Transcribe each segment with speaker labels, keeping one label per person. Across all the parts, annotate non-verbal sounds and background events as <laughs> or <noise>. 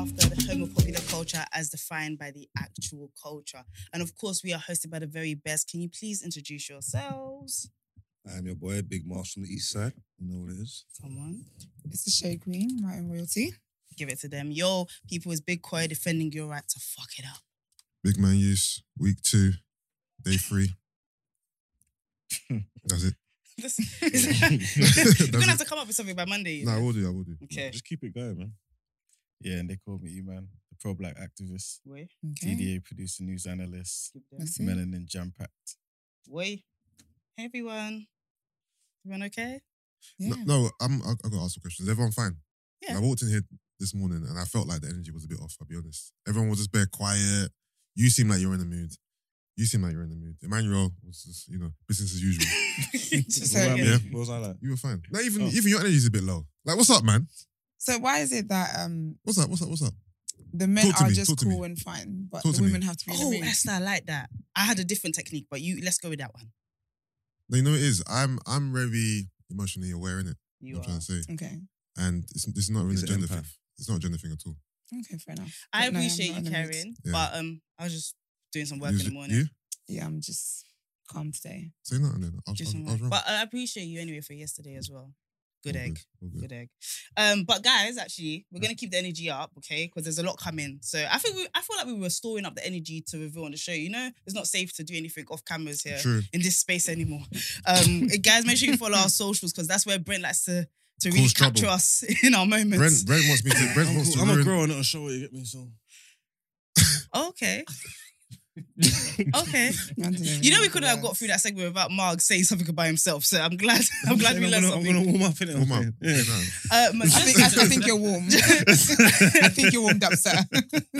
Speaker 1: criticism of popular culture as defined by the actual culture. And of course, we are hosted by the very best. Can you please introduce yourselves?
Speaker 2: I'm your boy, Big Marsh from the East Side. You know what it is.
Speaker 1: Someone
Speaker 3: It's the Shay Green, Martin Royalty.
Speaker 1: give it to them. Yo, people is Big Koi defending your right to fuck it up. <laughs>
Speaker 4: Big man use week two, day
Speaker 2: <laughs>
Speaker 4: three. That's it.
Speaker 1: This, <laughs>
Speaker 4: <laughs>
Speaker 1: you're gonna have to come up with something by Monday. you
Speaker 4: No, I
Speaker 1: know.
Speaker 4: will do. I will do.
Speaker 1: Okay.
Speaker 2: Just keep it going, man.
Speaker 5: Yeah, and they called me E-Man, the pro-black activist,
Speaker 1: Wait,
Speaker 3: Okay.
Speaker 5: DDA producer, news analyst,
Speaker 1: give them.
Speaker 3: That's it.
Speaker 5: melanin jam-packed.
Speaker 1: Wait. Hey everyone. Everyone okay? <laughs>
Speaker 3: Yeah.
Speaker 4: No, no I'm, I, I got to ask some questions. Is everyone fine?
Speaker 1: Yeah.
Speaker 4: I walked in here this morning and I felt like the energy was a bit off, I'll be honest. Everyone was just bare quiet. You seem like you're in the mood. You seem like you're in the mood. Emmanuel was just, you know, business
Speaker 1: <laughs>
Speaker 4: as usual.
Speaker 1: Just
Speaker 3: So-
Speaker 5: Well,
Speaker 1: like-
Speaker 5: I
Speaker 4: Yeah.
Speaker 5: mean,
Speaker 2: What was I like?
Speaker 4: you were fine. Now even
Speaker 5: Oh.
Speaker 4: even your energy's a bit low. Like, what's up, man?
Speaker 3: So why is it that um
Speaker 4: What's up? What's up? What's up?
Speaker 3: the men
Speaker 4: Talk to
Speaker 3: are
Speaker 4: me,
Speaker 3: just
Speaker 4: talk to me.
Speaker 3: cool and fine, but
Speaker 4: Talk
Speaker 3: the
Speaker 4: to me.
Speaker 3: women have to be in the
Speaker 1: Oh,
Speaker 3: mood?
Speaker 1: Esther, I like that. I had a different technique, but you let's go with that one.
Speaker 4: No, you know what it is. I'm I'm very emotionally aware in it.
Speaker 1: You
Speaker 4: I'm trying to say,
Speaker 3: Okay.
Speaker 4: and it's it's not really
Speaker 5: He's
Speaker 4: a
Speaker 5: an
Speaker 4: gender
Speaker 5: empath.
Speaker 4: thing. It's not a gender thing at all.
Speaker 3: Okay, fair enough.
Speaker 1: I
Speaker 3: But no, I'm
Speaker 1: appreciate
Speaker 3: not
Speaker 1: you,
Speaker 3: in the mood.
Speaker 1: Karen,
Speaker 4: Yeah.
Speaker 1: but um, I was just doing some work
Speaker 4: You-
Speaker 1: in the morning.
Speaker 4: You
Speaker 3: Yeah, I'm just calm today.
Speaker 4: <laughs> say nothing then. I was,
Speaker 1: Just
Speaker 4: I
Speaker 1: some
Speaker 4: was- I was
Speaker 1: work.
Speaker 4: wrong.
Speaker 1: But I appreciate you anyway for yesterday as well. Good
Speaker 4: All
Speaker 1: egg.
Speaker 4: all
Speaker 1: Good. egg. Um, but guys, actually, we're gonna keep the energy up, okay? Because there's a lot coming. So I think we, I feel like we were storing up the energy to reveal on the show. You know, it's not safe to do anything off cameras here
Speaker 4: True.
Speaker 1: in this space anymore. Um, guys, make sure you follow our socials because that's where Brent likes to to really
Speaker 4: Cause
Speaker 1: capture
Speaker 4: trouble.
Speaker 1: us <laughs> in our moments. <laughs>
Speaker 4: Brent, Brent wants me to.
Speaker 2: <laughs>
Speaker 4: Brent
Speaker 5: I'm,
Speaker 4: wants
Speaker 5: cool.
Speaker 4: to
Speaker 5: I'm a
Speaker 4: ruin.
Speaker 5: grower, not a shower, you get me? So
Speaker 1: Oh,
Speaker 4: <laughs>
Speaker 1: Okay. okay.
Speaker 3: Anthony,
Speaker 1: You know we
Speaker 3: remember
Speaker 1: couldn't have got
Speaker 3: words.
Speaker 1: through that segment without Marg saying something about himself. So I'm glad. I'm glad we
Speaker 5: I'm
Speaker 1: learned
Speaker 5: gonna, I'm
Speaker 1: something.
Speaker 5: gonna warm up in it.
Speaker 4: Warm up.
Speaker 5: <laughs> Yeah.
Speaker 4: Yeah, nah.
Speaker 1: Um,
Speaker 3: <laughs> I think, I, I think you're warm. I think you're warmed
Speaker 4: <laughs>
Speaker 3: up, sir.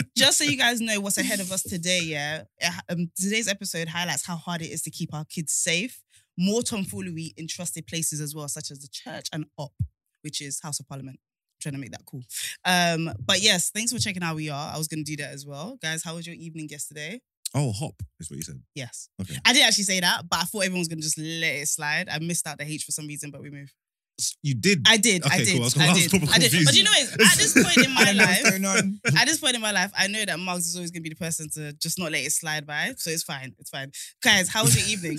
Speaker 1: <laughs>
Speaker 3: <laughs>
Speaker 1: just so you guys know what's ahead of us today, yeah. uh, Um, today's episode highlights how hard it is to keep our kids safe. More tomfoolery in trusted places as well, such as the church and op, which is House of Parliament. trying to make that cool. Um, but yes, thanks for checking how we are. I was gonna do that as well, guys. How was your evening yesterday?
Speaker 2: Oh, hop is what you said.
Speaker 1: Yes,
Speaker 2: Okay.
Speaker 1: I didn't actually say that, but I thought everyone was gonna just let it slide. I missed out the H for some reason, but we moved.
Speaker 2: You did.
Speaker 1: I did, I
Speaker 2: Okay,
Speaker 1: did,
Speaker 2: cool. I was-
Speaker 1: I
Speaker 2: <laughs> I was
Speaker 1: did,
Speaker 2: proper
Speaker 1: I did. But
Speaker 2: confused.
Speaker 1: you know, what? at this point in my
Speaker 2: <laughs>
Speaker 3: I don't know what's
Speaker 1: life,
Speaker 3: going on.
Speaker 1: at this point in my life, I know that Mugs is always going to be the person to just not let it slide by. So it's fine. It's fine. Guys, how was your
Speaker 2: <laughs>
Speaker 1: evening?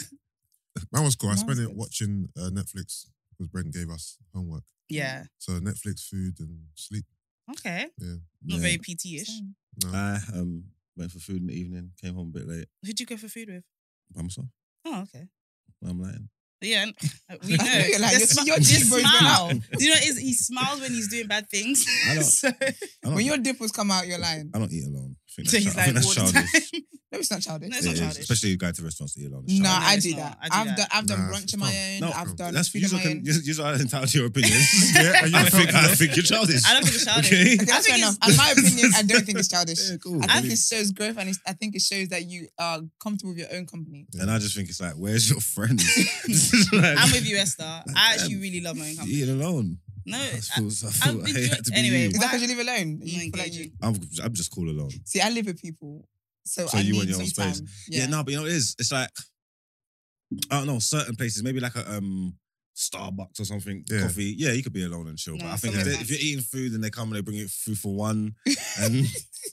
Speaker 4: Mine was cool. I
Speaker 3: Mine was
Speaker 4: spent it
Speaker 3: good.
Speaker 4: watching uh, Netflix because Brent gave us homework.
Speaker 1: Yeah.
Speaker 4: So Netflix, food, and sleep.
Speaker 1: Okay. Not
Speaker 2: Yeah.
Speaker 1: very PT ish.
Speaker 4: No.
Speaker 2: I um went for food in the evening. Came home a bit late
Speaker 1: Who'd you go for food with?
Speaker 2: by myself.
Speaker 1: Oh, okay.
Speaker 2: I'm lying.
Speaker 1: Yeah, and- uh,
Speaker 3: <laughs>
Speaker 1: we know.
Speaker 3: I know you're like,
Speaker 1: The
Speaker 3: your-
Speaker 1: smi-
Speaker 3: your
Speaker 1: the
Speaker 3: cheekbones went
Speaker 1: smile. Do you know what it is? He smiles when he's doing bad things.
Speaker 2: I
Speaker 1: <laughs>
Speaker 2: don't-
Speaker 1: so,
Speaker 2: I
Speaker 4: Oh.
Speaker 2: don't,
Speaker 3: When your dimples come out, you're lying.
Speaker 2: I don't eat alone. I
Speaker 1: <laughs>
Speaker 2: think
Speaker 1: so
Speaker 2: that's,
Speaker 1: he's
Speaker 2: chi- I
Speaker 1: like,
Speaker 2: think that's
Speaker 1: all the <laughs>
Speaker 2: childish.
Speaker 1: time.
Speaker 3: No, it's not childish.
Speaker 1: No, it's not
Speaker 2: It is,
Speaker 1: childish.
Speaker 2: Especially you going to restaurants to eat alone. It's
Speaker 3: No,
Speaker 2: childish.
Speaker 3: I
Speaker 1: it's
Speaker 3: do
Speaker 1: not.
Speaker 3: that.
Speaker 1: I do
Speaker 3: I've
Speaker 1: that.
Speaker 3: done. I've done
Speaker 4: Nah,
Speaker 3: brunch
Speaker 4: it's
Speaker 3: on my
Speaker 4: fine.
Speaker 3: own.
Speaker 2: No,
Speaker 3: I've done.
Speaker 2: that's
Speaker 3: food
Speaker 2: you.
Speaker 3: on my own.
Speaker 2: You you are entitled to your <laughs> opinions.
Speaker 4: yeah,
Speaker 1: <laughs>
Speaker 4: and you
Speaker 2: I think I
Speaker 4: felt-
Speaker 2: think you're childish.
Speaker 1: I don't think it's childish.
Speaker 3: Okay,
Speaker 2: Okay.
Speaker 1: I think
Speaker 3: that's fair enough.
Speaker 1: it's-
Speaker 3: In my opinion, I don't think it's childish.
Speaker 2: Yeah, cool.
Speaker 3: I think it shows growth, and it's, I think it shows that you are comfortable with your own company.
Speaker 2: and I just think it's like, where's your
Speaker 1: <laughs>
Speaker 2: <laughs> friends?
Speaker 1: I'm with you, Esther. I actually really love my own company.
Speaker 2: Eat alone.
Speaker 1: No,
Speaker 2: I
Speaker 1: I-
Speaker 2: feel, I
Speaker 1: I've
Speaker 2: feel
Speaker 1: been
Speaker 2: I hate
Speaker 1: doing-
Speaker 2: that to be
Speaker 1: anyway,
Speaker 2: you.
Speaker 3: Is that because
Speaker 1: Why-
Speaker 3: you live alone? You
Speaker 1: not
Speaker 3: feel like you-
Speaker 1: engaging.
Speaker 2: I'm, I'm just cool alone.
Speaker 3: see, I live with people, so,
Speaker 2: So
Speaker 3: I
Speaker 2: you
Speaker 3: need
Speaker 2: want your
Speaker 3: some
Speaker 2: own space.
Speaker 3: time.
Speaker 2: Yeah.
Speaker 3: <laughs>
Speaker 2: no, but you know what it is? It's like, I don't know, certain places, maybe like a um Starbucks or something,
Speaker 4: Yeah.
Speaker 2: coffee. Yeah, you could be alone and chill.
Speaker 1: No,
Speaker 2: but I think if,
Speaker 1: sometimes.
Speaker 2: they- if you're eating food and they come and they bring it food for
Speaker 1: <laughs>
Speaker 2: one, and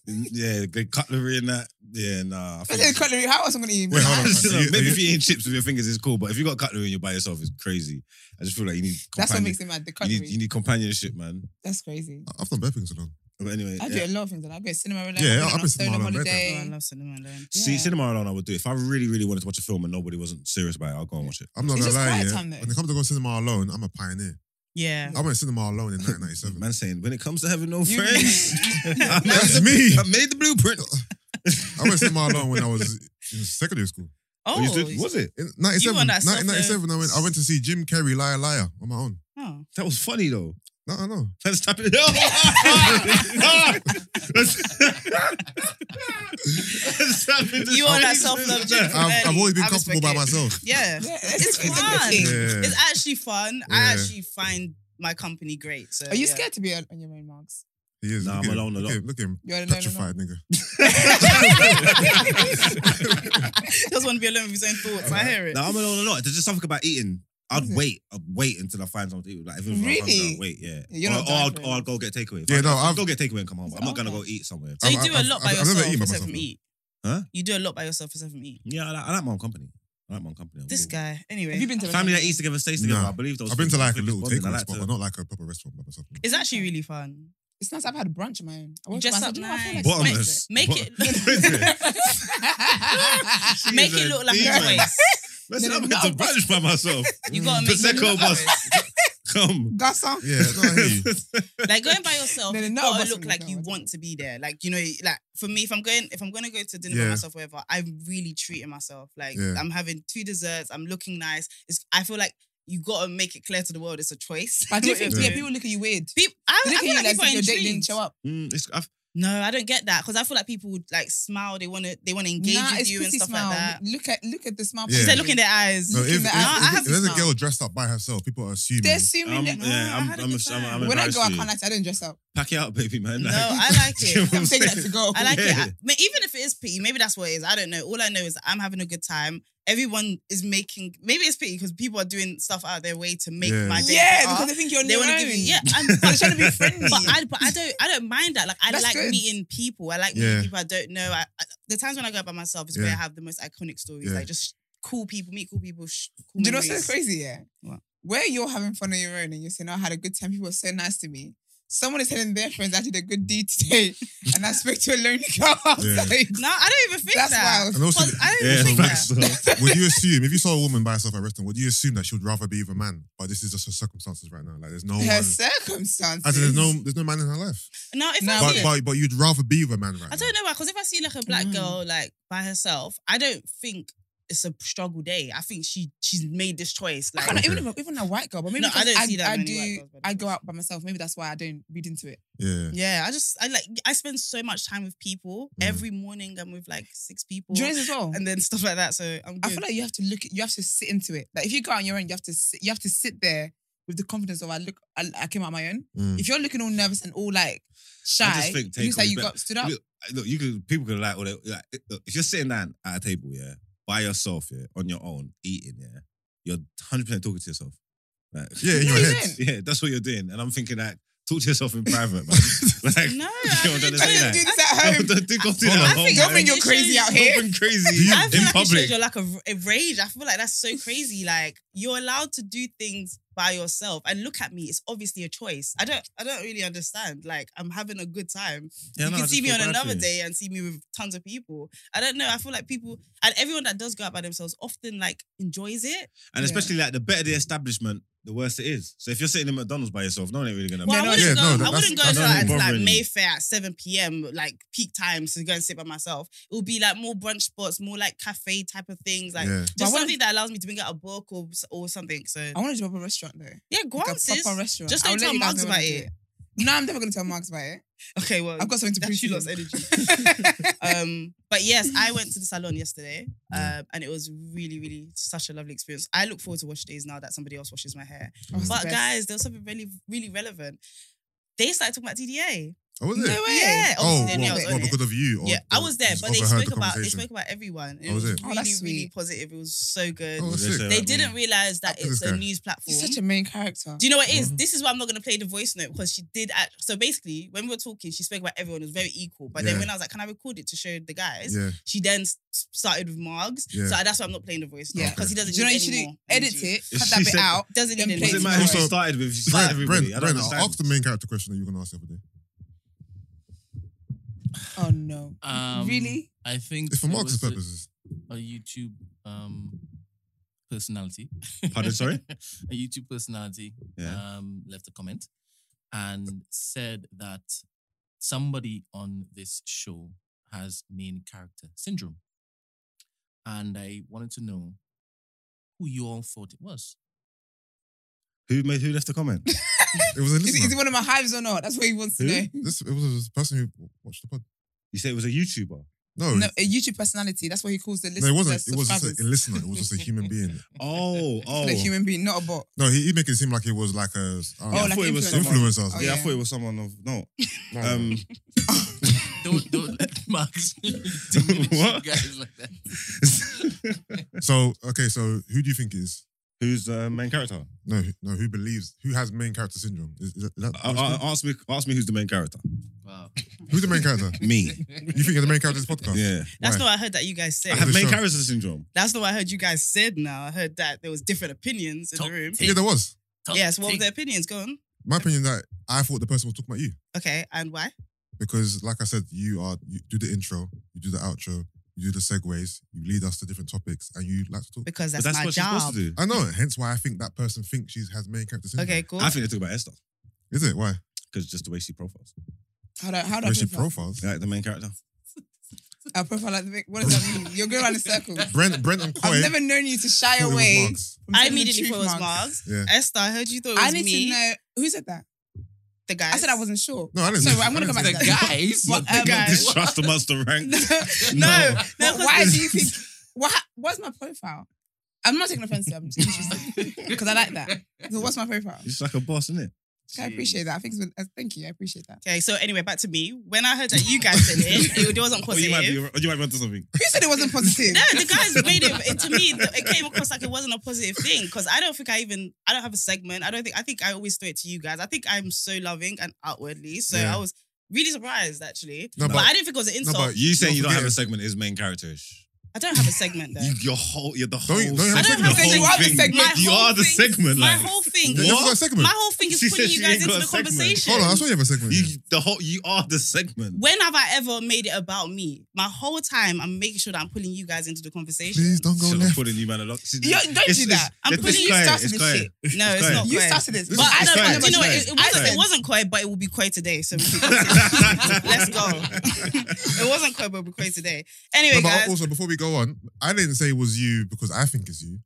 Speaker 2: yeah, good cutlery and that. Yeah, nah. I
Speaker 3: I said
Speaker 2: think,
Speaker 3: cutlery. How else am I going to eat?
Speaker 4: Wait, hold on.
Speaker 2: No,
Speaker 4: Are you- are
Speaker 2: maybe
Speaker 4: you-
Speaker 2: if you're eating chips with your fingers, it's cool. But if you got cutlery and you're by yourself, it's crazy. I just feel like you
Speaker 3: <laughs>
Speaker 2: need
Speaker 3: That's what
Speaker 2: companion-
Speaker 3: makes it mad. The
Speaker 2: you
Speaker 3: cutlery.
Speaker 2: need, you need companionship, man.
Speaker 3: That's crazy.
Speaker 4: I've done bad things alone.
Speaker 2: But anyway,
Speaker 3: I
Speaker 2: yeah.
Speaker 3: do a lot of things. and I go to cinema alone.
Speaker 4: Yeah,
Speaker 3: I
Speaker 4: I've
Speaker 3: go
Speaker 4: been
Speaker 3: on solo
Speaker 4: cinema alone, right
Speaker 1: Oh, I
Speaker 3: holiday.
Speaker 1: love cinema alone.
Speaker 2: See,
Speaker 3: Yeah.
Speaker 2: cinema alone, I would do. If I really, really wanted to watch a film and nobody wasn't serious about it, I'll go and watch it.
Speaker 4: I'm not
Speaker 3: It's
Speaker 4: gonna
Speaker 3: just
Speaker 4: lie.
Speaker 3: quiet
Speaker 4: Yeah.
Speaker 3: time, though.
Speaker 4: when it comes to going to cinema alone, I'm a pioneer.
Speaker 1: Yeah.
Speaker 4: I went to cinema alone in
Speaker 2: <laughs>
Speaker 4: 1997.
Speaker 2: Man saying, when it comes to having
Speaker 3: <laughs>
Speaker 2: no
Speaker 3: You-
Speaker 2: friends, <laughs> I made
Speaker 4: That's
Speaker 2: the-
Speaker 4: me.
Speaker 2: I made the blueprint.
Speaker 4: I went to cinema alone when I was in secondary school.
Speaker 1: Oh,
Speaker 2: You did- was it?
Speaker 4: In 97,
Speaker 1: You on that
Speaker 4: 1997, I went, I went to see Jim Carrey, Liar Liar, on my own.
Speaker 1: oh.
Speaker 2: That was funny though.
Speaker 4: No, no, no.
Speaker 2: Let's stop
Speaker 3: <laughs>
Speaker 2: it. <laughs> Let's stop it.
Speaker 1: You are that self-love
Speaker 2: <laughs>
Speaker 1: gym.
Speaker 4: I've, I've always been
Speaker 1: I respect
Speaker 4: comfortable by
Speaker 1: it.
Speaker 4: myself.
Speaker 1: <laughs> Yeah.
Speaker 3: Yeah, <laughs>
Speaker 1: It's
Speaker 3: a good
Speaker 1: fun.
Speaker 3: thing.
Speaker 4: Yeah.
Speaker 1: It's actually fun. I
Speaker 4: Yeah.
Speaker 1: actually find my company great. So
Speaker 3: Are you
Speaker 1: yeah. <laughs>
Speaker 4: <laughs>
Speaker 3: scared to be on on your own, Marks?
Speaker 4: He is.
Speaker 2: Nah,
Speaker 4: look
Speaker 2: I'm
Speaker 4: at him.
Speaker 2: alone a
Speaker 4: Look
Speaker 2: lot.
Speaker 4: at him. Look at him.
Speaker 3: You're alone. alone?
Speaker 4: Petrified, nigga.
Speaker 1: He doesn't want to be alone with his own thoughts. I hear it.
Speaker 2: No, I'm alone a lot. There's just something about eating. I'd
Speaker 3: Is it?
Speaker 2: wait. I'd wait until I find something to eat. Like if it was
Speaker 3: Mm-hmm. Really?
Speaker 2: I'd wait. Yeah.
Speaker 3: Yeah, you're
Speaker 2: or,
Speaker 3: not
Speaker 2: or,
Speaker 3: down
Speaker 2: I'd,
Speaker 3: for it.
Speaker 2: or I'd go get takeaway. If
Speaker 4: Yeah,
Speaker 2: I-
Speaker 4: no,
Speaker 2: I'll
Speaker 4: I've-
Speaker 2: go get takeaway and come home.
Speaker 3: It's
Speaker 2: I'm not gonna
Speaker 3: okay.
Speaker 2: go eat somewhere.
Speaker 1: So you
Speaker 4: I've-
Speaker 1: do a
Speaker 4: I've-
Speaker 1: lot by
Speaker 4: I've- I've never
Speaker 1: yourself
Speaker 4: eaten by
Speaker 1: except
Speaker 4: myself,
Speaker 1: from
Speaker 4: though.
Speaker 1: eat.
Speaker 2: Huh?
Speaker 1: You do a lot by yourself except from eat.
Speaker 2: Yeah, I like, I like my own company. I like my own company. I'm
Speaker 1: This
Speaker 2: cool.
Speaker 1: guy, anyway.
Speaker 3: <laughs> Have you been to a
Speaker 2: Family that
Speaker 3: restaurant?
Speaker 2: eats together stays together.
Speaker 4: Nah.
Speaker 2: I believe those.
Speaker 4: I've been to
Speaker 2: things.
Speaker 4: like a
Speaker 2: It's
Speaker 4: little
Speaker 2: bonding. I
Speaker 4: takeaway
Speaker 2: like
Speaker 4: spot,
Speaker 2: to-
Speaker 4: but not like a proper restaurant by
Speaker 1: <laughs>
Speaker 4: myself.
Speaker 1: It's actually really fun.
Speaker 3: It's nice. I've had brunch of my own. I woke
Speaker 1: Dress
Speaker 3: up, I
Speaker 1: up
Speaker 3: said, "You know, I feel
Speaker 1: nice.
Speaker 3: like
Speaker 2: Bottomless.
Speaker 1: Make
Speaker 4: <laughs>
Speaker 1: it-
Speaker 2: Bot-
Speaker 3: <laughs> spice."
Speaker 1: <laughs>
Speaker 2: She
Speaker 1: Make
Speaker 2: is
Speaker 1: it
Speaker 2: a
Speaker 1: look like a
Speaker 2: demon.
Speaker 1: choice.
Speaker 2: Listen,
Speaker 3: No,
Speaker 2: I'm
Speaker 3: no,
Speaker 2: going to
Speaker 3: no.
Speaker 2: brunch by
Speaker 3: <laughs>
Speaker 2: myself.
Speaker 1: You gotta make it
Speaker 2: Prosecco
Speaker 1: look
Speaker 2: must <laughs> come.
Speaker 3: Gasa.
Speaker 4: Yeah, no, I hear
Speaker 1: <laughs>
Speaker 4: you.
Speaker 1: like going by
Speaker 4: <laughs>
Speaker 1: yourself,
Speaker 3: No, no,
Speaker 1: you
Speaker 3: no,
Speaker 1: gotta
Speaker 3: but-
Speaker 1: look like you
Speaker 3: no, I
Speaker 1: want to be there. Like you know, like for me, if I'm going, if I'm gonna go to dinner by
Speaker 4: Yeah.
Speaker 1: myself, wherever, I'm really treating myself. Like
Speaker 4: Yeah.
Speaker 1: I'm having two desserts. I'm looking nice. It's, I feel like you gotta make it clear to the world it's a choice. <laughs>
Speaker 3: But I do
Speaker 1: What
Speaker 3: think
Speaker 1: you're
Speaker 3: yeah,
Speaker 1: doing.
Speaker 3: people look at you weird.
Speaker 1: Peop- I,
Speaker 3: They
Speaker 1: I
Speaker 3: look at
Speaker 1: feel
Speaker 3: you
Speaker 1: like
Speaker 3: like
Speaker 1: people are
Speaker 3: if your date didn't
Speaker 1: intrigued.
Speaker 3: show up.
Speaker 2: <laughs> Mm, it's, I've,
Speaker 1: No, I don't get that because I feel like people would like smile. They wanna they wanna engage
Speaker 3: nah,
Speaker 1: with
Speaker 3: it's
Speaker 1: you and
Speaker 3: pretty
Speaker 1: stuff
Speaker 3: smile.
Speaker 1: like that.
Speaker 3: Look at look at the smile.
Speaker 4: Yeah.
Speaker 1: She
Speaker 4: She's
Speaker 1: said,
Speaker 4: like,
Speaker 1: look in their eyes.
Speaker 4: No, if, if,
Speaker 3: Nah, I
Speaker 4: if-
Speaker 3: have
Speaker 4: if there's
Speaker 3: to
Speaker 4: a girl dressed up by herself, people are assuming.
Speaker 3: They're assuming
Speaker 2: Um,
Speaker 3: that. Ah,
Speaker 2: yeah, I'm-
Speaker 1: I had a
Speaker 2: I'm-
Speaker 1: good time.
Speaker 2: I'm- I'm-
Speaker 3: when I
Speaker 2: embarrassed
Speaker 3: go, I
Speaker 2: you.
Speaker 3: can't lie. to you, I don't dress up.
Speaker 2: pack it out, baby, man.
Speaker 1: No, I like it.
Speaker 2: <laughs> Do you know what
Speaker 3: I'm taking that to
Speaker 1: <laughs>
Speaker 3: go.
Speaker 1: I like it.
Speaker 2: <laughs>
Speaker 1: I,
Speaker 2: Yeah.
Speaker 1: ma- even if it is pity, maybe that's what it is. I don't know. All I know is I'm having a good time. Everyone is making. Maybe it's pity because people are doing stuff out of their way to make
Speaker 4: Yeah.
Speaker 1: my day.
Speaker 3: yeah,
Speaker 1: better.
Speaker 3: because they think you're.
Speaker 1: they want to give you.
Speaker 3: <laughs>
Speaker 1: Yeah, and,
Speaker 3: they're
Speaker 1: <laughs> but,
Speaker 3: trying to be friendly.
Speaker 1: but I but I don't I don't mind that. Like I
Speaker 3: That's
Speaker 1: like
Speaker 3: good.
Speaker 1: meeting people. I like meeting
Speaker 4: Yeah.
Speaker 1: people I don't know. I, I, the times when I go by myself is where
Speaker 4: Yeah.
Speaker 1: I have the most iconic stories.
Speaker 4: Yeah.
Speaker 1: Like just cool people, meet cool people. Sh- cool
Speaker 3: Do you know what's
Speaker 1: memories.
Speaker 3: so crazy? Yeah.
Speaker 1: What?
Speaker 3: Where you're having fun on your own and you're saying, "Oh, I had a good time. People were so nice to me. Someone is telling their friends, I did a good deed <laughs> today. And I spoke to a lonely girl. <laughs>
Speaker 4: Yeah.
Speaker 3: outside."
Speaker 1: No, I don't even think
Speaker 3: That's
Speaker 1: that.
Speaker 3: wild.
Speaker 4: and also,
Speaker 1: Cause I don't
Speaker 2: Yeah,
Speaker 1: even think
Speaker 2: facts.
Speaker 1: that.
Speaker 4: <laughs> would you assume if you saw a woman by herself at a restaurant, would you assume that she would rather be with a man? But this is just her circumstances right now. Like there's no one.
Speaker 3: Her
Speaker 4: As
Speaker 3: circumstances.
Speaker 4: in, there's no, there's no man in her life.
Speaker 1: No, if
Speaker 3: No,
Speaker 1: I
Speaker 4: But,
Speaker 1: see,
Speaker 4: but but you'd rather be with a man right
Speaker 1: I
Speaker 4: now.
Speaker 1: don't know why. Because if I see like a black
Speaker 3: Mm.
Speaker 1: girl like by herself, I don't think it's a struggle day. I think she she's made this choice.
Speaker 3: I
Speaker 1: Like
Speaker 3: can't,
Speaker 4: Okay.
Speaker 3: even, even a white girl, but maybe
Speaker 1: No, I
Speaker 3: because
Speaker 1: don't
Speaker 3: I,
Speaker 1: see that
Speaker 3: I
Speaker 1: many
Speaker 3: do.
Speaker 1: white girls, but-
Speaker 3: I go out by myself. Maybe that's why I don't read into it.
Speaker 4: Yeah.
Speaker 1: Yeah, I just I like I spend so much time with people
Speaker 4: Mm.
Speaker 1: every morning. I'm with like six people,
Speaker 3: Do you know this as well?
Speaker 1: and then stuff like that. So I'm. Good.
Speaker 3: I feel like you have to look. You have to sit into it. Like if you go out on your own, you have to. Sit, you have to sit there with the confidence of I look. I, I came out on my own.
Speaker 4: Mm.
Speaker 3: If you're looking all nervous and all like shy,
Speaker 2: just think
Speaker 3: it looks like
Speaker 2: takeaways
Speaker 3: you
Speaker 2: back.
Speaker 3: got stood up.
Speaker 2: Look, look, you could people could like, all they, like it- look, if you're sitting down at a table, yeah, by yourself, yeah, on your own, eating, yeah, you're hundred percent talking to yourself. Like,
Speaker 1: <laughs>
Speaker 4: Yeah, in your
Speaker 3: Yeah,
Speaker 4: head.
Speaker 2: yeah, that's what you're doing, and I'm thinking like, talk to yourself in private,
Speaker 1: <laughs>
Speaker 2: man. like, <laughs>
Speaker 1: no,
Speaker 2: you
Speaker 1: I
Speaker 2: don't
Speaker 1: think
Speaker 2: understand
Speaker 1: it
Speaker 3: I
Speaker 2: say
Speaker 3: didn't
Speaker 2: that.
Speaker 3: do
Speaker 1: shows-
Speaker 4: <laughs>
Speaker 3: this at
Speaker 2: don't-
Speaker 3: home.
Speaker 2: don't think I'll do
Speaker 4: I
Speaker 2: that at
Speaker 4: think
Speaker 2: home,
Speaker 3: Don't
Speaker 1: I
Speaker 3: bring
Speaker 2: man.
Speaker 3: your
Speaker 1: it
Speaker 3: crazy
Speaker 1: shows-
Speaker 3: out
Speaker 2: Don't
Speaker 3: here.
Speaker 2: <laughs> been crazy
Speaker 1: <laughs> I feel
Speaker 2: in
Speaker 1: like it shows
Speaker 2: public.
Speaker 1: you're like a, a rage. I feel like that's so crazy. Like you're allowed to do things by yourself, and look at me. It's obviously a choice. I don't. I don't really understand. Like I'm having a good time.
Speaker 2: Yeah,
Speaker 1: you
Speaker 2: no, I
Speaker 1: can see
Speaker 2: just
Speaker 1: me
Speaker 2: feel
Speaker 1: on
Speaker 2: bad for
Speaker 1: another
Speaker 2: you.
Speaker 1: day and see me with tons of people. I don't know. I feel like people and everyone that does go out by themselves often like enjoys it.
Speaker 3: Yeah.
Speaker 2: And especially like the better the establishment, the worse it is. So if you're sitting in McDonald's by yourself, no one ain't really <laughs> gonna.
Speaker 1: Well, I
Speaker 3: no,
Speaker 1: wouldn't
Speaker 4: yeah,
Speaker 1: go.
Speaker 4: no,
Speaker 1: I wouldn't go
Speaker 4: that's-
Speaker 1: to
Speaker 4: that's
Speaker 1: like,
Speaker 2: not
Speaker 1: like
Speaker 2: bothering.
Speaker 1: Mayfair at seven p.m. like peak time to go and sit by myself. It would be like more brunch spots, more like cafe type of things, like
Speaker 4: yeah.
Speaker 3: But I
Speaker 1: just
Speaker 3: wanna-
Speaker 1: something that allows me to bring out a book or or something. So
Speaker 3: I want to do a proper restaurant though.
Speaker 1: yeah, go
Speaker 3: Like
Speaker 1: on,
Speaker 3: a
Speaker 1: sis.
Speaker 3: proper restaurant.
Speaker 1: Just don't
Speaker 3: I'll let
Speaker 1: tell
Speaker 3: you guys
Speaker 1: Marks
Speaker 3: know when I
Speaker 1: about
Speaker 3: do
Speaker 1: it.
Speaker 3: No, I'm never gonna tell Marks about it.
Speaker 1: Okay, well,
Speaker 3: I've got something to
Speaker 1: <laughs>
Speaker 3: prove.
Speaker 1: that's
Speaker 3: to
Speaker 1: you
Speaker 3: you.
Speaker 1: lot's energy.
Speaker 4: <laughs>
Speaker 1: um, but yes, I went to the salon yesterday, um, and it was really, really such a lovely experience. I look forward to wash days now that somebody else washes my hair.
Speaker 3: Oh, it's the
Speaker 1: But
Speaker 3: best.
Speaker 1: guys, there was something really, really relevant. They started talking about DDA.
Speaker 4: Oh, was
Speaker 3: no
Speaker 4: it?
Speaker 3: way.
Speaker 1: Yeah,
Speaker 4: Oh,
Speaker 1: obviously, they knew I
Speaker 4: well,
Speaker 1: was on
Speaker 4: well,
Speaker 1: it.
Speaker 4: because of you. Or,
Speaker 1: yeah, I
Speaker 4: or
Speaker 1: was there,
Speaker 4: just
Speaker 1: but they
Speaker 4: overheard the
Speaker 1: spoke about they
Speaker 4: conversation?
Speaker 1: spoke about everyone. It was
Speaker 4: Oh,
Speaker 1: really,
Speaker 4: was it?
Speaker 3: Oh, that's
Speaker 1: really
Speaker 3: sweet.
Speaker 1: positive. It was so good.
Speaker 4: Oh,
Speaker 2: What did
Speaker 4: sick.
Speaker 2: say "Mm,
Speaker 1: they
Speaker 2: about me?
Speaker 1: didn't realize that
Speaker 4: Up to
Speaker 1: it's
Speaker 4: this
Speaker 1: a
Speaker 4: guy.
Speaker 1: news platform.
Speaker 3: He's such a main character.
Speaker 1: Do you know what it is?
Speaker 2: Mm-hmm.
Speaker 4: Mhm.
Speaker 1: This is why I'm not gonna play the voice note because she did. Act- so basically, when we were talking, she spoke about everyone it was very equal. But then
Speaker 4: Yeah.
Speaker 1: when I was like, "Can I record it to show the guys?"
Speaker 4: Yeah.
Speaker 1: She then s- started with Margs.
Speaker 4: Yeah.
Speaker 1: So that's why I'm not playing the voice note
Speaker 3: Yeah.
Speaker 1: because he
Speaker 3: Do
Speaker 1: doesn't
Speaker 3: you know
Speaker 1: need
Speaker 3: what you
Speaker 1: any
Speaker 3: should do?
Speaker 1: more
Speaker 3: Edit
Speaker 1: energy.
Speaker 3: it,
Speaker 2: She
Speaker 3: cut that bit
Speaker 2: said-
Speaker 3: out.
Speaker 1: Doesn't need
Speaker 3: Then
Speaker 1: any
Speaker 3: play
Speaker 2: Does
Speaker 1: more.
Speaker 3: Brent,
Speaker 2: it matter who she
Speaker 4: Brent,
Speaker 2: started with? <laughs> She started
Speaker 4: Brent,
Speaker 2: everybody.
Speaker 4: Brent,
Speaker 2: I don't
Speaker 4: Brent,
Speaker 2: understand.
Speaker 4: ask the main character question that you're going to ask the other day.
Speaker 3: Oh no.
Speaker 6: Um,
Speaker 3: really?
Speaker 6: I think
Speaker 4: It's for
Speaker 6: there
Speaker 4: Mark's
Speaker 6: was a-
Speaker 4: purposes.
Speaker 6: A YouTube um, personality. <laughs>
Speaker 2: Pardon, sorry?
Speaker 4: <laughs>
Speaker 6: a YouTube personality
Speaker 2: Yeah.
Speaker 6: um, left a comment and said that somebody on this show has main character syndrome. And I wanted to know who you all thought it was.
Speaker 2: Who made who left the comment?
Speaker 4: It was a
Speaker 3: Is, it- is it
Speaker 4: listener.
Speaker 3: one of my hives or not? That's what he wants to
Speaker 2: Who?
Speaker 3: know.
Speaker 4: This, it was a person who watched the pod.
Speaker 2: You said it was a YouTuber.
Speaker 4: No,
Speaker 3: No, a YouTube personality. That's what he calls the list.
Speaker 4: no, it wasn't. It was just a, a listener. It was just a
Speaker 3: <laughs>
Speaker 4: human being.
Speaker 2: Oh, oh.
Speaker 3: a human being, not a bot.
Speaker 4: No, he, he make it seem like it was like a
Speaker 2: Yeah, I
Speaker 3: Oh, like
Speaker 2: thought it was
Speaker 3: influencer.
Speaker 2: someone.
Speaker 4: influencer. or
Speaker 3: Oh,
Speaker 4: something.
Speaker 2: yeah, I
Speaker 3: yeah.
Speaker 2: thought it was someone of no.
Speaker 4: No,
Speaker 2: Um, <laughs>
Speaker 4: <laughs>
Speaker 6: Don't, don't let <laughs> Mark's diminish you
Speaker 2: What?
Speaker 6: guys like that.
Speaker 4: so okay, so who do you think it is?
Speaker 2: Who's the main character?
Speaker 4: No, who- no. Who believes? Who has main character syndrome? Is, is that, is that
Speaker 2: Uh, uh, ask me. Ask me who's the main character.
Speaker 6: Wow.
Speaker 4: who's the main
Speaker 6: uh,
Speaker 4: character?
Speaker 6: <laughs>
Speaker 2: Me.
Speaker 4: You think you're the main character of this podcast?
Speaker 2: Yeah.
Speaker 1: That's not
Speaker 4: Why?
Speaker 1: what I heard that you guys said.
Speaker 2: I have
Speaker 4: the
Speaker 2: main
Speaker 4: show.
Speaker 2: character syndrome.
Speaker 1: That's not what I heard you guys said now. I heard that there was different opinions in
Speaker 6: Top
Speaker 1: the room.
Speaker 6: tier.
Speaker 4: Yeah, there was.
Speaker 1: Yes, what were
Speaker 6: Take- <laughs>
Speaker 1: their opinions? Go on.
Speaker 4: My opinion that I thought the person was talking about you
Speaker 1: Okay, and why?
Speaker 4: because, like I said, you are you do the intro, you do the outro, you do the segues, you lead us to different topics, and you like to talk.
Speaker 1: Because
Speaker 2: But
Speaker 1: that's,
Speaker 2: that's
Speaker 1: my
Speaker 2: what she's
Speaker 1: job.
Speaker 2: supposed to do.
Speaker 4: I know. Hence why I think that person thinks she has main character syndrome.
Speaker 1: Okay, cool.
Speaker 2: I think they talk about Esther
Speaker 4: Is it why?
Speaker 2: because just the way she profiles,
Speaker 3: How do I- how do I
Speaker 4: Where she
Speaker 3: profile?
Speaker 4: profiles.
Speaker 2: like the main character. <laughs>
Speaker 3: I profile like the big. What does that mean? You're going around in circles.
Speaker 4: <laughs> Brent, Brent and Coy.
Speaker 3: I've never known you to shy
Speaker 4: thought it was
Speaker 3: away.
Speaker 4: Marks.
Speaker 3: from
Speaker 1: I
Speaker 3: telling the
Speaker 1: immediately
Speaker 3: truth,
Speaker 1: thought it was
Speaker 3: Mark.
Speaker 1: Mars.
Speaker 4: Yeah.
Speaker 1: Esther, I heard you thought it was
Speaker 3: I need
Speaker 1: me.
Speaker 3: to know who said that.
Speaker 1: The guy.
Speaker 3: I said I wasn't sure.
Speaker 1: <laughs>
Speaker 4: No, I didn't.
Speaker 3: So
Speaker 4: I
Speaker 3: I'm gonna
Speaker 4: didn't
Speaker 3: come
Speaker 4: say
Speaker 3: back
Speaker 4: that.
Speaker 3: to that.
Speaker 6: Guys,
Speaker 1: What the
Speaker 3: Um,
Speaker 1: guy?
Speaker 2: Distrust amongst the
Speaker 3: <laughs>
Speaker 2: <laughs> ranks.
Speaker 1: no, no.
Speaker 3: But
Speaker 1: 'cause
Speaker 3: why
Speaker 1: the-
Speaker 3: do
Speaker 1: <laughs>
Speaker 3: you think? What? What's my profile? I'm not taking offense. to it, I'm just interested
Speaker 1: <laughs>
Speaker 3: because I like
Speaker 6: <laughs>
Speaker 3: that. So what's my profile?
Speaker 2: It's like a boss, isn't it?
Speaker 3: I appreciate that. I think. It's been, uh, thank you. I appreciate
Speaker 1: <laughs>
Speaker 3: that.
Speaker 1: Okay, so anyway, back to me. When I heard that you guys said it, it, it wasn't
Speaker 2: Or Oh, you
Speaker 1: positive.
Speaker 2: might be. Or you might be onto something.
Speaker 3: Who said it wasn't positive?
Speaker 1: No, the guys
Speaker 2: <laughs>
Speaker 1: made it, it- to me. It came across like it wasn't a positive thing because I don't think I even I don't have a segment. I don't think I think I always throw it to you guys. I think I'm so loving and outwardly, so
Speaker 4: Yeah.
Speaker 1: I was really surprised actually.
Speaker 4: No,
Speaker 1: but,
Speaker 4: but-
Speaker 1: I didn't think it was an insult.
Speaker 4: but
Speaker 2: You saying
Speaker 4: Don't
Speaker 2: you don't have
Speaker 4: forget-
Speaker 2: a segment is main characterish.
Speaker 1: I don't have a segment though.
Speaker 2: You, your whole, you're the whole.
Speaker 4: Don't- don't have a
Speaker 2: segment.
Speaker 1: segment.
Speaker 2: The
Speaker 3: You
Speaker 2: whole
Speaker 3: are the
Speaker 2: thing.
Speaker 3: segment.
Speaker 2: You
Speaker 1: My
Speaker 2: are
Speaker 1: whole
Speaker 2: the
Speaker 1: thing- my whole thing,
Speaker 4: You
Speaker 2: segment. Like
Speaker 4: never
Speaker 2: What?
Speaker 4: got a segment.
Speaker 1: my whole thing is
Speaker 2: She
Speaker 1: putting
Speaker 2: said
Speaker 1: you
Speaker 2: she
Speaker 1: guys
Speaker 2: ain't
Speaker 1: into the
Speaker 2: got a segment.
Speaker 1: conversation.
Speaker 4: Hold on, I saw you have a segment.
Speaker 2: you, the whole, you are the segment.
Speaker 1: when have I ever made it about me? My whole time, I'm making sure that I'm pulling you guys into the conversation.
Speaker 4: Please don't go
Speaker 2: Shall I
Speaker 4: left.
Speaker 2: put in you, man, a lot. See,
Speaker 3: Yo, don't
Speaker 2: it's-
Speaker 3: do
Speaker 2: it's-
Speaker 3: that. I'm
Speaker 2: it's
Speaker 3: putting you
Speaker 2: quiet,
Speaker 3: started
Speaker 2: it's
Speaker 3: this
Speaker 2: quiet.
Speaker 3: shit.
Speaker 1: No, it's
Speaker 2: It's
Speaker 1: not.
Speaker 3: You
Speaker 1: Quay.
Speaker 3: started this.
Speaker 2: This
Speaker 1: But
Speaker 2: is-
Speaker 1: I
Speaker 2: it's
Speaker 1: don't.
Speaker 2: fine.
Speaker 1: But you know what?
Speaker 2: It's
Speaker 1: It, it
Speaker 3: fine.
Speaker 1: wasn't.
Speaker 3: It's
Speaker 1: It wasn't Koi, but it will be Koi today. So we can
Speaker 2: <laughs>
Speaker 1: let's go. it wasn't Koi, but it will be Koi today. Anyway,
Speaker 4: No, but
Speaker 1: guys.
Speaker 4: also before we go on, I didn't say it was you because I think it's you.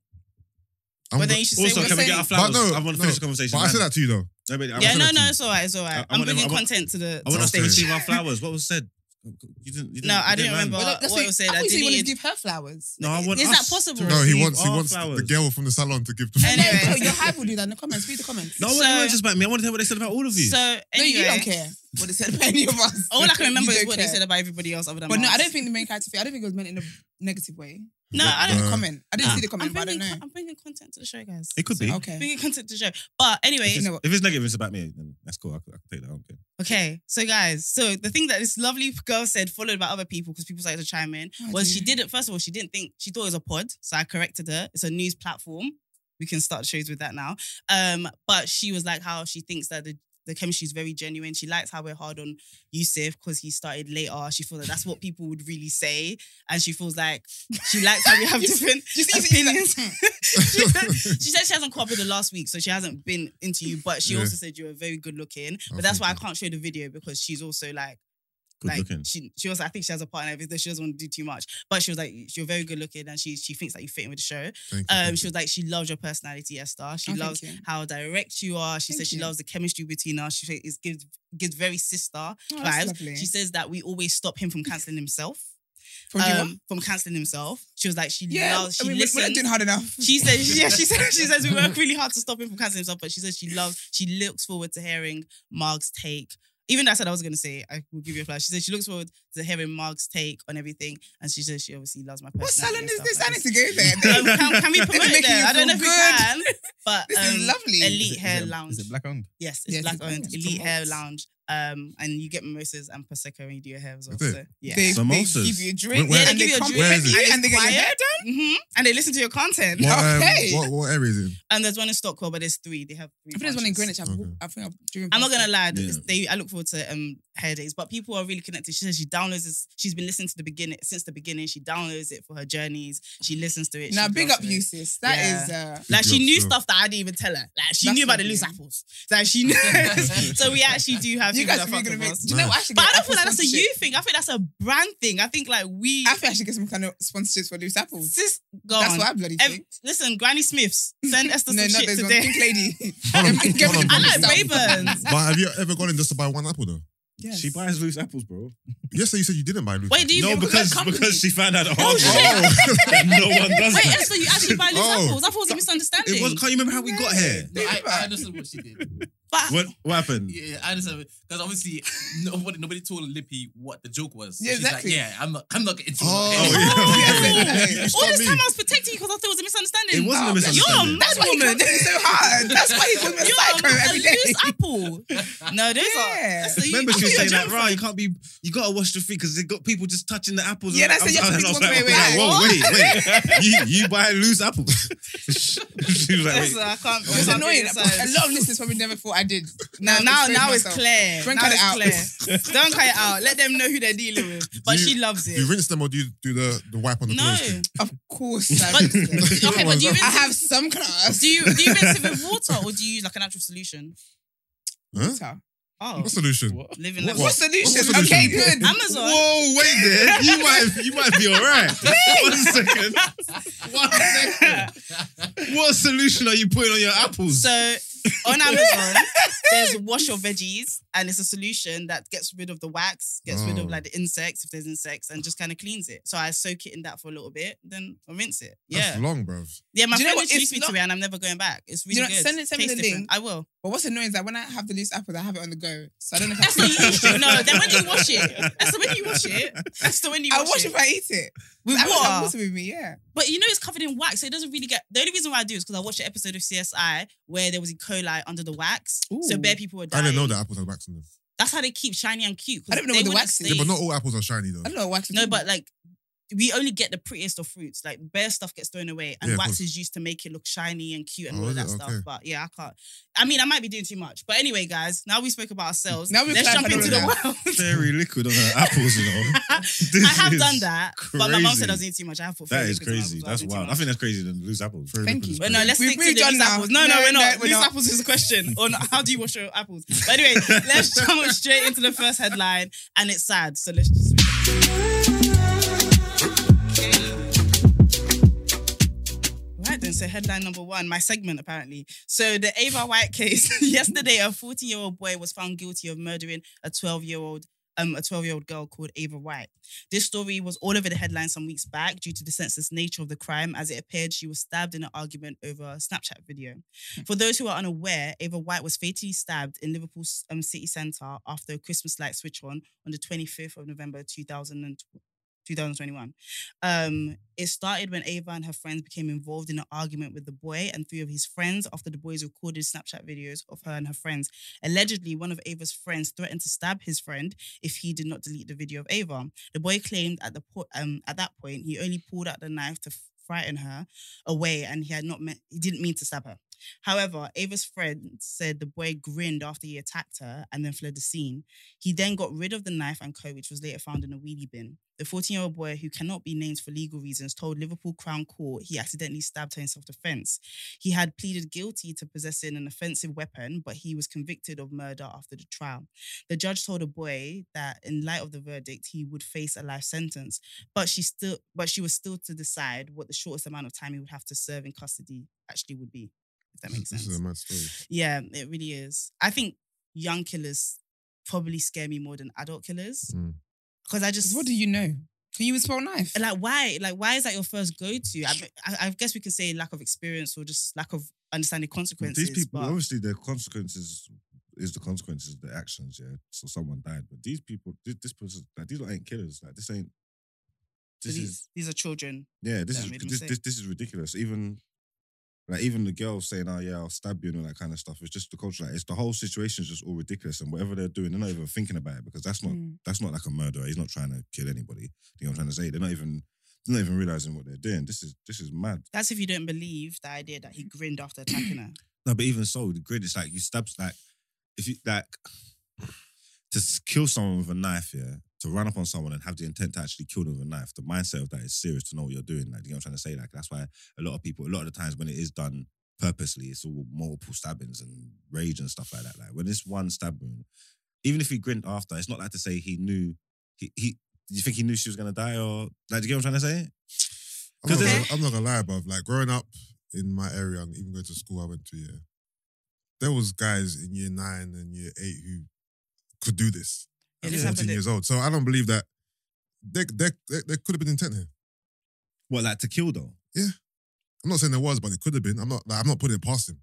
Speaker 1: but
Speaker 4: I'm go-
Speaker 1: then you should
Speaker 2: Also,
Speaker 1: say what
Speaker 2: can we
Speaker 1: you're
Speaker 2: get our
Speaker 1: saying.
Speaker 2: flowers?
Speaker 4: no,
Speaker 2: I want to
Speaker 4: no.
Speaker 2: finish the
Speaker 4: but
Speaker 2: conversation.
Speaker 4: I said
Speaker 2: man.
Speaker 4: that to you though.
Speaker 2: No, but I
Speaker 1: Yeah,
Speaker 2: said
Speaker 1: no,
Speaker 2: that to
Speaker 1: no,
Speaker 2: you.
Speaker 1: it's all right. It's all right.
Speaker 2: I- I
Speaker 1: I'm
Speaker 2: wanna-
Speaker 1: bringing
Speaker 2: I want-
Speaker 1: content to the.
Speaker 2: I want us to
Speaker 4: Okay.
Speaker 2: receive our flowers. What was said? You didn't. You didn't
Speaker 1: No, I
Speaker 2: you
Speaker 1: didn't
Speaker 2: land.
Speaker 1: remember.
Speaker 3: Well, that's
Speaker 1: what
Speaker 3: what-
Speaker 1: was said,
Speaker 3: I
Speaker 1: I
Speaker 3: thought you wanted to
Speaker 1: deleted-
Speaker 3: give her flowers.
Speaker 2: No, I want.
Speaker 1: Is
Speaker 2: us
Speaker 1: that possible?
Speaker 2: to
Speaker 4: No, he
Speaker 2: receive
Speaker 4: wants he
Speaker 2: our
Speaker 4: wants
Speaker 2: flowers.
Speaker 4: the girl from the salon to give. The
Speaker 3: No,
Speaker 1: Anyway.
Speaker 4: <laughs>
Speaker 3: no, your hype will do that in the comments. Read the comments.
Speaker 2: No, I
Speaker 1: So-
Speaker 2: want not just about me. I want to hear what they said about all of you.
Speaker 1: So
Speaker 3: No,
Speaker 1: anyway,
Speaker 3: you don't care <laughs> what they said about any of us.
Speaker 1: All I can remember
Speaker 3: You
Speaker 1: is
Speaker 3: don't
Speaker 1: what they
Speaker 3: care.
Speaker 1: said about everybody else other than.
Speaker 3: But no, I
Speaker 1: Marks.
Speaker 3: don't think the main character. I don't think it was meant in a negative way.
Speaker 1: No, I don't.
Speaker 4: Uh,
Speaker 3: comment. I didn't see the
Speaker 1: I'm
Speaker 3: comment, but I
Speaker 1: bringing,
Speaker 3: don't know.
Speaker 1: con- I'm bringing content to the show, guys.
Speaker 2: It could be.
Speaker 3: Okay.
Speaker 1: Bringing content to the show. But anyway,
Speaker 2: If
Speaker 3: You know
Speaker 2: it's,
Speaker 3: what?
Speaker 2: if it's negative, it's about me. Then that's cool. I can, I can take that. I don't care.
Speaker 1: Okay, so guys, so the thing that this lovely girl said, followed by other people, because people started to chime in,
Speaker 3: Oh,
Speaker 1: was
Speaker 3: dear.
Speaker 1: she didn't, first of all, she didn't think, she thought it was a pod. So I corrected her. It's a news platform. We can start shows with that now. Um, but she was like, how she thinks that the, the chemistry is very genuine. She likes how we're hard on Yusuf because he started later. She feels like that's what people would really say. And she feels like she likes how we
Speaker 4: <laughs>
Speaker 1: have different
Speaker 3: You see, you see, you like,
Speaker 1: opinions. she, said, <laughs> she said she hasn't caught up with the last week, so she hasn't been into you. But she
Speaker 4: Yeah.
Speaker 1: also said you were very good looking.
Speaker 4: Oh,
Speaker 1: But that's
Speaker 4: thank
Speaker 1: why I
Speaker 4: you.
Speaker 1: can't show the video because she's also like,
Speaker 2: Good
Speaker 1: like
Speaker 2: looking.
Speaker 1: she she also I think she has a partner everything. She doesn't want to do too much. But she was like, you're very good looking, and she she thinks that you fit in with the show.
Speaker 4: Thank you,
Speaker 1: Um,
Speaker 4: thank
Speaker 1: she was like, she loves your personality, Esther. She
Speaker 3: Oh,
Speaker 1: loves
Speaker 3: thank you.
Speaker 1: how direct you are. She
Speaker 3: Thank
Speaker 1: said she
Speaker 3: you.
Speaker 1: loves the chemistry between us. She said it gives gives very sister
Speaker 3: Oh, that's
Speaker 1: vibes.
Speaker 3: lovely.
Speaker 1: She says that we always stop him from canceling himself.
Speaker 3: From Diwa?
Speaker 1: um, from canceling himself. She was like, she
Speaker 3: yeah,
Speaker 1: loves.
Speaker 3: I
Speaker 1: She
Speaker 3: mean, we're- we're
Speaker 1: listens.
Speaker 3: not doing hard enough.
Speaker 1: She says, yeah, she says, she says we work really hard to stop him from canceling himself, but she says she loves, she looks forward to hearing Marg's take. Even that said, I was gonna say, I will give you a flash. She said she looks forward to hearing Marg's take on everything, and she says she obviously loves my
Speaker 3: What
Speaker 1: personality.
Speaker 3: salon
Speaker 1: and
Speaker 3: is
Speaker 1: stuff
Speaker 3: this?
Speaker 1: like
Speaker 3: I need to go there.
Speaker 1: this. Um, can,
Speaker 3: <laughs>
Speaker 1: can we
Speaker 3: They're
Speaker 1: promote it
Speaker 3: making
Speaker 1: there?
Speaker 3: you
Speaker 1: I don't know if we
Speaker 3: feel
Speaker 1: can, but
Speaker 3: This is
Speaker 1: um,
Speaker 3: lovely.
Speaker 1: Elite
Speaker 5: Is it-
Speaker 1: Hair
Speaker 5: is it-
Speaker 1: Lounge.
Speaker 5: Is it black owned?
Speaker 1: Yes, it's
Speaker 3: Yes,
Speaker 1: Black
Speaker 3: it's
Speaker 1: Owned
Speaker 3: nice.
Speaker 1: Elite Hair
Speaker 3: Promotes.
Speaker 1: Lounge, um, and you get mimosas and prosecco when you do your hair as well.
Speaker 4: That's
Speaker 1: So
Speaker 4: it.
Speaker 1: yeah.
Speaker 3: They, they
Speaker 2: Samosas.
Speaker 3: give you a drink.
Speaker 4: Where-
Speaker 1: yeah, they
Speaker 3: and
Speaker 1: give you a drink,
Speaker 4: where is
Speaker 3: compliment
Speaker 4: it?
Speaker 3: you and they get your hair done.
Speaker 1: hmm and they listen to your content.
Speaker 4: you. What, um,
Speaker 3: okay.
Speaker 4: what, what area is it? in?
Speaker 1: And there's one in Stockholm, but there's three. They have three.
Speaker 3: If there's one in
Speaker 1: branches.
Speaker 3: Greenwich, I've,
Speaker 4: Okay.
Speaker 3: I think I've driven.
Speaker 1: I'm not
Speaker 3: past
Speaker 1: gonna
Speaker 3: it.
Speaker 1: lie,
Speaker 2: Yeah.
Speaker 1: it's- they I look forward to um hair days, but people are really connected. She says she downloads this. She's been listening to the beginning since the beginning. She downloads it for her journeys. She listens to it.
Speaker 3: Now,
Speaker 1: she
Speaker 3: big
Speaker 1: loves
Speaker 3: up
Speaker 1: it.
Speaker 3: you, sis. That
Speaker 1: Yeah.
Speaker 3: is. uh,
Speaker 1: Like she
Speaker 4: Big up,
Speaker 1: knew
Speaker 4: so.
Speaker 1: stuff that I didn't even tell her. Like she
Speaker 3: That's
Speaker 1: knew about the loose
Speaker 3: lovely.
Speaker 1: apples. Like she
Speaker 3: <laughs>
Speaker 6: <laughs>
Speaker 1: knew. <laughs> so we actually do have
Speaker 3: You
Speaker 1: people
Speaker 3: guys are
Speaker 1: that
Speaker 3: really
Speaker 1: fuck
Speaker 3: gonna
Speaker 1: with
Speaker 3: make.
Speaker 1: us.
Speaker 3: Do you know what? I should
Speaker 1: But
Speaker 3: get
Speaker 1: I don't feel like that's a
Speaker 3: sponsorship.
Speaker 1: you thing. I think that's a brand thing. I think like we
Speaker 3: I think I should get some kind of sponsorships for loose apples.
Speaker 1: sis go
Speaker 3: That's
Speaker 1: on.
Speaker 3: what I bloody
Speaker 1: Ev-
Speaker 3: think.
Speaker 1: listen, Granny Smiths, send
Speaker 3: <laughs>
Speaker 1: Esther
Speaker 3: No,
Speaker 1: some
Speaker 3: not
Speaker 1: shit
Speaker 3: those ones.
Speaker 1: today.
Speaker 3: Pink lady.
Speaker 4: Hold on,
Speaker 3: Give
Speaker 4: hold
Speaker 3: it
Speaker 4: on,
Speaker 1: I
Speaker 4: hold
Speaker 3: to
Speaker 1: like
Speaker 4: on.
Speaker 3: Brave.
Speaker 1: Ravens.
Speaker 4: But have you ever gone in just to buy one apple though?
Speaker 3: Yes.
Speaker 2: She buys loose apples, bro.
Speaker 4: Yesterday you said you didn't buy. Luke.
Speaker 1: Wait, do you
Speaker 2: No,
Speaker 1: mean
Speaker 2: because
Speaker 1: company?
Speaker 2: because she found <laughs> out.
Speaker 1: <laughs> Oh, shit.
Speaker 2: <laughs> no one does
Speaker 1: Wait,
Speaker 2: that.
Speaker 1: Esther, you actually buy loose
Speaker 4: Oh.
Speaker 1: apples? I thought it was a misunderstanding.
Speaker 2: It was. Can't you remember how we got here?
Speaker 6: No, I, I understood what she did.
Speaker 1: But
Speaker 2: What what happened?
Speaker 6: Yeah, I understand because obviously nobody nobody told Lippy what the joke was. So
Speaker 3: Yeah,
Speaker 6: she's
Speaker 3: exactly.
Speaker 6: like, yeah, I'm not I'm not getting into
Speaker 2: <laughs>
Speaker 4: Oh,
Speaker 6: it.
Speaker 4: yeah.
Speaker 1: Oh.
Speaker 4: You
Speaker 1: all
Speaker 4: stopped
Speaker 1: this
Speaker 4: me.
Speaker 1: time I was protecting to you because I thought it was a misunderstanding.
Speaker 2: It wasn't a
Speaker 3: Nah, but
Speaker 1: You're a
Speaker 2: misunderstanding.
Speaker 1: mad
Speaker 3: That's why he
Speaker 1: woman.
Speaker 3: comes <laughs> at me so hard. That's why he
Speaker 1: <laughs>
Speaker 3: calls me a
Speaker 1: You're
Speaker 3: psycho
Speaker 1: a,
Speaker 3: every day.
Speaker 1: loose apple. No, those
Speaker 3: Yeah.
Speaker 1: are. That's the,
Speaker 2: Remember, she was
Speaker 1: you're
Speaker 2: saying that,
Speaker 1: joking.
Speaker 2: right? You can't be, you gotta wash your feet because they got people just touching the apples.
Speaker 3: Yeah,
Speaker 2: and-
Speaker 3: that's it, you have to
Speaker 2: and I was
Speaker 3: pick one,
Speaker 2: I was
Speaker 3: wait,
Speaker 2: like, whoa,
Speaker 3: <laughs>
Speaker 2: wait, wait. you, you buy loose apples. <laughs> she was like,
Speaker 1: That's,
Speaker 2: wait.
Speaker 1: I can't.
Speaker 3: It's
Speaker 1: I
Speaker 3: annoying.
Speaker 1: can't
Speaker 3: A
Speaker 1: realize.
Speaker 3: lot of listeners probably never thought I did.
Speaker 1: Now, now,
Speaker 3: explain
Speaker 1: now it's
Speaker 3: myself.
Speaker 1: clear.
Speaker 3: Don't
Speaker 1: now
Speaker 3: cut
Speaker 1: it's
Speaker 3: it
Speaker 1: clear. <laughs> Don't cut it out. Let them know who they're dealing with. But
Speaker 4: you-
Speaker 1: she loves
Speaker 4: Do you
Speaker 1: it.
Speaker 4: rinse them or do you do the, the wipe on the
Speaker 1: No.
Speaker 4: clothes?
Speaker 3: Of course. I- <laughs>
Speaker 1: But, <laughs> Oh. okay, but do you
Speaker 3: I
Speaker 1: rinse,
Speaker 3: have some class.
Speaker 1: do you do you rinse it with water or do you use like a natural solution?
Speaker 4: Huh?
Speaker 1: Oh,
Speaker 4: What solution?
Speaker 1: living
Speaker 3: What,
Speaker 1: like
Speaker 3: solution?
Speaker 4: What solution?
Speaker 3: Okay, good.
Speaker 1: Amazon.
Speaker 2: Whoa, wait there. You might, you might be all right.
Speaker 3: <laughs>
Speaker 2: One second. One
Speaker 3: <laughs>
Speaker 2: second. What solution are you putting on your apples?
Speaker 1: So on Amazon, there's wash your veggies, and it's a solution that gets rid of the wax, gets rid
Speaker 3: Mm.
Speaker 4: Oh.
Speaker 1: of like the insects if there's insects, and just kind of cleans it. So I soak it in that for a little bit, then I rinse it.
Speaker 4: That's
Speaker 1: Yeah,
Speaker 4: long, bruv.
Speaker 1: yeah. My
Speaker 3: Do you know
Speaker 1: friend
Speaker 3: what?
Speaker 1: introduced
Speaker 3: It's
Speaker 1: me to
Speaker 3: not-
Speaker 1: it, and I'm never going back. It's really
Speaker 3: know,
Speaker 1: good.
Speaker 3: send it- send me
Speaker 1: Tastes
Speaker 3: the
Speaker 1: different.
Speaker 3: link.
Speaker 1: I
Speaker 3: <laughs>
Speaker 1: will.
Speaker 3: But what's annoying is that when I have the loose apples, I have it on the go. So I don't know if
Speaker 1: That's
Speaker 3: I
Speaker 1: not your issue. No, then when you wash it, that's the when you wash it. That's the when you
Speaker 3: I
Speaker 1: wash,
Speaker 3: wash
Speaker 1: it.
Speaker 3: if I eat it.
Speaker 1: With
Speaker 3: I
Speaker 1: water.
Speaker 3: have water with me, yeah.
Speaker 1: But you know it's covered in wax, so it doesn't really get. The only reason why I do is because I watched an episode of CSI where there was E. coli under the wax, so
Speaker 3: Ooh.
Speaker 1: bare people were
Speaker 4: I
Speaker 1: dying.
Speaker 4: didn't know that apples had wax on them.
Speaker 1: That's how they keep shiny and cute. 'cause
Speaker 3: I don't know
Speaker 1: they
Speaker 3: what the
Speaker 1: wouldn't
Speaker 3: wax is.
Speaker 4: Yeah,
Speaker 1: stay-
Speaker 4: but not all apples are shiny though.
Speaker 3: I don't know what wax
Speaker 1: <laughs>
Speaker 3: is
Speaker 1: No,
Speaker 3: in.
Speaker 1: but like we only get the prettiest of fruits. Like bare stuff gets thrown away, and
Speaker 4: Yeah, of
Speaker 1: wax
Speaker 4: course.
Speaker 1: is used to make it look shiny and cute and
Speaker 4: Oh,
Speaker 1: all of
Speaker 4: is
Speaker 1: that
Speaker 4: it?
Speaker 1: stuff.
Speaker 4: Okay.
Speaker 1: But yeah, I can't. I mean, I might be doing too much. But anyway, guys, now we spoke about ourselves.
Speaker 3: Now we've
Speaker 1: Let's jump into
Speaker 3: clarified
Speaker 1: the
Speaker 3: all of
Speaker 1: world. <laughs>
Speaker 2: Fairy liquid on her apples, you know. <laughs> This
Speaker 1: I have
Speaker 2: is
Speaker 1: done that, but my mum said I was
Speaker 2: crazy.
Speaker 1: eating too much. I have put
Speaker 2: That
Speaker 1: food
Speaker 2: is
Speaker 1: because my mum
Speaker 2: crazy.
Speaker 1: was
Speaker 2: That's
Speaker 1: eating too
Speaker 2: wild. I
Speaker 1: much.
Speaker 2: think that's crazy than loose apples.
Speaker 4: Very
Speaker 3: Thank
Speaker 4: good.
Speaker 3: you.
Speaker 1: But no, let's
Speaker 3: We've
Speaker 1: stick to
Speaker 3: moved
Speaker 1: the
Speaker 3: on
Speaker 1: loose
Speaker 3: now.
Speaker 1: apples. No, no,
Speaker 3: No,
Speaker 1: we're
Speaker 3: no,
Speaker 1: not.
Speaker 3: we're
Speaker 1: loose
Speaker 3: not.
Speaker 1: apples is a question on how do you wash your apples. But anyway, let's <laughs> jump straight into the first headline, and it's sad. So let's just. Right then, so headline number one, my segment apparently. So the Ava White case. <laughs> Yesterday, a 14-year-old boy was found guilty of murdering a 12-year-old, um, a 12-year-old girl called Ava White. This story was all over the headlines some weeks back due to the senseless nature of the crime, as it appeared she was stabbed in an argument over a Snapchat video. For those who are unaware, Ava White was fatally stabbed in Liverpool's um, city centre after a Christmas light switch on on the 25th of November 2020. 2021. Um, it started when Ava and her friends became involved in an argument with the boy and three of his friends after the boys recorded Snapchat videos of her and her friends. Allegedly, one of Ava's friends threatened to stab his friend if he did not delete the video of Ava. The boy claimed at the po- um, at that point he only pulled out the knife to frighten her away and he had not meant he didn't mean to stab her. However, Ava's friend said the boy grinned after he attacked her and then fled the scene. He then got rid of the knife and coat, which was later found in a wheelie bin. The 14 year old boy, who cannot be named for legal reasons, told Liverpool Crown Court he accidentally stabbed her in self defense. He had pleaded guilty to possessing an offensive weapon, but he was convicted of murder after the trial. The judge told the boy that, in light of the verdict, he would face a life sentence, but she still, but she was still to decide what the shortest amount of time he would have to serve in custody actually would be. If that makes sense.
Speaker 4: This is a mad story.
Speaker 1: Yeah, it really is. I think young killers probably scare me more than adult killers
Speaker 4: Mm.
Speaker 1: because I just
Speaker 3: what do you know? Can you use a knife?
Speaker 1: like why like why is that your first go to? I, I, I guess we can say lack of experience or just lack of understanding consequences.
Speaker 2: These people,
Speaker 1: but
Speaker 2: obviously, their consequences is the consequences of their actions. Yeah, so someone died, but these people, this, this person, like, these lot ain't killers. Like this ain't.
Speaker 1: so
Speaker 2: This
Speaker 1: these,
Speaker 2: is
Speaker 1: these are children.
Speaker 2: yeah. This
Speaker 1: that
Speaker 2: is
Speaker 1: made a
Speaker 2: this, this
Speaker 1: mistake.
Speaker 2: this is ridiculous. Even like even the girl saying, "Oh yeah, I'll stab you" and all that kind of stuff. It's just the culture. Like it's the whole situation is just all ridiculous. And whatever they're doing, they're not even thinking about it because that's not
Speaker 3: Mm,
Speaker 1: mm,
Speaker 2: that's not like a murderer. He's not trying to kill anybody. You know what I'm trying to say? They're not even they're not even realizing what they're doing. This is this is mad.
Speaker 1: That's if you don't believe the idea that he grinned after attacking her.
Speaker 2: No, but even so, the grid is like you stab like if you like to s- kill someone with a knife, yeah, to run up on someone and have the intent to actually kill them with a knife, the mindset of that is serious to know what you're doing. Like, you know what I'm trying to say? Like, that's why a lot of people, a lot of the times when it is done purposely, it's all multiple stabbings and rage and stuff like that. Like when it's one stab wound, even if he grinned after, it's not like to say he knew he he you think he knew she was gonna die or like do you get what I'm trying to say?
Speaker 4: I'm not,
Speaker 2: 'Cause
Speaker 4: gonna, I'm not gonna lie, bruv. Like growing up in my area and even going to school I went to, yeah, there was guys in year nine and year eight who could do this
Speaker 1: Yeah,
Speaker 4: at
Speaker 1: this
Speaker 4: 14
Speaker 1: happened
Speaker 4: years old. So I don't believe that there, there, there, there could have been intent here.
Speaker 2: What like to kill though?
Speaker 4: I'm not saying there was, but it could have been. I'm not like, I'm not putting it past him.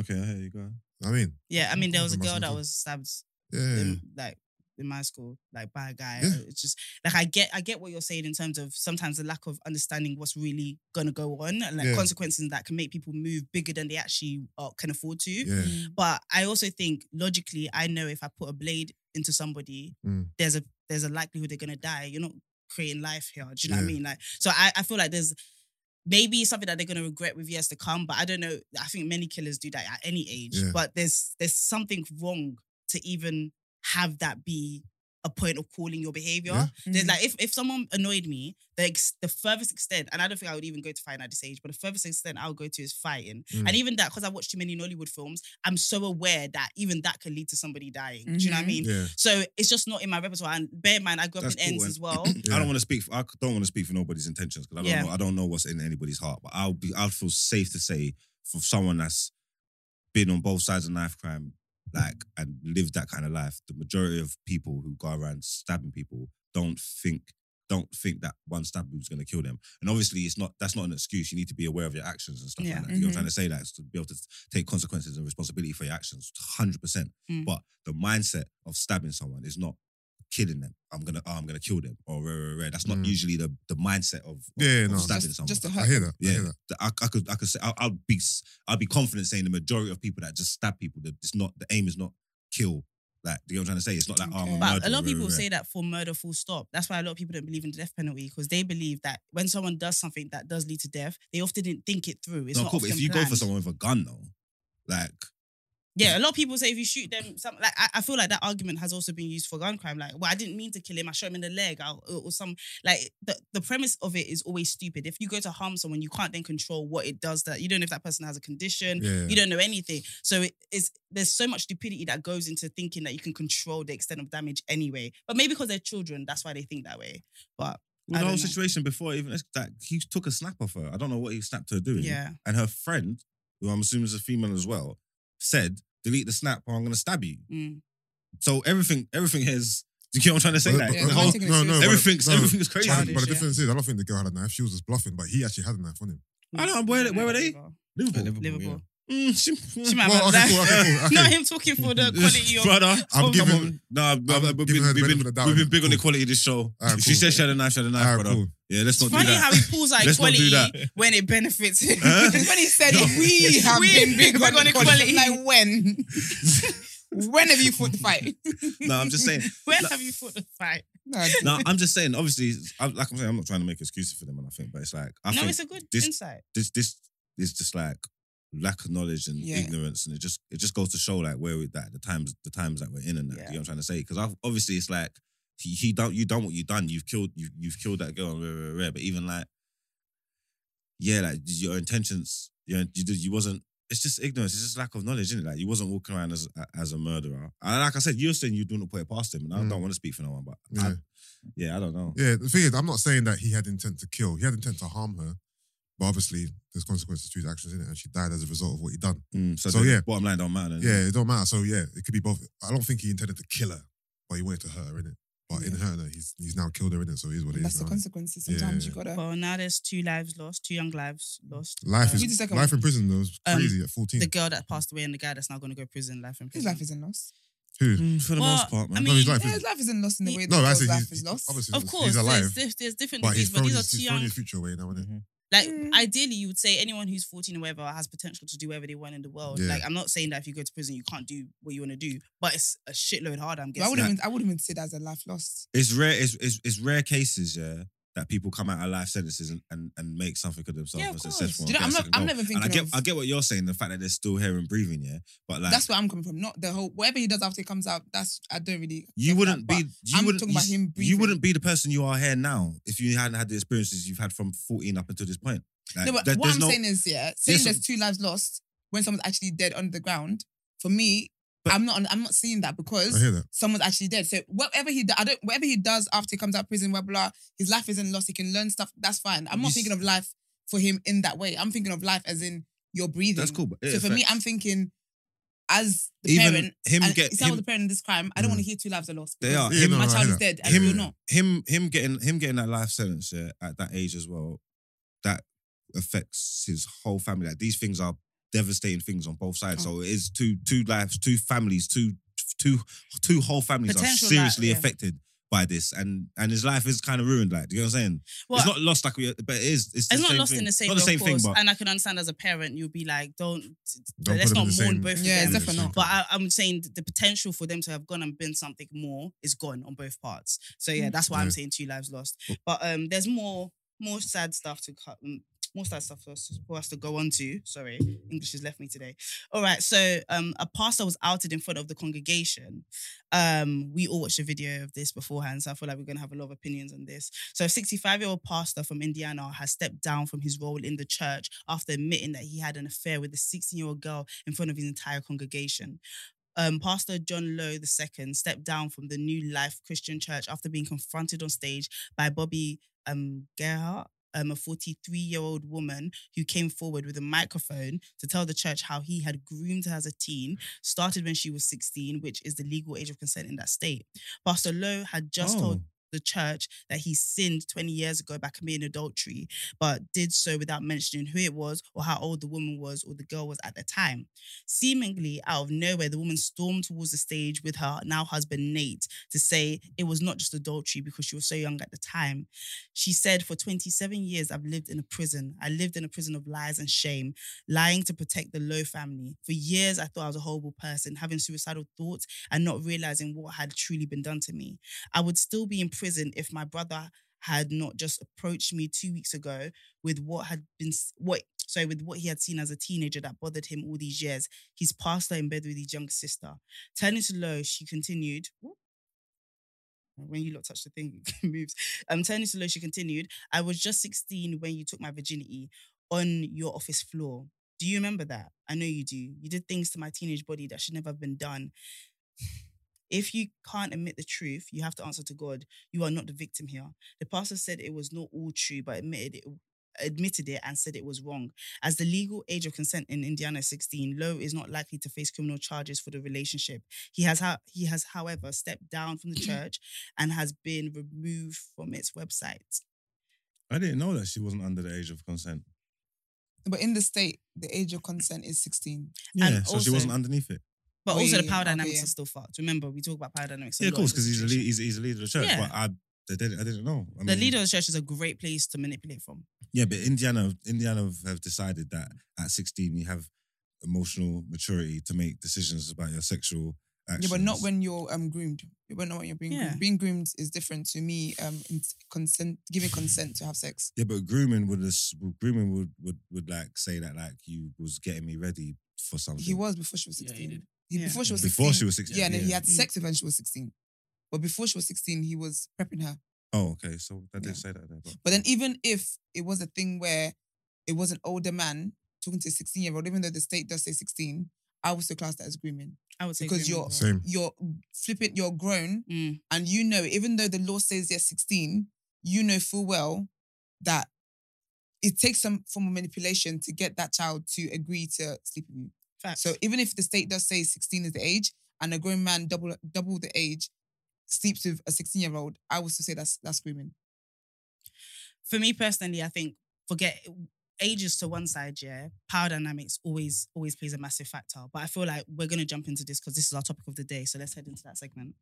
Speaker 2: Okay, here you
Speaker 4: You
Speaker 2: go.
Speaker 4: know what I mean,
Speaker 1: Yeah, I mean there was a
Speaker 4: Must
Speaker 1: girl
Speaker 4: have
Speaker 1: that
Speaker 4: been.
Speaker 1: was stabbed
Speaker 4: yeah,
Speaker 1: in, like in my school, like by a guy. uh,
Speaker 4: Yeah.
Speaker 1: It's just like I get I get what you're saying in terms of sometimes the lack of understanding what's really gonna go on and like
Speaker 4: Yeah.
Speaker 1: consequences that can make people move bigger than they actually uh, can afford to.
Speaker 4: Yeah.
Speaker 1: But I also think logically, I know if I put a blade into somebody,
Speaker 4: Mm.
Speaker 1: there's a there's a likelihood they're gonna die. You're not creating life here. Do you know what I
Speaker 4: Yeah.
Speaker 1: mean? Like, so I, I feel like there's maybe something that they're gonna regret with years to come. But I don't know. I think many killers do that at any age.
Speaker 4: Yeah.
Speaker 1: But there's there's something wrong to even have that be a point of calling your behavior.
Speaker 4: Yeah.
Speaker 1: There's
Speaker 2: Mm.
Speaker 1: like if, if someone annoyed me, the ex- the furthest extent, and I don't think I would even go to fighting at this age, but the furthest extent I'll go to is fighting.
Speaker 4: Mm.
Speaker 1: And even that, because I watch too many Nollywood films, I'm so aware that even that can lead to somebody dying. Do you know what I
Speaker 3: Mhm.
Speaker 1: mean?
Speaker 4: Yeah.
Speaker 1: So it's just not in my repertoire. And bear in mind, I grew up
Speaker 2: Mm-hmm. That's
Speaker 1: in ends
Speaker 2: cool, <clears throat>
Speaker 1: as <coughs> well.
Speaker 2: I don't want to speak. For, I don't want to speak for nobody's intentions because I don't
Speaker 1: Yeah.
Speaker 2: know. I don't know what's in anybody's heart. But I'll be. I'd feel safe to say for someone that's been on both sides of knife crime, like and lived that kind of life. The majority of people who go around stabbing people don't think don't think that one stab wound is going to kill them. And obviously, it's not. That's not an excuse. You need to be aware of your actions and stuff
Speaker 1: Yeah. Mm-hmm.
Speaker 2: like that. You know what I'm
Speaker 3: Mhm.
Speaker 2: trying to say? Like to be able to take consequences and responsibility for your actions, hundred percent.
Speaker 1: Mm.
Speaker 2: But the mindset of stabbing someone is not killing them. I'm gonna, oh, I'm gonna kill them. Or rare, rare, rare. That's not
Speaker 4: Mm.
Speaker 2: usually the the mindset of, of,
Speaker 4: Yeah,
Speaker 2: of
Speaker 4: no.
Speaker 2: stabbing
Speaker 3: Just,
Speaker 2: someone.
Speaker 3: just to
Speaker 4: I
Speaker 3: hurt.
Speaker 4: hear that. I
Speaker 2: yeah,
Speaker 4: hear that.
Speaker 2: The- I, I could, I could say, I'll, I'll be, s- I'll be confident saying the majority of people that just stab people, that it's not the aim is not kill. Like, do you know what I'm trying to say? It's not like, oh,
Speaker 3: Okay.
Speaker 2: I'm
Speaker 1: But
Speaker 2: murderer,
Speaker 1: a lot of
Speaker 2: rare,
Speaker 1: people
Speaker 2: rare.
Speaker 1: say that for murder, full stop. That's why a lot of people don't believe in the death penalty because they believe that when someone does something that does lead to death, they often didn't think it through. It's
Speaker 2: no,
Speaker 1: not
Speaker 2: cool, but
Speaker 1: often
Speaker 2: if you go for
Speaker 1: planned.
Speaker 2: someone with a gun though, like,
Speaker 1: Yeah, a lot of people say if you shoot them, some like I, I feel like that argument has also been used for gun crime. Like, well, I didn't mean to kill him. I shot him in the leg, I, or, or some like the, the premise of it is always stupid. If you go to harm someone, you can't then control what it does. That you don't know if that person has a condition.
Speaker 4: Yeah.
Speaker 1: You don't know anything. So it is there's so much stupidity that goes into thinking that you can control the extent of damage anyway. But maybe because they're children, that's why they think that way. But I
Speaker 2: well, the whole
Speaker 1: don't know.
Speaker 2: situation before even that he took a snap off her. I don't know what he snapped her doing.
Speaker 1: yeah,
Speaker 2: And her friend, who I'm assuming is a female as well, said, "Delete the snap, or I'm gonna stab you."
Speaker 1: mm.
Speaker 2: So everything, everything is. Do you get what I'm trying to say?
Speaker 4: But-
Speaker 2: Like,
Speaker 4: but-
Speaker 3: Yeah,
Speaker 2: the
Speaker 4: but-
Speaker 2: whole,
Speaker 3: romantic
Speaker 4: no, no,
Speaker 3: experience.
Speaker 4: but-
Speaker 2: everything's
Speaker 4: no,
Speaker 2: everything is crazy.
Speaker 4: But, but the
Speaker 1: Childish, yeah.
Speaker 4: difference is, I don't think the girl had a knife. She was just bluffing, but he actually had a knife on him.
Speaker 2: I don't know, where-
Speaker 1: mm, don't
Speaker 2: where were they?
Speaker 1: <laughs> Liverpool.
Speaker 2: Liverpool.
Speaker 5: Liverpool,
Speaker 1: Liverpool.
Speaker 2: Mm, she,
Speaker 1: She might
Speaker 4: Well,
Speaker 1: have
Speaker 4: okay,
Speaker 1: that.
Speaker 4: cool, okay, cool, okay.
Speaker 1: Not him talking for <laughs> the quality
Speaker 2: <laughs>
Speaker 1: of.
Speaker 2: brother.
Speaker 4: I'm
Speaker 2: come
Speaker 4: giving-
Speaker 2: on. Nah, brother, we've,
Speaker 4: giving her
Speaker 2: been,
Speaker 4: the benefit
Speaker 2: we've, been,
Speaker 4: of the doubt.
Speaker 2: we've been big on the
Speaker 4: Cool.
Speaker 2: quality of this show.
Speaker 4: Alright,
Speaker 2: If
Speaker 4: cool.
Speaker 2: She said she had a knife, she had a knife,
Speaker 4: All right,
Speaker 2: brother.
Speaker 4: cool.
Speaker 2: Yeah, let's not
Speaker 1: It's funny
Speaker 2: do that.
Speaker 1: how he pulls out
Speaker 2: Let's not do
Speaker 1: equality
Speaker 2: that.
Speaker 1: when it benefits him. <laughs>
Speaker 2: Huh?
Speaker 3: It's when he said
Speaker 2: No.
Speaker 3: we have
Speaker 1: We-
Speaker 3: been big
Speaker 1: we're
Speaker 3: on
Speaker 1: gonna
Speaker 3: equality.
Speaker 1: equality.
Speaker 3: Like when? when <laughs> have you fought the <laughs> fight?
Speaker 2: <laughs> no, I'm
Speaker 1: <laughs>
Speaker 2: just saying.
Speaker 1: Where
Speaker 2: Like-
Speaker 1: have you fought the fight?
Speaker 3: No,
Speaker 2: No, I'm just saying. Obviously, I, like I'm saying, I'm not trying to make excuses for them, and I think, but it's like I
Speaker 1: no,
Speaker 2: think
Speaker 1: it's a good
Speaker 2: this-
Speaker 1: insight.
Speaker 2: this this is just like lack of knowledge and
Speaker 3: Yeah.
Speaker 2: ignorance, and it just it just goes to show like where we that the times the times that we're in and that.
Speaker 1: Yeah.
Speaker 2: You know what I'm trying to say? Because obviously it's like he, he done you done what you done. You've killed you you've killed that girl. Rare, rare, rare. But even like yeah, like your intentions, you know, you, did- you wasn't. It's just ignorance. It's just lack of knowledge, isn't it? Like you wasn't walking around as as a murderer. And like I said, you're saying you do not put it past him, and I
Speaker 4: Mm.
Speaker 2: don't want to speak for no one, but yeah, I,
Speaker 4: Yeah.
Speaker 2: yeah, I don't know.
Speaker 4: Yeah, the thing is, I'm not saying that he had intent to kill. He had intent to harm her, but obviously there's consequences to his actions in it, and she died as a result of what he done.
Speaker 2: Mm, so
Speaker 4: So,
Speaker 2: the
Speaker 4: yeah.
Speaker 2: bottom line don't matter. then.
Speaker 4: Yeah, it don't matter. So yeah, it could be both. I don't think he intended to kill her, but he wanted to hurt her in it. But in hurting her, he's he's now killed her in it. So it is what it is.
Speaker 3: that's the
Speaker 4: now.
Speaker 3: consequences. Sometimes
Speaker 4: Yeah.
Speaker 3: you gotta.
Speaker 1: Well, now there's two lives lost, two young lives lost.
Speaker 4: Life
Speaker 1: Um,
Speaker 3: Read the
Speaker 4: is
Speaker 3: second
Speaker 4: life
Speaker 3: one.
Speaker 4: in prison though. It's
Speaker 1: Um,
Speaker 4: crazy at 14.
Speaker 1: the girl that passed away and the guy that's now going to go to prison life in
Speaker 3: His
Speaker 1: prison.
Speaker 3: life isn't lost.
Speaker 4: Who?
Speaker 2: Mm, for the
Speaker 1: Well,
Speaker 2: most part, man.
Speaker 1: I
Speaker 4: No, his
Speaker 1: mean,
Speaker 4: life
Speaker 3: Yeah,
Speaker 4: is.
Speaker 3: his life isn't lost in the
Speaker 1: He-
Speaker 3: way that
Speaker 4: No, I
Speaker 3: girl's
Speaker 4: said
Speaker 3: life
Speaker 4: he's
Speaker 3: is lost.
Speaker 4: obviously
Speaker 1: of
Speaker 4: he's-
Speaker 1: course,
Speaker 4: he's alive,
Speaker 1: there's, there's, there's different
Speaker 4: but he's
Speaker 1: degrees, but
Speaker 4: thrown
Speaker 1: these are
Speaker 4: his
Speaker 1: two
Speaker 4: he's
Speaker 1: young.
Speaker 4: thrown his future away now. Isn't it?
Speaker 5: Mhm.
Speaker 1: Like
Speaker 3: Mm.
Speaker 1: ideally, you would say anyone who's fourteen or whatever has potential to do whatever they want in the world.
Speaker 4: Yeah.
Speaker 1: Like I'm not saying that if you go to prison, you can't do what you want to do, but it's a shitload harder. I'm
Speaker 3: But I
Speaker 1: guessing.
Speaker 3: wouldn't. Even, I wouldn't even say that's a life lost.
Speaker 2: it's rare it's, it's it's rare cases yeah that people come out of life sentences and, and, and make something of themselves
Speaker 1: Yeah, of
Speaker 2: and
Speaker 1: course.
Speaker 2: successful
Speaker 3: Do you know,
Speaker 2: and
Speaker 3: I'm
Speaker 2: get a
Speaker 3: not.
Speaker 2: second
Speaker 3: I'm
Speaker 2: goal.
Speaker 3: never
Speaker 2: and I
Speaker 3: thinking
Speaker 2: get
Speaker 3: of.
Speaker 2: I get what you're saying the fact that they're still here and breathing yeah but like
Speaker 3: That's where I'm coming from. Not the whole wherever he does after he comes out. That's I don't really.
Speaker 2: you
Speaker 3: get
Speaker 2: wouldn't
Speaker 3: that,
Speaker 2: be you
Speaker 3: I'm
Speaker 2: wouldn't
Speaker 3: talking about
Speaker 2: you-
Speaker 3: him
Speaker 2: you
Speaker 3: breathing.
Speaker 2: wouldn't be the person you are here now if you hadn't had the experiences you've had from 14 up until this point
Speaker 3: but-
Speaker 2: Like,
Speaker 3: no, but
Speaker 2: there-
Speaker 3: what
Speaker 2: there's
Speaker 3: I'm
Speaker 2: no-
Speaker 3: saying is, yeah, saying
Speaker 2: so-
Speaker 3: there's two lives lost when someone's actually dead on the ground. For me,
Speaker 2: But-
Speaker 3: I'm not. I'm not seeing that
Speaker 4: I
Speaker 3: because
Speaker 4: hear that.
Speaker 3: someone's actually dead. So whatever he, do, I don't. Whatever he does after he comes out of prison, blah blah, his life isn't lost. He can learn stuff. That's fine. I'm
Speaker 2: You
Speaker 3: not
Speaker 2: s-
Speaker 3: thinking of life for him in that way. I'm thinking of life as in you're breathing.
Speaker 2: that's cool but it
Speaker 3: So for me,
Speaker 2: affects-
Speaker 3: I'm thinking as the
Speaker 2: even
Speaker 3: parent.
Speaker 2: him
Speaker 3: And
Speaker 2: get
Speaker 3: if I was
Speaker 2: him,
Speaker 3: the parent in this crime, I don't
Speaker 4: Mm.
Speaker 3: want to hear two lives are lost.
Speaker 2: They
Speaker 3: because
Speaker 2: are.
Speaker 4: Yeah,
Speaker 2: Him-
Speaker 4: no,
Speaker 3: My
Speaker 4: I
Speaker 3: child
Speaker 4: hear that.
Speaker 3: is dead, and
Speaker 2: him-
Speaker 3: you're not.
Speaker 2: him him getting him getting that life sentence yeah, at that age as well, that affects his whole family.
Speaker 1: Hmm.
Speaker 2: Like these things are devastating things on both sides. So it is two two lives, two families, two two two whole families
Speaker 1: Potential
Speaker 2: are seriously
Speaker 1: life, yeah.
Speaker 2: affected by this, and and his life is kind of ruined. Like, do you know what I'm saying?
Speaker 1: Well,
Speaker 2: it's not lost like we, but it is. It's, the
Speaker 1: it's not
Speaker 2: same
Speaker 1: lost
Speaker 2: thing.
Speaker 1: in the same,
Speaker 2: Not the
Speaker 1: of
Speaker 2: same thing,
Speaker 1: course.
Speaker 2: but
Speaker 1: And I can understand as a parent, you'll be like, don't,
Speaker 4: Don't
Speaker 1: let's
Speaker 4: put
Speaker 1: not
Speaker 4: them
Speaker 1: mourn
Speaker 4: in the same-
Speaker 1: both
Speaker 3: Yeah,
Speaker 1: of them.
Speaker 3: definitely not.
Speaker 1: But I, I'm saying the potential for them to have gone and been something more is gone on both parts. So yeah, that's why I'm
Speaker 4: Yeah.
Speaker 1: saying two lives lost.
Speaker 2: Oh.
Speaker 1: But um, there's more more sad stuff to cut. Um, more sad stuff for us, for us to go on to. Sorry, English has left me today. All right, so um, a pastor was outed in front of the congregation. Um, we all watched a video of this beforehand, so I feel like we're gonna have a lot of opinions on this. So, a 65 year old pastor from Indiana has stepped down from his role in the church after admitting that he had an affair with a 16 year old girl in front of his entire congregation. Um, pastor John Lowe II stepped down from the New Life Christian Church after being confronted on stage by Bobby um, Gerhart, um, a 43 year old woman who came forward with a microphone to tell the church how he had groomed her as a teen, started when she was 16, which is the legal age of consent in that state. Pastor Lowe had just
Speaker 2: Oh.
Speaker 1: told the church that he sinned 20 years ago by committing adultery, but did so without mentioning who it was or how old the woman was or the girl was at the time. Seemingly out of nowhere, the woman stormed towards the stage with her now husband Nate to say it was not just adultery because she was so young at the time. She said, For 27 years, I've lived in a prison. I lived in a prison of lies and shame, lying to protect the Lowe family. For years, I thought I was a horrible person, having suicidal thoughts and not realizing what had truly been done to me. I would still be in prison if my brother had not just approached me two weeks ago with what had been what sorry with what he had seen as a teenager that bothered him all these years. His pastor in bed with his young sister. Turning to Lowe, she continued. What? When you lot touch the thing, <laughs> it moves. Um, turning to Lowe, she continued. I was just 16 when you took my virginity on your office floor. Do you remember that? I know you do. You did things to my teenage body that should never have been done. If you can't admit the truth, you have to answer to God. You are not the victim here. The pastor said it was not all true, but admitted it admitted it and said it was wrong. As the legal age of consent in Indiana is 16, Lowe is not likely to face criminal charges for the relationship. He has ho- he has, however, stepped down from the church and has been removed from its website.
Speaker 2: I didn't know that she wasn't under the age of consent.
Speaker 3: But in the state, the age of consent is 16.
Speaker 2: Yeah,
Speaker 1: And
Speaker 2: so
Speaker 1: also-
Speaker 2: she wasn't underneath it.
Speaker 1: But
Speaker 3: Oh,
Speaker 1: also
Speaker 3: yeah,
Speaker 1: the
Speaker 3: yeah,
Speaker 1: power
Speaker 3: okay,
Speaker 1: dynamics
Speaker 3: yeah.
Speaker 1: are still fucked. Remember, we talk about power dynamics. a
Speaker 2: Yeah, of
Speaker 1: lot in
Speaker 2: course,
Speaker 1: this
Speaker 2: because he's the lead,
Speaker 1: situation.
Speaker 2: he's, he's the leader of the church.
Speaker 1: Yeah.
Speaker 2: But I, they didn't, I didn't know. I
Speaker 1: the
Speaker 2: mean-
Speaker 1: leader of the church is a great place to manipulate from.
Speaker 2: Yeah, but Indiana, Indiana have- have decided that at 16 you have emotional maturity to make decisions about your sexual actions.
Speaker 3: Yeah, but not when you're um groomed. But not when you're being
Speaker 1: Yeah.
Speaker 3: groomed. Being groomed is different to me. Um, in consent, giving consent to have sex.
Speaker 2: Yeah, but grooming would as- grooming would, would would like say that like you was getting me ready for something.
Speaker 3: He was before she was
Speaker 6: Yeah, Hmm. he
Speaker 3: 16.
Speaker 6: did.
Speaker 3: He-
Speaker 1: Yeah.
Speaker 3: Before she was 16.
Speaker 2: before she was 16.
Speaker 3: Yeah, and then he had
Speaker 1: Mm.
Speaker 3: sex with her when she was 16. But before she was 16, he was prepping her.
Speaker 2: Oh, okay. So that
Speaker 3: Yeah.
Speaker 2: did say that there. But,
Speaker 3: But then even if it was a thing where it was an older man talking to a 16 year old, even though the state does say 16, I would still class that as grooming.
Speaker 1: I would say
Speaker 3: Because
Speaker 1: grooming
Speaker 3: you're-
Speaker 1: as well.
Speaker 2: Hmm.
Speaker 4: Same.
Speaker 3: You're flipping, you're grown,
Speaker 1: Mm.
Speaker 3: and you know, even though the law says they're 16, you know full well that it takes some form of manipulation to get that child to agree to sleep with you.
Speaker 1: Facts.
Speaker 3: So even if the state does say 16 is the age, and a grown man double double the age sleeps with a 16 year old, I would still say that's that's grooming.
Speaker 1: for me personally, I think forget ages to one side, yeah. Power dynamics always always plays a massive factor. But I feel like we're gonna jump into this because this is our topic of the day. So let's head into that segment.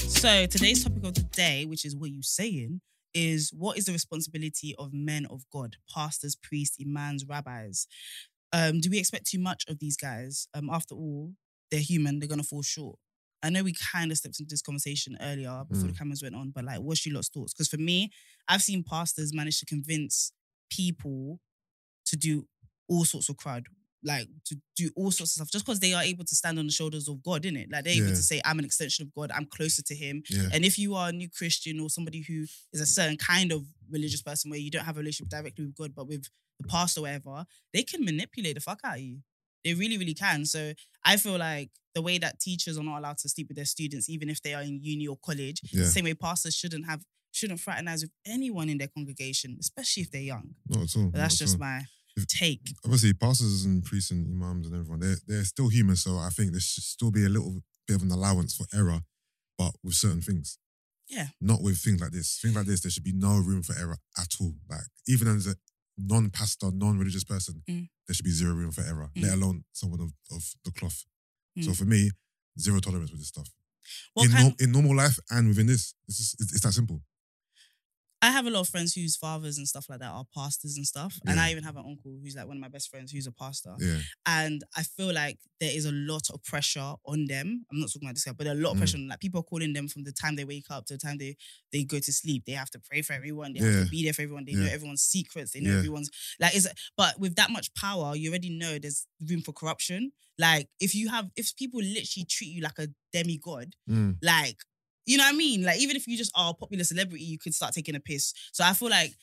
Speaker 1: So today's topic of the day, which is what you saying, is what is the responsibility of men of God, pastors, priests, imams, rabbis? Um, do we expect too much of these guys? Um, after all, they're human, they're gonna fall short. I know we kind of stepped into this conversation earlier before
Speaker 4: Mm.
Speaker 1: the cameras went on, but like, what's your lot's thoughts? Because for me, I've seen pastors manage to convince people to do all sorts of crowd, like to do all sorts of stuff, just because they are able to stand on the shoulders of God, innit? Like they're able
Speaker 4: Yeah.
Speaker 1: to say, "I'm an extension of God. I'm closer to Him."
Speaker 4: Yeah.
Speaker 1: And if you are a new Christian or somebody who is a certain kind of religious person where you don't have a relationship directly with God, but with the pastor or whatever, they can manipulate the fuck out of you. They really, really can. So I feel like the way that teachers are not allowed to sleep with their students, even if they are in uni or college,
Speaker 4: Yeah.
Speaker 1: the same way pastors shouldn't have shouldn't fraternize with anyone in their congregation, especially if they're young.
Speaker 4: Not at all.
Speaker 1: But that's
Speaker 4: not at
Speaker 1: just
Speaker 4: all.
Speaker 1: my
Speaker 4: If-
Speaker 1: take.
Speaker 4: obviously pastors and priests and imams and everyone they're, they're still human so i think there should still be a little bit of an allowance for error but with certain things
Speaker 1: Yeah.
Speaker 4: not with things like this things like this there should be no room for error at all like even as a non-pastor, non-religious person,
Speaker 1: Mm.
Speaker 4: there should be zero room for error,
Speaker 1: Mm.
Speaker 4: let alone someone of, of the cloth. So
Speaker 1: Mm.
Speaker 4: for me, zero tolerance with this stuff.
Speaker 1: What
Speaker 4: in,
Speaker 1: kind,
Speaker 4: nor- in normal life and within this, it's, just, it's, it's that simple.
Speaker 1: I have a lot of friends whose fathers and stuff like that are pastors and stuff. And
Speaker 4: Yeah.
Speaker 1: I even have an uncle who's like one of my best friends who's a pastor.
Speaker 4: Yeah,
Speaker 1: And I feel like there is a lot of pressure on them. I'm not talking about this guy, but a lot of
Speaker 4: Mm.
Speaker 1: pressure on like people are calling them from the time they wake up to the time they, they go to sleep. They have to pray for everyone. They have
Speaker 4: Yeah.
Speaker 1: to be there for everyone. They know
Speaker 4: Yeah.
Speaker 1: everyone's secrets. They know
Speaker 4: Yeah.
Speaker 1: everyone's like is but with that much power, you already know there's room for corruption. Like if you have if people literally treat you like a demigod,
Speaker 4: Mm.
Speaker 1: like, you know what I mean? Like, even if you just are a popular celebrity, you could start taking a piss. So I feel like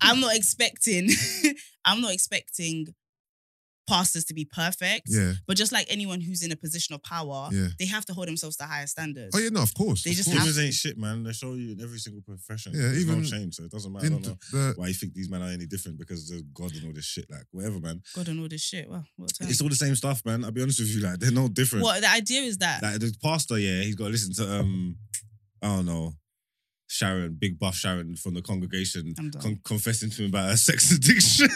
Speaker 1: I'm not expecting, <laughs> I'm not expecting pastors to be perfect.
Speaker 4: yeah,
Speaker 1: But just like anyone who's in a position of power,
Speaker 4: yeah.
Speaker 1: they have to hold themselves to higher standards.
Speaker 4: Oh yeah, no, of course.
Speaker 1: They
Speaker 4: of
Speaker 1: just
Speaker 4: course.
Speaker 2: Humans ain't shit, man. They show you in every single profession.
Speaker 4: Yeah,
Speaker 2: Yeah, There's
Speaker 4: even
Speaker 2: no change, so it doesn't matter. I
Speaker 4: in
Speaker 2: don't know
Speaker 4: the, the-
Speaker 2: why you think these men are any different because there's God and all this shit. Like, whatever, man.
Speaker 1: God and all this shit. Wow, what time?
Speaker 2: It's all the same stuff, man. I'll be honest with you, like, they're no different.
Speaker 1: Well, the idea is that
Speaker 2: Like the pastor, yeah, he's got to listen to um, I don't know, Sharon, big buff Sharon from the congregation,
Speaker 1: I'm done.
Speaker 2: con- confessing to him about her sex <laughs> addiction.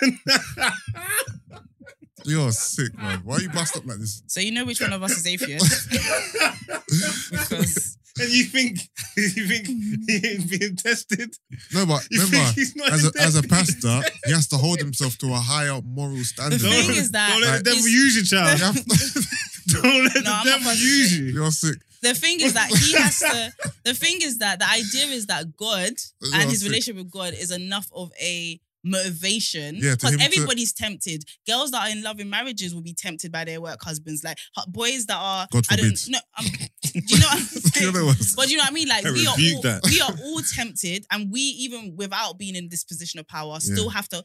Speaker 4: you're sick, man. Why are you bust up like this?
Speaker 1: so you know which one of us is atheist because
Speaker 2: and you think you think he ain't being tested?
Speaker 4: No, but
Speaker 2: <laughs> You
Speaker 4: remember,
Speaker 2: think he's not
Speaker 4: as
Speaker 2: in
Speaker 4: a, as a
Speaker 2: there?
Speaker 4: pastor, he has to hold himself to a higher moral standard.
Speaker 1: The thing
Speaker 2: <laughs> Don't-
Speaker 1: is that
Speaker 2: don't let
Speaker 1: like,
Speaker 2: the devil
Speaker 1: it's-
Speaker 2: use you,
Speaker 4: <laughs> You
Speaker 1: <laughs>
Speaker 2: child. <laughs>
Speaker 4: have to-
Speaker 2: don't let
Speaker 1: No,
Speaker 2: the
Speaker 1: I'm not
Speaker 2: devil
Speaker 1: fucking
Speaker 2: use
Speaker 1: saying.
Speaker 2: you.
Speaker 4: you're sick.
Speaker 1: the thing is that he has to. The thing is that the idea is that God
Speaker 4: That's what
Speaker 1: and
Speaker 4: I
Speaker 1: his
Speaker 4: think.
Speaker 1: relationship with God is enough of a motivation.
Speaker 4: Yeah, to
Speaker 1: because
Speaker 4: him to-
Speaker 1: everybody's tempted. Girls that are in loving marriages will be tempted by their work husbands. Like hu- boys that are,
Speaker 4: God
Speaker 1: I don't
Speaker 4: forbid.
Speaker 1: know.
Speaker 4: <laughs>
Speaker 1: Um, do you know what I'm
Speaker 4: You
Speaker 1: saying?
Speaker 4: know what?
Speaker 1: But you know what I mean? Like
Speaker 2: I
Speaker 1: we are
Speaker 2: rebuke
Speaker 1: all
Speaker 2: that.
Speaker 1: we
Speaker 2: <laughs>
Speaker 1: are all tempted, and we even without being in this position of power, still have to.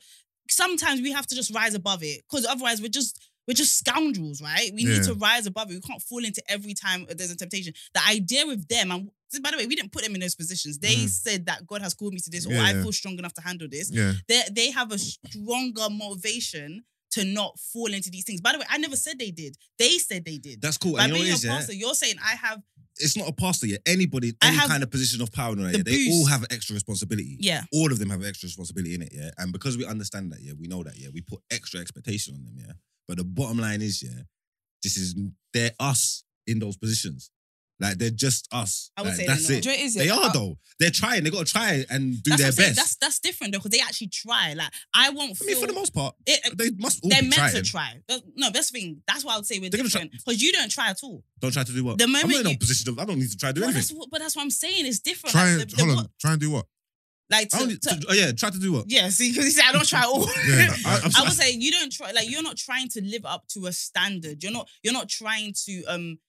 Speaker 1: Sometimes we have to just rise above it, because otherwise we're just we're just scoundrels, right? We need
Speaker 4: Yeah.
Speaker 1: to rise above it. We can't fall into every time there's a temptation. The idea with them, and by the way, we didn't put them in those positions. They
Speaker 4: Mm.
Speaker 1: said that God has called me to this, or
Speaker 4: Yeah,
Speaker 1: I
Speaker 4: yeah.
Speaker 1: feel strong enough to handle this.
Speaker 4: Yeah,
Speaker 1: They they have a stronger motivation to not fall into these things. By the way, I never said they did. They said they did.
Speaker 2: That's cool.
Speaker 1: By
Speaker 2: And you know
Speaker 1: being
Speaker 2: what it
Speaker 1: a
Speaker 2: is, yeah?
Speaker 1: pastor, you're saying I have
Speaker 2: It's not a pastor, yeah. Anybody in
Speaker 1: I
Speaker 2: any
Speaker 1: have
Speaker 2: kind of position of power, in that,
Speaker 1: the
Speaker 2: yeah, they all
Speaker 1: boost.
Speaker 2: have extra responsibility.
Speaker 1: yeah.
Speaker 2: all of them have extra responsibility in it, yeah. And because we understand that, yeah, we know that, yeah, we put extra expectation on them, yeah. But the bottom line is, yeah, this is they're us in those positions, like they're just us.
Speaker 1: I would
Speaker 2: Like,
Speaker 1: say
Speaker 2: that's
Speaker 1: they're
Speaker 2: it.
Speaker 1: not. "Oh."
Speaker 3: Do you know what it is, yeah?
Speaker 2: They are
Speaker 3: Uh,
Speaker 2: though. They're trying. They got to try and do
Speaker 1: that's what
Speaker 2: their
Speaker 1: I'm saying.
Speaker 2: best.
Speaker 1: That's that's different though, because they actually try. Like I won't
Speaker 2: I
Speaker 1: feel.
Speaker 2: mean, for the most part,
Speaker 1: it,
Speaker 2: they must all
Speaker 1: they're
Speaker 2: be
Speaker 1: meant
Speaker 2: trying.
Speaker 1: to try. That's- No, that's the thing. That's why I would say we're
Speaker 2: They're gonna try-
Speaker 1: different because you don't try at all.
Speaker 2: Don't try to do what.
Speaker 1: The
Speaker 2: I'm
Speaker 1: moment
Speaker 2: not in no
Speaker 1: you-
Speaker 2: position of. I don't need to try to do
Speaker 1: Well,
Speaker 2: anything.
Speaker 1: that's what, but that's what I'm saying. It's different.
Speaker 4: try
Speaker 1: like,
Speaker 4: and
Speaker 1: the- the
Speaker 4: hold
Speaker 1: what-
Speaker 4: on. Try and do what?
Speaker 1: like
Speaker 2: I
Speaker 1: to,
Speaker 2: don't need
Speaker 1: to-
Speaker 2: to. Oh yeah, try to do what.
Speaker 1: yeah. See, <laughs> because he said I don't try at all. <laughs>
Speaker 4: Yeah,
Speaker 2: I,
Speaker 4: I, <laughs>
Speaker 2: I'm-
Speaker 1: I would say you don't try. Like you're not trying to live up to a standard. You're not. You're not trying to. Um,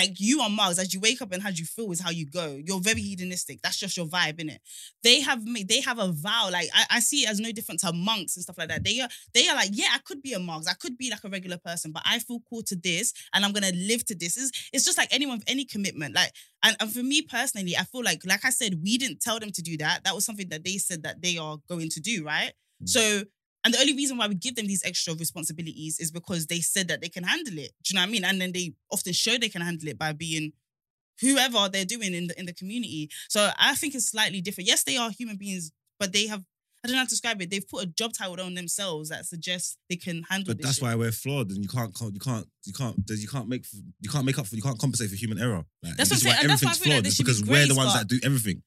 Speaker 1: like you are Mars. As you wake up and how you feel is how you go. You're very hedonistic. That's just your vibe, innit? They have made. They have a vow. Like I, I see it as no different to monks and stuff like that. They are. They are like, yeah, I could be a Mars. I could be like a regular person, but I feel called to this, and I'm gonna live to this. It's, it's just like anyone with any commitment. Like and, and for me personally, I feel like, like I said, we didn't tell them to do that. That was something that they said that they are going to do, right?
Speaker 2: Mm.
Speaker 1: So, and the only reason why we give them these extra responsibilities is because they said that they can handle it. Do you know what I mean? And then they often show they can handle it by being whoever they're doing in the in the community. So I think it's slightly different. Yes, they are human beings, but they have I don't know how to describe it. They've put a job title on themselves that suggests they can handle.
Speaker 2: But
Speaker 1: this
Speaker 2: that's
Speaker 1: shit.
Speaker 2: why we're flawed, and you can't, can't- you can't, you can't, you can't make, you can't make up for, you can't compensate for human error. Like,
Speaker 1: That's
Speaker 2: this
Speaker 1: what I'm
Speaker 2: is
Speaker 1: saying, and that's why I
Speaker 2: everything's
Speaker 1: feel like
Speaker 2: flawed.
Speaker 1: there
Speaker 2: It's
Speaker 1: should be
Speaker 2: because we're the
Speaker 1: grace,
Speaker 2: ones
Speaker 1: but-
Speaker 2: that do everything.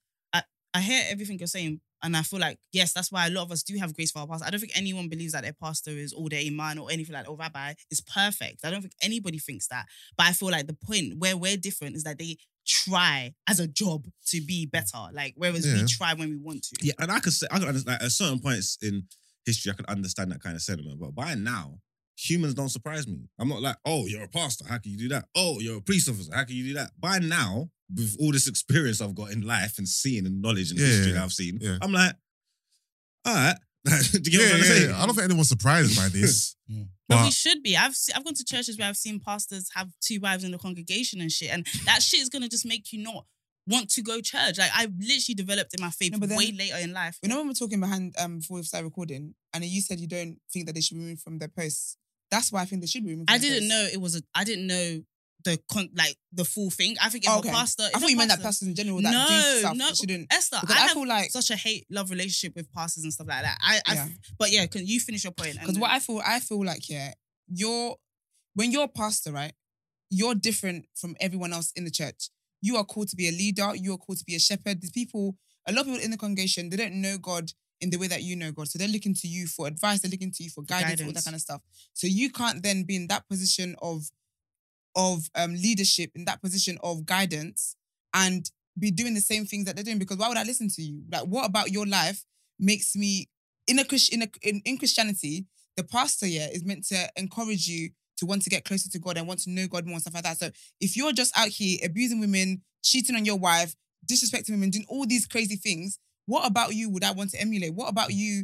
Speaker 1: I hear everything you're saying, and I feel like yes, that's why a lot of us do have grace for our pastor. I don't think anyone believes that their pastor is all their iman or anything like that, or rabbi is perfect. I don't think anybody thinks that. But I feel like the point where we're different is that they try as a job to be better, like whereas we
Speaker 4: Yeah.
Speaker 1: try when we want to.
Speaker 2: Yeah, and I could say, I could understand, like, at certain points in history, I could understand that kind of sentiment. But by now, humans don't surprise me. I'm not like, oh, you're a pastor. How can you do that? Oh, you're a police officer. How can you do that? By now, with all this experience I've got in life and seeing and knowledge and
Speaker 4: Yeah,
Speaker 2: history
Speaker 4: yeah,
Speaker 2: that I've seen,
Speaker 4: yeah.
Speaker 2: I'm like, all right. <laughs> do you
Speaker 4: yeah,
Speaker 2: get what I'm trying to
Speaker 4: yeah,
Speaker 2: say?
Speaker 4: yeah. I don't think anyone's surprised by this.
Speaker 5: Mm.
Speaker 1: But, we
Speaker 4: But
Speaker 1: should be. I've se- I've gone to churches where I've seen pastors have two wives in the congregation and shit, and that shit is gonna just make you not want to go church. Like I literally developed in my faith
Speaker 3: No, but then-
Speaker 1: way later in life.
Speaker 3: You know when we're talking behind um before we started recording, and you said you don't think that they should be removed from their posts. That's why I think they should be removed. From
Speaker 1: I
Speaker 3: their
Speaker 1: didn't
Speaker 3: posts.
Speaker 1: know it was a. I didn't know the con- like the full thing. I think if
Speaker 3: Okay.
Speaker 1: a pastor, if
Speaker 3: I thought
Speaker 1: a
Speaker 3: you meant that
Speaker 1: pastor-
Speaker 3: person in general that
Speaker 1: No,
Speaker 3: do stuff
Speaker 1: no.
Speaker 3: that shouldn't.
Speaker 1: Esther,
Speaker 3: Because
Speaker 1: I,
Speaker 3: I,
Speaker 1: have
Speaker 3: feel like
Speaker 1: such a hate love relationship with pastors and stuff like that. I, I
Speaker 3: Yeah.
Speaker 1: but yeah, can you finish your point? and
Speaker 3: because
Speaker 1: then-
Speaker 3: what I feel I feel like yeah, you're when you're a pastor, right? You're different from everyone else in the church. You are called to be a leader. You are called to be a shepherd. The people, a lot of people in the congregation, they don't know God in the way that you know God. So they're looking to you for advice. They're looking to you for guidance, all that
Speaker 1: guidance.
Speaker 3: kind of stuff. So you can't then be in that position of of um, leadership, in that position of guidance, and be doing the same things that they're doing. Because why would I listen to you? Like, what about your life makes me in a Chris- in a, in, in Christianity? The pastor yeah is meant to encourage you to want to get closer to God and want to know God more and stuff like that. So if you're just out here abusing women, cheating on your wife, disrespecting women, doing all these crazy things, what about you would I want to emulate? What about you?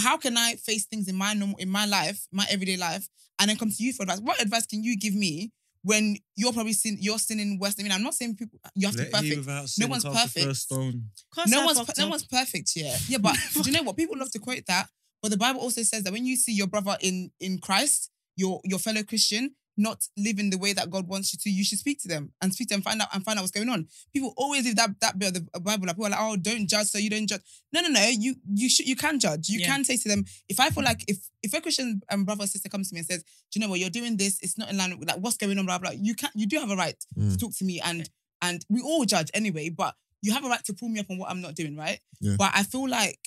Speaker 3: How can I face things in my normal in my life, my everyday life, and then come to you for advice? What advice can you give me when you're probably sin, you're sinning worse? I mean, I'm not saying people you have to be
Speaker 2: Let he
Speaker 3: perfect.
Speaker 2: without
Speaker 3: No
Speaker 2: sin
Speaker 3: one's
Speaker 2: cast the
Speaker 3: perfect.
Speaker 2: First stone.
Speaker 1: Cause
Speaker 3: No
Speaker 1: I
Speaker 3: one's
Speaker 1: fucked
Speaker 3: no
Speaker 1: up.
Speaker 3: one's perfect yeah. Yeah, but <laughs> do you know what? People love to quote that, but the Bible also says that when you see your brother in in Christ, your your fellow Christian, not living the way that God wants you to, you should speak to them and speak to them, find out and find out what's going on. People always leave that that bit of the Bible. Like people are like, oh, don't judge, so you don't judge. No, no, no. You you should you can judge. You
Speaker 1: Yeah.
Speaker 3: can say to them, if I feel like if if a Christian um, brother or sister comes to me and says, do you know what you're doing this? It's not in line with like what's going on. Blah blah. You can you do have a right to
Speaker 4: Mm.
Speaker 3: talk to me and and we all judge anyway. But you have a right to pull me up on what I'm not doing, right?
Speaker 4: Yeah.
Speaker 3: But I feel like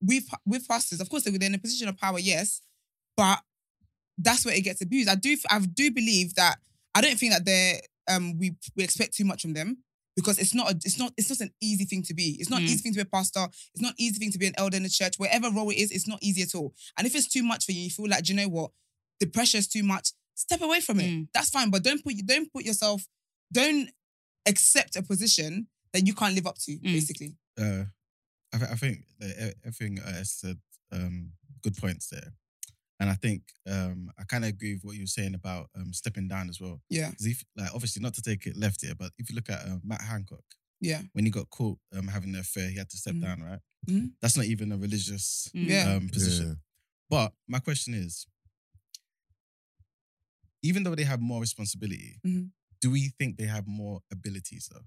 Speaker 3: with with pastors, of course, they're in a position of power, yes, but that's where it gets abused. I do I do believe that I don't think that they're um we we expect too much from them because it's not a, it's not it's not an easy thing to be. It's not an
Speaker 1: Mm.
Speaker 3: easy thing to be a pastor. It's not easy thing to be an elder in the church. Whatever role it is, it's not easy at all. And if it's too much for you, you feel like "Do you know what the pressure is too much. Step away from it.
Speaker 1: Mm.
Speaker 3: That's fine, but don't put don't put yourself don't accept a position that you can't live up
Speaker 1: Mm.
Speaker 3: to. Basically,
Speaker 5: uh, I, th- I think that e- everything I said, um, good points there. And I think um, I kind of agree with what you were saying about um, stepping down as well.
Speaker 3: yeah,
Speaker 5: 'Cause if, like, obviously, not to take it left here, but if you look at uh, Matt Hancock,
Speaker 3: yeah,
Speaker 5: when he got caught um, having an affair, he had to step
Speaker 3: Mhm.
Speaker 5: down, right?
Speaker 3: Mhm.
Speaker 5: That's not even a religious
Speaker 1: Mm.
Speaker 3: yeah.
Speaker 5: um, position. But my question is, even though they have more responsibility,
Speaker 3: Mhm.
Speaker 5: do we think they have more abilities though?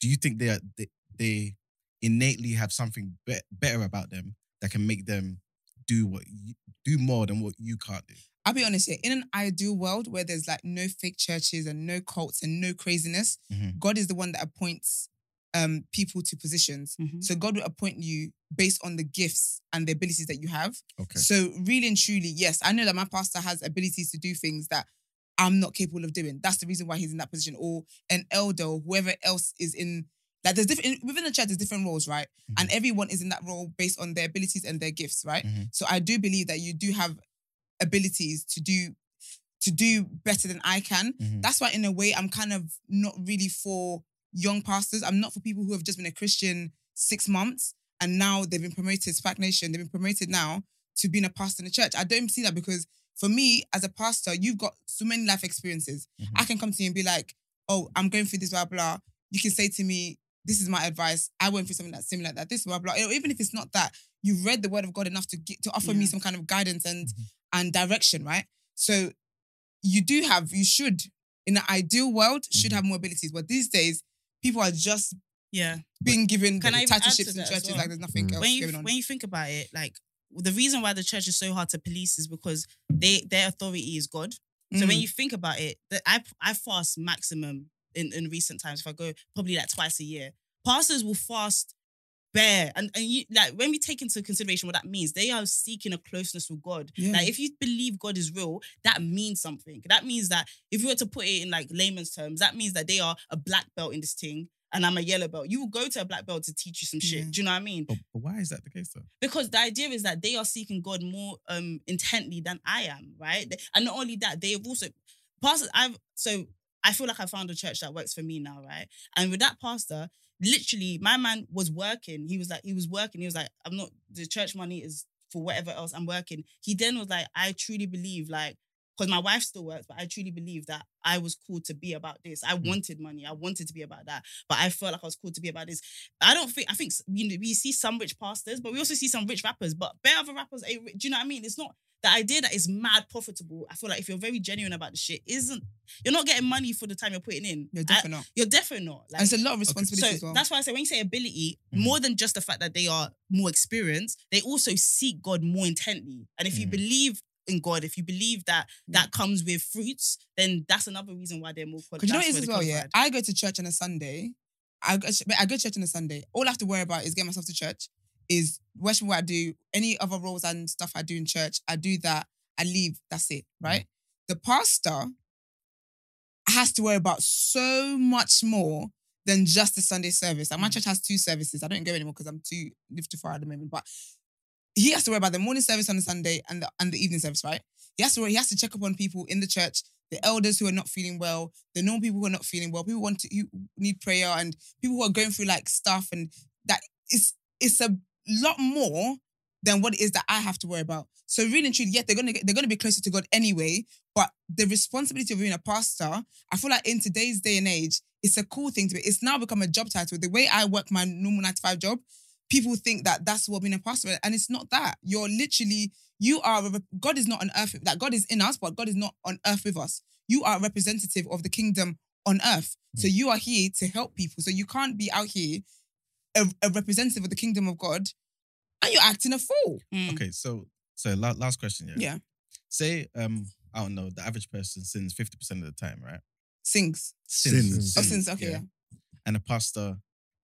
Speaker 5: Do you think they are they, they innately have something be- better about them that can make them do what you, do more than what you can't do?
Speaker 3: I'll be honest here. In an ideal world where there's like no fake churches and no cults and no craziness,
Speaker 5: Mhm.
Speaker 3: God is the one that appoints um, people to positions. <laughs>
Speaker 1: Mhm.
Speaker 3: So God will appoint you based on the gifts and the abilities that you have.
Speaker 5: Okay.
Speaker 3: So really and truly, yes, I know that my pastor has abilities to do things that I'm not capable of doing. That's the reason why he's in that position, or an elder, or whoever else is in. Like there's different within the church, there's different roles, right? And everyone is in that role based on their abilities and their gifts, right?
Speaker 5: Mhm.
Speaker 3: So I do believe that you do have abilities to do to do better than I can.
Speaker 5: Mhm.
Speaker 3: That's why, in a way, I'm kind of not really for young pastors. I'm not for people who have just been a Christian six months and now they've been promoted, Spac Nation, they've been promoted now to being a pastor in the church. I don't see that because for me, as a pastor, you've got so many life experiences.
Speaker 5: Mhm.
Speaker 3: I can come to you and be like, oh, I'm going through this, blah, blah. You can say to me, this is my advice. I went through something that's similar like that, this, blah, blah. Even if it's not that, you've read the word of God enough to get, to offer me
Speaker 1: Yeah.
Speaker 3: some kind of guidance and and direction, right? So you do have, you should, in an ideal world, should
Speaker 5: Mhm.
Speaker 3: have more abilities. But these days, people are just
Speaker 1: Yeah.
Speaker 3: being given
Speaker 1: Can
Speaker 3: the
Speaker 1: I even add to
Speaker 3: dictatorships in
Speaker 1: that as
Speaker 3: churches
Speaker 1: well?
Speaker 3: like there's nothing
Speaker 4: Mm.
Speaker 3: else
Speaker 1: When you
Speaker 3: going Oh, on.
Speaker 1: when you think about it, like the reason why the church is so hard to police is because they their authority is God. So when
Speaker 3: Mm.
Speaker 1: you think about it, that I I fast maximum in, in recent times. If I go probably like twice a year, pastors will fast bare, and and you like when we take into consideration what that means, they are seeking a closeness with God.
Speaker 3: Yeah.
Speaker 1: Like if you believe God is real, that means something. That means that if you were to put it in like layman's terms, that means that they are a black belt in this thing. And I'm a yellow belt. You will go to a black belt to teach you some shit.
Speaker 3: Yeah.
Speaker 1: Do you know what I mean?
Speaker 5: But, but why is that the case though?
Speaker 1: because the idea is that they are seeking God more um intently than I am, right? They- And not only that, they have also pastors. I've so I feel like I found a church that works for me now, right? And with that pastor, literally, my man was working. He was like, he was working. He was like, I'm not. The church money is for whatever else I'm working. He then was like, I truly believe, like, because my wife still works, but I truly believe that I was called to be about this. I wanted money. I wanted to be about that, but I felt like I was called to be about this. I don't think I think s- we we see some rich pastors, but we also see some rich rappers. But bare other rappers ain't rich. Do you know what I mean? It's not the idea that it's mad profitable, I feel like if you're very genuine about the shit, isn't you're not getting money for the time you're putting in.
Speaker 3: You're
Speaker 1: I-
Speaker 3: definitely not.
Speaker 1: you're definitely not. Like,
Speaker 3: And it's a lot of responsibility
Speaker 1: so
Speaker 3: as well. Mm-hmm.
Speaker 1: that's why I say when you say ability,
Speaker 5: Mhm.
Speaker 1: more than just the fact that they are more experienced, they also seek God more intently. And if you
Speaker 3: Mm-hmm.
Speaker 5: Mhm.
Speaker 1: believe in God, if you believe that
Speaker 3: Yeah.
Speaker 1: that comes with fruits, then that's another reason why they're more qualified.
Speaker 3: Because you know what it is as well, yeah? I go to church on a Sunday. I go, but I go to church on a Sunday. All I have to worry about is getting myself to church, is worshiping what I do, any other roles and stuff I do in church, I do that, I leave, that's it, right? The pastor has to worry about so much more than just the Sunday service. Like my church has two services. I don't go anymore because I'm too live too far at the moment. But he has to worry about the morning service on a Sunday and the and the evening service, right? He has to worry, he has to check up on people in the church, the elders who are not feeling well, the normal people who are not feeling well, people who want to who need prayer, and people who are going through like stuff and that it's it's a lot more than what it is that I have to worry about. So really and truly, yeah, they're gonna get, they're gonna be closer to God anyway. But the responsibility of being a pastor, I feel like in today's day and age, it's a cool thing to be. It's now become a job title. The way I work my normal nine to five job, people think that that's what being a pastor, is. and it's not that. You're literally you are a rep- God is not on earth. Like God is in us, but God is not on earth with us. You are a representative of the kingdom on earth. So you are here to help people. So you can't be out here a, a representative of the kingdom of God and you're acting a fool.
Speaker 5: Okay, so so la- last question, yeah.
Speaker 3: Mm. Yeah.
Speaker 5: Say um I don't know, the average person sins fifty percent of the time, right?
Speaker 3: Sings.
Speaker 2: Sins.
Speaker 3: Oh,
Speaker 5: Hmm,
Speaker 3: sins. Okay, yeah.
Speaker 5: And a pastor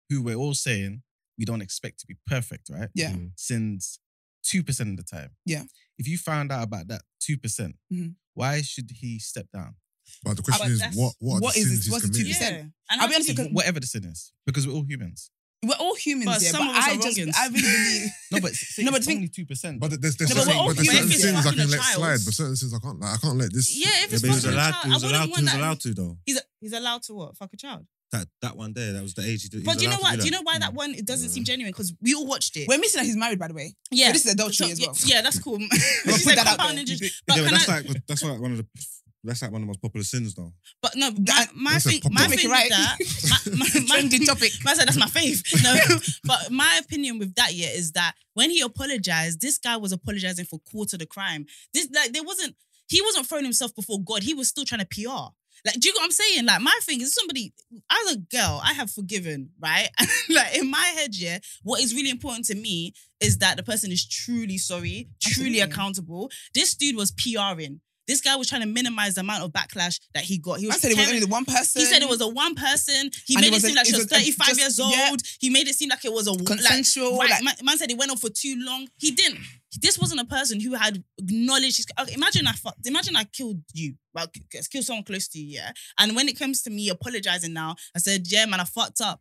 Speaker 5: who we're all saying we don't expect to be perfect, right?
Speaker 3: Yeah.
Speaker 2: Mm.
Speaker 5: Sins two percent of the time.
Speaker 3: Yeah.
Speaker 5: If you found out about that two percent,
Speaker 3: Mhm.
Speaker 5: why should he step down?
Speaker 4: But the question
Speaker 1: But
Speaker 4: is,
Speaker 1: that's-
Speaker 4: what what are
Speaker 3: what
Speaker 4: the
Speaker 3: is
Speaker 4: sins
Speaker 3: this-
Speaker 4: he's
Speaker 3: what's the
Speaker 4: committed?
Speaker 3: two-
Speaker 1: yeah.
Speaker 3: percent.
Speaker 1: And
Speaker 3: I'll be
Speaker 1: I
Speaker 3: honest,
Speaker 1: think-
Speaker 4: <laughs>
Speaker 3: because-
Speaker 5: Whatever the sin is, because we're all humans.
Speaker 3: We're all humans,
Speaker 1: But
Speaker 3: yeah.
Speaker 1: some
Speaker 3: but
Speaker 1: of us
Speaker 3: I
Speaker 1: are
Speaker 3: just,
Speaker 1: wrongins.
Speaker 3: I
Speaker 1: <laughs>
Speaker 3: really believe.
Speaker 5: No,
Speaker 3: <laughs>
Speaker 5: but say
Speaker 3: No,
Speaker 5: no,
Speaker 3: but
Speaker 5: but it's
Speaker 3: the thing-
Speaker 5: only two percent.
Speaker 4: But there's, there's
Speaker 1: No, but
Speaker 4: certain,
Speaker 1: we're all
Speaker 4: but there's certain
Speaker 1: humans.
Speaker 4: sins I
Speaker 1: Fucking
Speaker 4: can
Speaker 1: a
Speaker 4: let
Speaker 1: child.
Speaker 4: slide, but certain sins I can't. Like, I can't let this.
Speaker 1: Yeah, if
Speaker 2: Yeah,
Speaker 1: it's
Speaker 2: but he was
Speaker 1: fucking a
Speaker 2: allowed.
Speaker 1: child,
Speaker 2: He was
Speaker 1: I wouldn't
Speaker 2: allowed.
Speaker 1: want
Speaker 2: He was
Speaker 1: that.
Speaker 2: allowed to though.
Speaker 1: He's he's allowed to what? Fuck a child.
Speaker 2: That that one there, that was the age. He, did- he
Speaker 1: But
Speaker 2: was
Speaker 1: do you know
Speaker 2: allowed to
Speaker 1: what? Do you
Speaker 2: that.
Speaker 1: know why
Speaker 4: Mm.
Speaker 1: that one it doesn't seem genuine? Because we all watched it.
Speaker 3: Mm. We're missing that he's married, by the way.
Speaker 1: yeah.
Speaker 3: So this is adultery
Speaker 1: So,
Speaker 3: as
Speaker 1: yeah,
Speaker 3: well.
Speaker 1: <laughs> yeah, that's cool. she
Speaker 3: put
Speaker 1: said
Speaker 3: that out
Speaker 1: compound
Speaker 3: there.
Speaker 1: injury.
Speaker 2: Yeah,
Speaker 1: But
Speaker 2: but
Speaker 1: can
Speaker 2: that's
Speaker 1: I-
Speaker 2: like that's like one of the that's like one of the most popular sins though.
Speaker 1: But no, my,
Speaker 3: That-
Speaker 1: my
Speaker 4: That's a
Speaker 1: thing,
Speaker 4: pop-
Speaker 1: my
Speaker 4: topic,
Speaker 1: thing
Speaker 3: right?
Speaker 1: with that, my,
Speaker 3: <laughs>
Speaker 1: my, my,
Speaker 3: Trendy
Speaker 1: <laughs>
Speaker 3: topic.
Speaker 1: I said that's my
Speaker 3: <laughs>
Speaker 1: faith. No, but my opinion with that yeah is that when he apologized, this guy was apologizing for quarter the crime. This like there wasn't he wasn't throwing himself before God. He was still trying to PR. Like, do you get what I'm saying? Like, my thing is somebody, as a girl, I have forgiven, right? <laughs> like in my head, yeah, what is really important to me is that the person is truly sorry, truly
Speaker 3: Absolutely.
Speaker 1: accountable. This dude was PRing. This guy was trying to minimize the amount of backlash that he got. He
Speaker 3: I
Speaker 1: was
Speaker 3: said it was
Speaker 1: caring-
Speaker 3: only the one person.
Speaker 1: he said it was a one person. He
Speaker 3: And
Speaker 1: made
Speaker 3: it
Speaker 1: it,
Speaker 3: was
Speaker 1: seem
Speaker 3: a-
Speaker 1: like she
Speaker 3: it
Speaker 1: was
Speaker 3: was a-
Speaker 1: 35
Speaker 3: just-
Speaker 1: years old.
Speaker 3: yeah.
Speaker 1: He made it seem like it was a like,
Speaker 3: consensual.
Speaker 1: right,
Speaker 3: like-
Speaker 1: man, man said it went on for too long. He didn't. This wasn't a person who had knowledge. Okay, imagine I fucked. Imagine I killed you. Well, k- k- killed someone close to you. Yeah. And when it comes to me apologizing now, I said, "Yeah, man, I fucked up.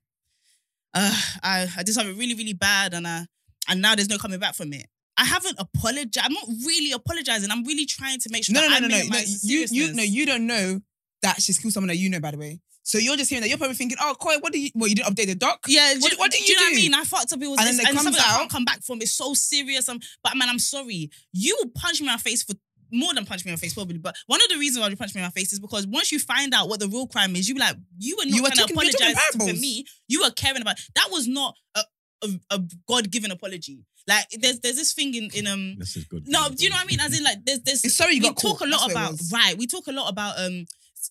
Speaker 1: Uh, I I did something really, really bad, and I and now there's no coming back from it." I haven't apologized. I'm not really apologizing. I'm really trying to make sure.
Speaker 3: no, no,
Speaker 1: that I
Speaker 3: no, no, no, no.
Speaker 1: minimize the
Speaker 3: You, you, no,
Speaker 1: seriousness.
Speaker 3: you don't know that she's killed someone that you know, by the way. So you're just hearing that. You're probably thinking, oh, Koi, what do you, well, you didn't update the doc?
Speaker 1: Yeah,
Speaker 3: What-
Speaker 1: do,
Speaker 3: what did
Speaker 1: do
Speaker 3: you
Speaker 1: know what
Speaker 3: do?
Speaker 1: I mean? I fucked up. It was,
Speaker 3: And
Speaker 1: and,
Speaker 3: then
Speaker 1: it's,
Speaker 3: it
Speaker 1: and
Speaker 3: comes
Speaker 1: something I
Speaker 3: out-
Speaker 1: can't come back from. It's so serious. I'm, but man, I'm sorry. You will punch me in my face for more than punch me in my face, probably. But one of the reasons why you punch me in my face is because once you find out what the real crime is, you be like, you were not
Speaker 3: You were
Speaker 1: trying to
Speaker 3: talking- you were talking
Speaker 1: apologize for
Speaker 3: parables.
Speaker 1: me. You were caring about that. Was not a, a, a God given apology. Like there's there's this thing in in um.
Speaker 2: This is good.
Speaker 1: No, do you know what I mean? As in, like, there's there's
Speaker 3: It's sorry you
Speaker 1: we
Speaker 3: got
Speaker 1: talk
Speaker 3: caught.
Speaker 1: a lot
Speaker 3: That's what it
Speaker 1: about
Speaker 3: was.
Speaker 1: right. We talk a lot about um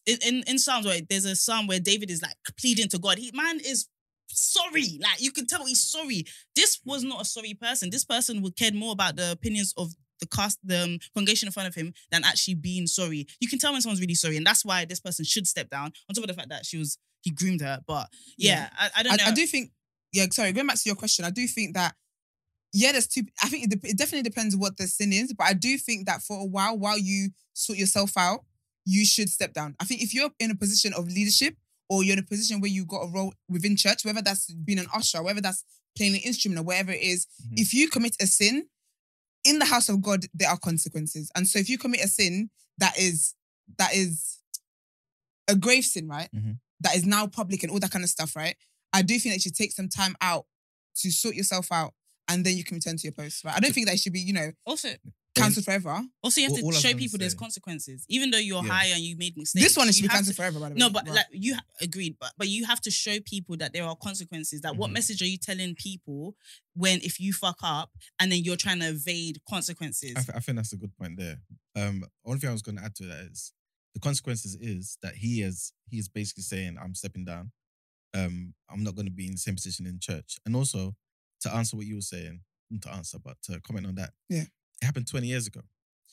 Speaker 1: in in, in Psalms where there's a psalm where David is like pleading to God. He man is sorry. Like you can tell he's sorry. This was not a sorry person. This person would cared more about the opinions of the cast the um, congregation in front of him than actually being sorry. You can tell when someone's really sorry, and that's why this person should step down. On top of the fact that she was he groomed her, but yeah, I, I don't
Speaker 3: I,
Speaker 1: know.
Speaker 3: I do think, yeah, sorry, going back to your question, I do think that, yeah, there's two, I think it, dep- it definitely depends what the sin is, but I do think that for a while, while you sort yourself out, you should step down. I think if you're in a position of leadership or you're in a position where you got a role within church, whether that's being an usher, whether that's playing an instrument or whatever it is,
Speaker 1: Mm-hmm.
Speaker 5: Mhm.
Speaker 3: if you commit a sin, in the house of God, there are consequences. And so if you commit a sin that is, that is a grave sin, right?
Speaker 1: Mm-hmm.
Speaker 5: Mhm.
Speaker 3: that is now public and all that kind of stuff, right? I do think that you should take some time out to sort yourself out and then you can return to your post. Right? I don't think that it should be, you know,
Speaker 1: also,
Speaker 3: cancelled forever.
Speaker 1: Also, you have
Speaker 5: All- all I
Speaker 1: to
Speaker 5: was
Speaker 1: show
Speaker 5: gonna
Speaker 1: people there's
Speaker 5: say-
Speaker 1: consequences, even though you're
Speaker 5: Yeah.
Speaker 1: high and you made mistakes.
Speaker 3: This one should
Speaker 1: you
Speaker 3: be
Speaker 1: have
Speaker 3: cancelled
Speaker 1: to-
Speaker 3: forever, by the way.
Speaker 1: No, but
Speaker 3: Right.
Speaker 1: like you ha- agreed, but but you have to show people that there are consequences. That
Speaker 3: Mm-hmm.
Speaker 1: what message are you telling people when if you fuck up and then you're trying to evade consequences?
Speaker 5: I, th- I think that's a good point there. Um, only thing I was going to add to that is the consequences is that he is he is basically saying I'm stepping down. Um, I'm not going to be in the same position in church. And also to answer what you were saying, not to answer, but to comment on that.
Speaker 3: Yeah.
Speaker 5: it happened 20 years ago.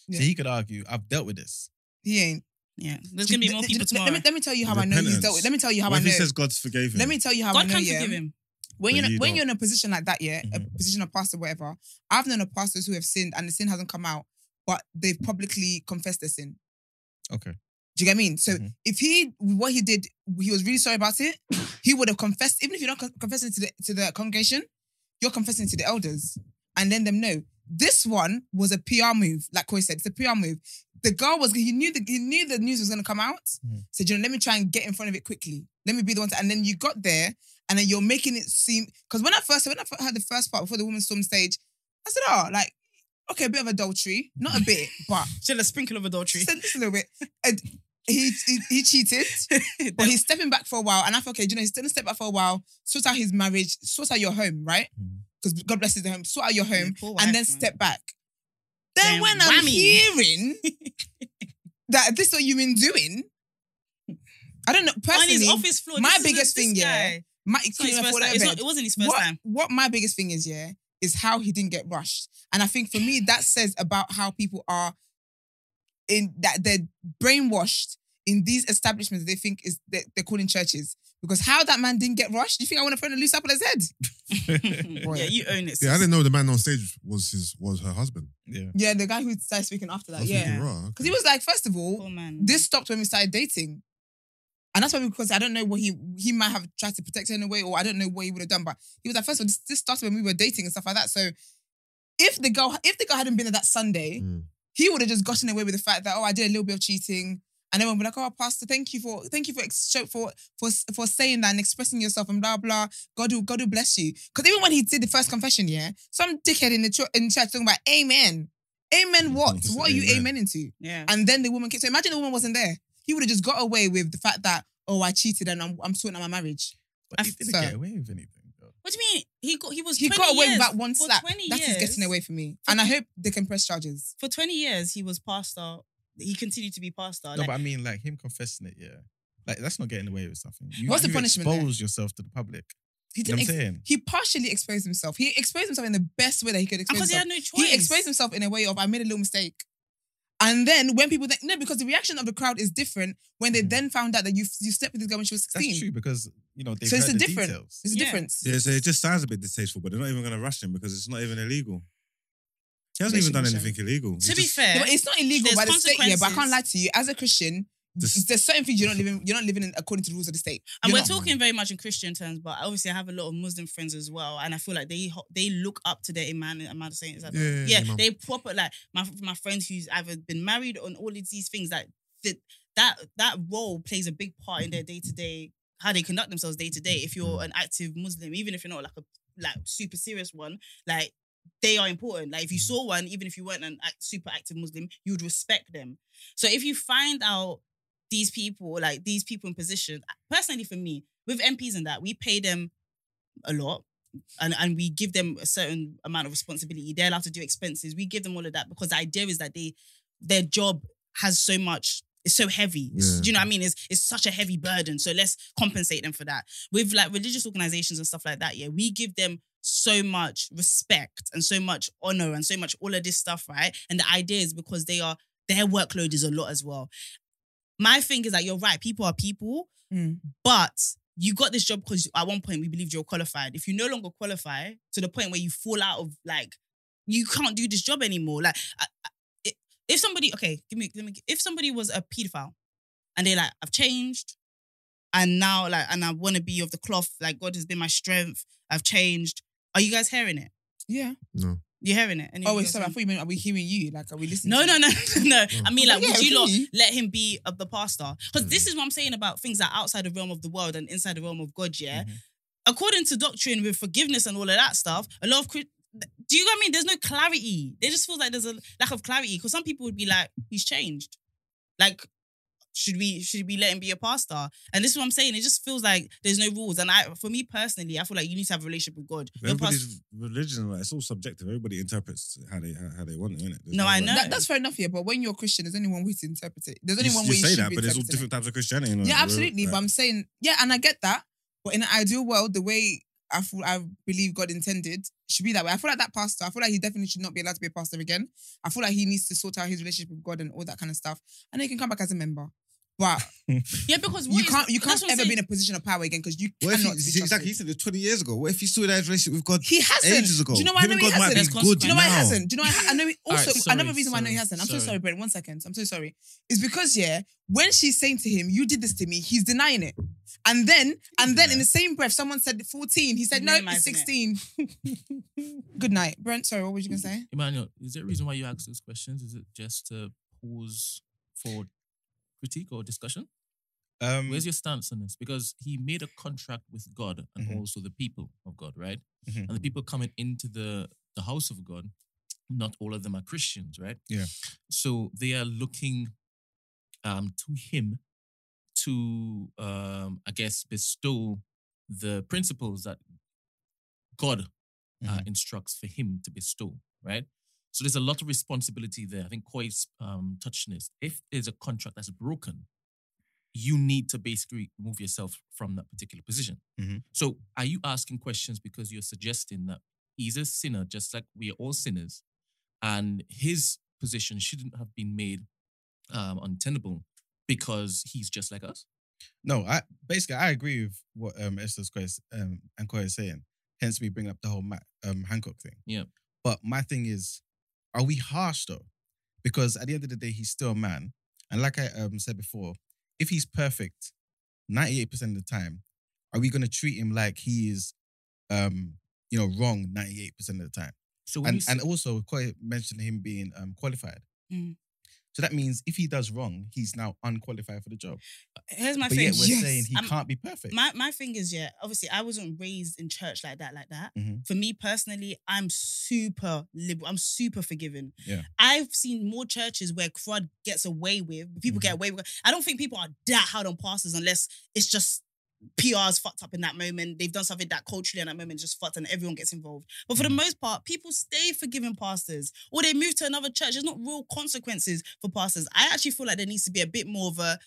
Speaker 3: Yeah.
Speaker 5: So he could argue, I've dealt with this.
Speaker 3: he ain't.
Speaker 1: yeah, there's gonna be more
Speaker 3: Let-
Speaker 1: people
Speaker 3: let- Let
Speaker 1: tomorrow.
Speaker 3: me, let me tell you how I know he's dealt with. Let me tell you how
Speaker 2: What
Speaker 3: I
Speaker 2: if
Speaker 3: know.
Speaker 2: he says God's forgave him?
Speaker 3: let me tell you how I
Speaker 1: God
Speaker 3: know.
Speaker 1: can
Speaker 3: yeah.
Speaker 1: forgive him.
Speaker 3: When
Speaker 2: But
Speaker 3: you're in a-
Speaker 2: you
Speaker 3: when
Speaker 2: don't. Mm-hmm.
Speaker 3: you're in a position like that, yeah, a position of pastor, whatever. I've known of pastors who have sinned and the sin hasn't come out, but they've publicly confessed their sin.
Speaker 5: Okay.
Speaker 3: Do you get what I mean?
Speaker 2: Mm-hmm.
Speaker 3: So
Speaker 5: Mhm.
Speaker 3: if he what he did, he was really sorry about it. He would have confessed, even if you're not con- confessing to the to the congregation, you're confessing to the elders and letting them know. This one was a PR move, like Corey said, it's a PR move. The girl was he knew the he knew the news was gonna come out.
Speaker 2: Mm-hmm.
Speaker 5: Mhm.
Speaker 3: So you know, let me try and get in front of it quickly. Let me be the one. To, and then you got there, and then you're making it seem because when I first when I f- heard the first part before the woman stormed stage, I said, oh, like okay, a bit of adultery, not a
Speaker 1: <laughs>
Speaker 3: bit, but
Speaker 1: Still a sprinkle of adultery.
Speaker 3: just a just a little bit. And he, he he cheated,
Speaker 1: <laughs>
Speaker 3: but he's stepping back for a while. And I thought, okay, do you know, he's gonna step back for a while, sort out his marriage, sort out your home, right?
Speaker 5: Mhm.
Speaker 3: Because God blesses the home, sort out your
Speaker 1: Yeah,
Speaker 3: home,
Speaker 1: Mm. <laughs> poor
Speaker 3: and
Speaker 1: wife,
Speaker 3: then
Speaker 1: man.
Speaker 3: step back. Then
Speaker 1: Then
Speaker 3: when I'm
Speaker 1: whammy. <laughs>
Speaker 3: hearing that this is what you've been doing, I don't know
Speaker 1: on his
Speaker 3: personally.
Speaker 1: office floor.
Speaker 3: my
Speaker 1: this is a-
Speaker 3: biggest
Speaker 1: this
Speaker 3: thing, yeah,
Speaker 1: guy.
Speaker 3: my,
Speaker 1: It's not his
Speaker 3: couldn't
Speaker 1: first
Speaker 3: afford
Speaker 1: time.
Speaker 3: that
Speaker 1: It's
Speaker 3: bed
Speaker 1: not- It wasn't his first
Speaker 3: what, <laughs>
Speaker 1: time. <laughs>
Speaker 3: What my biggest thing is, yeah, is how he didn't get rushed. And I think for me, that says about how people are in that they're brainwashed in these establishments they think is that they're calling churches. Because how that man didn't get rushed, you think I want to throw a loose apple at his head? Boy.
Speaker 1: yeah, you own it.
Speaker 4: Yeah, I
Speaker 1: sis.
Speaker 4: didn't know the man on stage was his was her husband.
Speaker 5: Yeah.
Speaker 3: Yeah, the guy who started speaking after
Speaker 4: I
Speaker 3: that.
Speaker 4: was
Speaker 3: Yeah.
Speaker 4: thinking, raw.
Speaker 3: Because he was like, first of all,
Speaker 1: Poor man.
Speaker 3: this stopped when we started dating. And that's why because I don't know what he he might have tried to protect her in a way, or I don't know what he would have done. But he was like, first of all, this, this started when we were dating and stuff like that. So if the girl if the girl hadn't been there that Sunday,
Speaker 4: Mm.
Speaker 3: he would have just gotten away with the fact that oh, I did a little bit of cheating, and everyone would be like, oh, Pastor, thank you for thank you for ex- show- for for for saying that and expressing yourself and blah blah. God will God will bless you. Because even when he did the first confession, yeah, some dickhead in the church in church talking about amen, amen. What
Speaker 4: Just
Speaker 3: what are you
Speaker 4: Mm, amen.
Speaker 3: amening to?
Speaker 1: Yeah.
Speaker 3: And then the woman came. So imagine the woman wasn't there. He would have just got away with the fact that, oh, I cheated and I'm, I'm sorting out my marriage.
Speaker 5: But he
Speaker 3: I've-
Speaker 5: didn't
Speaker 3: so-
Speaker 5: get away with anything. though.
Speaker 1: What do you mean? He got he was
Speaker 3: He
Speaker 1: 20
Speaker 3: got away
Speaker 1: years.
Speaker 3: with that one
Speaker 1: For
Speaker 3: slap.
Speaker 1: 20
Speaker 3: That is
Speaker 1: years.
Speaker 3: getting away from me. And I hope they can press charges.
Speaker 1: For 20 years he was pastor. He continued to be pastor.
Speaker 5: No,
Speaker 1: Like,
Speaker 5: but I mean, like him confessing it, yeah. Like that's not getting away with something. You,
Speaker 3: What's the
Speaker 5: you
Speaker 3: punishment there?
Speaker 5: Expose yourself to the public.
Speaker 3: He
Speaker 5: You know
Speaker 3: didn't.
Speaker 5: what I'm
Speaker 3: ex-
Speaker 5: saying?
Speaker 3: he partially exposed himself. He exposed himself in the best way that he could expose
Speaker 1: because he
Speaker 3: himself.
Speaker 1: had no choice.
Speaker 3: He exposed himself in a way of I made a little mistake. And then when people think no, because the reaction of the crowd is different when they
Speaker 1: Mm.
Speaker 5: Mhm.
Speaker 3: then found out that you you slept with this girl when she was
Speaker 5: That's
Speaker 3: sixteen.
Speaker 5: true because you know they've
Speaker 3: So it's
Speaker 5: heard
Speaker 3: a
Speaker 5: the
Speaker 3: different-
Speaker 5: details.
Speaker 3: There's a
Speaker 1: Yeah.
Speaker 3: difference.
Speaker 2: Yeah, so it just sounds a bit distasteful, but they're not even going to rush him because it's not even illegal. He hasn't
Speaker 3: They
Speaker 2: even done
Speaker 3: shouldn't rush
Speaker 2: anything illegal.
Speaker 1: To
Speaker 2: He
Speaker 1: be
Speaker 2: just-
Speaker 1: fair,
Speaker 3: Yeah, but it's not illegal
Speaker 1: Eh, There's
Speaker 3: by the state, yeah. But I can't
Speaker 1: consequences.
Speaker 3: lie to you. As a Christian,
Speaker 2: This-
Speaker 3: there's certain things you're not living. You're not living in according to the rules of the state.
Speaker 1: and
Speaker 3: You're
Speaker 1: we're
Speaker 3: not.
Speaker 1: talking very much in Christian terms, but obviously I have a lot of Muslim friends as well, and I feel like they ho- they look up to their imam and imam saints. Like,
Speaker 4: Yeah, yeah,
Speaker 1: yeah,
Speaker 4: imam.
Speaker 1: they proper like my my friends who's either been married on all of these things like that that that role plays a big part in their day to day how they conduct themselves day to day. If you're an active Muslim, even if you're not like a like super serious one, like they are important. Like if you saw one, even if you weren't an act, super active Muslim, you would respect them. So if you find out these people, like these people in position, personally for me, with MPs and that, we pay them a lot and, and we give them a certain amount of responsibility. They're allowed to do expenses. We give them all of that because the idea is that they their job has so much, it's so heavy. It's-
Speaker 4: Yeah.
Speaker 1: Do you know what I mean? It's it's such a heavy burden. So let's compensate them for that. With like religious organizations and stuff like that, yeah, we give them so much respect and so much honor and so much all of this stuff, right? And the idea is because they are their workload is a lot as well. My thing is that you're right, people are people,
Speaker 3: Mm.
Speaker 1: but you got this job because at one point we believed you're qualified. If you no longer qualify to the point where you fall out of like, you can't do this job anymore. Like, I, I, i- if somebody, okay, give me, let me, if somebody was a pedophile and they're like, I've changed and now like, and I want to be of the cloth, like God has been my strength, I've changed. Are you guys hearing it?
Speaker 3: Yeah.
Speaker 4: No.
Speaker 1: You're hearing it? Any of
Speaker 3: Oh
Speaker 1: you
Speaker 3: wait,
Speaker 1: guys
Speaker 3: sorry. I
Speaker 1: hearing it?
Speaker 3: thought you meant are we hearing you? Like, are we listening?
Speaker 1: No,
Speaker 3: to
Speaker 1: no,
Speaker 3: you?
Speaker 1: no, no. <laughs> I mean,
Speaker 3: Oh,
Speaker 1: like,
Speaker 3: yeah,
Speaker 1: would you lot
Speaker 3: really?
Speaker 1: let him be of the pastor? Because
Speaker 4: Mm.
Speaker 3: Mm-hmm.
Speaker 1: this is what I'm saying about things that are outside the realm of the world
Speaker 3: Mm-hmm.
Speaker 1: and inside the realm of God. Yeah,
Speaker 5: Mhm.
Speaker 1: according to doctrine with forgiveness and all of that stuff, a lot of Chri- do you know what I mean? There's no clarity. They just feel like there's a lack of clarity because some people would be like, he's changed. Like, should we should we let him be a pastor? And this is what I'm saying. It just feels like there's no rules. And I, for me personally, I feel like you need to have a relationship with God. Your past-
Speaker 2: Everybody's religion, like, it's all subjective. Everybody interprets how they how, how they want it, innit? There's
Speaker 1: No, I
Speaker 2: like-
Speaker 1: know.
Speaker 3: That, that's fair enough, yeah. But when you're a Christian, there's only one way to interpret it. There's only
Speaker 2: you,
Speaker 3: one
Speaker 2: you
Speaker 3: way
Speaker 2: say
Speaker 3: you should
Speaker 2: that,
Speaker 3: be
Speaker 2: but there's all
Speaker 3: interpreting it.
Speaker 2: different types of Christianity. innit?
Speaker 3: Yeah,
Speaker 2: We're-
Speaker 3: absolutely.
Speaker 2: like,
Speaker 3: But I'm saying, yeah, and I get that. But in an ideal world, the way I feel, I believe God intended should be that way. I feel like that pastor. I feel like he definitely should not be allowed to be a pastor again. I feel like he needs to sort out his relationship with God and all that kind of stuff. And then he can come back as a member. But
Speaker 1: yeah, because what
Speaker 3: you
Speaker 1: is-
Speaker 3: can't, you
Speaker 1: that's
Speaker 3: can't
Speaker 1: what I'm
Speaker 3: ever be
Speaker 1: saying.
Speaker 3: in a position of power again because you
Speaker 2: What if
Speaker 3: cannot.
Speaker 2: he,
Speaker 3: be
Speaker 2: see, exactly? He
Speaker 3: trusted.
Speaker 2: said it 20 years ago. What if he saw that relationship with God
Speaker 3: He hasn't.
Speaker 2: ages ago?
Speaker 3: Do you know why I
Speaker 2: Him
Speaker 3: know
Speaker 2: and
Speaker 3: he
Speaker 2: God might
Speaker 1: hasn't?
Speaker 2: be
Speaker 1: There's
Speaker 2: good
Speaker 3: Do you know why he
Speaker 2: now.
Speaker 3: hasn't? Do you know why? I know. he-
Speaker 6: All right,
Speaker 3: Also, another
Speaker 6: sorry,
Speaker 3: reason why I know he
Speaker 6: sorry,
Speaker 3: hasn't. I'm so
Speaker 6: sorry.
Speaker 3: sorry, Brent. One second. I'm so sorry. Is because yeah, when she's saying to him, "You did this to me," he's denying it, and then and then in the same breath, someone said 14. He said, "No, it's
Speaker 1: Minimizing it.
Speaker 3: 16." <laughs> Good night, Brent. Sorry, what were you gonna say?
Speaker 6: Emmanuel, is there a reason why you
Speaker 5: Mm.
Speaker 6: ask those questions? Is it just to pause for critique or discussion?
Speaker 5: Um,
Speaker 6: Where's your stance on this? Because he made a contract with God and
Speaker 5: Mhm.
Speaker 6: also the people of God, right?
Speaker 5: Mhm.
Speaker 6: And the people coming into the, the house of God, not all of them are Christians, right?
Speaker 5: Yeah.
Speaker 6: So they are looking um, to him to, um, I guess, bestow the principles that God uh,
Speaker 5: Mhm.
Speaker 6: instructs for him to bestow, right? So there's a lot of responsibility there. I think Koi's um, touched on this. If there's a contract that's broken, you need to basically remove yourself from that particular position.
Speaker 5: Mhm.
Speaker 6: So are you asking questions because you're suggesting that he's a sinner, just like we are all sinners, and his position shouldn't have been made um, untenable because he's just like us?
Speaker 5: No, I basically I agree with what um Esther's quest um and Koya is saying. Hence me bring up the whole Ma- um Hancock thing.
Speaker 6: Yeah.
Speaker 5: But my thing is, are we harsh though? Because at the end of the day, he's still a man. And like I um said before, if he's perfect 98% of the time, are we gonna treat him like he is um, you know, wrong 98% of the time?
Speaker 6: So when you
Speaker 5: and
Speaker 6: say-
Speaker 5: and also Koya mentioned him being um qualified.
Speaker 1: Mm.
Speaker 5: So that means if he does wrong, he's now unqualified for the job.
Speaker 1: Here's my
Speaker 5: but
Speaker 1: thing.
Speaker 5: yet we're
Speaker 3: Yes.
Speaker 5: saying he
Speaker 1: I'm-
Speaker 5: can't be perfect.
Speaker 1: My my thing is, yeah, obviously I wasn't raised in church like that, like that.
Speaker 5: Mhm.
Speaker 1: For me personally, I'm super liberal. I'm super forgiving.
Speaker 5: Yeah.
Speaker 1: I've seen more churches where crud gets away with, people
Speaker 5: Mm-hmm.
Speaker 1: get away with. I don't think people are that hard on pastors unless it's just PR's fucked up in that moment. They've done something that culturally in that moment is just fucked and everyone gets involved. But
Speaker 5: Mm-hmm.
Speaker 1: for the most part, people stay forgiving pastors or they move to another church. There's not real consequences for pastors. I actually feel like there needs to be a bit more of a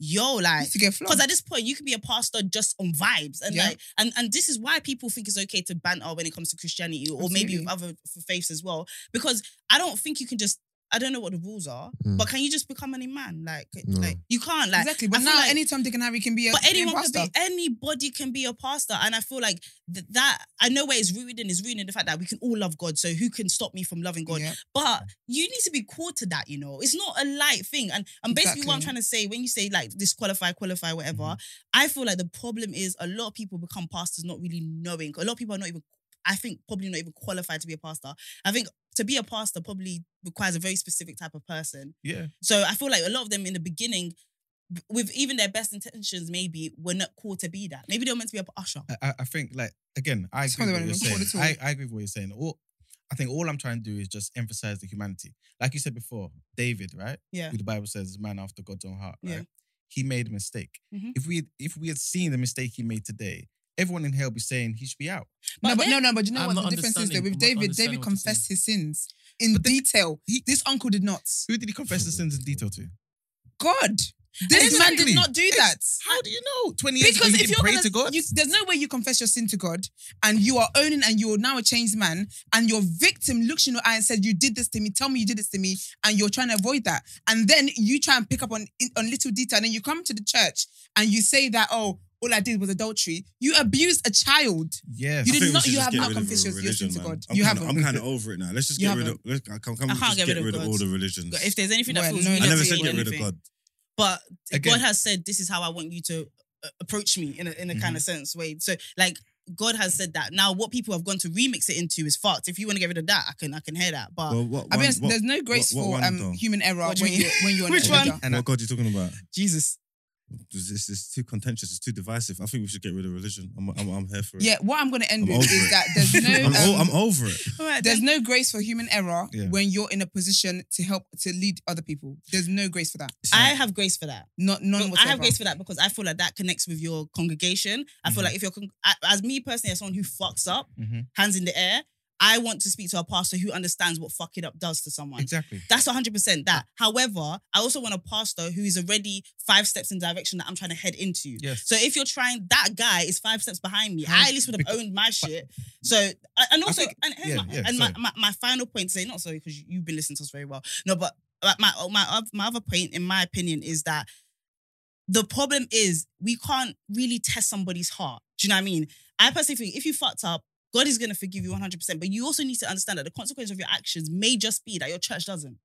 Speaker 1: yo,
Speaker 3: You
Speaker 1: like
Speaker 3: need to get flogged.
Speaker 1: because at this point, you could be a pastor just on vibes, and
Speaker 3: Yeah.
Speaker 1: like, and and this is why people think it's okay to banter when it comes to Christianity, or maybe
Speaker 3: Absolutely.
Speaker 1: with other f- faiths as well. Because I don't think you can just. I don't know what the rules are,
Speaker 4: Mm.
Speaker 1: but can you just become any man? Like,
Speaker 4: No.
Speaker 1: like you can't. Like,
Speaker 3: Hmm. exactly. But
Speaker 1: I feel
Speaker 3: now,
Speaker 1: like-
Speaker 3: anytime Dick and Harry can be a
Speaker 1: but anyone
Speaker 3: can
Speaker 1: could be anybody can be a pastor, and I feel like th- that. I know where it's rooted in is rooted in the fact that we can all love God. So who can stop me from loving God?
Speaker 3: Yeah.
Speaker 1: But you need to be called to that, you know. It's not a light thing. And and basically what I'm
Speaker 3: Exactly. Mm-hmm.
Speaker 1: trying to say when you say like disqualify, qualify, whatever, I feel like the problem is a lot of people become pastors not really knowing. A lot of people are not even I think probably not even qualified to be a pastor. I think to be a pastor probably requires a very specific type of person.
Speaker 5: Yeah.
Speaker 1: So I feel like a lot of them in the beginning, b- with even their best intentions, maybe were not called to be that. Maybe they were meant to be a usher.
Speaker 5: I- I, I think like again, I agree
Speaker 3: Sorry,
Speaker 5: with what
Speaker 3: I
Speaker 5: you're
Speaker 3: didn't record
Speaker 5: saying. I,
Speaker 3: at
Speaker 5: I agree with what you're saying. All I think all I'm trying to do is just emphasize the humanity. Like you said before, David, right?
Speaker 1: Yeah.
Speaker 5: Who the Bible says is a man after God's own heart, right?
Speaker 1: Yeah.
Speaker 5: He made a mistake.
Speaker 1: Mhm.
Speaker 5: If we had- if we had seen the mistake he made today, everyone in hell would be saying he should be out.
Speaker 1: But
Speaker 3: no, but
Speaker 1: then-
Speaker 3: no, no. But you know
Speaker 6: I'm
Speaker 3: what
Speaker 6: not
Speaker 3: the difference is
Speaker 6: understanding-
Speaker 3: though. With
Speaker 6: I'm not
Speaker 3: David,
Speaker 6: understanding
Speaker 3: David
Speaker 6: what you're
Speaker 3: confessed his sins in detail. this uncle did not.
Speaker 5: Who did he confess the sins in detail to?
Speaker 3: God, this man
Speaker 5: Exactly.
Speaker 3: did not do that.
Speaker 5: How do you know? Twenty years
Speaker 3: Because
Speaker 5: ago, you
Speaker 3: if
Speaker 5: didn't
Speaker 3: you're
Speaker 5: pray
Speaker 3: gonna,
Speaker 5: to God.
Speaker 3: you- there's no way you confess your sin to God and you are owning and you're now a changed man and your victim looks in your eye and says, "You did this to me. Tell me you did this to me," and you're trying to avoid that. And then you try and pick up on on little detail, and then you come to the church and you say that, "Oh, all I did was adultery." You abused a child.
Speaker 5: yes.
Speaker 3: you did
Speaker 2: I think we
Speaker 3: not-
Speaker 2: should
Speaker 3: you
Speaker 2: just
Speaker 3: have
Speaker 2: get
Speaker 3: not
Speaker 2: rid of
Speaker 3: confessed your- your
Speaker 2: religion,
Speaker 3: sin to
Speaker 2: man.
Speaker 3: God.
Speaker 2: I'm
Speaker 3: You
Speaker 2: kinda-
Speaker 3: haven't.
Speaker 2: I'm kind of over it now. Let's just
Speaker 3: You
Speaker 2: get rid of.
Speaker 3: haven't.
Speaker 2: Let's, can, can
Speaker 1: I
Speaker 2: we
Speaker 1: can't
Speaker 2: just
Speaker 1: get
Speaker 2: get,
Speaker 1: rid of
Speaker 2: rid of
Speaker 1: God.
Speaker 2: all the religions?
Speaker 1: If there's anything that
Speaker 3: Well,
Speaker 1: feels
Speaker 3: no,
Speaker 1: weird,
Speaker 2: I never
Speaker 3: there's
Speaker 2: said
Speaker 3: really
Speaker 2: get rid of
Speaker 1: anything.
Speaker 2: God.
Speaker 1: But
Speaker 5: Again.
Speaker 1: God has said, "This is how I want you to uh, approach me in a, in a
Speaker 3: Mm-hmm.
Speaker 1: kind of sense way." So, like God has said that. Now, what people have gone to remix it into is fucked. If you want to get rid of that, I can I can hear that. But
Speaker 2: Well, what,
Speaker 3: I
Speaker 2: one-
Speaker 3: mean,
Speaker 2: what-
Speaker 3: there's no grace
Speaker 2: what- what
Speaker 3: for
Speaker 2: one
Speaker 3: um,
Speaker 2: though?
Speaker 3: human error
Speaker 1: What do you
Speaker 3: when
Speaker 1: mean?
Speaker 3: you're when you're on
Speaker 1: Which
Speaker 3: an
Speaker 1: one?
Speaker 3: order.
Speaker 2: what God are you talking about?
Speaker 1: Jesus,
Speaker 2: This this is too contentious. It's too divisive. I think we should get rid of religion. I'm, I'm, I'm here for it.
Speaker 3: Yeah, what I'm going to end
Speaker 2: I'm
Speaker 3: with
Speaker 2: over
Speaker 3: is
Speaker 2: it.
Speaker 3: that
Speaker 2: <laughs>
Speaker 3: there's no
Speaker 2: I'm, o-
Speaker 3: um,
Speaker 2: I'm over
Speaker 3: <laughs>
Speaker 2: it.
Speaker 3: there's no grace for human error
Speaker 2: Yeah.
Speaker 3: when you're in a position to help to lead other people. There's no grace for that.
Speaker 2: It's
Speaker 1: I
Speaker 2: like-
Speaker 1: have grace for that.
Speaker 3: Not none
Speaker 1: Look, I
Speaker 3: whatsoever.
Speaker 1: have grace for that because I feel like that connects with your congregation. I feel
Speaker 3: Mm-hmm.
Speaker 5: Mhm.
Speaker 1: like if you're, con- I- as me personally, as someone who fucks up,
Speaker 5: Mhm.
Speaker 1: hands in the air, I want to speak to a pastor who understands what fucking up does to someone.
Speaker 5: Exactly.
Speaker 1: That's 100% that. However, I also want a pastor who is already five steps in direction that I'm trying to head into.
Speaker 5: Yes.
Speaker 1: So if you're trying, that guy is five steps behind me. I at least would have owned my shit. So and- and also,
Speaker 5: think-
Speaker 1: and, here's
Speaker 5: yeah,
Speaker 1: my,
Speaker 5: yeah,
Speaker 1: and my,
Speaker 5: sorry.
Speaker 1: my, my final point today, not sorry because you've been listening to us very well. No, but uh, my my oth- my other point, in my opinion, is that the problem is we can't really test somebody's heart. Do you know what I mean? I personally think if you fucked up, God is gonna forgive you 100. percent But you also need to understand that the consequence of your actions may just be that your church doesn't.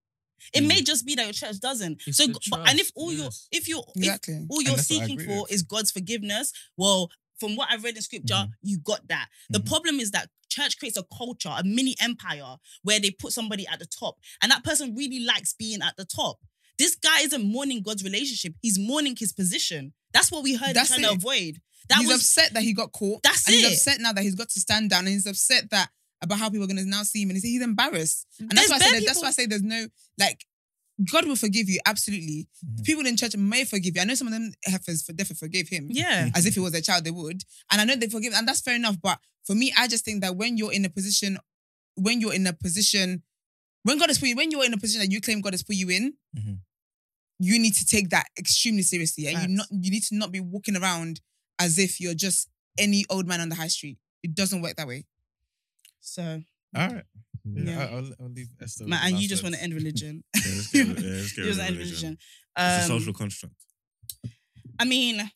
Speaker 1: It may just be that your church doesn't.
Speaker 6: Mm. It's
Speaker 1: so,
Speaker 6: the
Speaker 1: but, and if
Speaker 6: trust,
Speaker 1: all your
Speaker 6: yes.
Speaker 1: if you if
Speaker 3: Exactly.
Speaker 1: all you're
Speaker 5: that's what I
Speaker 1: seeking
Speaker 5: agree
Speaker 1: for
Speaker 5: with.
Speaker 1: is God's forgiveness. Well, from what I've read in scripture, you got that. The
Speaker 5: Mhm.
Speaker 1: problem is that church creates a culture, a mini empire, where they put somebody at the top, and that person really likes being at the top. This guy isn't mourning God's relationship; he's mourning his position. That's what we heard
Speaker 3: That's
Speaker 1: trying to
Speaker 3: it.
Speaker 1: avoid. That
Speaker 3: he's
Speaker 1: was
Speaker 3: upset that he got caught.
Speaker 1: That's
Speaker 3: and
Speaker 1: it.
Speaker 3: He's upset now that he's got to stand down, and he's upset that about how people are going to now see him, and he's, he's embarrassed. And
Speaker 1: There's
Speaker 3: that's why I
Speaker 1: bare
Speaker 3: said, that's why I
Speaker 1: people-
Speaker 3: say there's no like. God will forgive you, absolutely.
Speaker 2: Mm-hmm.
Speaker 5: Mhm.
Speaker 3: People in church may forgive you. I know some of them have definitely forgive him.
Speaker 1: yeah.
Speaker 3: as if it was their child, they would. And I know they forgive, and that's fair enough. But for me, I just think that when you're in a position, when you're in a position, when God has put you, when you're in a position that you claim God has put you in,
Speaker 5: Mhm.
Speaker 3: you need to take that extremely seriously, and
Speaker 1: Facts.
Speaker 3: you not you need to not be walking around as if you're just any old man on the high street. It doesn't work that way.
Speaker 1: So,
Speaker 5: All right. Yeah.
Speaker 1: Yeah.
Speaker 5: I- I'll, I'll leave Esther. with
Speaker 1: man,
Speaker 5: the
Speaker 1: and you
Speaker 5: last
Speaker 1: just want to
Speaker 5: words.
Speaker 1: end religion.
Speaker 2: Yeah, let's get rid, yeah, let's
Speaker 3: <laughs>
Speaker 1: <laughs>
Speaker 2: get
Speaker 1: you
Speaker 2: rid
Speaker 1: want
Speaker 2: of
Speaker 1: to
Speaker 2: religion.
Speaker 1: end religion.
Speaker 2: It's a
Speaker 1: Um,
Speaker 2: social construct.
Speaker 1: I mean,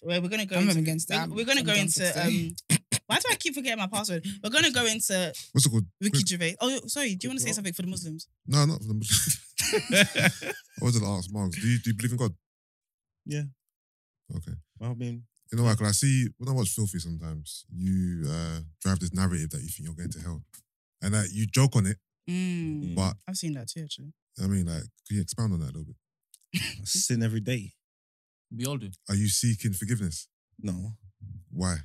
Speaker 1: well, we're gonna go.
Speaker 3: I'm
Speaker 1: Into,
Speaker 3: against
Speaker 1: we're,
Speaker 3: that.
Speaker 1: we're gonna
Speaker 3: I'm
Speaker 1: go
Speaker 3: done
Speaker 1: into.
Speaker 3: for today.
Speaker 1: Um, why do I keep forgetting my password? We're gonna go into
Speaker 4: What's it called?
Speaker 1: Ricky
Speaker 4: Quick-
Speaker 1: Gervais. Oh, sorry. Do you want to say
Speaker 4: what?
Speaker 1: something for the Muslims?
Speaker 4: No, not for them. I was gonna ask Marks, do you do you believe in God?
Speaker 2: Yeah.
Speaker 4: Okay.
Speaker 2: Well, I mean,
Speaker 4: You know why? Because I see when I watch Filthy sometimes, you uh, drive this narrative that you think you're going to hell, and that you joke on it.
Speaker 1: Mm,
Speaker 2: Mm.
Speaker 4: But
Speaker 1: I've seen that too, actually.
Speaker 4: I mean, like, can you expound on that a little bit?
Speaker 2: I sin every day.
Speaker 6: We all do.
Speaker 4: Are you seeking forgiveness?
Speaker 2: No.
Speaker 4: Why?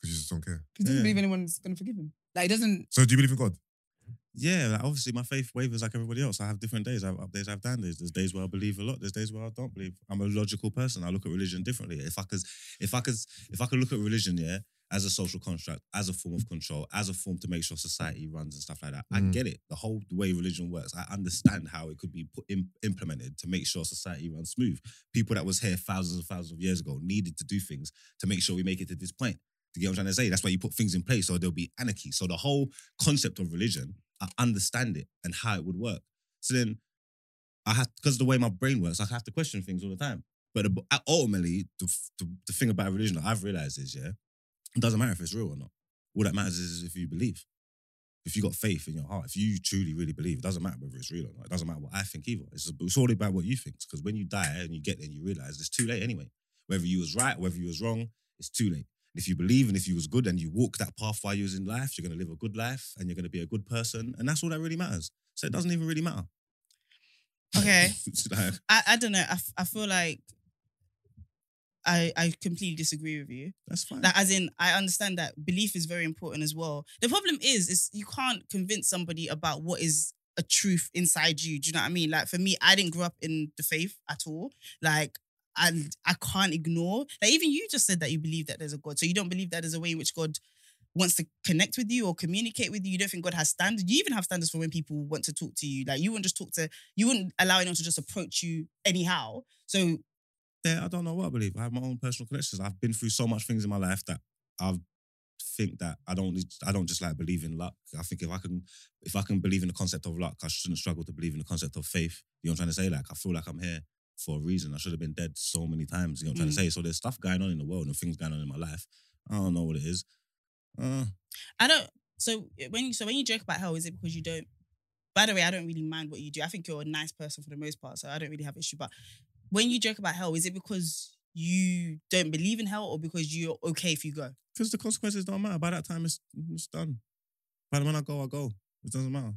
Speaker 4: Because you just don't care.
Speaker 3: He doesn't
Speaker 2: Yeah.
Speaker 3: believe anyone's gonna forgive him. Like it doesn't.
Speaker 4: So do you believe in God?
Speaker 2: Yeah, like obviously my faith wavers like everybody else. I have different days. I have up days, I have down days. There's days where I believe a lot. There's days where I don't believe. I'm a logical person. I look at religion differently. If I could, if I could, if I could look at religion, yeah, as a social construct, as a form of control, as a form to make sure society runs and stuff like that. I
Speaker 4: Mm.
Speaker 2: get it. The whole way religion works, I understand how it could be put in, implemented to make sure society runs smooth. People that was here thousands and thousands of years ago needed to do things to make sure we make it to this point. Do you get what I'm trying to say? That's why you put things in place, or there'll be anarchy. So the whole concept of religion, I understand it and how it would work. So then I have because the way my brain works, I have to question things all the time. But the- ultimately, the, the, the thing about religion that I've realized is, yeah, it doesn't matter if it's real or not. All that matters is if you believe. If you got faith in your heart, if you truly, really believe, it doesn't matter whether it's real or not. It doesn't matter what I think either. It's, it's all about what you think. Because when you die and you get there, you realize it's too late anyway. Whether you was right, whether you was wrong, it's too late. And if you believe and if you was good and you walk that path while you was in life, you're gonna live a good life and you're gonna be a good person, and that's all that really matters. So it doesn't even really matter.
Speaker 1: Okay.
Speaker 2: <laughs> It's like-
Speaker 1: I, I don't know. I, f- I feel like I I completely disagree with you.
Speaker 2: that's fine.
Speaker 1: That as in, I understand that belief is very important as well. The problem is, is you can't convince somebody about what is a truth inside you. Do you know what I mean? Like for me, I didn't grow up in the faith at all. Like I I can't ignore. Like even you just said that you believe that there's a God, so you don't believe that there's a way in which God wants to connect with you or communicate with you. You don't think God has standards. You even have standards for when people want to talk to you. Like you wouldn't just talk to. You wouldn't allow anyone to just approach you anyhow. So
Speaker 2: yeah, I don't know what I believe. I have my own personal connections. I've been through so much things in my life that I've think that I don't need, I don't just like believe in luck. I think if I can if I can believe in the concept of luck, I shouldn't struggle to believe in the concept of faith. You know what I'm trying to say? Like I feel like I'm here for a reason. I should have been dead so many times. You know what
Speaker 1: Mm.
Speaker 2: I'm trying to say? So there's stuff going on in the world and things going on in my life. I don't know what it is. Uh,
Speaker 1: I don't. So eh, when you so when you joke about hell, is it because you don't? By the way, I don't really mind what you do. I think you're a nice person for the most part, so I don't really have issue. But when you joke about hell, is it because you don't believe in hell, or because you're okay if you go?
Speaker 2: Because the consequences don't matter. By that time, it's, it's done. By the when I go, I go. It doesn't matter.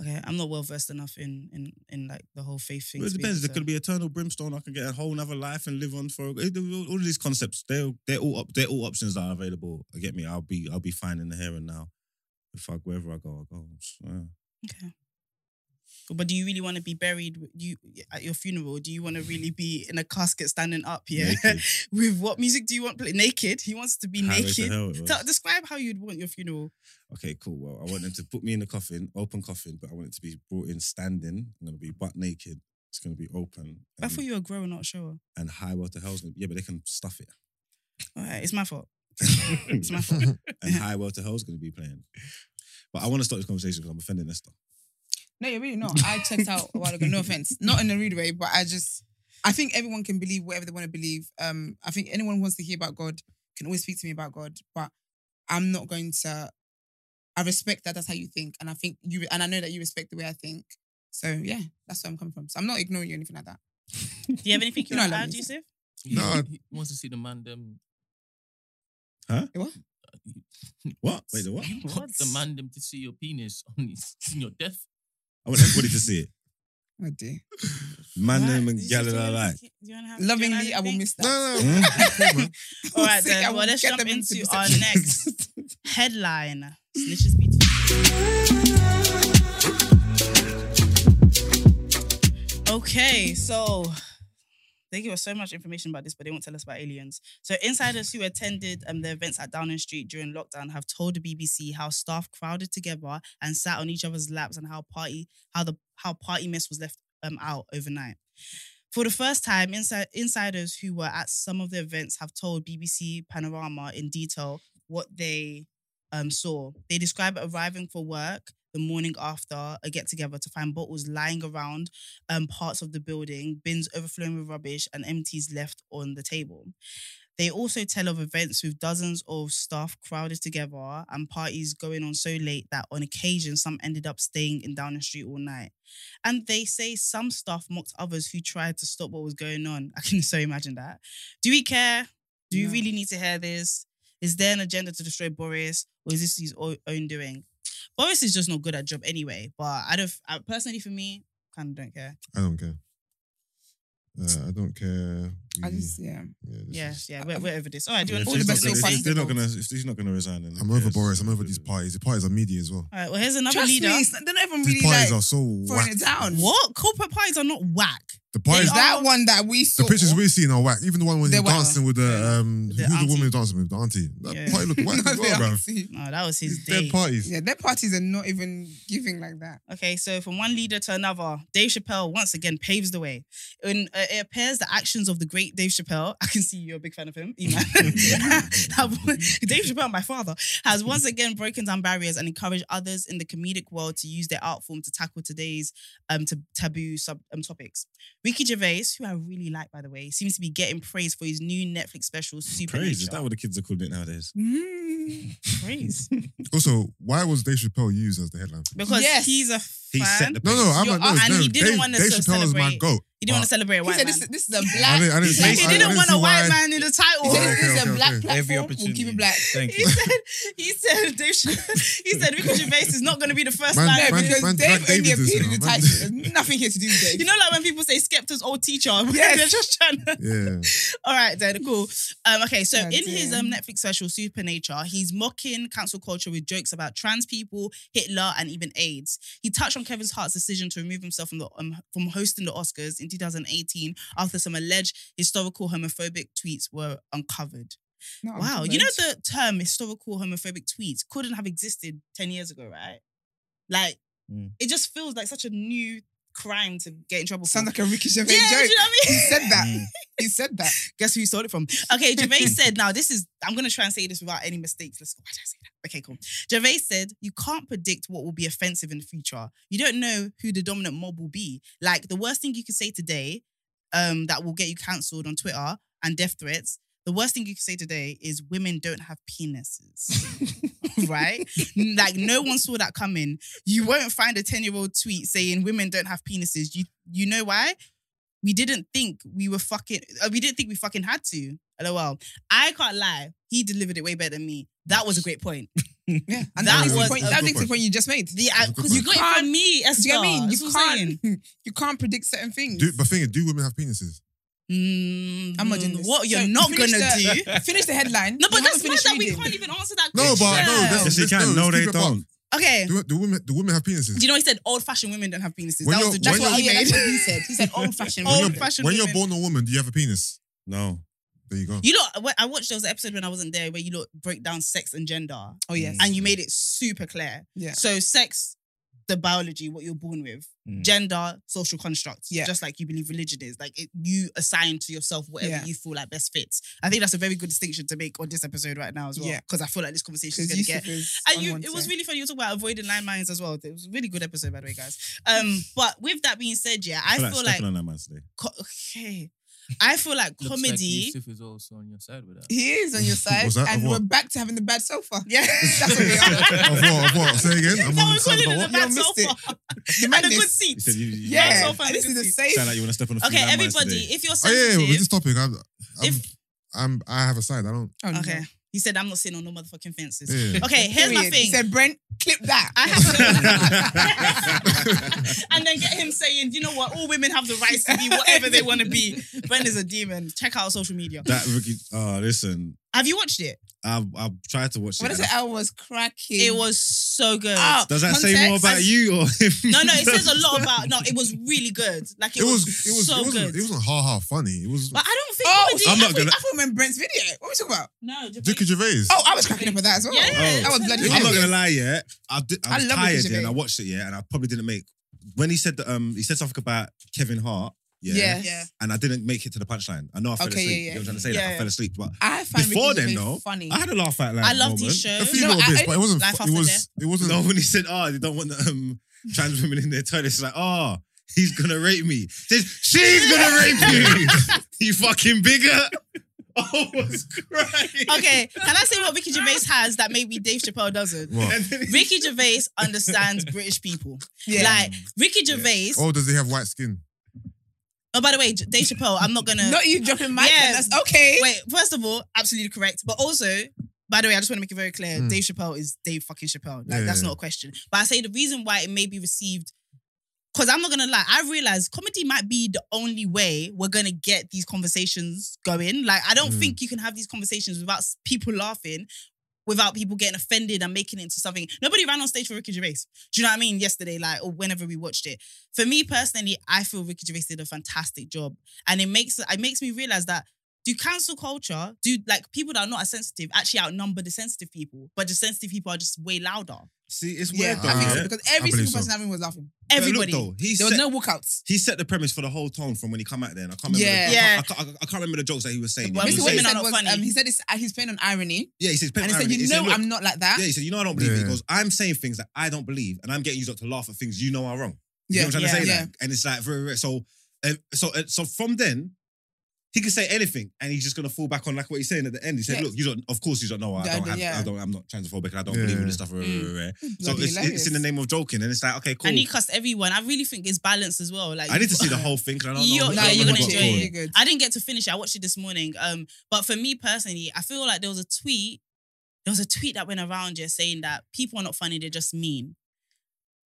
Speaker 1: Okay, I'm not well versed enough in in in like the whole faith thing.
Speaker 2: Well, it
Speaker 1: to
Speaker 2: depends.
Speaker 1: able
Speaker 2: There
Speaker 1: to-
Speaker 2: could be eternal brimstone. I can get a whole another life and live on for all all of these concepts. They're they're all up. They're all options that are available. Get me? I'll be I'll be fine in the here and now. If I wherever I go, I go. Yeah.
Speaker 1: Okay. But do you really want to be buried with- you at your funeral? Do you want to really be in a casket standing up? Yeah.
Speaker 2: Naked.
Speaker 1: <laughs> With what music do you want? Play? Naked. He wants to be
Speaker 2: Highway to
Speaker 1: naked. <laughs>
Speaker 2: hell it was.
Speaker 1: Tell- describe how you'd want your funeral.
Speaker 2: okay, cool. Well, I want them to put me in the coffin, open coffin, but I want it to be brought in standing. I'm gonna be butt naked. It's gonna be open.
Speaker 1: I
Speaker 2: And,
Speaker 1: thought you were a grower, not a shower.
Speaker 2: and high what the hell's gonna yeah, but they can stuff it.
Speaker 1: All right, it's my fault.
Speaker 2: and
Speaker 1: It's my
Speaker 4: <laughs>
Speaker 2: <laughs>
Speaker 1: fault.
Speaker 2: high what the hell's gonna be playing. But I want to stop this conversation because I'm offending Esther.
Speaker 3: No, you're really
Speaker 4: <laughs>
Speaker 3: not. I checked out a while ago. No offense, not in a rude way, but I just, I think everyone can believe whatever they want to believe. Um, I think anyone who wants to hear about God can always speak to me about God, but I'm not going to. I respect that. That's how you think, and I think you, and I know that you respect the way I think. So yeah, that's where I'm coming from. So I'm not ignoring you or anything like that.
Speaker 1: Do you have anything you
Speaker 3: No,
Speaker 1: want
Speaker 3: I
Speaker 1: to
Speaker 3: love
Speaker 1: add,
Speaker 3: you.
Speaker 1: Yusuf?
Speaker 6: He,
Speaker 4: No.
Speaker 6: he wants to see the man them.
Speaker 2: What? Wait, the what?
Speaker 6: You want
Speaker 1: What?
Speaker 6: the man them to see your penis <laughs> on his, in your death.
Speaker 2: I want everybody to see it.
Speaker 3: Oh dear.
Speaker 2: Man
Speaker 1: Right,
Speaker 2: name and
Speaker 1: Yusuf, do you
Speaker 2: gal
Speaker 1: wanna-
Speaker 2: alike. Hmm?
Speaker 1: do you wanna have- do you wanna add
Speaker 3: Lovingly, I will
Speaker 1: anything?
Speaker 3: miss
Speaker 4: No,
Speaker 3: that. <laughs>
Speaker 4: <laughs> no, no. Come on.
Speaker 1: All right,
Speaker 3: Sick, I
Speaker 1: then.
Speaker 3: will
Speaker 1: Well, let's
Speaker 3: get
Speaker 1: jump
Speaker 3: them into
Speaker 1: into our
Speaker 3: deception.
Speaker 4: <laughs>
Speaker 1: next headline. Snitches be. Okay, so they give us so much information about this, but they won't tell us about aliens. So insiders who attended um, the events at Downing Street during lockdown have told the BBC how staff crowded together and sat on each other's laps, and how party how the how party mess was left um, out overnight. For the first time, insi- insiders who were at some of the events have told BBC Panorama in detail what they um, saw. They describe arriving for work the morning after a get together to find bottles lying around um, parts of the building, bins overflowing with rubbish, and empties left on the table. They also tell of events with dozens of staff crowded together and parties going on so late that on occasion some ended up staying in Downing Street all night. And they say some staff mocked others who tried to stop what was going on. <laughs> I can so imagine that. Do we care? Do we
Speaker 3: No.
Speaker 1: really need to hear this? Is there an agenda to destroy Boris, or is this his o- own doing? Boris is just not good at job anyway. But I don't. I, personally, for me, kind of don't care.
Speaker 4: I don't care. Uh, I don't care.
Speaker 3: <laughs> I
Speaker 4: We-
Speaker 3: just yeah.
Speaker 4: yeah, this
Speaker 1: Yes,
Speaker 4: is-
Speaker 1: yeah, we're, we're over this. All right, do you
Speaker 2: Yeah,
Speaker 1: want
Speaker 2: if
Speaker 3: all
Speaker 1: to
Speaker 3: the
Speaker 2: he's not
Speaker 3: best
Speaker 2: gonna-
Speaker 3: little
Speaker 2: if they're not
Speaker 3: fights.
Speaker 2: gonna, if he's not gonna resign, then who
Speaker 4: I'm over
Speaker 2: cares?
Speaker 4: Boris. I'm over these parties. The parties are media as well.
Speaker 1: All right, well, here's another
Speaker 3: Trust
Speaker 1: leader.
Speaker 3: me, it's not- they're not even
Speaker 4: These
Speaker 3: really
Speaker 4: parties
Speaker 3: like
Speaker 4: are so
Speaker 3: throwing
Speaker 4: whack.
Speaker 3: it down.
Speaker 1: What? Corporate parties are not whack.
Speaker 4: The parties,
Speaker 1: They
Speaker 3: that
Speaker 1: are-
Speaker 3: one that we saw?
Speaker 4: the pictures we're seeing are whack. Even the one when
Speaker 3: They're
Speaker 4: he's
Speaker 3: whack.
Speaker 4: dancing with the
Speaker 1: Yeah.
Speaker 4: um,
Speaker 1: The
Speaker 4: who's the
Speaker 1: auntie.
Speaker 4: woman dancing with the auntie. That
Speaker 1: Yeah.
Speaker 4: party
Speaker 1: <laughs>
Speaker 4: looked whack
Speaker 3: No,
Speaker 4: as
Speaker 3: they
Speaker 4: well,
Speaker 3: are.
Speaker 4: bruv.
Speaker 1: No, that was his
Speaker 4: These
Speaker 1: day.
Speaker 4: dead parties.
Speaker 3: Yeah, their parties are not even giving like that.
Speaker 1: Okay, so from one leader to another, Dave Chappelle once again paves the way. And uh, it appears the actions of the great Dave Chappelle, <laughs> I can see you're a big fan of
Speaker 2: <laughs>
Speaker 1: him, Iman. <laughs> Have- Dave Chappelle, my father, has once again broken down barriers and encouraged others in the comedic world to use their art form to tackle today's um, t- taboo sub- um, topics. Ricky Gervais, who I really like, by the way, seems to be getting praise for his new Netflix special, Super
Speaker 2: Praise is that what the kids are calling it nowadays?
Speaker 1: praise.
Speaker 4: Also, why was Dave Chappelle used as the headline?
Speaker 1: Because
Speaker 3: Yes.
Speaker 1: he's a fan.
Speaker 2: He set the
Speaker 4: No, no,
Speaker 1: You're
Speaker 4: I'm like, no,
Speaker 1: up- uh, and
Speaker 4: no,
Speaker 1: he didn't
Speaker 4: Dave,
Speaker 1: want us
Speaker 4: Dave
Speaker 1: to
Speaker 4: Chappelle is my
Speaker 1: celebrate.
Speaker 4: goat.
Speaker 1: He didn't want to celebrate a
Speaker 3: He
Speaker 1: white
Speaker 3: said
Speaker 1: man.
Speaker 3: this, this is a
Speaker 4: I
Speaker 3: black.
Speaker 4: didn't, I didn't
Speaker 1: He
Speaker 4: see,
Speaker 1: said
Speaker 4: I,
Speaker 1: he
Speaker 4: I
Speaker 1: didn't
Speaker 4: see
Speaker 1: want a white
Speaker 4: why-
Speaker 1: man in the
Speaker 3: He
Speaker 1: title.
Speaker 3: said
Speaker 4: Okay,
Speaker 3: this is
Speaker 4: okay,
Speaker 3: a
Speaker 4: okay.
Speaker 3: black platform.
Speaker 5: Every
Speaker 3: We'll keep
Speaker 5: opportunity.
Speaker 3: it black.
Speaker 5: Thank
Speaker 1: He
Speaker 5: you.
Speaker 1: said, he said, <laughs> Dave, Ch- he said, Ricky Gervais is not going to be the first
Speaker 4: Man,
Speaker 1: man.
Speaker 4: man,
Speaker 3: No, because
Speaker 4: man,
Speaker 3: Dave
Speaker 4: Black
Speaker 3: only
Speaker 4: David's this
Speaker 3: appeared in the
Speaker 4: now, man.
Speaker 3: title. There's nothing here to do with Dave.
Speaker 1: You know, like when people say Skepta's old teacher, <laughs>
Speaker 3: Yes.
Speaker 1: they're just trying to. <laughs>
Speaker 4: Yeah.
Speaker 1: All right, then, cool. Um, okay, so
Speaker 3: Oh,
Speaker 1: in
Speaker 3: dear.
Speaker 1: his um, Netflix special, Supernature, he's mocking cancel culture with jokes about trans people, Hitler, and even AIDS. He touched on Kevin Hart's decision to remove himself from, the, um, from hosting the Oscars in 2018 after some alleged historical homophobic tweets were uncovered.
Speaker 3: No, I'm
Speaker 1: Wow,
Speaker 3: good.
Speaker 1: you know the term historical homophobic tweets couldn't have existed 10 years ago, right? Like,
Speaker 5: Mm.
Speaker 1: it just feels like such a new crime to get in trouble for.
Speaker 3: sounds like a Ricky Gervais
Speaker 1: yeah, do
Speaker 3: joke.
Speaker 1: you know what I
Speaker 3: He <laughs>
Speaker 1: mean?
Speaker 3: said that. he said that.
Speaker 1: <laughs> Guess who you stole it from? Okay,
Speaker 3: <laughs>
Speaker 1: Gervais said, now this is, I'm going to try and say this without any mistakes. Let's go. Why did I say that? Okay, cool. Gervais said, you can't predict what will be offensive in the future. You don't know who the dominant mob will be. Like, the worst thing you could say today um, that will get you cancelled on Twitter and death threats, the worst thing you could say today is women don't have
Speaker 3: <laughs>
Speaker 1: penises. right? Like, no one saw that coming. You won't find a 10 year old tweet saying women don't have penises. You, you know why? we didn't think we were fucking uh, we didn't think we fucking had to. LOL. I can't lie. He delivered it way better than me. That was a great point.
Speaker 3: Yeah, and
Speaker 1: That
Speaker 3: that, links to
Speaker 1: was
Speaker 3: the point,
Speaker 1: a
Speaker 3: that
Speaker 4: good
Speaker 3: links to the
Speaker 4: point.
Speaker 3: point you just made. Do
Speaker 1: The because you
Speaker 4: You
Speaker 1: got it
Speaker 3: can't-
Speaker 1: from me, Esther.
Speaker 3: you get what I mean?
Speaker 1: That's
Speaker 3: You
Speaker 1: what I'm saying.
Speaker 3: can't, you can't predict certain things.
Speaker 4: Do, but thing is, do women have penises?
Speaker 1: Mm,
Speaker 3: I'm not doing this.
Speaker 1: What you're
Speaker 3: So,
Speaker 1: not
Speaker 3: finish
Speaker 1: gonna
Speaker 3: <laughs> the-
Speaker 1: do?
Speaker 3: Finish the headline.
Speaker 1: No, but
Speaker 3: You
Speaker 1: that's mad
Speaker 3: haven't finished
Speaker 1: that we
Speaker 3: reading.
Speaker 1: can't even answer that
Speaker 4: No,
Speaker 1: question.
Speaker 4: but no, that's-
Speaker 2: Yes, they
Speaker 4: Let's
Speaker 2: can.
Speaker 4: go,
Speaker 2: No,
Speaker 4: let's
Speaker 2: they
Speaker 4: keep it up.
Speaker 2: don't.
Speaker 1: okay.
Speaker 4: Do, do women do women have penises?
Speaker 1: Do you know he said old-fashioned women don't have penises?
Speaker 4: When
Speaker 1: that was
Speaker 4: you're-
Speaker 1: the,
Speaker 4: <laughs> when
Speaker 1: that's what he
Speaker 3: yeah,
Speaker 1: made.
Speaker 3: that's what he said. He said old fashioned.
Speaker 1: Old
Speaker 4: when
Speaker 1: fashioned.
Speaker 4: you're, when you're
Speaker 1: women.
Speaker 4: born a woman, do you have a penis?
Speaker 2: No.
Speaker 4: There you go.
Speaker 1: You know, I watched there was an episode when I wasn't there where you lot broke down sex and gender,
Speaker 3: Oh yes.
Speaker 1: and you made it super clear.
Speaker 3: Yeah.
Speaker 1: So sex, the biology, what you're born with,
Speaker 5: Mm.
Speaker 1: gender, social constructs.
Speaker 3: Yeah.
Speaker 1: Just like you believe religion is, like it, you assign to yourself whatever
Speaker 3: Yeah.
Speaker 1: you feel like best fits. I think that's a very good distinction to make on this episode right now as well.
Speaker 3: Yeah.
Speaker 1: Because I feel like this conversation is
Speaker 3: Because
Speaker 1: going to get
Speaker 3: Yusuf is
Speaker 1: And
Speaker 3: on
Speaker 1: you,
Speaker 3: one
Speaker 1: it was
Speaker 3: side.
Speaker 1: really funny. You talk about avoiding landmines as well. It was a really good episode, by the way, guys.
Speaker 3: <laughs>
Speaker 1: Um, but with that being said, yeah, I feel like
Speaker 2: stepping on that
Speaker 4: <laughs>
Speaker 2: man today.
Speaker 1: co- <laughs> okay, I feel like
Speaker 6: Looks
Speaker 1: comedy.
Speaker 6: Like Yusuf is also on your side with that.
Speaker 4: E-,
Speaker 3: He is
Speaker 2: <laughs>
Speaker 3: on your side,
Speaker 4: Was that
Speaker 3: and
Speaker 4: a
Speaker 3: we're
Speaker 4: what?
Speaker 3: back to having the bad sofa.
Speaker 1: <laughs> yeah,
Speaker 3: That's what
Speaker 1: <laughs>
Speaker 3: we are.
Speaker 4: of what? Of what? Say again. I'm
Speaker 1: No,
Speaker 4: on
Speaker 1: we're
Speaker 4: the side
Speaker 1: calling it
Speaker 4: about
Speaker 1: the back
Speaker 4: what?
Speaker 3: Yeah, I missed
Speaker 1: sofa
Speaker 3: The
Speaker 1: and a good
Speaker 3: madness.
Speaker 2: You
Speaker 1: seat.
Speaker 2: said you, you
Speaker 1: Yeah.
Speaker 3: Yeah,
Speaker 1: sofa and
Speaker 3: this
Speaker 1: a
Speaker 3: is
Speaker 1: good
Speaker 3: a
Speaker 1: seat.
Speaker 2: sound like
Speaker 3: safe.
Speaker 2: you want to step on a few
Speaker 1: Okay,
Speaker 2: landmines
Speaker 1: everybody,
Speaker 2: today.
Speaker 1: if you're
Speaker 4: Oh yeah, yeah, with
Speaker 1: sensitive,
Speaker 4: this topic, I'm, I'm,
Speaker 1: If-
Speaker 4: I'm, I have a side. I don't.
Speaker 3: Oh, no.
Speaker 1: okay. He said, "I'm not sitting on no motherfucking fences." <laughs>
Speaker 4: Yeah.
Speaker 1: Okay, here's my
Speaker 3: Period. He
Speaker 1: thing.
Speaker 3: said, Brent, clip that.
Speaker 1: I
Speaker 4: <laughs>
Speaker 1: have to. <laughs> and then get him saying, you know what, all women have the rights to be whatever they want to be. Brent is a demon. Check out social media.
Speaker 2: <laughs> That Ricky, oh, listen,
Speaker 1: Have you watched it?
Speaker 2: I've, I've tried to
Speaker 3: <laughs>
Speaker 2: watch
Speaker 3: What
Speaker 2: it.
Speaker 3: is it? I was cracking.
Speaker 1: It was so good.
Speaker 3: up.
Speaker 2: Does that say more
Speaker 3: Context?
Speaker 2: about you or him?
Speaker 1: <laughs> No,
Speaker 4: <laughs>
Speaker 1: no, it says a lot about. No, it was really good. Like it,
Speaker 4: It was, it was,
Speaker 1: so
Speaker 4: it wasn't,
Speaker 1: good.
Speaker 4: it wasn't ha ha funny. It was
Speaker 1: but I don't think.
Speaker 3: Oh,
Speaker 1: comedy,
Speaker 2: I'm
Speaker 1: I
Speaker 2: not
Speaker 1: think-
Speaker 2: gonna-
Speaker 3: I thought we meant Brent's video. What are we talking about?
Speaker 1: No, Jabez-
Speaker 4: Ricky Gervais.
Speaker 3: Oh, I was cracking up at that as well.
Speaker 1: Yeah,
Speaker 2: Oh.
Speaker 3: I was bloody.
Speaker 2: I'm not
Speaker 3: hilarious.
Speaker 2: gonna lie, yeah. I did. I
Speaker 3: I
Speaker 2: was
Speaker 3: love
Speaker 2: tired,
Speaker 3: Ricky
Speaker 2: yeah, and I
Speaker 3: Gervais.
Speaker 2: watched it, yeah, and I probably didn't make. When he said that, um, he said something about Kevin Hart, yeah,
Speaker 3: Yes.
Speaker 1: Yeah.
Speaker 2: and I didn't make it to the punchline. I know I fell
Speaker 3: Okay, yeah,
Speaker 2: asleep.
Speaker 3: yeah.
Speaker 2: You know what I'm trying to say?
Speaker 1: Yeah,
Speaker 2: like,
Speaker 1: yeah.
Speaker 2: I fell asleep, but
Speaker 3: I find
Speaker 2: Before
Speaker 3: Ricky
Speaker 2: then,
Speaker 3: Gervais
Speaker 2: though,
Speaker 3: funny.
Speaker 2: I had a laugh at that.
Speaker 1: I loved
Speaker 2: moment.
Speaker 1: his show.
Speaker 4: a few little
Speaker 3: I-
Speaker 4: bits,
Speaker 3: I-
Speaker 4: but it wasn't.
Speaker 1: Life
Speaker 4: fu-
Speaker 1: after
Speaker 4: It
Speaker 1: death.
Speaker 4: was. It wasn't.
Speaker 2: No, <laughs> when he said, "Oh, they don't want um trans women in their toilets," it's like, "Oh, he's gonna rape me." He Says, "She's gonna rape you, you fucking bigger." <laughs> Oh, I
Speaker 1: <laughs>
Speaker 2: was crying.
Speaker 1: Okay, can I say what Ricky Gervais has that maybe Dave Chappelle doesn't?
Speaker 4: What?
Speaker 2: And then he-
Speaker 1: Ricky Gervais understands British people.
Speaker 3: Yeah.
Speaker 1: Like Ricky Gervais. Oh.
Speaker 4: Oh, does he have white skin?
Speaker 1: by the way, J- Dave Chappelle. I'm not gonna.
Speaker 3: Not you dropping my
Speaker 1: Yeah.
Speaker 3: yeah. That's okay.
Speaker 1: Wait, first of all, absolutely correct. But also, by the way, I just want to make it very clear:
Speaker 4: Mm.
Speaker 1: Dave Chappelle is Dave fucking Chappelle. Like
Speaker 4: Yeah,
Speaker 1: that's
Speaker 4: yeah.
Speaker 1: not a question. But I say the reason why it may be received, because I'm not gonna lie, I realize comedy might be the only way we're gonna get these conversations going. Like I don't
Speaker 4: Mm.
Speaker 1: think you can have these conversations without s- people laughing. Without people getting offended and making it into something, nobody ran on stage for Ricky Gervais. Do you know what I mean? Yesterday, like or whenever we watched it, for me personally, I feel Ricky Gervais did a fantastic job, and it makes it makes me realize that do cancel culture, do like people that are not as sensitive actually outnumber the sensitive people, but the sensitive people are just way louder.
Speaker 2: See, it's
Speaker 3: Yeah,
Speaker 2: weird though.
Speaker 3: I think
Speaker 4: Ah.
Speaker 3: so
Speaker 2: yeah?
Speaker 3: because every
Speaker 4: I believe
Speaker 3: single
Speaker 4: so.
Speaker 3: person in that room was laughing.
Speaker 2: But look,
Speaker 1: Everybody.
Speaker 2: though, he
Speaker 3: There
Speaker 2: set-
Speaker 3: was no walkouts.
Speaker 2: he set the premise for the whole tone from when he come out there. And I can't remember.
Speaker 3: Yeah.
Speaker 2: The,
Speaker 1: Yeah.
Speaker 2: I, can't, I, can't, I can't remember the jokes that he was saying.
Speaker 1: The ones
Speaker 2: He
Speaker 3: Basically,
Speaker 1: with women
Speaker 3: what he
Speaker 2: was saying-
Speaker 1: are
Speaker 3: said
Speaker 1: not
Speaker 3: was,
Speaker 1: funny.
Speaker 3: um, he said it's, uh, he's playing on irony,
Speaker 2: yeah, he says.
Speaker 3: and he said,
Speaker 2: irony.
Speaker 3: "You
Speaker 2: said,
Speaker 3: know,
Speaker 2: look-
Speaker 3: I'm not like that."
Speaker 2: Yeah, he said, "You know, I don't believe it
Speaker 4: Yeah.
Speaker 2: because I'm saying things that I don't believe, and I'm getting you lot to laugh at things you know are wrong." You know what I'm
Speaker 1: Yeah,
Speaker 2: trying to say?
Speaker 3: yeah.
Speaker 2: Like, and it's like very, very so. Uh, so, uh, so from then, he can say anything, and he's just gonna fall back on like what he's saying at the end. He said,
Speaker 3: Yeah.
Speaker 2: "Look, you don't. Of course, you don't know. I
Speaker 3: Yeah, I
Speaker 2: don't.
Speaker 3: do,
Speaker 2: have,
Speaker 3: yeah.
Speaker 2: I don't. I'm not transphobic, and I don't
Speaker 4: Yeah.
Speaker 2: believe all this stuff." rah, rah,
Speaker 1: Mm.
Speaker 2: rah, rah. So
Speaker 3: Bloody
Speaker 2: it's, it's in the
Speaker 3: hilarious.
Speaker 2: name of joking, and it's like, okay, cool.
Speaker 1: And he cussed everyone. I really think it's balance as well. Like
Speaker 2: I need to see the whole thing because I don't
Speaker 1: You're-
Speaker 2: know.
Speaker 1: No,
Speaker 3: Nah,
Speaker 2: I don't
Speaker 1: you're
Speaker 2: know
Speaker 1: gonna enjoy
Speaker 2: what got
Speaker 1: it.
Speaker 2: going.
Speaker 3: You're good.
Speaker 1: <laughs> I didn't get to finish it. I watched it this morning. Um, but for me personally, I feel like there was a tweet. There was a tweet that went around here saying that people are not funny; they're just mean.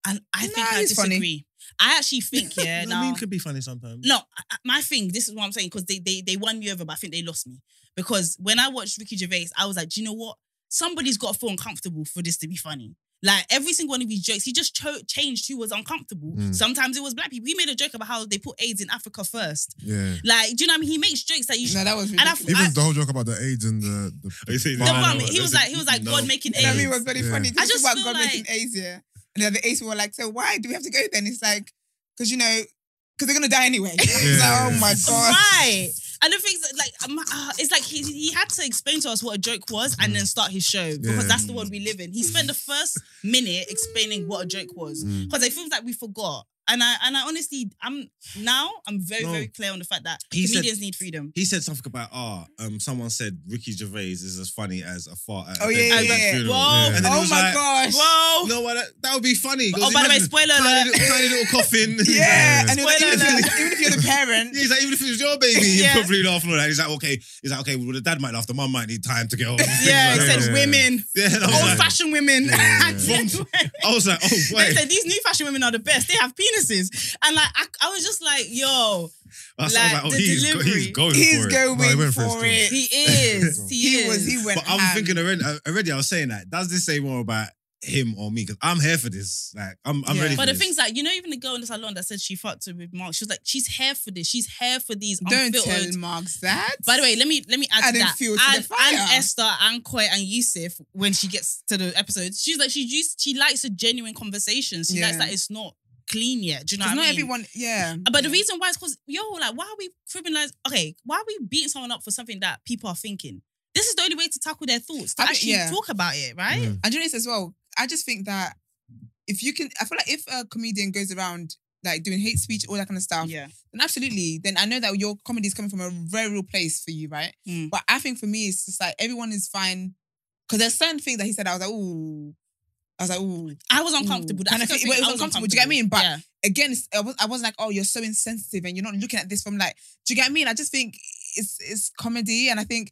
Speaker 1: And I think
Speaker 3: Nah,
Speaker 1: I
Speaker 3: he's funny.
Speaker 1: disagreme. I actually
Speaker 2: <laughs>
Speaker 1: think yeah.
Speaker 2: You know what
Speaker 1: now,
Speaker 2: I mean, could be funny sometimes.
Speaker 1: No, I- I- my thing, this is what I'm saying, because they, they they won me over, but I think they lost me. Because when I watched Ricky Gervais, I was like, do you know what? Somebody's got to feel uncomfortable for this to be funny. Like every single one of his jokes, he just cho- changed who was uncomfortable.
Speaker 4: Mm.
Speaker 1: Sometimes it was black people. He made a joke about how they put AIDS in Africa first.
Speaker 4: Yeah.
Speaker 1: Like, do you know what I mean? He makes jokes that you should.
Speaker 3: No, that was
Speaker 1: And I-
Speaker 3: ridiculous.
Speaker 4: Even
Speaker 1: I-
Speaker 4: the whole joke about the AIDS and the the,
Speaker 2: Are Oh, you saying
Speaker 1: The
Speaker 2: that?
Speaker 1: bum,
Speaker 2: no,
Speaker 1: he was
Speaker 2: no,
Speaker 1: like, he was like,
Speaker 2: no.
Speaker 1: God making
Speaker 3: And I mean,
Speaker 1: AIDS.
Speaker 3: it was very
Speaker 4: Yeah.
Speaker 3: funny.
Speaker 1: I
Speaker 3: This
Speaker 1: just
Speaker 3: is about
Speaker 1: feel
Speaker 3: God making
Speaker 1: like-
Speaker 3: A's, yeah. And then the A's were like, so why do we have to go then? It's like, because, you know, because they're going to die anyway. It's like, oh my God.
Speaker 1: Right. And the things that, like, um, uh, it's like he, he had to explain to us what a joke was and then start his show because
Speaker 4: Yeah.
Speaker 1: that's the world we live in. He spent the first minute explaining what a joke was
Speaker 4: Mm.
Speaker 1: because it feels like we forgot. and I and I honestly, I'm now I'm very
Speaker 2: No.
Speaker 1: very clear on the fact that
Speaker 2: He said-
Speaker 1: comedians need freedom.
Speaker 2: He said something about ah, um, someone said Ricky Gervais is as funny as a fart. At
Speaker 3: Oh,
Speaker 2: a
Speaker 3: yeah,
Speaker 2: dead
Speaker 3: yeah,
Speaker 2: man's
Speaker 3: yeah.
Speaker 2: funeral.
Speaker 1: Whoa.
Speaker 2: And then he
Speaker 3: oh
Speaker 2: was
Speaker 3: my
Speaker 2: like,
Speaker 3: gosh.
Speaker 1: Whoa!
Speaker 2: No, well, that, that would be funny. 'cause
Speaker 1: oh, by the way,
Speaker 2: imagine
Speaker 1: spoiler
Speaker 2: tiny
Speaker 1: alert.
Speaker 2: little, tiny little
Speaker 1: <laughs>
Speaker 2: coffin. He's
Speaker 3: Yeah,
Speaker 2: like-
Speaker 3: and
Speaker 1: Spoiler
Speaker 3: even, if
Speaker 1: alert.
Speaker 3: you're, even if you're the parent,
Speaker 2: <laughs> He's like, even if it was your baby, you'd
Speaker 1: Yeah.
Speaker 2: probably laugh and all that. He's like, okay. He's like, okay. Well, the dad might laugh. The mum might need time to get over. things
Speaker 1: Yeah,
Speaker 2: <laughs> like
Speaker 1: he
Speaker 2: that.
Speaker 1: said
Speaker 4: Yeah.
Speaker 1: women,
Speaker 2: Yeah, and I was
Speaker 1: old
Speaker 2: like,
Speaker 1: fashioned women.
Speaker 4: Yeah.
Speaker 1: <laughs> And then-
Speaker 2: I was like, oh boy.
Speaker 1: They said these new fashion women are the best. They have penises, and like I, I was just like, yo,
Speaker 2: I was
Speaker 1: like,
Speaker 2: like, oh,
Speaker 1: the
Speaker 2: he's, go-
Speaker 1: delivery.
Speaker 2: he's going
Speaker 3: he's
Speaker 2: for it.
Speaker 3: going
Speaker 4: No, he went for
Speaker 3: for,
Speaker 4: it
Speaker 3: it.
Speaker 1: he is, he,
Speaker 3: He
Speaker 1: is.
Speaker 3: was. He went.
Speaker 2: But I'm
Speaker 3: ham.
Speaker 2: thinking already, uh, already. I was saying that. Does this say more about him or me? Because I'm here for this. Like, I'm, I'm
Speaker 3: Yeah.
Speaker 2: ready.
Speaker 1: But
Speaker 2: for
Speaker 1: the
Speaker 2: this.
Speaker 1: thing's like, you know, even the girl in the salon that said she fucked it with Mark, she was like, she's here for this. She's here for these.
Speaker 3: Don't
Speaker 1: unfiltered-
Speaker 3: tell Marks that.
Speaker 1: By the way, let me let me add
Speaker 3: Add
Speaker 1: to
Speaker 3: in
Speaker 1: that.
Speaker 3: fuel to the
Speaker 1: and,
Speaker 3: fire.
Speaker 1: and Esther and Koi and Yusuf, when she gets to the episode, she's like she used, she likes a genuine conversation. She likes
Speaker 3: Yeah.
Speaker 1: that it's not clean yet. Do you know
Speaker 3: because
Speaker 1: what
Speaker 3: not
Speaker 1: I mean? Uh,
Speaker 3: everyone. Yeah,
Speaker 1: But the reason why is because yo, like, why are we criminalizing? Okay, why are we beating someone up for something that people are thinking? This is the only way to tackle their thoughts to
Speaker 3: I think-
Speaker 1: actually
Speaker 3: yeah. Mm.
Speaker 1: talk about it, right?
Speaker 4: Yeah.
Speaker 3: And do you know this as well? I just think that if you can, I feel like if a comedian goes around like doing hate speech, all that kind of stuff,
Speaker 1: Yeah.
Speaker 3: then absolutely. Then I know that your comedy is coming from a very real place for you, right?
Speaker 1: Mm.
Speaker 3: But I think for me, it's just like everyone is fine because there's certain things that he said. I was like, ooh, I was like, ooh.
Speaker 1: I was uncomfortable.
Speaker 3: Ooh.
Speaker 1: That's
Speaker 3: Kind of
Speaker 1: the
Speaker 3: thing-
Speaker 1: thing.
Speaker 3: it was
Speaker 1: I was
Speaker 3: uncomfortable, do you get what I mean? But-
Speaker 1: Yeah.
Speaker 3: Again, it's, I was I wasn't like, oh, you're so insensitive and you're not looking at this from like, do you get what I mean? I just think it's it's comedy, and I think.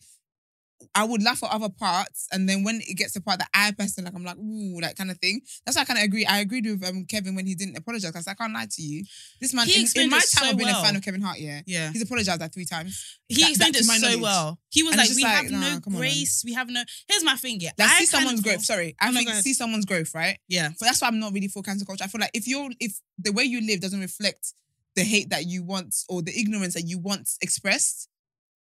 Speaker 3: I would laugh at other parts, and then when it gets to part that I personally like, I'm like, ooh, that kind of thing. That's why I kind of agree. I agreed with um, Kevin when he didn't apologize because I can't lie to you. This man,
Speaker 1: He
Speaker 3: in, in
Speaker 1: explained
Speaker 3: my
Speaker 1: it
Speaker 3: time
Speaker 1: so
Speaker 3: of being
Speaker 1: well.
Speaker 3: a fan of Kevin Hart, yeah,
Speaker 1: yeah.
Speaker 3: he's apologized like three times.
Speaker 1: He
Speaker 3: That-
Speaker 1: explained
Speaker 3: that
Speaker 1: it
Speaker 3: to my
Speaker 1: so
Speaker 3: knowledge.
Speaker 1: well. He was
Speaker 3: And
Speaker 1: like,
Speaker 3: it's
Speaker 1: we
Speaker 3: just
Speaker 1: have
Speaker 3: like, nah, come
Speaker 1: no
Speaker 3: on,
Speaker 1: grace. We have no. Here's my thing. Yeah.
Speaker 3: Like
Speaker 1: I
Speaker 3: see
Speaker 1: kind
Speaker 3: someone's
Speaker 1: of
Speaker 3: growth.
Speaker 1: feel-
Speaker 3: Sorry, I
Speaker 1: Oh, no,
Speaker 3: think
Speaker 1: go ahead.
Speaker 3: see someone's growth, right?
Speaker 1: Yeah.
Speaker 3: So that's why I'm not really for cancel culture. I feel like if you're if the way you live doesn't reflect the hate that you want or the ignorance that you want expressed,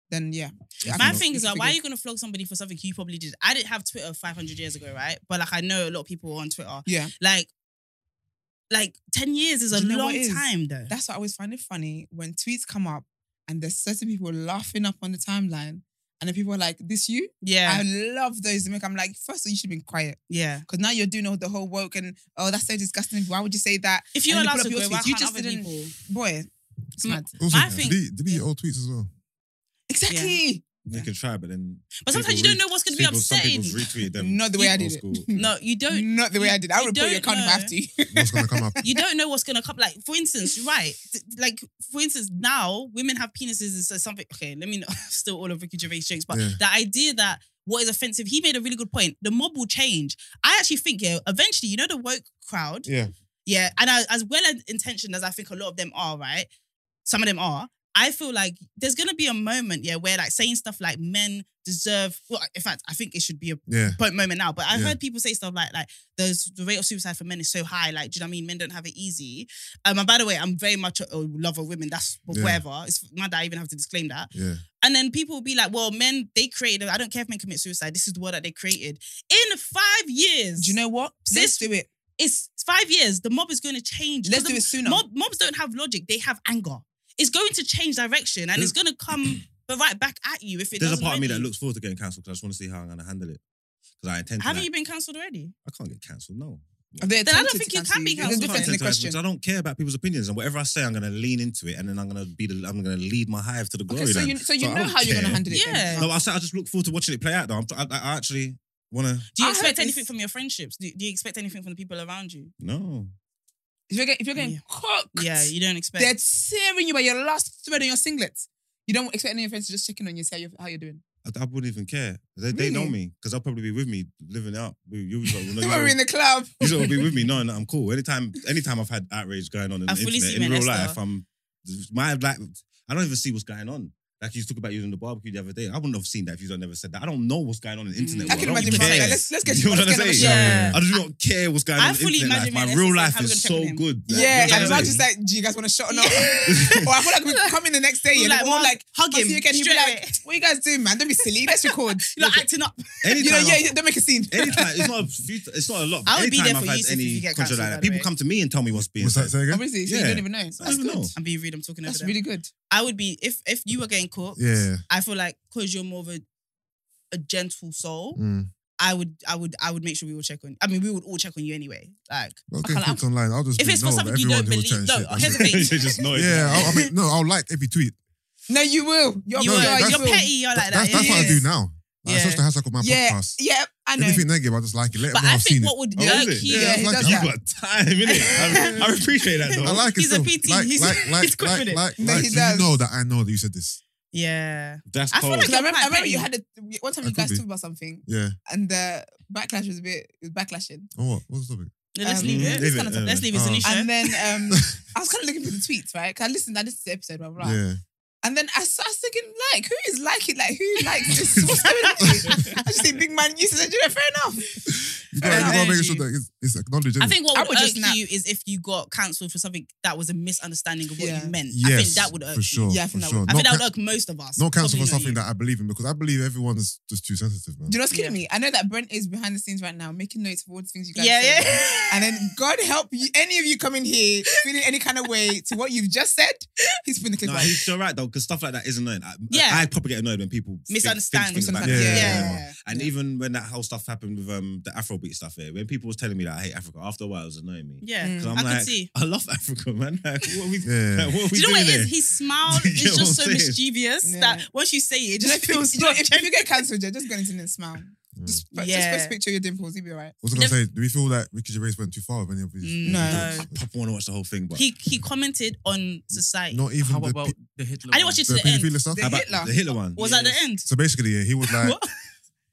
Speaker 3: then yeah. I
Speaker 1: My
Speaker 3: think
Speaker 1: thing
Speaker 3: you
Speaker 1: is
Speaker 3: should
Speaker 1: like, why are
Speaker 3: forgive.
Speaker 1: you gonna flog somebody for something you probably did? I didn't have Twitter 500 years ago, right? But like, I know a lot of people on Twitter.
Speaker 3: Yeah.
Speaker 1: Like, like 10 years is a
Speaker 3: Do you know
Speaker 1: long
Speaker 3: what it is?
Speaker 1: time, though.
Speaker 3: That's why I always find it funny when tweets come up and there's certain people laughing up on the timeline. And then people are like, this you?
Speaker 1: yeah.
Speaker 3: I love those. Make I'm like, first of all, you should have been quiet.
Speaker 1: yeah.
Speaker 3: Because now you're doing all the whole woke and oh, that's so disgusting. Why would you say that?
Speaker 1: If you're
Speaker 3: And you
Speaker 1: allowed
Speaker 3: put
Speaker 1: to
Speaker 3: up
Speaker 1: go,
Speaker 3: your
Speaker 1: why
Speaker 3: tweets, you
Speaker 1: can't
Speaker 3: just
Speaker 1: other
Speaker 3: didn't-
Speaker 1: people?
Speaker 3: Boy, it's
Speaker 1: My-
Speaker 3: mad.
Speaker 4: Also,
Speaker 1: My thing-
Speaker 4: delete, delete old tweets as well.
Speaker 3: Exactly.
Speaker 2: You can try, but then.
Speaker 1: But sometimes you
Speaker 2: people
Speaker 1: don't know what's
Speaker 2: re-
Speaker 1: gonna be
Speaker 2: people- Some
Speaker 1: upsetting.
Speaker 2: people retweet them.
Speaker 3: Not the way I did
Speaker 2: old
Speaker 3: it.
Speaker 2: school.
Speaker 1: No, you don't.
Speaker 3: Not the way I did. I
Speaker 1: you
Speaker 3: would put your
Speaker 1: don't
Speaker 3: account if I have
Speaker 1: know.
Speaker 3: to.
Speaker 4: <laughs> What's gonna come up?
Speaker 1: You don't know what's gonna come. Like, for instance, you're right? Th- Like, for instance, now women have penises and so something. Okay, let me not <laughs> still all of Ricky Gervais jokes, but
Speaker 4: Yeah.
Speaker 1: the idea that what is offensive, he made a really good point. The mob will change. I actually think, yeah, eventually, you know, the woke crowd,
Speaker 4: Yeah.
Speaker 1: yeah, and I, as well intentioned as I think a lot of them are, right? Some of them are. I feel like there's gonna be a moment, yeah, where like saying stuff like men deserve. Well, in fact, I think it should be a
Speaker 4: Yeah.
Speaker 1: point moment now, but I've
Speaker 4: Yeah.
Speaker 1: heard people say stuff like like those the rate of suicide for men is so high. Like, do you know what I mean? Men don't have it easy. Um, and by the way, I'm very much a, a lover of women. That's
Speaker 4: Yeah.
Speaker 1: whatever. It's mad that I even have to disclaim that.
Speaker 2: <laughs>
Speaker 4: Yeah.
Speaker 1: And then people will be like, "Well, men they created. I don't care if men commit suicide. This is the world that they created in five years.
Speaker 3: Do you know what?
Speaker 1: Sis-
Speaker 3: Let's do it.
Speaker 1: It's five years. The mob is going to change.
Speaker 3: Let's
Speaker 1: The
Speaker 3: do it sooner.
Speaker 1: Mob, mobs don't have logic. They have anger. It's going to change direction, and it's going to come." But right back at you if it
Speaker 2: There's a
Speaker 1: doesn't
Speaker 2: part of me that
Speaker 1: already.
Speaker 2: looks forward to getting cancelled because I just want to see how I'm going to handle it. Because I intend to.
Speaker 1: Haven't
Speaker 2: like-
Speaker 1: you been cancelled already?
Speaker 2: I can't get cancelled. No.
Speaker 3: Then
Speaker 1: don't think you can be
Speaker 3: There's a
Speaker 1: cancelled.
Speaker 3: difference in the
Speaker 2: Content to us,
Speaker 3: question.
Speaker 2: because I don't care about people's opinions, and whatever I say, I'm gonna lean into it, and then I'm gonna be the, I'm gonna lead my hive to the glory.
Speaker 3: Okay, so
Speaker 2: land.
Speaker 3: you, so you
Speaker 2: I
Speaker 3: know
Speaker 2: don't
Speaker 3: how you're going
Speaker 2: care.
Speaker 3: to handle it. then.
Speaker 1: Yeah.
Speaker 2: No, I said I just look forward to watching it play out. Though I'm, I, I actually wanna.
Speaker 1: Do you
Speaker 3: I hope
Speaker 1: expect
Speaker 3: it's-
Speaker 1: anything from your friendships? Do, do you expect anything from the people around you?
Speaker 2: No,
Speaker 3: If you're, get, if you're getting
Speaker 1: Yeah.
Speaker 3: cooked,
Speaker 1: Yeah, you don't expect.
Speaker 3: they're tearing you by your last thread on your singlet. You don't expect any of your friends to just check in on you, see how you're, how you're doing.
Speaker 2: I, I wouldn't even care. They, they know
Speaker 3: Really?
Speaker 2: me because I'll probably be with me living it up. You, you, you,
Speaker 3: <laughs>
Speaker 2: you,
Speaker 3: They were in the club.
Speaker 2: you sort of
Speaker 1: <laughs>
Speaker 2: be with me knowing that I'm cool. Anytime, anytime I've had outrage going on in,
Speaker 1: I
Speaker 2: the
Speaker 1: fully see
Speaker 2: internet,
Speaker 1: you
Speaker 2: in
Speaker 1: and
Speaker 2: real
Speaker 1: Esther.
Speaker 2: life, I'm my like I don't even see what's going on. Like you talk about using the barbecue the other day, I wouldn't have seen that if you don't never said that. I don't know what's going on in the internet.
Speaker 1: Mm.
Speaker 3: I
Speaker 2: world.
Speaker 3: can
Speaker 2: don't
Speaker 3: imagine.
Speaker 2: care.
Speaker 3: Like, let's, let's get
Speaker 2: You know what
Speaker 3: let's
Speaker 2: I'm
Speaker 3: get on the show.
Speaker 2: saying?
Speaker 1: Yeah.
Speaker 2: I do not care what's going
Speaker 1: I
Speaker 2: on. in the
Speaker 1: fully
Speaker 2: internet
Speaker 1: imagine
Speaker 2: life. My
Speaker 1: when
Speaker 2: real
Speaker 1: Esther says, "Have a good check
Speaker 2: life is so
Speaker 1: with him."
Speaker 2: good.
Speaker 3: Yeah,
Speaker 2: Like, you know
Speaker 3: and I
Speaker 2: what I'm
Speaker 3: was
Speaker 2: saying?
Speaker 3: just like, do you guys want to shut or not?
Speaker 1: Yeah.
Speaker 3: <laughs> or I feel like we come in the next day
Speaker 1: We're like,
Speaker 3: and like, we're all
Speaker 1: Mark,
Speaker 3: like,
Speaker 1: hug
Speaker 3: I'll
Speaker 1: him.
Speaker 3: see you again. He'll be
Speaker 1: straight
Speaker 3: like,
Speaker 1: away.
Speaker 3: what are you guys doing, man? Don't be silly. Let's record.
Speaker 1: You're <laughs> like acting up.
Speaker 2: anytime,
Speaker 3: You know, yeah,
Speaker 2: I've-
Speaker 3: yeah, don't make a scene.
Speaker 2: anytime it's not a few, it's not a lot.
Speaker 1: I would be
Speaker 2: anytime
Speaker 1: there for
Speaker 2: I've had
Speaker 1: Yusuf if you
Speaker 2: any
Speaker 1: get
Speaker 2: content
Speaker 1: cancelled,
Speaker 2: like
Speaker 1: by
Speaker 2: that,
Speaker 1: the
Speaker 2: people
Speaker 1: way.
Speaker 2: come to me and tell me what's being
Speaker 4: What's that
Speaker 2: said.
Speaker 4: say again?
Speaker 3: Obviously, so you
Speaker 2: Yeah.
Speaker 3: don't even know.
Speaker 2: I don't
Speaker 3: That's
Speaker 2: even know.
Speaker 3: good.
Speaker 1: I'm being rude. I'm talking over
Speaker 3: That's
Speaker 1: them.
Speaker 3: really good.
Speaker 1: I would be if if you were getting caught.
Speaker 4: Yeah.
Speaker 1: I feel like because you're more of a, a gentle soul,
Speaker 4: Mm.
Speaker 1: I would, I would, I would make sure we will check on. I mean, we would all check on you anyway. Like,
Speaker 4: I'll
Speaker 1: I
Speaker 4: get
Speaker 1: can't-
Speaker 4: clicked online. I'll just
Speaker 1: if
Speaker 4: be,
Speaker 1: it's
Speaker 4: no,
Speaker 1: for something you
Speaker 4: everyone
Speaker 1: don't
Speaker 4: who was
Speaker 1: believe, no,
Speaker 4: chatting shit. I
Speaker 1: here's
Speaker 4: said,
Speaker 2: <laughs>
Speaker 1: the
Speaker 2: you
Speaker 1: thing.
Speaker 2: just know it.
Speaker 4: Yeah, I, I mean, no, I'll like every tweet.
Speaker 3: No, you will. You're,
Speaker 1: you
Speaker 4: No,
Speaker 1: are,
Speaker 4: that's-
Speaker 1: you're petty. You're like
Speaker 4: that's
Speaker 1: that.
Speaker 4: that's
Speaker 1: yeah.
Speaker 4: what I do now. Like,
Speaker 1: Yeah.
Speaker 4: That's the hashtag of my
Speaker 3: yeah,
Speaker 4: podcast.
Speaker 3: yeah. I know.
Speaker 4: Anything negative, I just like it. Let
Speaker 1: But I
Speaker 4: everyone have
Speaker 1: think
Speaker 4: seen it.
Speaker 1: what would
Speaker 2: Oh,
Speaker 1: irk
Speaker 2: is it?
Speaker 1: you
Speaker 3: Yeah, he
Speaker 4: I
Speaker 3: does
Speaker 4: it.
Speaker 2: You
Speaker 3: that.
Speaker 2: got time, innit? I, I appreciate that
Speaker 4: I
Speaker 2: though.
Speaker 4: like it
Speaker 1: He's a
Speaker 4: still.
Speaker 1: PT.
Speaker 4: Like,
Speaker 1: He's- <laughs>
Speaker 4: like,
Speaker 1: he's
Speaker 4: like,
Speaker 1: quick with it.
Speaker 4: like, like,
Speaker 3: No,
Speaker 4: like,
Speaker 3: he
Speaker 4: you
Speaker 3: does.
Speaker 4: know that I know that you said this.
Speaker 1: Yeah.
Speaker 2: That's
Speaker 1: I feel
Speaker 2: cold.
Speaker 1: like-
Speaker 3: Because I remember, I remember
Speaker 1: Petty.
Speaker 3: you had a one time
Speaker 4: I
Speaker 3: you guys
Speaker 4: could be.
Speaker 3: talked about something
Speaker 4: Yeah.
Speaker 3: and the backlash was a bit it was backlashing.
Speaker 4: Oh, what? What's the topic?
Speaker 1: No, let's
Speaker 3: Um,
Speaker 1: leave it.
Speaker 2: leave
Speaker 1: Let's, kind of
Speaker 2: it,
Speaker 1: let's
Speaker 2: uh,
Speaker 1: leave it. It's a
Speaker 4: uh,
Speaker 1: new show.
Speaker 3: And then um,
Speaker 4: <laughs>
Speaker 3: I was kind of looking for the tweets, right? 'Cause I listened, I listened to the episode, blah blah. blah.
Speaker 4: Yeah.
Speaker 3: And then I, s- I was thinking, like, who is liking? Like, who
Speaker 4: <laughs>
Speaker 3: likes this? What's going on? I just think big man used to say, you know, fair enough.
Speaker 4: You
Speaker 1: Fair
Speaker 4: gotta, you
Speaker 1: enough.
Speaker 4: gotta make sure that it's, it's acknowledged.
Speaker 1: I
Speaker 4: innit?
Speaker 1: think what
Speaker 3: I
Speaker 1: would,
Speaker 3: would
Speaker 1: irk
Speaker 3: just snap.
Speaker 1: you is if you got cancelled for something that was a misunderstanding of what
Speaker 3: Yeah.
Speaker 1: you meant. I
Speaker 4: Yes,
Speaker 1: think that would irk
Speaker 4: for sure.
Speaker 1: you.
Speaker 3: Yeah, I
Speaker 4: for
Speaker 3: think that
Speaker 4: sure.
Speaker 1: I think
Speaker 4: No
Speaker 1: that
Speaker 4: ca-
Speaker 1: would irk most of us.
Speaker 4: no cancel for
Speaker 1: Probably not
Speaker 4: something
Speaker 1: you.
Speaker 4: that I believe in because I believe everyone's just too sensitive, man.
Speaker 3: Do you know what's killing
Speaker 1: Yeah.
Speaker 3: me? I know that Brent is behind the scenes right now, making notes of all the things you guys
Speaker 1: Yeah,
Speaker 3: said.
Speaker 1: yeah.
Speaker 3: And <laughs> then God help you, any of you coming here feeling any kind of way to what you've just said, he's been the clip
Speaker 2: No,
Speaker 3: right.
Speaker 2: he's still right though, because stuff like that is annoying. I,
Speaker 1: Yeah.
Speaker 2: I, I probably get annoyed when people think-
Speaker 1: Misunderstand.
Speaker 2: think things about
Speaker 4: Yeah.
Speaker 2: me.
Speaker 4: Yeah.
Speaker 1: Yeah.
Speaker 2: And even when that whole stuff happened with um the Afrobeat stuff here, when people was telling me that I hate Africa, after a while it was annoying me.
Speaker 1: Yeah.
Speaker 3: Mm.
Speaker 2: 'Cause
Speaker 1: I
Speaker 2: I'm
Speaker 1: could
Speaker 2: like,
Speaker 1: see.
Speaker 2: I love <laughs> Africa, man. Like, what are we,
Speaker 4: Yeah.
Speaker 2: <laughs> like, what are
Speaker 1: Do
Speaker 2: we
Speaker 1: you know
Speaker 2: doing
Speaker 1: what it
Speaker 2: there?
Speaker 1: is? His smile
Speaker 2: Do you
Speaker 1: is
Speaker 2: get
Speaker 1: just
Speaker 2: what I'm
Speaker 1: so
Speaker 2: saying?
Speaker 1: mischievous
Speaker 3: Yeah.
Speaker 1: that once <laughs> you say it, it
Speaker 3: Do you know,
Speaker 1: just
Speaker 3: if, you,
Speaker 1: feels
Speaker 3: do you know,
Speaker 1: so
Speaker 3: if, if you get cancelled, you're just going into and smile.
Speaker 4: Yeah.
Speaker 3: Just,
Speaker 1: Yeah.
Speaker 3: just post a picture of your dimples, you'll be all right.
Speaker 4: I was gonna say, do we feel that Ricky Gervais went too far with any of these?
Speaker 1: No.
Speaker 4: videos?
Speaker 2: I want to watch the whole thing, but
Speaker 1: He he commented on society.
Speaker 4: Not even
Speaker 6: How
Speaker 4: the,
Speaker 6: about
Speaker 4: pe-
Speaker 6: the Hitler?
Speaker 1: I didn't
Speaker 6: one?
Speaker 1: watch it
Speaker 4: the
Speaker 1: to the end.
Speaker 4: pedophilia stuff.
Speaker 3: The
Speaker 2: How about
Speaker 3: Hitler.
Speaker 2: the Hitler one.
Speaker 1: Was that the end?
Speaker 4: So basically, yeah, he was like,
Speaker 1: What?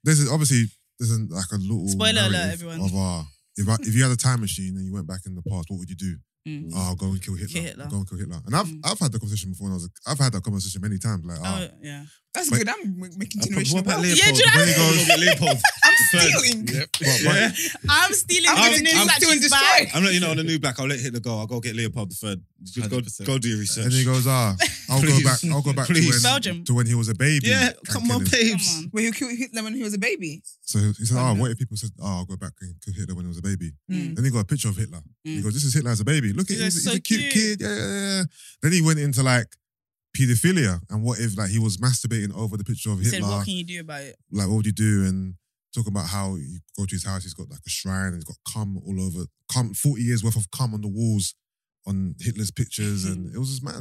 Speaker 4: this is obviously this is like a little
Speaker 1: Spoiler alert,
Speaker 4: narrative
Speaker 1: everyone.
Speaker 4: Of uh, if I, if you had a time machine and you went back in the past, what would you do?
Speaker 1: Mm.
Speaker 4: Oh, I'll go and kill Hitler.
Speaker 1: Kill Hitler.
Speaker 4: Go and kill Hitler. And I've
Speaker 1: Mm.
Speaker 4: I've had the conversation before. And I was like, I've had that conversation many times. Like, oh,
Speaker 1: Oh, yeah.
Speaker 3: That's
Speaker 4: But-
Speaker 3: good. I'm m- making
Speaker 2: Uh, but What
Speaker 3: generational
Speaker 2: about
Speaker 3: wealth.
Speaker 1: Yeah,
Speaker 2: Leopold?
Speaker 1: do you know
Speaker 4: <laughs> what I mean?
Speaker 2: We'll get Leopold.
Speaker 3: I'm
Speaker 2: Third.
Speaker 3: stealing.
Speaker 4: but, but-
Speaker 2: <laughs> Yeah.
Speaker 1: I'm stealing
Speaker 3: I'm
Speaker 1: the
Speaker 3: gonna
Speaker 1: news
Speaker 3: I'm
Speaker 1: that
Speaker 3: stealing
Speaker 1: she's
Speaker 3: destroy.
Speaker 1: back.
Speaker 2: I'm not, you know, on the new black. I'll let Hitler go. I'll go get Leopold the third. Just go,
Speaker 6: 100%.
Speaker 2: go do your
Speaker 4: and he
Speaker 2: research.
Speaker 4: goes, ah, I'll go
Speaker 2: Please.
Speaker 4: back. I'll go back to
Speaker 2: Please.
Speaker 4: when,
Speaker 1: Belgium.
Speaker 4: to when he was a baby.
Speaker 2: Yeah,
Speaker 4: and
Speaker 2: come
Speaker 4: kill
Speaker 2: on,
Speaker 4: him.
Speaker 1: Come
Speaker 2: babes.
Speaker 1: on.
Speaker 3: Where he killed Hitler when he was a baby.
Speaker 4: So he he said,
Speaker 3: Oh,
Speaker 4: oh,
Speaker 3: no.
Speaker 4: what if people said, oh, I'll go back and kill Hitler when he was a baby?
Speaker 3: Mm.
Speaker 4: Then he got a picture of Hitler. He
Speaker 1: Mm.
Speaker 4: goes, this is Hitler as a baby. Look at
Speaker 1: He's
Speaker 4: him.
Speaker 1: like,
Speaker 4: He's, a-
Speaker 1: so
Speaker 4: he's a cute,
Speaker 1: cute.
Speaker 4: kid. Yeah, yeah, yeah. Then he went into like pedophilia and what if like he was masturbating over the picture of
Speaker 1: He said,
Speaker 4: Hitler?
Speaker 1: what can you do about it?
Speaker 4: like what would you do and talking about how you go to his house he's got like a shrine and he's got cum all over cum 40 years worth of cum on the walls on Hitler's pictures and it was
Speaker 1: <laughs>
Speaker 4: just mad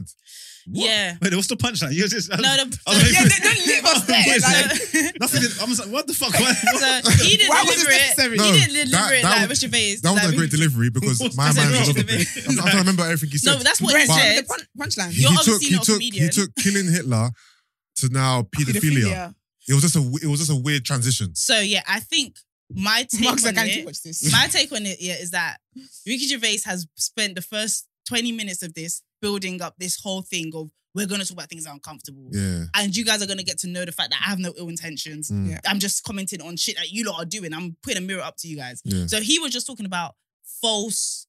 Speaker 2: What?
Speaker 1: Yeah.
Speaker 2: <laughs> Wait, what's the punchline? You just
Speaker 1: No, the,
Speaker 2: I was like-
Speaker 3: Yeah, don't, don't leave us there.
Speaker 2: Wait,
Speaker 3: Like,
Speaker 1: so-
Speaker 2: <laughs> nothing. is- I'm just like, what
Speaker 1: <laughs>
Speaker 2: the fuck? What? what?
Speaker 1: so
Speaker 4: <laughs>
Speaker 1: he didn't
Speaker 3: why was
Speaker 1: deliver
Speaker 3: this
Speaker 1: it.
Speaker 3: necessary?
Speaker 4: No,
Speaker 1: he didn't
Speaker 4: that-
Speaker 1: deliver it
Speaker 4: that
Speaker 1: like
Speaker 4: was-
Speaker 1: Richard Vase.
Speaker 4: that was
Speaker 1: Like,
Speaker 4: a great delivery
Speaker 1: <laughs>
Speaker 4: because
Speaker 2: What's
Speaker 4: my
Speaker 2: the
Speaker 4: man
Speaker 1: sense
Speaker 4: was
Speaker 1: of
Speaker 4: I'm
Speaker 1: it?
Speaker 4: <laughs> I'm trying to remember everything he said
Speaker 1: No, but that's what he
Speaker 4: But
Speaker 1: said.
Speaker 3: the pun- punchline.
Speaker 4: he,
Speaker 1: You're
Speaker 4: he took
Speaker 1: obviously
Speaker 4: he
Speaker 1: not a
Speaker 4: took he
Speaker 1: comedian.
Speaker 4: took killing Hitler to
Speaker 1: <laughs>
Speaker 4: now pedophilia it was just a it was just a weird transition
Speaker 1: So yeah, I think my take
Speaker 3: Mark's
Speaker 1: on
Speaker 3: like, I need to
Speaker 1: it,
Speaker 3: watch this.
Speaker 1: <laughs> my take on it, yeah, is that Ricky Gervais has spent the first 20 minutes of this building up this whole thing of we're gonna talk about things that are uncomfortable.
Speaker 4: yeah
Speaker 1: And you guys are gonna get to know the fact that I have no ill intentions.
Speaker 4: Mm.
Speaker 3: Yeah.
Speaker 1: I'm just commenting on shit that you lot are doing. I'm putting a mirror up to you guys.
Speaker 4: yeah
Speaker 1: So he was just talking about false,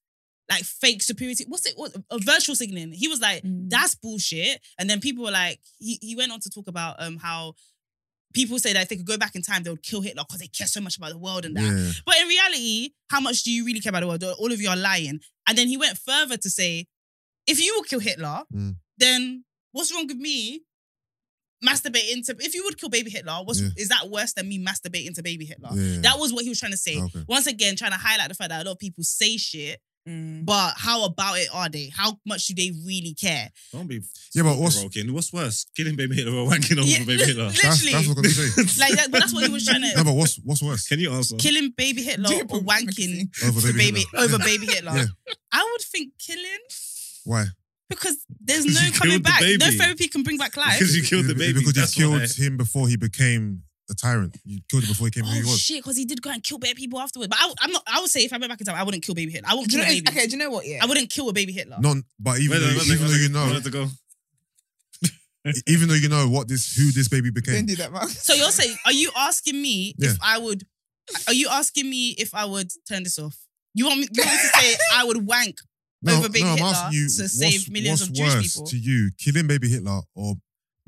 Speaker 1: like fake superiority. What's it? What a virtual signaling? He was like,
Speaker 3: Mm.
Speaker 1: that's bullshit. And then people were like, he he went on to talk about um how people say that if they could go back in time, they would kill Hitler because they care so much about the world and that.
Speaker 4: yeah
Speaker 1: But in reality, how much do you really care about the world? All of you are lying. And then he went further to say, if you would kill Hitler,
Speaker 4: Mm.
Speaker 1: then what's wrong with me masturbating to? If you would kill baby Hitler, what's
Speaker 4: Yeah.
Speaker 1: is that worse than me masturbating to baby Hitler?
Speaker 4: yeah Oh.
Speaker 1: That was what he was trying to say.
Speaker 4: Okay.
Speaker 1: Once again, trying to highlight the fact that a lot of people say shit,
Speaker 3: Mm.
Speaker 1: but how about it are they? How much do they really care?
Speaker 2: Don't be
Speaker 4: yeah but what's
Speaker 2: broken. What's worse, killing baby Hitler or <laughs> wanking over
Speaker 1: Yeah,
Speaker 2: baby Hitler?
Speaker 4: that's,
Speaker 1: Literally.
Speaker 4: that's what I'm gonna say
Speaker 1: Like that, but that's what he was trying
Speaker 4: no <laughs>
Speaker 1: to
Speaker 4: but what's what's worse
Speaker 2: Can you answer?
Speaker 1: killing baby Hitler
Speaker 3: Dear
Speaker 1: or
Speaker 3: Paul
Speaker 1: wanking
Speaker 3: Mackesy.
Speaker 4: over
Speaker 1: to
Speaker 4: baby,
Speaker 1: baby
Speaker 4: Hitler.
Speaker 1: over baby Hitler.
Speaker 4: Yeah.
Speaker 1: I would think killing
Speaker 4: why
Speaker 1: because there's
Speaker 2: 'Cause
Speaker 1: no
Speaker 2: you
Speaker 1: coming
Speaker 2: killed the
Speaker 1: back. No
Speaker 2: baby.
Speaker 1: therapy can bring back life.
Speaker 2: because you killed the
Speaker 4: Because-
Speaker 2: baby.
Speaker 4: Because you
Speaker 2: That's
Speaker 4: killed
Speaker 2: why.
Speaker 4: him before he became a tyrant. You killed him before he came who he
Speaker 1: Oh
Speaker 4: was.
Speaker 1: shit! Because he did go and kill bad people afterwards. But I, am not. I would say if I went back in time, I wouldn't kill baby Hitler. I wouldn't
Speaker 3: Do
Speaker 1: kill
Speaker 3: you
Speaker 1: a
Speaker 3: know,
Speaker 1: baby.
Speaker 3: okay, do you know what? Yeah.
Speaker 1: I wouldn't kill a baby Hitler.
Speaker 4: Non, but even
Speaker 2: Wait,
Speaker 4: though,
Speaker 2: wait, wait,
Speaker 4: even
Speaker 2: wait,
Speaker 4: though you
Speaker 2: wait, I
Speaker 4: know,
Speaker 2: wanted to go.
Speaker 4: even though you know what this who this baby
Speaker 3: Don't
Speaker 4: became.
Speaker 3: do that, Mark.
Speaker 1: So you're saying, are you asking me
Speaker 4: Yeah.
Speaker 1: if I would? Are you asking me if I would turn this off? You want me? You want me to <laughs> say I would wank?
Speaker 4: No,
Speaker 1: over baby
Speaker 4: no, I'm
Speaker 1: Hitler
Speaker 4: asking you,
Speaker 1: to
Speaker 4: what's,
Speaker 1: save millions
Speaker 4: what's
Speaker 1: of Jewish
Speaker 4: worse
Speaker 1: people?
Speaker 4: to you, killing baby Hitler or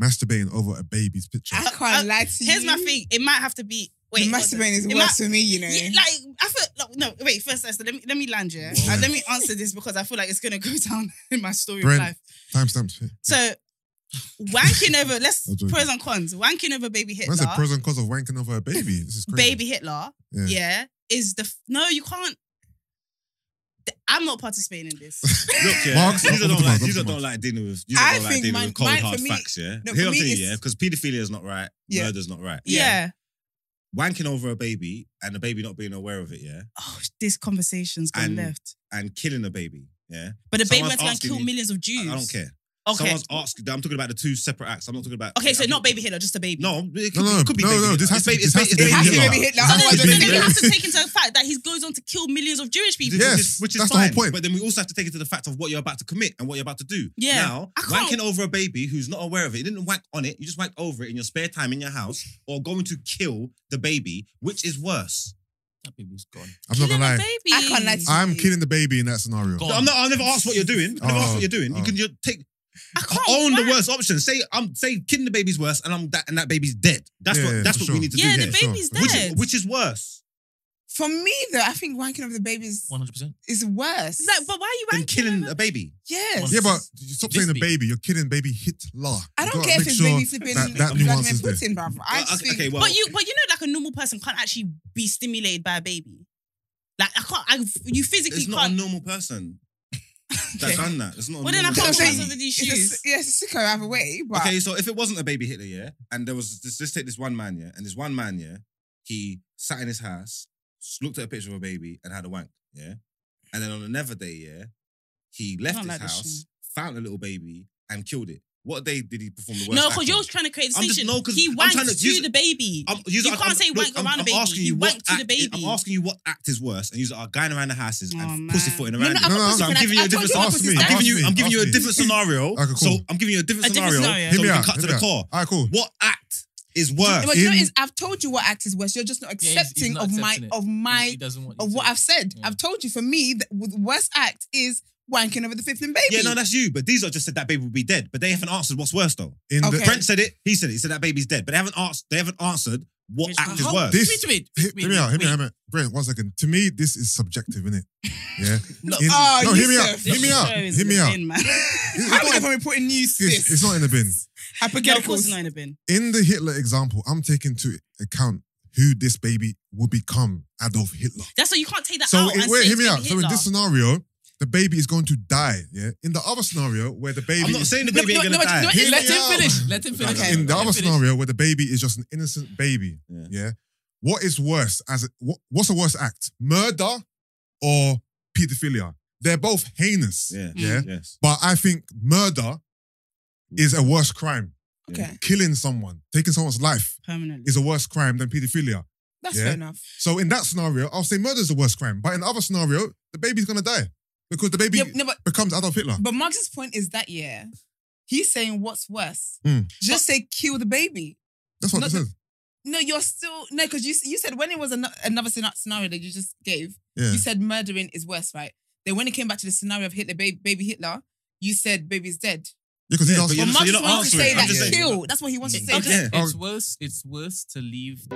Speaker 4: masturbating over a baby's
Speaker 3: <laughs>
Speaker 4: picture?
Speaker 3: I can't lie to you.
Speaker 1: uh, Here's my thing. It might have to be. Wait,
Speaker 3: the
Speaker 1: what the-
Speaker 3: masturbating is
Speaker 1: it
Speaker 3: worse for me, you know.
Speaker 1: Yeah, like I feel like, no. Wait, first, Esther, let me let me land here.
Speaker 4: Yeah.
Speaker 1: Uh, <laughs> let me answer this because I feel like it's gonna go down in my story
Speaker 4: Brent.
Speaker 1: of life.
Speaker 4: Timestamps. Oh,
Speaker 1: So
Speaker 3: <laughs>
Speaker 1: Wanking over, let's
Speaker 4: I'm joking.
Speaker 1: pros and cons. Wanking over baby Hitler.
Speaker 4: Man said pros and cons of wanking over a baby. This is crazy.
Speaker 1: baby Hitler.
Speaker 4: Yeah.
Speaker 1: Yeah. Is the f- no, you can't. Th- I'm not participating in
Speaker 2: <laughs>
Speaker 1: this.
Speaker 2: Look, yeah,
Speaker 4: Mark's-
Speaker 2: you
Speaker 4: Optimus,
Speaker 2: lot don't like you
Speaker 4: Optimus.
Speaker 2: lot don't like dealing with you
Speaker 3: I
Speaker 2: lot don't like
Speaker 3: think
Speaker 2: dealing
Speaker 3: mine-
Speaker 2: with cold
Speaker 3: mine-
Speaker 2: hard
Speaker 3: for me-
Speaker 2: facts. Yeah,
Speaker 3: no,
Speaker 2: Hear
Speaker 3: for
Speaker 2: what I'm
Speaker 3: me
Speaker 2: saying,
Speaker 3: it's-
Speaker 2: yeah, because paedophilia is not right.
Speaker 3: Yeah.
Speaker 2: Murder's not right.
Speaker 1: yeah.
Speaker 2: wanking over a baby and the baby not being aware of it. Yeah,
Speaker 1: Oh, this conversation's gone
Speaker 2: And-
Speaker 1: left.
Speaker 2: and killing a baby. Yeah,
Speaker 1: But the baby went to
Speaker 2: someone's
Speaker 1: go and
Speaker 2: asking
Speaker 1: kill
Speaker 2: me-
Speaker 1: millions of
Speaker 2: I,
Speaker 1: Jews.
Speaker 2: I don't care.
Speaker 1: Okay.
Speaker 2: Someone's asking. I'm talking about the two separate acts. I'm not talking about.
Speaker 1: Okay, so
Speaker 2: I'm-
Speaker 1: not baby Hitler, just a baby.
Speaker 2: No,
Speaker 4: No,
Speaker 2: it could,
Speaker 4: no,
Speaker 2: be- it could be
Speaker 4: no,
Speaker 2: baby
Speaker 4: no, this
Speaker 2: Hitler.
Speaker 4: has to-
Speaker 2: It's
Speaker 4: this has to
Speaker 2: it's
Speaker 4: be
Speaker 3: has to be
Speaker 2: Hitler.
Speaker 3: baby Hitler.
Speaker 1: So
Speaker 4: That's
Speaker 1: then, so
Speaker 4: the
Speaker 1: then
Speaker 4: baby
Speaker 1: we
Speaker 4: Hitler.
Speaker 1: have to take into fact that he goes on to kill millions of Jewish people.
Speaker 4: Yes,
Speaker 2: Which is- which is
Speaker 4: that's the whole
Speaker 2: fine.
Speaker 4: point.
Speaker 2: But then we also have to take into the fact of what you're about to commit and what you're about to do.
Speaker 1: Yeah.
Speaker 2: Now,
Speaker 1: I can't-
Speaker 2: wanking over a baby who's not aware of it, you didn't wank on it, you just wanked over it in your spare time in your house or going to kill the baby, which is worse.
Speaker 6: That baby's gone.
Speaker 4: I'm not gonna
Speaker 1: Killing a
Speaker 4: lie.
Speaker 1: baby.
Speaker 3: I can't lie to you.
Speaker 4: I'm killing the baby in that scenario.
Speaker 6: Go
Speaker 1: Oh.
Speaker 2: No, I'm not, I'll never ask what you're doing. I'll never ask
Speaker 4: Oh,
Speaker 2: what you're doing.
Speaker 4: oh.
Speaker 2: You can just take
Speaker 1: I can't
Speaker 2: own the
Speaker 1: lie.
Speaker 2: worst option. Say I'm say killing the baby's worse and I'm that and that baby's dead. That's
Speaker 4: Yeah,
Speaker 2: what
Speaker 4: yeah,
Speaker 2: that's
Speaker 4: for
Speaker 2: what
Speaker 4: sure.
Speaker 2: we need to
Speaker 1: Yeah,
Speaker 2: do
Speaker 1: the
Speaker 2: here.
Speaker 4: sure.
Speaker 1: baby's
Speaker 4: Which-
Speaker 1: dead.
Speaker 2: Which, which is worse
Speaker 3: For me, though, I think wanking over the babies
Speaker 6: One hundred percent.
Speaker 3: is worse.
Speaker 1: It's like, but why are you
Speaker 2: than
Speaker 1: ranking
Speaker 2: killing
Speaker 1: him?
Speaker 2: a baby.
Speaker 3: yes.
Speaker 4: Yeah, but you stop
Speaker 6: This
Speaker 4: saying the
Speaker 6: baby.
Speaker 4: baby. You're kidding, baby Hitler.
Speaker 3: I
Speaker 4: You
Speaker 3: don't
Speaker 4: gotta
Speaker 3: care if
Speaker 4: make
Speaker 3: it's
Speaker 4: sure
Speaker 3: baby flipping
Speaker 4: That, that
Speaker 3: Vladimir
Speaker 4: nuance is there.
Speaker 3: Putin, bruv. I
Speaker 2: Well,
Speaker 3: just
Speaker 2: Uh, okay,
Speaker 3: think
Speaker 2: okay, well,
Speaker 1: but you, but you know, like a normal person can't actually be stimulated by a baby. Like I can't. I, you physically
Speaker 2: it's not
Speaker 1: can't.
Speaker 2: a normal person
Speaker 1: <laughs>
Speaker 2: that's done that. It's not. A
Speaker 1: well, then I
Speaker 2: normal
Speaker 1: can't
Speaker 3: Okay.
Speaker 1: pass
Speaker 2: person.
Speaker 1: over these
Speaker 3: it's a,
Speaker 1: shoes.
Speaker 3: s- yeah, it's a sicko either way. But
Speaker 2: Okay, so if it wasn't a baby Hitler, yeah, and there was this, let's take this one man, yeah, and this one man, yeah, he sat in his house, s- looked at a picture of a baby, and had a wank, yeah, and then on another day, yeah, he left
Speaker 1: don't
Speaker 2: his
Speaker 1: like this
Speaker 2: house,
Speaker 1: shit.
Speaker 2: found a little baby, and killed it. What day did he perform the worst?
Speaker 1: No,
Speaker 2: act
Speaker 1: because you're
Speaker 2: on?
Speaker 1: trying to create a
Speaker 2: I'm just-
Speaker 1: distinction.
Speaker 2: no, 'cause
Speaker 1: he
Speaker 2: I'm
Speaker 1: wanked
Speaker 2: trying to
Speaker 1: to,
Speaker 2: use-
Speaker 1: the baby.
Speaker 2: I'm- yous
Speaker 1: you
Speaker 2: are-
Speaker 1: can't
Speaker 2: I'm-
Speaker 1: say
Speaker 2: look,
Speaker 1: wank
Speaker 2: I'm-
Speaker 1: around a
Speaker 2: I'm
Speaker 1: baby.
Speaker 2: asking
Speaker 1: He
Speaker 2: you what
Speaker 1: wanked to the
Speaker 2: act is-
Speaker 1: baby.
Speaker 2: I'm asking you what act is worse, and you are going around the houses
Speaker 1: Oh,
Speaker 2: and
Speaker 1: man.
Speaker 2: pussyfooting
Speaker 1: No,
Speaker 2: around.
Speaker 1: no,
Speaker 2: it.
Speaker 1: I'm
Speaker 4: No, no,
Speaker 2: so I'm
Speaker 1: I-
Speaker 2: giving you
Speaker 1: I
Speaker 2: a different.
Speaker 1: told you
Speaker 2: I'm
Speaker 1: what
Speaker 4: ask
Speaker 1: was
Speaker 4: me,
Speaker 1: his
Speaker 4: ask
Speaker 2: giving
Speaker 1: dad.
Speaker 2: you. I'm
Speaker 4: me,
Speaker 2: giving you a
Speaker 4: ask me.
Speaker 2: different scenario.
Speaker 4: Okay,
Speaker 2: So
Speaker 4: cool.
Speaker 2: I'm giving you a different
Speaker 1: A different
Speaker 2: scenario.
Speaker 1: scenario.
Speaker 2: So
Speaker 4: Hear
Speaker 2: we
Speaker 4: me
Speaker 2: can
Speaker 4: out.
Speaker 2: cut to
Speaker 4: hear me
Speaker 2: the
Speaker 4: out.
Speaker 2: core.
Speaker 4: All right, cool.
Speaker 2: What act is worse?
Speaker 3: But you know,
Speaker 4: In-
Speaker 3: is I've told you what act is worse. You're just not
Speaker 6: Yeah, he's- he's
Speaker 3: accepting
Speaker 6: not
Speaker 3: of my
Speaker 6: accepting it.
Speaker 3: of
Speaker 6: He,
Speaker 3: my
Speaker 6: he doesn't want you
Speaker 3: of what
Speaker 6: to-
Speaker 3: I've said.
Speaker 6: Yeah.
Speaker 3: I've told you. For me, the w- worst act is wanking over the fifthling baby.
Speaker 2: Yeah, no, that's you. But these are just said that baby will be dead. But they haven't answered what's worse though.
Speaker 4: In
Speaker 3: Okay.
Speaker 2: Brent said it. He said it. He said that baby's dead. But they haven't asked. They haven't answered what
Speaker 1: Which
Speaker 2: act
Speaker 1: one?
Speaker 2: is
Speaker 6: How-
Speaker 2: worse.
Speaker 4: This-
Speaker 6: Wait, wait,
Speaker 4: the,
Speaker 6: wait,
Speaker 4: hear me out. Hear me
Speaker 6: wait.
Speaker 4: out. hear me out. Brent, one second. To me, this is subjective, isn't it? Yeah.
Speaker 6: No.
Speaker 4: In-
Speaker 3: Oh,
Speaker 4: no, hear me
Speaker 3: Yusuf.
Speaker 4: out.
Speaker 1: This
Speaker 4: Hear me out.
Speaker 1: show is
Speaker 4: Hear me
Speaker 1: in the
Speaker 4: out.
Speaker 1: bin, man.
Speaker 4: It's
Speaker 3: How
Speaker 4: not
Speaker 3: many
Speaker 4: in-
Speaker 3: of them putting news to
Speaker 4: It's,
Speaker 3: this?
Speaker 4: it's not in the
Speaker 1: No,
Speaker 4: bin.
Speaker 1: of course it's
Speaker 3: Hypotheticals.
Speaker 1: not in a bin.
Speaker 4: In the Hitler example, I'm taking into account who this baby will become Adolf Hitler.
Speaker 1: That's why you can't take that
Speaker 4: So
Speaker 6: Oh,
Speaker 1: out.
Speaker 4: it,
Speaker 1: and
Speaker 4: wait,
Speaker 1: say
Speaker 4: hear
Speaker 1: it's
Speaker 4: me out.
Speaker 1: baby
Speaker 4: So in
Speaker 1: Hitler.
Speaker 4: this scenario, the baby is going to die. Yeah. In the other scenario, where the baby
Speaker 2: I'm not
Speaker 4: is-
Speaker 2: saying the
Speaker 3: No,
Speaker 2: baby
Speaker 3: no,
Speaker 2: ain't
Speaker 3: no,
Speaker 2: gonna
Speaker 3: no,
Speaker 2: die.
Speaker 3: no,
Speaker 4: Hear
Speaker 6: Let
Speaker 4: me
Speaker 6: him
Speaker 4: out.
Speaker 6: finish. Let him finish.
Speaker 4: in the
Speaker 6: Let him
Speaker 4: other
Speaker 6: finish.
Speaker 4: scenario where the baby is just an innocent baby,
Speaker 2: Yeah.
Speaker 4: yeah. What is worse as a, what, what's the worst act? Murder or pedophilia? They're both heinous.
Speaker 2: Yeah.
Speaker 6: Mm.
Speaker 4: Yeah.
Speaker 3: <laughs>
Speaker 2: Yes.
Speaker 4: But I think murder is a worse crime.
Speaker 3: Okay,
Speaker 4: Killing someone, taking someone's life
Speaker 1: permanently.
Speaker 4: is a worse crime than pedophilia.
Speaker 3: that's
Speaker 4: Yeah.
Speaker 3: fair enough.
Speaker 4: So in that scenario, I'll say murder is the worst crime. But in the other scenario, the baby's gonna die. Because the baby
Speaker 3: Yeah, no, but
Speaker 4: becomes Adolf Hitler.
Speaker 3: but Mark's point is that yeah, he's saying what's worse.
Speaker 4: Hmm.
Speaker 3: Just say kill the baby.
Speaker 4: That's what
Speaker 3: No,
Speaker 4: it
Speaker 3: the-
Speaker 4: says.
Speaker 3: No, you're still no because you s- you said when it was ano- another scena- scenario that you just gave.
Speaker 4: Yeah.
Speaker 3: You said murdering is worse, right? Then when it came back to the scenario of Hitler, baby, baby Hitler, you said baby's dead.
Speaker 4: because
Speaker 2: Yeah,
Speaker 4: he's
Speaker 2: but
Speaker 4: asking.
Speaker 2: you're
Speaker 3: But
Speaker 2: not-
Speaker 3: Mark
Speaker 2: you're
Speaker 3: just
Speaker 2: not
Speaker 3: wanted to
Speaker 2: answering.
Speaker 3: say
Speaker 2: I'm
Speaker 3: that
Speaker 2: just saying-
Speaker 3: kill. That's what he wants to say.
Speaker 6: It's,
Speaker 2: Okay.
Speaker 4: Oh.
Speaker 6: it's worse. It's worse to leave.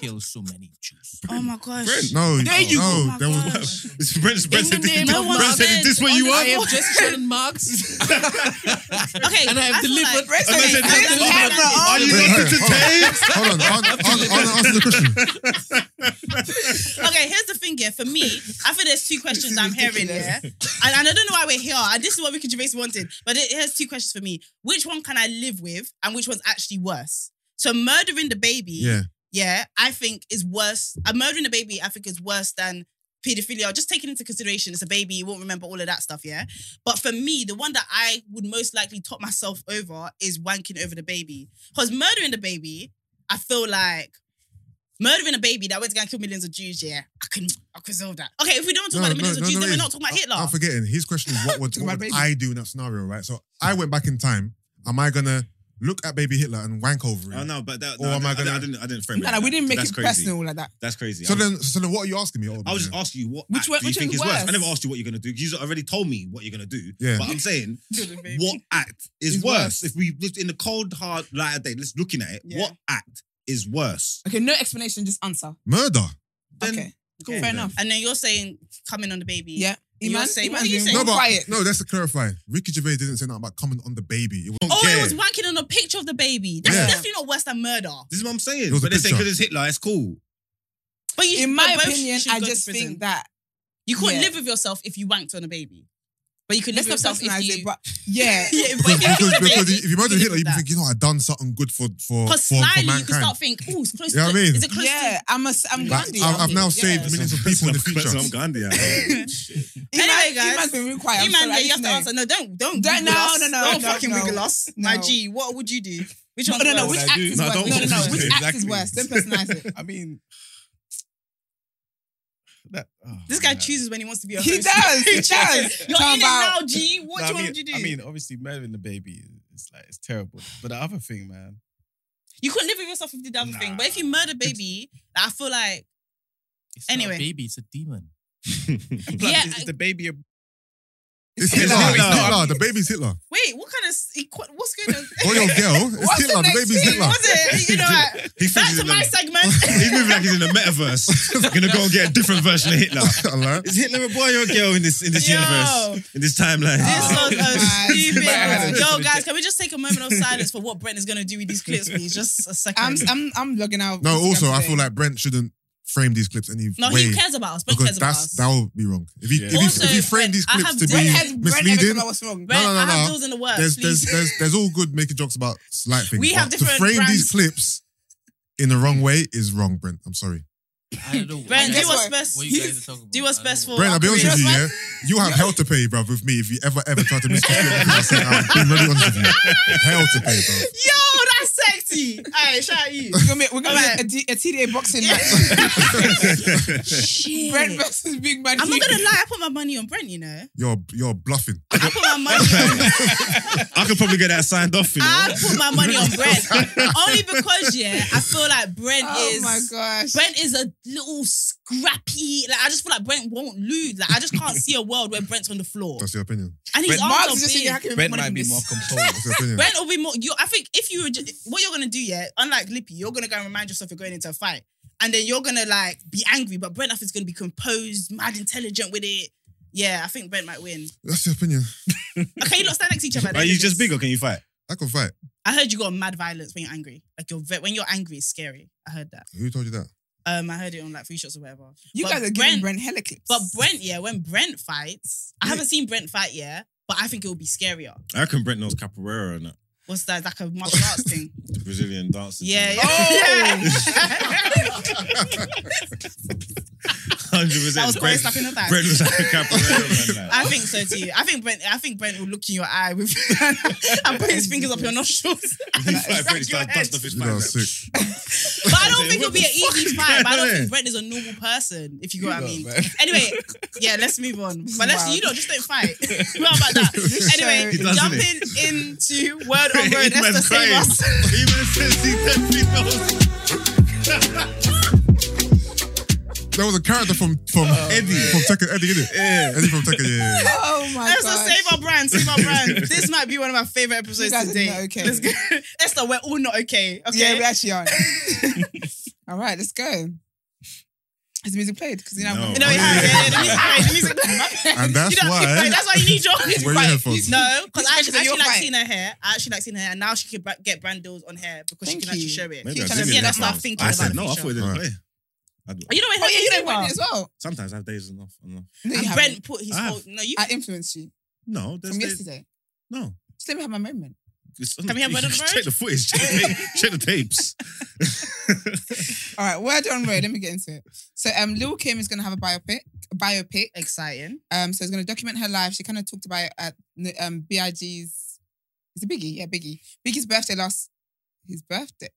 Speaker 6: Kill so many Jews.
Speaker 1: Oh my gosh.
Speaker 2: Brent,
Speaker 4: No,
Speaker 2: There you
Speaker 4: no,
Speaker 1: go.
Speaker 4: there
Speaker 1: Oh my
Speaker 2: <laughs>
Speaker 4: was
Speaker 1: gosh.
Speaker 2: Brent, Brent said, this,
Speaker 1: name of
Speaker 2: Brent said, is this what you
Speaker 6: I
Speaker 2: want?
Speaker 6: have just shown <laughs> marks.
Speaker 1: Okay,
Speaker 6: And I have
Speaker 1: feel
Speaker 6: delivered-
Speaker 1: Like,
Speaker 2: And I said,
Speaker 1: I feel like-
Speaker 3: oh.
Speaker 2: are you
Speaker 4: Wait,
Speaker 2: going to
Speaker 4: hey, hold on. Hold on,
Speaker 2: take?
Speaker 4: I'll, I'll, I'll answer the
Speaker 1: <laughs>
Speaker 4: question.
Speaker 1: okay, here's the thing, yeah. For me, I feel there's two questions
Speaker 3: is
Speaker 1: I'm hearing,
Speaker 3: ridiculous.
Speaker 1: yeah. And, <laughs> and I don't know why we're here. And this is what Ricky Gervais wanted. But it, here's two questions for me. Which one can I live with and which one's actually worse? So murdering the baby,
Speaker 4: Yeah,
Speaker 1: yeah, I think is worse. Uh, murdering a baby, I think is worse than pedophilia. Just taking into consideration, it's a baby, you won't remember all of that stuff, yeah. But for me, the one that I would most likely top myself over is wanking over the baby, because murdering the baby, I feel like. Murdering a baby that went to go and kill millions of Jews, yeah, I can, I can solve that. Okay, if we don't talk about the millions of Jews, then we're not talking about
Speaker 4: I-
Speaker 1: Hitler.
Speaker 4: I'm forgetting. His question is what would,
Speaker 3: Talking
Speaker 4: what
Speaker 3: about
Speaker 4: would
Speaker 3: baby.
Speaker 4: I do in that scenario, right? So I went back in time. Am I gonna look at baby Hitler and wank over him?
Speaker 2: Oh no, but that,
Speaker 4: Or
Speaker 2: no, I,
Speaker 4: am I
Speaker 2: didn't- I
Speaker 4: gonna-
Speaker 2: didn't. I didn't frame it.
Speaker 3: No, no,
Speaker 2: like
Speaker 3: we
Speaker 2: that.
Speaker 3: didn't make
Speaker 2: That's
Speaker 3: it
Speaker 2: crazy.
Speaker 3: personal like that.
Speaker 2: That's crazy.
Speaker 4: So
Speaker 2: I'm-
Speaker 4: then, so then, what are you asking me? Oh,
Speaker 2: I was just asking you what
Speaker 3: Which
Speaker 2: act
Speaker 3: one-
Speaker 2: do you
Speaker 3: which
Speaker 2: think is
Speaker 3: one's
Speaker 2: worse?
Speaker 3: worse?
Speaker 2: I never asked you what you're gonna do. You already told me what you're gonna do.
Speaker 4: Yeah.
Speaker 2: But I'm saying what
Speaker 1: What?
Speaker 2: act is
Speaker 3: Is
Speaker 2: worse?
Speaker 3: worse.
Speaker 2: If we lived in the cold, hard light of day, let's looking at it,
Speaker 1: Yeah.
Speaker 2: what act is worse?
Speaker 3: Okay, no explanation, just answer.
Speaker 4: murder.
Speaker 2: Then
Speaker 3: okay,
Speaker 2: go
Speaker 3: fair
Speaker 2: on then.
Speaker 3: enough.
Speaker 1: And then you're saying coming on the baby.
Speaker 3: Yeah,
Speaker 1: You're
Speaker 3: Iman,
Speaker 1: saying-
Speaker 3: Iman,
Speaker 1: what are you
Speaker 3: being
Speaker 1: saying?
Speaker 4: No,
Speaker 1: Being
Speaker 4: but
Speaker 3: quiet.
Speaker 4: no, that's to clarify. Ricky Gervais didn't say nothing about coming on the baby. It was,
Speaker 1: Oh,
Speaker 2: care.
Speaker 1: it was wanking on a picture of the baby. That's
Speaker 4: Yeah.
Speaker 1: definitely not worse than murder.
Speaker 2: This is what I'm saying.
Speaker 4: was a
Speaker 2: But they say
Speaker 4: picture.
Speaker 2: because it's Hitler, it's cool.
Speaker 1: But you,
Speaker 3: in my
Speaker 1: but both
Speaker 3: opinion,
Speaker 1: should
Speaker 3: I
Speaker 1: go to
Speaker 3: just
Speaker 1: prison.
Speaker 3: think that
Speaker 1: you couldn't
Speaker 3: yeah.
Speaker 1: live with yourself if you wanked on a baby. But you could live
Speaker 3: let's
Speaker 1: with
Speaker 3: not
Speaker 1: yourself if
Speaker 3: personalize
Speaker 1: you.
Speaker 3: it, but yeah,
Speaker 1: yeah, but if
Speaker 4: because,
Speaker 1: you
Speaker 4: because,
Speaker 1: killed a
Speaker 4: because
Speaker 1: baby,
Speaker 4: if you imagine
Speaker 1: could
Speaker 4: Hitler,
Speaker 1: live
Speaker 4: you'd be
Speaker 1: with
Speaker 4: thinking, you know, I've done something good for for for,
Speaker 1: Because
Speaker 4: for, for
Speaker 1: slyly, you can
Speaker 4: mankind.
Speaker 1: start thinking, oh, it's close
Speaker 4: You
Speaker 1: to
Speaker 4: know what I mean?
Speaker 1: Is it close
Speaker 3: yeah, I'm a, I'm
Speaker 4: Like,
Speaker 3: Gandhi.
Speaker 4: I've, I've now
Speaker 3: yeah.
Speaker 4: saved millions of people in the future.
Speaker 2: I'm Gandhi.
Speaker 3: Iman-
Speaker 1: Anyway, guys.
Speaker 3: Iman's been really quiet.
Speaker 1: Hey
Speaker 3: I'm
Speaker 1: man,
Speaker 3: sorry, I
Speaker 1: you
Speaker 3: just
Speaker 1: have to
Speaker 3: know.
Speaker 1: answer. No, don't, don't.
Speaker 3: Don't-
Speaker 1: wiggle
Speaker 3: no,
Speaker 1: us.
Speaker 3: no, no,
Speaker 1: Don't
Speaker 3: no,
Speaker 1: fucking
Speaker 3: no.
Speaker 1: wiggle us.
Speaker 3: No.
Speaker 1: My G, what would you do? Which
Speaker 3: No,
Speaker 1: one's
Speaker 3: no, no.
Speaker 1: worse?
Speaker 3: Which
Speaker 5: I
Speaker 3: act
Speaker 5: do?
Speaker 3: is
Speaker 5: No,
Speaker 3: worse?
Speaker 5: don't
Speaker 3: No, no, no.
Speaker 5: do
Speaker 3: Which
Speaker 5: that.
Speaker 3: act is
Speaker 5: Exactly.
Speaker 3: worse? Don't personalize it.
Speaker 5: I mean, that, oh,
Speaker 1: This guy
Speaker 5: man.
Speaker 1: chooses when he wants to be a
Speaker 3: He
Speaker 1: host.
Speaker 3: does. He does.
Speaker 1: You're
Speaker 3: Talking
Speaker 1: in it
Speaker 3: about-
Speaker 1: now, G. What do you
Speaker 5: No, I mean,
Speaker 1: want to do?
Speaker 5: I mean, obviously, murdering the baby is like it's terrible. But the other thing, man,
Speaker 1: you couldn't live with yourself if you did the other thing.
Speaker 5: Nah.
Speaker 1: But if you murder baby, I feel like
Speaker 6: It's not
Speaker 1: Anyway.
Speaker 6: a baby, it's a demon.
Speaker 5: and
Speaker 1: Yeah,
Speaker 5: plus, is,
Speaker 1: I-
Speaker 5: is the baby a
Speaker 4: It's
Speaker 2: Hitler.
Speaker 4: Hitler. It's
Speaker 2: Hitler.
Speaker 4: Hitler. The baby's Hitler.
Speaker 1: wait, what kind of s- equa- what's going on? <laughs>
Speaker 4: Or your girl. It's
Speaker 3: What's the
Speaker 4: Hitler. The
Speaker 3: next
Speaker 4: baby's
Speaker 3: thing?
Speaker 4: Hitler.
Speaker 1: was it? You know, like,
Speaker 2: He
Speaker 1: back
Speaker 2: thinks he's
Speaker 1: to
Speaker 2: in
Speaker 1: my
Speaker 2: the,
Speaker 1: segment.
Speaker 2: he's moving like he's in the
Speaker 1: <laughs>
Speaker 2: metaverse. Gonna go and get a different version of <laughs> Hitler.
Speaker 4: Alright.
Speaker 2: Is Hitler a boy or a girl in this in this
Speaker 1: Yo.
Speaker 2: universe in this timeline?
Speaker 1: This
Speaker 2: <laughs>
Speaker 1: uh,
Speaker 3: Oh,
Speaker 1: was a
Speaker 3: my
Speaker 1: stupid.
Speaker 3: God.
Speaker 1: Yo, guys, can we just take a moment of silence for what Brent is gonna do with these clips, please? Just a 2nd
Speaker 3: I'm I'm I'm logging out. of
Speaker 4: No,
Speaker 3: Instagram
Speaker 4: also, I
Speaker 3: today.
Speaker 4: feel like Brent shouldn't frame these clips any
Speaker 1: no,
Speaker 4: way.
Speaker 1: he cares about us. Brent cares
Speaker 4: because
Speaker 1: about us.
Speaker 4: that's that would be wrong. If you if,
Speaker 5: Yeah.
Speaker 4: you
Speaker 1: Also,
Speaker 4: if you frame
Speaker 1: Brent,
Speaker 4: these
Speaker 1: I
Speaker 4: clips
Speaker 1: have
Speaker 4: to
Speaker 1: Brent
Speaker 4: be
Speaker 1: has-
Speaker 3: Brent never
Speaker 4: misleading,
Speaker 3: come out what's wrong.
Speaker 4: Brent-
Speaker 1: Brent,
Speaker 4: no, no,
Speaker 1: I have
Speaker 4: no.
Speaker 1: deals in the works. <laughs>
Speaker 4: there's,
Speaker 1: please.
Speaker 4: <laughs> there's there's there's all good making jokes about slight things.
Speaker 1: We have
Speaker 4: but
Speaker 1: different
Speaker 4: to frame
Speaker 1: brands.
Speaker 4: these clips in the wrong way is wrong, Brent. I'm sorry,
Speaker 6: I don't know.
Speaker 1: Brent,
Speaker 3: And
Speaker 1: do
Speaker 3: guess
Speaker 1: what's
Speaker 3: what?
Speaker 1: best.
Speaker 6: what you guys are talking about.
Speaker 1: do what's
Speaker 6: I don't
Speaker 1: best
Speaker 6: know.
Speaker 1: for-
Speaker 4: Brent. I'll be
Speaker 1: I'll
Speaker 4: honest
Speaker 1: be
Speaker 4: with you.
Speaker 1: honest,
Speaker 4: Yeah, you have hell to pay, bruv, with me if you ever ever try to misconstrue everything I said. I'm being really honest with you. Hell to pay, bro.
Speaker 1: <laughs> Yo, that's sexy. All right, shout out you.
Speaker 3: we're gonna make, we're gonna
Speaker 1: Alright.
Speaker 3: make a, D, a TDA boxing
Speaker 1: Yeah.
Speaker 3: match.
Speaker 1: Shit.
Speaker 3: <laughs> Brent versus Big Man.
Speaker 1: I'm not
Speaker 3: T.
Speaker 1: gonna lie, I put my money on Brent, you know.
Speaker 4: You're you're bluffing.
Speaker 1: I put my money on
Speaker 2: I could probably get that signed off. You
Speaker 1: I
Speaker 2: know?
Speaker 1: put my money on
Speaker 4: <laughs>
Speaker 1: Brent. Only because yeah, I feel like Brent
Speaker 3: Oh
Speaker 1: is
Speaker 3: my gosh.
Speaker 1: Brent is a little scrappy. Like I just feel like Brent won't lose. Like I just can't see a world where Brent's on the floor.
Speaker 4: That's your opinion.
Speaker 1: And his
Speaker 5: Brent-
Speaker 1: arms
Speaker 3: Mark's
Speaker 1: are
Speaker 3: just
Speaker 1: big.
Speaker 3: saying, "How can we make
Speaker 5: Brent
Speaker 3: money
Speaker 5: might
Speaker 3: from
Speaker 5: be
Speaker 3: this?"
Speaker 5: <laughs> more composed?
Speaker 4: That's your opinion.
Speaker 1: Brent will be more. You, I think if you were ju- what you're gonna do, yeah, unlike Lippy, you're gonna go and remind yourself you're going into a fight, and then you're gonna like be angry. But Brent, I think is gonna be composed, mad, intelligent with it. Yeah, I think Brent might win.
Speaker 4: That's your opinion.
Speaker 1: Okay, you not stand next to each other.
Speaker 2: Are you just big or can you fight?
Speaker 4: I can fight.
Speaker 1: I heard you got mad violence when you're angry. Like you're ve- when you're angry, it's scary. I heard that.
Speaker 4: Who told you that?
Speaker 1: Um, I heard it on like three shots or whatever.
Speaker 3: You
Speaker 1: But
Speaker 3: guys are giving Brent hella clips.
Speaker 1: But Brent, yeah, when Brent fights, I haven't seen Brent fight yet, but I think it will be scarier.
Speaker 2: I reckon Brent knows capoeira and that
Speaker 1: What's that? Like a
Speaker 2: <laughs>
Speaker 1: martial arts thing?
Speaker 2: the Brazilian dancing.
Speaker 1: <laughs> Yeah, yeah.
Speaker 2: <laughs> Oh! hundred
Speaker 1: that was
Speaker 2: percent.
Speaker 1: Corey
Speaker 2: Brent
Speaker 1: slapping the back.
Speaker 2: Brent was like
Speaker 1: <laughs>
Speaker 2: a capoeira man. Like.
Speaker 1: I think so too. I think Brent. I think Brent will look in your eye with <laughs> and put his fingers up your <laughs> nostrils.
Speaker 2: He fight Brent,
Speaker 1: Round your
Speaker 2: start
Speaker 1: head.
Speaker 2: dust off his
Speaker 4: You know,
Speaker 2: back.
Speaker 4: sick.
Speaker 1: But I don't
Speaker 2: What
Speaker 1: think it'll
Speaker 2: the
Speaker 1: be an
Speaker 2: fuck
Speaker 1: easy
Speaker 2: is
Speaker 1: fight. But I don't
Speaker 2: going on?
Speaker 1: think Brent is a normal person. If you
Speaker 5: You
Speaker 1: know what I
Speaker 5: know,
Speaker 1: mean.
Speaker 5: man.
Speaker 2: <laughs>
Speaker 1: Anyway, yeah, let's move on. But let's
Speaker 3: Wow.
Speaker 1: you know just don't fight. We're about that.
Speaker 3: This
Speaker 1: Anyway,
Speaker 3: show
Speaker 2: is-
Speaker 1: jumping into
Speaker 2: <laughs>
Speaker 1: word on word.
Speaker 2: He
Speaker 1: Esther,
Speaker 2: man's
Speaker 1: save
Speaker 2: crying.
Speaker 1: us.
Speaker 2: Even since <laughs> he said he knows
Speaker 4: There was a character from from Eddie from Tekken. Eddie, innit?
Speaker 2: Yeah.
Speaker 4: Eddie from Tekken. Yeah, yeah, yeah.
Speaker 3: <laughs> oh my
Speaker 1: Esther,
Speaker 3: god.
Speaker 1: save our brand, save our
Speaker 2: <laughs>
Speaker 1: brand. This might be one of my favorite episodes
Speaker 3: You guys are
Speaker 1: today.
Speaker 3: not okay.
Speaker 1: Let's go. <laughs> Esther, we're all not okay. Okay.
Speaker 3: Yeah, we
Speaker 1: <laughs>
Speaker 3: actually are. All right, let's go. Is the music played? Because you know,
Speaker 2: No.
Speaker 3: I'm-
Speaker 1: You know, yeah, yeah, yeah,
Speaker 3: <laughs>
Speaker 1: the music break, the music break.
Speaker 4: <laughs> And that's
Speaker 1: you know,
Speaker 4: why-
Speaker 1: right, that's why you
Speaker 2: <laughs>
Speaker 1: need your music
Speaker 4: Where are your
Speaker 1: break.
Speaker 4: headphones?
Speaker 1: No, because I
Speaker 3: Respect
Speaker 1: actually,
Speaker 3: that you're
Speaker 1: actually like
Speaker 3: fine.
Speaker 1: seeing her hair. I actually like seeing her hair. And now she can bra- get brand deals on hair because
Speaker 3: Thank
Speaker 1: she can
Speaker 3: you.
Speaker 1: actually show it.
Speaker 2: Maybe
Speaker 3: Keep
Speaker 2: I
Speaker 3: telling
Speaker 2: did
Speaker 3: me
Speaker 2: it
Speaker 3: that's
Speaker 2: now.
Speaker 1: our thinking
Speaker 2: I
Speaker 1: about
Speaker 2: said
Speaker 1: the
Speaker 2: no. I
Speaker 1: future.
Speaker 2: thought it didn't
Speaker 4: Alright.
Speaker 2: play. I do-
Speaker 1: Oh, you know
Speaker 3: Oh
Speaker 1: what?
Speaker 3: yeah, you didn't win
Speaker 1: one.
Speaker 3: it as well.
Speaker 2: Sometimes I have days enough. enough.
Speaker 3: No,
Speaker 1: And
Speaker 3: you haven't.
Speaker 1: Brent put his
Speaker 2: I have.
Speaker 1: whole. No, you.
Speaker 3: I influenced you
Speaker 2: No,
Speaker 3: from
Speaker 2: there's days.
Speaker 3: yesterday.
Speaker 2: No.
Speaker 3: Just let me have my moment.
Speaker 2: It's-
Speaker 1: Can we have one of those?
Speaker 2: Check the footage. Check the, tape, check the tapes.
Speaker 3: All right, word on word. let me get into it. So, um, Lil Kim is gonna have a biopic. A biopic.
Speaker 1: Exciting.
Speaker 3: Um, so it's gonna document her life. She kind of talked about it at um Big's. Is it Biggie? Yeah, Biggie. Biggie's birthday last. His birthday.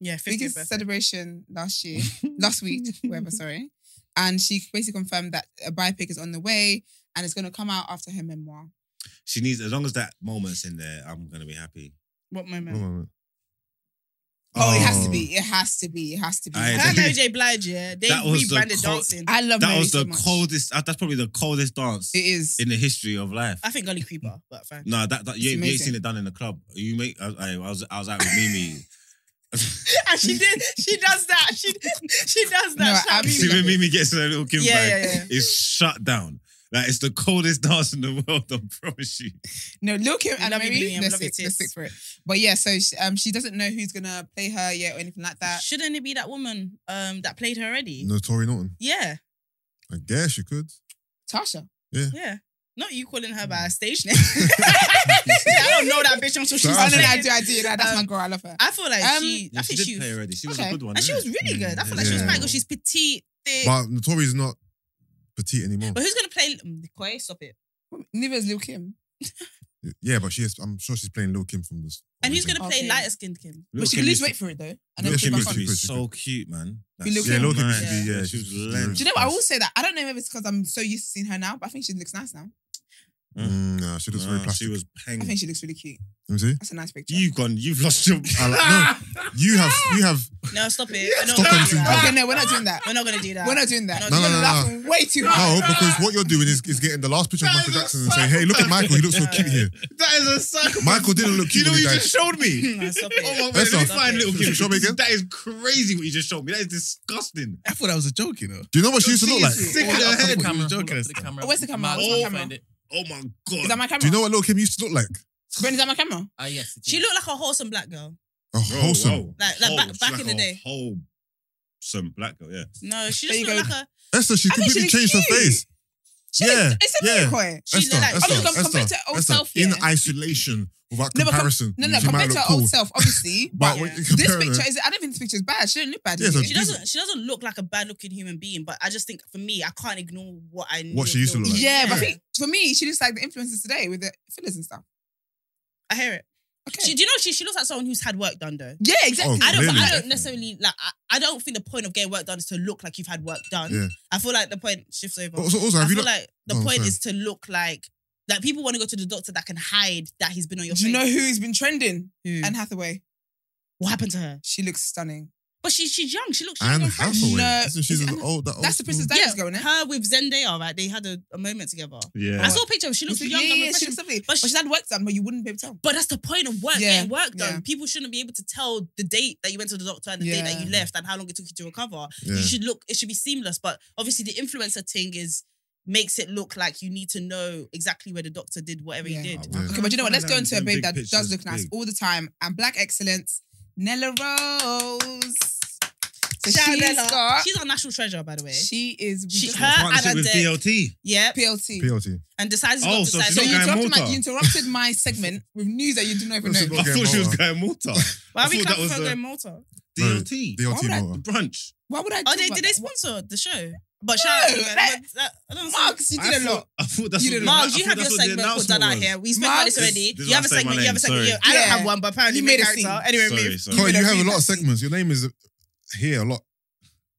Speaker 1: Yeah,
Speaker 3: biggest
Speaker 1: 50th birthday.
Speaker 3: celebration
Speaker 1: <laughs>
Speaker 3: last year, last week, whatever, sorry. And she basically confirmed that a biopic is on the way and it's going to come out after her memoir.
Speaker 2: She needs, as long as that moment's in there, I'm going to be happy.
Speaker 1: What
Speaker 4: Hold on
Speaker 1: moment?
Speaker 4: a minute.
Speaker 3: Oh, it has to be. It has to be. It has to be.
Speaker 2: I-
Speaker 1: Her and Mary J. Blige, yeah, they
Speaker 2: That was the
Speaker 1: rebranded
Speaker 2: cult-
Speaker 1: dancing.
Speaker 3: I love
Speaker 2: That
Speaker 3: Mary
Speaker 2: was
Speaker 3: so
Speaker 2: the
Speaker 3: much.
Speaker 2: coldest, uh, that's probably the coldest dance
Speaker 3: It is.
Speaker 2: in the history of life.
Speaker 1: I think Gully Creeper, but fine.
Speaker 2: No, that,
Speaker 3: It's
Speaker 2: that you, ain't- you ain't
Speaker 3: amazing.
Speaker 2: seen it done in the club. You make, I, I, I was, I was out with Mimi.
Speaker 1: and <laughs> she did. She does that. She she does
Speaker 3: No,
Speaker 1: that. Shout out
Speaker 3: absolutely.
Speaker 2: See
Speaker 1: Mimi.
Speaker 2: when Mimi gets her little Kim
Speaker 1: Yeah,
Speaker 2: bag,
Speaker 1: yeah, yeah.
Speaker 2: it's shut down. Like it's the coldest <laughs> dance in the world. I promise you.
Speaker 3: No, look him and
Speaker 1: Love you,
Speaker 3: Mary.
Speaker 1: Liam.
Speaker 3: They're
Speaker 1: Love
Speaker 3: sick,
Speaker 1: your
Speaker 3: they're
Speaker 1: tits.
Speaker 3: sick for it. But yeah, so she, um, she doesn't know who's gonna play her yet or anything like that.
Speaker 1: Shouldn't it be that woman um that played her already?
Speaker 4: No, Tori Norton.
Speaker 1: Yeah,
Speaker 4: I guess you could.
Speaker 3: Tasha.
Speaker 1: yeah. Not you calling her
Speaker 2: Mm.
Speaker 1: by a stage name. <laughs> I don't know that bitch until she's
Speaker 4: Sorry.
Speaker 3: I
Speaker 4: Tasha.
Speaker 3: know, I
Speaker 1: I,
Speaker 3: do, I do. Nah, that's
Speaker 1: Um,
Speaker 3: my girl. I love her.
Speaker 1: I feel like
Speaker 3: Um,
Speaker 1: she. I think
Speaker 2: she did
Speaker 1: she was.
Speaker 2: play already. She Mm, was
Speaker 3: okay.
Speaker 2: a good one.
Speaker 1: And she was
Speaker 2: innit?
Speaker 1: really good. I feel like she was
Speaker 4: Yeah.
Speaker 1: quite good. She's petite, thick. But,
Speaker 4: But Notori's not petite anymore.
Speaker 1: who's gonna play Mm, Koi? Stop it.
Speaker 3: Neither is Lil Kim.
Speaker 4: Yeah, but she is, I'm sure she's playing Lil Kim from this.
Speaker 1: And who's gonna play
Speaker 3: Okay.
Speaker 1: lighter skinned Kim?
Speaker 2: Lil'
Speaker 3: but she
Speaker 2: Kim
Speaker 3: can lose
Speaker 2: used to-
Speaker 3: weight for it though. And
Speaker 2: Lil'
Speaker 4: Kim
Speaker 3: then
Speaker 2: Kim
Speaker 3: put
Speaker 4: was
Speaker 2: used
Speaker 3: back
Speaker 2: to
Speaker 3: on.
Speaker 2: be
Speaker 4: on.
Speaker 2: so cute, man. That's
Speaker 3: Lil'
Speaker 2: so
Speaker 4: Yeah, Lil Kim
Speaker 2: nice.
Speaker 4: used to be, yeah.
Speaker 2: she was
Speaker 4: she's-
Speaker 2: lame.
Speaker 3: Do you know what? I will say that. I don't know if it's because I'm so used to seeing her now, but I think she looks nice now.
Speaker 4: Mm, nah, she looks very
Speaker 2: Nah,
Speaker 4: plastic.
Speaker 2: She was
Speaker 3: I
Speaker 2: hanging.
Speaker 3: think she looks really cute.
Speaker 4: Let me see.
Speaker 3: That's a nice picture.
Speaker 2: You've gone. You've lost your. Ah,
Speaker 4: I like- You have, you have,
Speaker 1: No, stop it. We're not
Speaker 4: Stop
Speaker 1: gonna
Speaker 4: and
Speaker 1: do that.
Speaker 3: okay, no, we're not doing that.
Speaker 1: We're not gonna do that.
Speaker 3: We're not doing that.
Speaker 1: No, no,
Speaker 3: You're
Speaker 4: no, no,
Speaker 3: laughing way too
Speaker 4: no,
Speaker 3: hard.
Speaker 4: because what you're doing is, is getting the last picture of Michael Jackson and saying, hey, look at Michael. He looks so cute
Speaker 3: <laughs>
Speaker 4: here.
Speaker 5: That is a cycle.
Speaker 4: Michael didn't <laughs> look
Speaker 5: You
Speaker 4: cute
Speaker 5: know
Speaker 4: when
Speaker 5: what
Speaker 4: he
Speaker 5: you
Speaker 4: died.
Speaker 5: just
Speaker 1: <laughs>
Speaker 2: <laughs>
Speaker 5: showed me?
Speaker 1: No, stop
Speaker 3: <laughs>
Speaker 5: Oh
Speaker 1: it.
Speaker 5: my word,
Speaker 4: That's
Speaker 5: let me
Speaker 4: not-
Speaker 5: find little
Speaker 1: Stop
Speaker 5: Kim.
Speaker 4: Show me again.
Speaker 5: That is crazy what you just showed me. That is disgusting. I thought that was a joke, you know.
Speaker 4: Do you know what she used to look like?
Speaker 5: Sick
Speaker 6: Hold
Speaker 5: of
Speaker 6: up
Speaker 5: the
Speaker 6: to
Speaker 5: head.
Speaker 6: The camera,
Speaker 5: Joking.
Speaker 6: hold up to the camera.
Speaker 3: Where's the camera?
Speaker 6: Miles,
Speaker 3: Where's my
Speaker 6: I'll
Speaker 3: camera?
Speaker 6: find it.
Speaker 2: Oh my
Speaker 3: Is that
Speaker 2: god.
Speaker 3: my camera?
Speaker 4: Do you know what Lil Kim used to look like?
Speaker 3: Brent, is that my camera?
Speaker 6: Ah, yes. it
Speaker 1: She
Speaker 6: is.
Speaker 1: looked like a wholesome black girl.
Speaker 4: Oh,
Speaker 2: Bro,
Speaker 4: wholesome.
Speaker 2: whoa.
Speaker 1: Like- like
Speaker 2: Whole-
Speaker 1: back-
Speaker 2: she's
Speaker 1: back in the
Speaker 2: a
Speaker 1: day.
Speaker 2: Whole, some black girl, yeah.
Speaker 1: No, she
Speaker 3: There
Speaker 1: just
Speaker 3: you
Speaker 1: looked like a.
Speaker 4: Esther, she
Speaker 3: I think
Speaker 4: completely
Speaker 3: she looks
Speaker 4: changed her
Speaker 3: cute.
Speaker 4: face.
Speaker 3: She
Speaker 4: Yeah,
Speaker 3: looks, it's a
Speaker 4: yeah.
Speaker 3: miracle.
Speaker 1: She
Speaker 4: Esther,
Speaker 1: looked like.
Speaker 4: Esther,
Speaker 3: Oh, look, I'm
Speaker 4: Esther,
Speaker 3: compared to her old
Speaker 4: Esther,
Speaker 3: self,
Speaker 4: in
Speaker 3: yeah.
Speaker 4: isolation, without
Speaker 3: No, but com-
Speaker 4: comparison.
Speaker 3: No, no,
Speaker 4: she might
Speaker 3: compared
Speaker 4: look
Speaker 3: to her
Speaker 4: cool.
Speaker 3: old self, obviously.
Speaker 4: But
Speaker 1: Yeah.
Speaker 4: when you
Speaker 3: This
Speaker 4: compare
Speaker 3: picture
Speaker 4: her,
Speaker 3: is. I don't even think this picture is bad. She didn't look bad.
Speaker 4: Yeah,
Speaker 3: did
Speaker 4: so
Speaker 3: she?
Speaker 1: She doesn't. She doesn't look like a bad-looking human being, but I just think for me, I can't ignore what I.
Speaker 4: What she used to look like.
Speaker 3: Yeah, but I think for me, she looks like the influencers today with the fillers and stuff.
Speaker 1: I hear it.
Speaker 3: Okay.
Speaker 1: She, do you know she? She looks like someone who's had work done though.
Speaker 3: yeah, exactly.
Speaker 4: Oh,
Speaker 1: I don't.
Speaker 4: Really?
Speaker 1: I don't necessarily like. I, I don't think the point of getting work done is to look like you've had work done.
Speaker 4: Yeah.
Speaker 1: I feel like the point shifts over.
Speaker 4: also, also,
Speaker 1: I
Speaker 4: have you
Speaker 1: feel
Speaker 4: looked?
Speaker 1: like the
Speaker 4: Go on,
Speaker 1: point
Speaker 4: sorry.
Speaker 1: is to look like like people want to go to the doctor that can hide that he's been on your.
Speaker 3: Do you know
Speaker 1: face.
Speaker 3: who's been trending?
Speaker 1: Who?
Speaker 3: Anne Hathaway.
Speaker 1: what happened to her?
Speaker 3: She looks stunning.
Speaker 1: But she she's young. She looks.
Speaker 4: Anne
Speaker 1: young and fresh.
Speaker 4: Hathaway.
Speaker 3: No,
Speaker 4: Isn't she
Speaker 3: is
Speaker 4: the
Speaker 3: Anne-
Speaker 4: old? That old
Speaker 3: That's the Princess
Speaker 4: school?
Speaker 3: Diaries girl, innit?
Speaker 1: her with Zendaya, right? They had a, a moment together.
Speaker 2: Yeah.
Speaker 1: I saw a picture. She looks
Speaker 3: Yeah,
Speaker 1: young.
Speaker 3: yeah,
Speaker 1: and
Speaker 3: she
Speaker 1: refreshing.
Speaker 3: looks lovely.
Speaker 1: But
Speaker 3: But
Speaker 1: she-
Speaker 3: she's had work done, but you wouldn't be able to tell.
Speaker 1: But that's the point of work,
Speaker 3: Yeah,
Speaker 1: getting work done.
Speaker 3: yeah.
Speaker 1: People shouldn't be able to tell the date that you went to the doctor and the date that you
Speaker 3: Yeah.
Speaker 1: left and how long it took you to recover. You
Speaker 4: Yeah.
Speaker 1: should look, it should be seamless. But obviously the influencer thing is makes it look like you need to know exactly where the doctor did whatever
Speaker 3: Yeah.
Speaker 1: he did.
Speaker 4: Yeah.
Speaker 3: Okay, but you know what? Let's go into a
Speaker 2: Them
Speaker 3: babe
Speaker 2: big
Speaker 3: that does
Speaker 2: pictures,
Speaker 3: look nice
Speaker 2: big.
Speaker 3: all the time and black excellence, Nella Rose. So
Speaker 1: Shout out
Speaker 3: she's
Speaker 1: Nella.
Speaker 3: got.
Speaker 1: She's our national treasure, by the way.
Speaker 3: She is. we
Speaker 1: She-
Speaker 3: just-
Speaker 1: her-
Speaker 2: Partnership
Speaker 1: and
Speaker 2: with
Speaker 1: Adele.
Speaker 2: DLT.
Speaker 1: Yep.
Speaker 3: PLT.
Speaker 4: PLT.
Speaker 1: And decides
Speaker 2: Oh,
Speaker 1: not to
Speaker 2: so
Speaker 1: decide.
Speaker 2: she's
Speaker 3: So
Speaker 2: not
Speaker 3: you
Speaker 2: Guy
Speaker 3: interrupted, my,
Speaker 2: Motor.
Speaker 3: you interrupted my segment with news that you didn't even
Speaker 4: Listen,
Speaker 3: know.
Speaker 2: I
Speaker 4: Okay,
Speaker 2: thought she was
Speaker 4: Malta.
Speaker 2: going Malta.
Speaker 1: Why are we
Speaker 2: I thought that was
Speaker 1: coming
Speaker 2: the-
Speaker 1: going Malta?
Speaker 2: DLT.
Speaker 4: DLT
Speaker 3: Why would I-
Speaker 4: motor.
Speaker 2: Brunch.
Speaker 3: Why would I?
Speaker 1: Oh,
Speaker 3: talk
Speaker 1: they
Speaker 3: about
Speaker 1: did they
Speaker 3: that?
Speaker 1: sponsor the show? But shout out to her,
Speaker 3: that-
Speaker 1: but that- I don't see-
Speaker 3: Marks, you
Speaker 2: I
Speaker 3: did a
Speaker 2: thought-
Speaker 3: lot.
Speaker 2: I thought that's
Speaker 3: You
Speaker 2: what
Speaker 3: did a lot.
Speaker 2: the-
Speaker 1: Mark,
Speaker 2: I
Speaker 1: you
Speaker 2: thought
Speaker 1: have your
Speaker 2: that's what the
Speaker 1: segment called done
Speaker 2: announcement
Speaker 1: out
Speaker 2: was.
Speaker 1: here. We spoke about
Speaker 3: Marks-
Speaker 1: this already.
Speaker 2: This- this
Speaker 1: you have a
Speaker 2: is why I say my
Speaker 1: segment. You have a
Speaker 2: name,
Speaker 1: segment.
Speaker 2: sorry.
Speaker 1: Yeah, I don't
Speaker 3: Yeah.
Speaker 1: have one, but apparently
Speaker 3: You
Speaker 1: made
Speaker 3: made a
Speaker 1: character.
Speaker 3: scene.
Speaker 1: Anyway,
Speaker 2: Sorry,
Speaker 1: move.
Speaker 2: sorry.
Speaker 4: Koi, you
Speaker 3: Yeah.
Speaker 4: have a lot of segments. Your name is here a lot.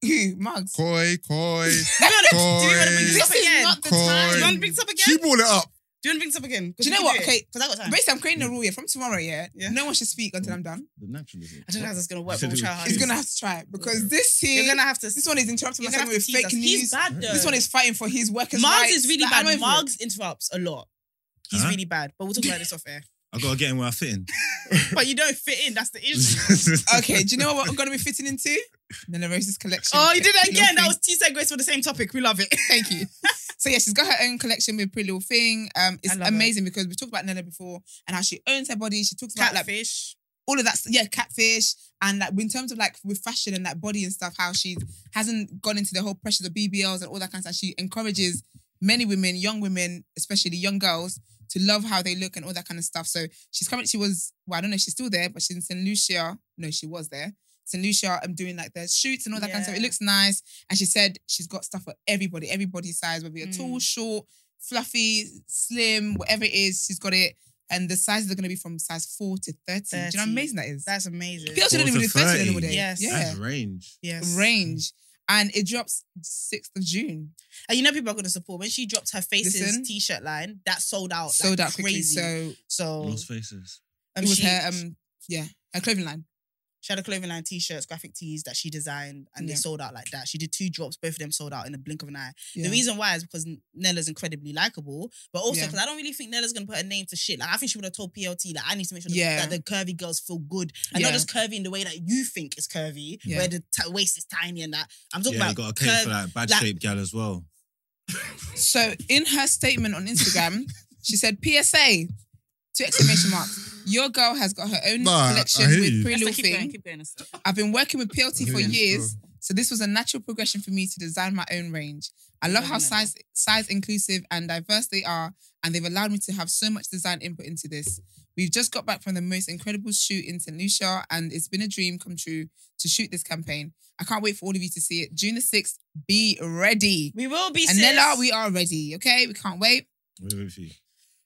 Speaker 3: Who? Mugs.
Speaker 4: Koi, Koi.
Speaker 3: <laughs>
Speaker 1: Do we wanna- do we want to bring
Speaker 4: Corey.
Speaker 1: this up
Speaker 3: This is
Speaker 1: again?
Speaker 3: not the
Speaker 1: Do you
Speaker 4: time.
Speaker 1: want to bring this up
Speaker 4: She
Speaker 1: again?
Speaker 4: brought it up.
Speaker 1: Do you want to bring this up again?
Speaker 3: Do you know what? Okay,
Speaker 1: because I got time.
Speaker 3: basically, I'm creating a rule here from tomorrow. Yeah,
Speaker 1: Yeah.
Speaker 3: no one should speak until I'm done.
Speaker 5: The naturalism.
Speaker 1: I don't know how this is gonna work, but
Speaker 2: You said
Speaker 1: we'll
Speaker 2: it
Speaker 1: try
Speaker 2: was
Speaker 1: hard.
Speaker 3: He's
Speaker 2: Yes.
Speaker 3: gonna have to try it because this
Speaker 1: You're
Speaker 3: here,
Speaker 1: gonna have to.
Speaker 3: this one is interrupting
Speaker 1: you're
Speaker 3: my
Speaker 1: gonna have
Speaker 3: segment
Speaker 1: to tease
Speaker 3: with
Speaker 1: us.
Speaker 3: fake
Speaker 1: He's
Speaker 3: news.
Speaker 1: bad though.
Speaker 3: This one is fighting for his workers'
Speaker 1: Margs
Speaker 3: rights.
Speaker 1: is really
Speaker 3: Like, I'm
Speaker 1: bad.
Speaker 3: over it.
Speaker 1: Margs interrupts a lot. He's
Speaker 2: Huh?
Speaker 1: really bad, but we'll talk about this off air.
Speaker 2: I gotta get in where I fit in.
Speaker 1: But you don't fit in. That's the issue.
Speaker 3: <laughs>
Speaker 2: <laughs>
Speaker 3: Okay, do you know what I'm gonna be fitting into? Nella Rose's collection.
Speaker 1: oh, you did it
Speaker 3: Little
Speaker 1: again. That
Speaker 3: thing.
Speaker 1: was two segues for the same topic. We love it.
Speaker 3: <laughs> Thank you. So yeah, she's got her own collection with Pretty Little Thing. Um, it's
Speaker 1: I love
Speaker 3: amazing because we talked about Nella before and how she owns her body. She talks about like
Speaker 1: Catfish.
Speaker 3: all of that. s- Yeah, catfish and like in terms of like with fashion and that body and stuff, how she hasn't gone into the whole pressure of BBLs and all that kind of stuff. She encourages many women, young women, especially young girls, to love how they look and all that kind of stuff. So she's coming. She was well, I don't know, if she's still there, but she's in Saint Lucia. No, she was there. Saint Lucia. I'm doing like the shoots and all that kind of stuff. It
Speaker 1: Yeah.
Speaker 3: looks nice. And she said she's got stuff for everybody, everybody's size, whether you're tall, short, fluffy, slim, whatever it is, she's got it. And the sizes are going to be from size four to 30. Do you know how
Speaker 1: 30.
Speaker 3: amazing that is?
Speaker 1: That's amazing.
Speaker 3: People shouldn't even
Speaker 2: Four
Speaker 3: do
Speaker 2: to
Speaker 3: 30 anymore
Speaker 2: 30.
Speaker 3: day.
Speaker 1: Yes.
Speaker 3: Yeah.
Speaker 2: That's range.
Speaker 1: Yes.
Speaker 3: Range. And it drops 6th of June.
Speaker 1: And you know people are gonna support. When she dropped her faces
Speaker 3: Listen.
Speaker 1: t-shirt line, that sold out.
Speaker 3: sold
Speaker 1: like,
Speaker 3: out quickly.
Speaker 1: Oh, crazy.
Speaker 3: So it
Speaker 1: So
Speaker 2: Lost faces.
Speaker 1: um,
Speaker 3: was
Speaker 1: she,
Speaker 3: her, um, yeah, her clothing line.
Speaker 1: she had a clothing line t-shirts, graphic tees that she designed, and they
Speaker 3: Yeah.
Speaker 1: sold out like that. She did two drops, both of them sold out in a blink of an eye.
Speaker 3: Yeah.
Speaker 1: The reason why is because Nella's incredibly likable, but also
Speaker 3: Yeah.
Speaker 1: because I don't really think Nella's gonna put a name to shit. Like I think she would have told PLT like I need to make sure
Speaker 3: Yeah.
Speaker 1: that the curvy girls feel good and not
Speaker 3: Yeah.
Speaker 1: just curvy in the way that you think is curvy,
Speaker 3: Yeah.
Speaker 1: where the t- waist is tiny and that. I'm talking
Speaker 2: yeah, you
Speaker 1: about
Speaker 2: got a case
Speaker 1: curvy.
Speaker 2: for that bad
Speaker 1: like-
Speaker 2: shaped gal as well.
Speaker 3: So in her statement on Instagram, she said, PSA, two exclamation marks. Your girl has got her own
Speaker 4: Nah, I- I
Speaker 3: collection
Speaker 4: hear
Speaker 3: with
Speaker 4: you.
Speaker 3: Pretty Little
Speaker 7: keep going,
Speaker 3: Thing.
Speaker 7: keep going.
Speaker 3: I've been working with PLT
Speaker 4: I
Speaker 3: for
Speaker 4: hear you,
Speaker 3: years, so this was a natural progression for me to design my own range. I love how
Speaker 7: Phenomenal.
Speaker 3: size size inclusive and diverse they are, and they've allowed me to have so much design input into this. We've just got back from the most incredible shoot in St. Lucia, and it's been a dream come true to shoot this campaign. I can't wait for all of you to see it. June the 6th, be ready.
Speaker 7: We will be.
Speaker 3: And
Speaker 7: sis.
Speaker 3: Nella, we are ready, okay? We can't wait.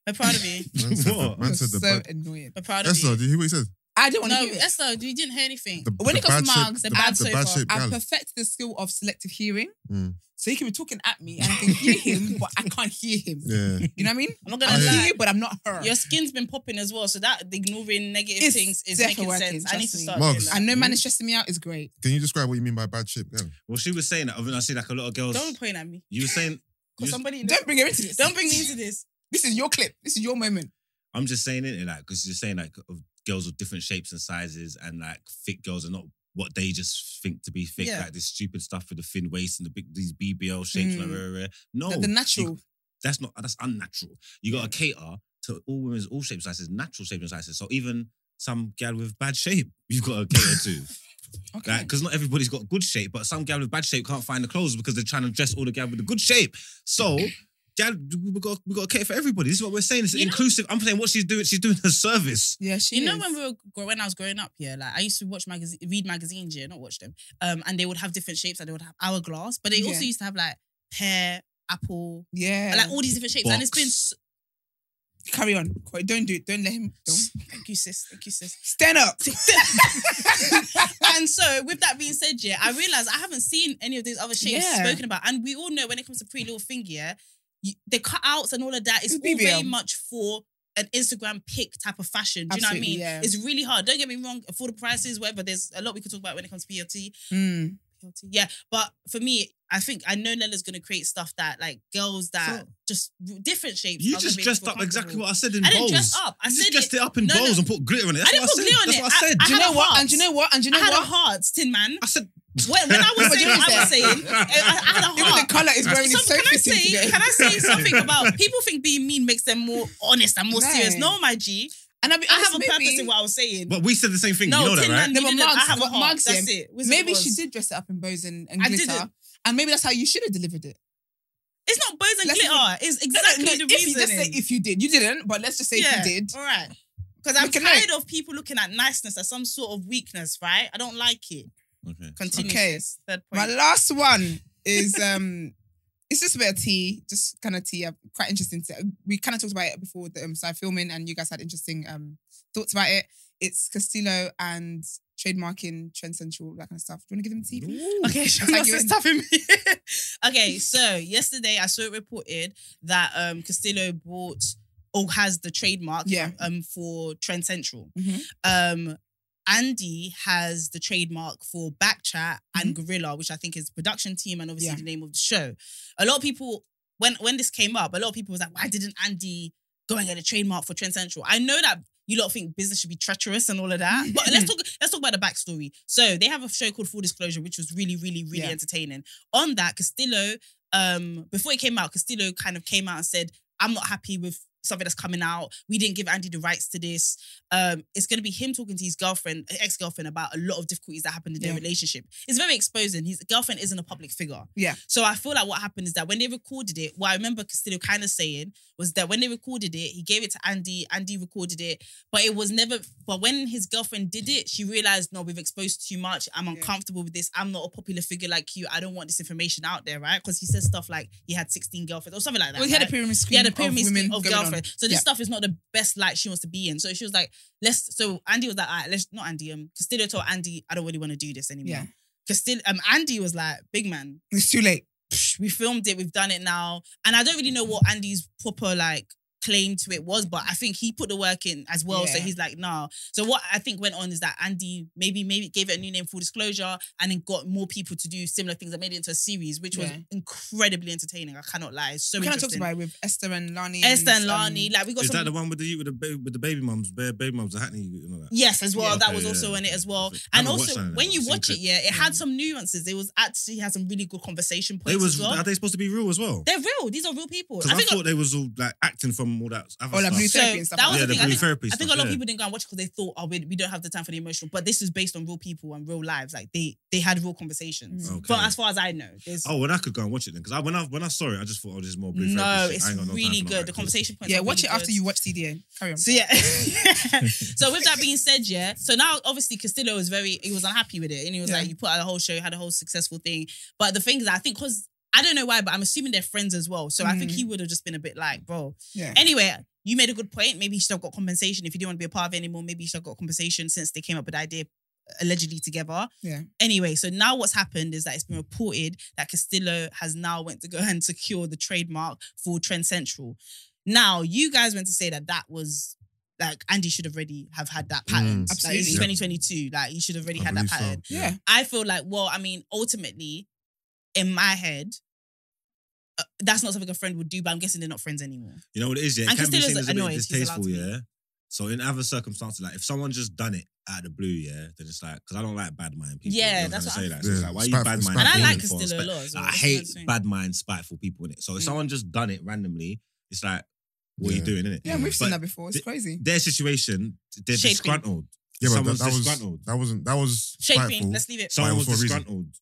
Speaker 7: We're proud of you.
Speaker 4: Man said the,
Speaker 1: <laughs>
Speaker 2: What?
Speaker 4: man said
Speaker 3: so
Speaker 4: the bad.
Speaker 3: annoying.
Speaker 7: We're proud of
Speaker 4: Esther,
Speaker 7: you.
Speaker 4: did you hear what he said?
Speaker 3: I don't want to
Speaker 1: No,
Speaker 3: hear it.
Speaker 1: that's not. We didn't hear anything.
Speaker 4: The,
Speaker 3: When it
Speaker 4: the
Speaker 3: comes to
Speaker 4: bad shape-
Speaker 3: mugs,
Speaker 4: the,
Speaker 3: they're bad
Speaker 4: the
Speaker 3: so
Speaker 4: bad
Speaker 3: far.
Speaker 4: shape
Speaker 3: I
Speaker 4: gal.
Speaker 3: perfected the skill of selective hearing.
Speaker 4: Mm.
Speaker 3: So he can be talking at me and I can
Speaker 4: <laughs>
Speaker 3: hear him, but I can't hear him.
Speaker 4: Yeah.
Speaker 1: <laughs>
Speaker 3: You know what I mean?
Speaker 7: I'm not
Speaker 3: I
Speaker 7: gonna
Speaker 4: Yeah.
Speaker 3: hear
Speaker 7: lie.
Speaker 3: you, but I'm not her.
Speaker 7: Your skin's been popping as well, so that ignoring negative
Speaker 3: It's
Speaker 7: things is
Speaker 3: definitely
Speaker 7: making
Speaker 3: working,
Speaker 7: sense. I need
Speaker 3: trust
Speaker 7: to
Speaker 3: me.
Speaker 7: start
Speaker 4: Mugs.
Speaker 7: doing
Speaker 3: I
Speaker 7: that.
Speaker 3: know man
Speaker 1: Mm.
Speaker 3: is stressing me out is great.
Speaker 4: Can you describe what you mean by bad shape gal?
Speaker 2: Well, she was saying that. I mean, I see like a lot of girls.
Speaker 7: Don't point at me.
Speaker 2: You were saying.
Speaker 7: Cause
Speaker 2: you-
Speaker 7: somebody
Speaker 3: Don't bring her into this.
Speaker 7: don't bring me into this.
Speaker 3: <laughs> This is your clip. This is your moment.
Speaker 2: I'm just saying it, like, because you're saying like of girls of different shapes and sizes, and like thick girls are not what they just think to be thick.
Speaker 7: Yeah.
Speaker 2: Like this stupid stuff with the thin waist and the big these BBL shapes.
Speaker 3: Mm.
Speaker 2: blah, blah, blah, blah. No,
Speaker 3: the, the natural.
Speaker 2: you- that's not that's unnatural. You got to cater to all women's all shapes and sizes, natural shapes and sizes. So even some gal with bad shape, <laughs> you've got to cater to.
Speaker 3: okay.
Speaker 2: Like, because not everybody's got good shape, but some gal with bad shape can't find the clothes because they're trying to dress all the gal with the good shape. So, gal, we got we got to cater for everybody. This is what we're saying. It's
Speaker 1: You know-
Speaker 2: inclusive. I'm saying what she's doing. She's doing her service.
Speaker 3: yeah, she
Speaker 1: you know
Speaker 3: is.
Speaker 1: when we were gr- when I was growing up, yeah, like I used to watch magazine, read magazines, yeah, not watch them. Um, and they would have different shapes, and they would have hourglass, but they
Speaker 3: Yeah.
Speaker 1: also used to have like pear, apple,
Speaker 3: yeah.
Speaker 1: like all these different shapes. And it's been
Speaker 2: Box.
Speaker 1: s-
Speaker 3: Carry on. Corey, Don't do it. Don't let him. Don't.
Speaker 1: thank you, sis, thank you, sis. Hmm.
Speaker 3: Stand
Speaker 1: <laughs>
Speaker 3: up. <laughs>
Speaker 1: and so, with that being said, yeah, I realized I haven't seen any of these other shapes
Speaker 3: Yeah.
Speaker 1: spoken about, and we all know when it comes to pretty little thing, yeah, you, the cutouts and all of that is
Speaker 3: It's
Speaker 1: all very
Speaker 3: BBL.
Speaker 1: much for. An Instagram pick type of fashion. Do you
Speaker 3: Absolutely,
Speaker 1: know what I
Speaker 3: yeah.
Speaker 1: mean? It's really hard. Don't get me wrong, affordable prices, whatever. There's a lot we could talk about when it comes to PLT.
Speaker 3: Mm.
Speaker 1: guilty. Yeah, but for me, I think I know Nella's gonna create stuff that like girls that just different shapes.
Speaker 2: You
Speaker 1: are gonna
Speaker 2: just
Speaker 1: be able to
Speaker 2: dressed
Speaker 1: feel
Speaker 2: up exactly
Speaker 1: comfortable.
Speaker 2: what I said in
Speaker 1: I
Speaker 2: bowls.
Speaker 1: didn't dress up. I
Speaker 2: you
Speaker 1: said
Speaker 2: just dressed
Speaker 1: it.
Speaker 2: it up in
Speaker 1: no,
Speaker 2: bowls
Speaker 1: no.
Speaker 2: and put glitter on it. That's
Speaker 1: I didn't
Speaker 2: what
Speaker 1: put
Speaker 2: I said.
Speaker 1: glue on
Speaker 2: That's
Speaker 1: it.
Speaker 2: what I said.
Speaker 1: I
Speaker 3: Do you
Speaker 1: had
Speaker 3: know
Speaker 1: a
Speaker 3: what?
Speaker 1: heart.
Speaker 3: And do you know what? And do you know
Speaker 1: I had a
Speaker 3: what?
Speaker 1: heart, Tin
Speaker 3: <laughs>
Speaker 1: Man.
Speaker 2: I said.
Speaker 1: When, when I was
Speaker 3: What did
Speaker 2: <laughs>
Speaker 1: saying
Speaker 3: you
Speaker 1: what I was
Speaker 3: say?
Speaker 1: saying, I,
Speaker 3: <laughs>
Speaker 1: I had a
Speaker 3: Even
Speaker 1: heart.
Speaker 3: the color is wearing
Speaker 1: So
Speaker 3: is so
Speaker 1: can I
Speaker 3: fitting
Speaker 1: say?
Speaker 3: today.
Speaker 1: Can I
Speaker 3: <laughs>
Speaker 1: say something about people think being mean makes them more honest and more
Speaker 3: No.
Speaker 1: serious? No, my G,
Speaker 3: And I'll be
Speaker 1: I
Speaker 3: honest,
Speaker 1: have a
Speaker 3: maybe-
Speaker 1: purpose in what I was saying.
Speaker 2: But we said the same thing.
Speaker 1: no,
Speaker 2: you know that,
Speaker 1: Tin
Speaker 2: right?
Speaker 1: Man,
Speaker 3: No,
Speaker 1: you
Speaker 3: but
Speaker 1: didn't. I
Speaker 3: Mugs-
Speaker 1: have a
Speaker 3: but
Speaker 1: heart.
Speaker 3: Mugs,
Speaker 1: That's
Speaker 3: yeah.
Speaker 1: it. Was what it
Speaker 3: Maybe she
Speaker 1: was.
Speaker 3: did dress it up in bows and, and
Speaker 1: I
Speaker 3: glitter.
Speaker 1: didn't.
Speaker 3: And maybe that's how you should have delivered it.
Speaker 1: It's not bows and
Speaker 3: Let's
Speaker 1: glitter. It's exactly
Speaker 3: No,
Speaker 1: the
Speaker 3: if you,
Speaker 1: reason.
Speaker 3: let's say if you did. You didn't, but let's just say if you did.
Speaker 1: All right. Because I'm
Speaker 3: Look at
Speaker 1: tired of people looking at niceness as some sort of weakness, right? I don't like it.
Speaker 2: Okay.
Speaker 1: Continue.
Speaker 3: Okay.
Speaker 1: sis. Third
Speaker 3: My
Speaker 1: point. <laughs>
Speaker 3: last one is um, it's just a bit of tea, just kind of tea. Uh, quite interesting. To, we kind of talked about it before the um, side filming, and you guys had interesting um thoughts about it. It's Castillo and trademarking, Trend Central, that kind of stuff. Do you want to give them tea? please?
Speaker 1: okay, <laughs>
Speaker 3: Thank
Speaker 1: Shana's
Speaker 3: you.
Speaker 1: is stopping me. <laughs> okay, so yesterday I saw it reported that um Castillo bought or has the trademark
Speaker 3: Yeah.
Speaker 1: um for Trend Central.
Speaker 3: Mhm.
Speaker 1: Um Andy has the trademark for Backchat and Gorilla, which I think is production team and obviously
Speaker 3: Mm-hmm. Yeah.
Speaker 1: the name of the show. A lot of people when when this came up, a lot of people was like, why didn't Andy go and get a trademark for Trend Central? I know that you lot think business should be treacherous and all of that, but let's talk. Let's talk about the backstory. So they have a show called Full Disclosure, which was really, really, really
Speaker 3: Yeah.
Speaker 1: entertaining. On that, Castillo, um, before it came out, Castillo kind of came out and said, "I'm not happy with." Something that's coming out. We didn't give Andy the rights to this. Um, it's going to be him talking to his girlfriend, ex girlfriend, about a lot of difficulties that happened in their
Speaker 3: Yeah.
Speaker 1: relationship. It's very exposing. His girlfriend isn't a public figure.
Speaker 3: Yeah.
Speaker 1: So I feel like what happened is that when they recorded it, what I remember Castillo kind of saying was that when they recorded it, he gave it to Andy. Andy recorded it, but it was never. But when his girlfriend did it, she realized, no, we've exposed too much. I'm uncomfortable with this. I'm not a popular figure like you. I don't want this information out there, right? Because he says stuff like he had 16 girlfriends or something like that.
Speaker 3: Well, he had a
Speaker 1: right?
Speaker 3: pyramid
Speaker 1: He
Speaker 3: scheme.
Speaker 1: had a pyramid
Speaker 3: of,
Speaker 1: scheme
Speaker 3: women
Speaker 1: of
Speaker 3: going on.
Speaker 1: girlfriend. So this
Speaker 3: Yeah.
Speaker 1: stuff is not the best light she wants to be in. So she was like, let's. So Andy was like, all right, let's not Andy. Um, Castillo told Andy, I don't really want to do this anymore.
Speaker 3: Yeah.
Speaker 1: Castillo, um, Andy was like, big man,
Speaker 3: It's too late.
Speaker 1: we filmed it, we've done it now. And I don't really know what Andy's proper like claimed to it was, but I think he put the work in as well. So
Speaker 3: Yeah.
Speaker 1: he's like, nah. So what I think went on is that Andy maybe maybe gave it a new name, full disclosure, and then got more people to do similar things that made it into a series, which was
Speaker 3: Yeah.
Speaker 1: incredibly entertaining. I cannot lie. It's So
Speaker 3: We kind of talked
Speaker 1: interesting.
Speaker 3: about it with Esther and Lani.
Speaker 1: Esther and
Speaker 3: um,
Speaker 1: Lani, like we got
Speaker 2: Is
Speaker 1: some
Speaker 2: that the one with the with the ba- with the baby mums, ba- baby mums, the Hackney, you know that?
Speaker 1: Yes, as well.
Speaker 2: Yeah.
Speaker 1: That
Speaker 2: Okay,
Speaker 1: was
Speaker 2: yeah,
Speaker 1: also in it
Speaker 2: okay.
Speaker 1: as well.
Speaker 2: I
Speaker 1: And
Speaker 2: haven't watched
Speaker 1: also,
Speaker 2: that in a
Speaker 1: when
Speaker 2: while.
Speaker 1: you
Speaker 2: I've seen
Speaker 1: watch it,
Speaker 2: clips.
Speaker 1: yeah, it had some nuances. It was actually had some really good conversation
Speaker 2: They
Speaker 1: points
Speaker 2: was
Speaker 1: as well.
Speaker 2: are they supposed to be real as well?
Speaker 1: They're real. These are real people.
Speaker 2: Because
Speaker 1: I
Speaker 2: I,
Speaker 1: think.
Speaker 2: thought they was all like acting from all that other
Speaker 3: Oh, like
Speaker 2: stuff.
Speaker 3: Blue
Speaker 1: so
Speaker 3: therapy and stuff
Speaker 1: that
Speaker 3: like
Speaker 1: was
Speaker 2: yeah,
Speaker 1: the
Speaker 2: the
Speaker 1: thing. I
Speaker 2: blue
Speaker 1: think,
Speaker 2: therapy
Speaker 1: I
Speaker 2: stuff.
Speaker 1: think a lot
Speaker 2: yeah.
Speaker 1: of people didn't go and watch because they thought, oh, we, we don't have the time for the emotional. But this is based on real people and real lives. Like they they had real conversations.
Speaker 2: Mm. Okay.
Speaker 1: But as far as I know, there's
Speaker 2: Oh, when I could go and watch it then, because I when I when I saw it, I just thought, oh, this is more blue
Speaker 1: no.
Speaker 2: therapy. shit.
Speaker 1: It's
Speaker 2: I ain't got no time
Speaker 1: really
Speaker 2: for none of
Speaker 1: good.
Speaker 2: that
Speaker 1: The
Speaker 2: bullshit.
Speaker 1: conversation points.
Speaker 3: Yeah,
Speaker 1: are
Speaker 3: watch
Speaker 1: really
Speaker 3: it after
Speaker 1: good.
Speaker 3: you watch CDA. Carry on.
Speaker 1: So yeah. <laughs> so with that being said, yeah. So now obviously Castillo was very he was unhappy with it. And he was
Speaker 3: Yeah.
Speaker 1: like, you put out a whole show, you had a whole successful thing. But the thing is I think because I don't know why, but I'm assuming they're friends as well. So I think
Speaker 3: Mhm.
Speaker 1: he would have just been a bit like, bro.
Speaker 3: Yeah.
Speaker 1: Anyway, you made a good point. Maybe you should have got compensation. If you didn't want to be a part of it anymore, maybe you should have got compensation since they came up with the idea allegedly together.
Speaker 3: Yeah.
Speaker 1: Anyway, so now what's happened is that it's been reported that Castillo has now went to go <laughs> and secure the trademark for Trend Central. Now you guys went to say that that was like Andy should already have had that patent.
Speaker 3: Mm,
Speaker 1: like it's
Speaker 3: absolutely.
Speaker 1: 2022, like you should have already
Speaker 4: I
Speaker 1: had that
Speaker 4: believe so.
Speaker 1: patent.
Speaker 3: yeah.
Speaker 1: I feel like, well, I mean, ultimately, in my head. Uh, that's not something a friend would do, but I'm guessing they're not friends anymore.
Speaker 2: You know what it is, yeah. It
Speaker 1: And
Speaker 2: can be
Speaker 1: Castillo's
Speaker 2: seen as a bit
Speaker 1: annoyed, he's allowed
Speaker 2: distasteful,
Speaker 1: to be.
Speaker 2: yeah. So in other circumstances, like if someone just done it out of the blue, yeah, then it's like because I don't like bad mind people.
Speaker 1: Yeah,
Speaker 2: you know
Speaker 1: that's
Speaker 2: what
Speaker 1: what
Speaker 2: I'm
Speaker 1: I'm-
Speaker 2: saying. Like, so it's
Speaker 4: Yeah,
Speaker 2: like, why are you
Speaker 4: spiteful-
Speaker 2: bad mind?
Speaker 4: spiteful.
Speaker 1: And I
Speaker 4: Yeah.
Speaker 1: like
Speaker 2: people for?
Speaker 1: Castillo a
Speaker 2: Spi-
Speaker 1: lot. as well.
Speaker 2: I
Speaker 1: That's what I'm
Speaker 2: hate
Speaker 1: saying.
Speaker 2: bad mind, spiteful people in it. So if
Speaker 1: Mm.
Speaker 2: someone just done it randomly, it's like, what are you
Speaker 4: Yeah.
Speaker 2: doing in it?
Speaker 3: Yeah, we've seen that before. It's
Speaker 2: the-
Speaker 3: crazy.
Speaker 2: Their situation, they're
Speaker 1: Shade cream.
Speaker 2: disgruntled.
Speaker 4: Yeah, but that,
Speaker 2: Someone's
Speaker 4: that was
Speaker 2: disgruntled.
Speaker 4: that wasn't that was
Speaker 1: Shade cream,
Speaker 4: spiteful.
Speaker 1: Let's leave it.
Speaker 2: Someone
Speaker 4: Why,
Speaker 2: was
Speaker 4: for a reason?
Speaker 2: disgruntled.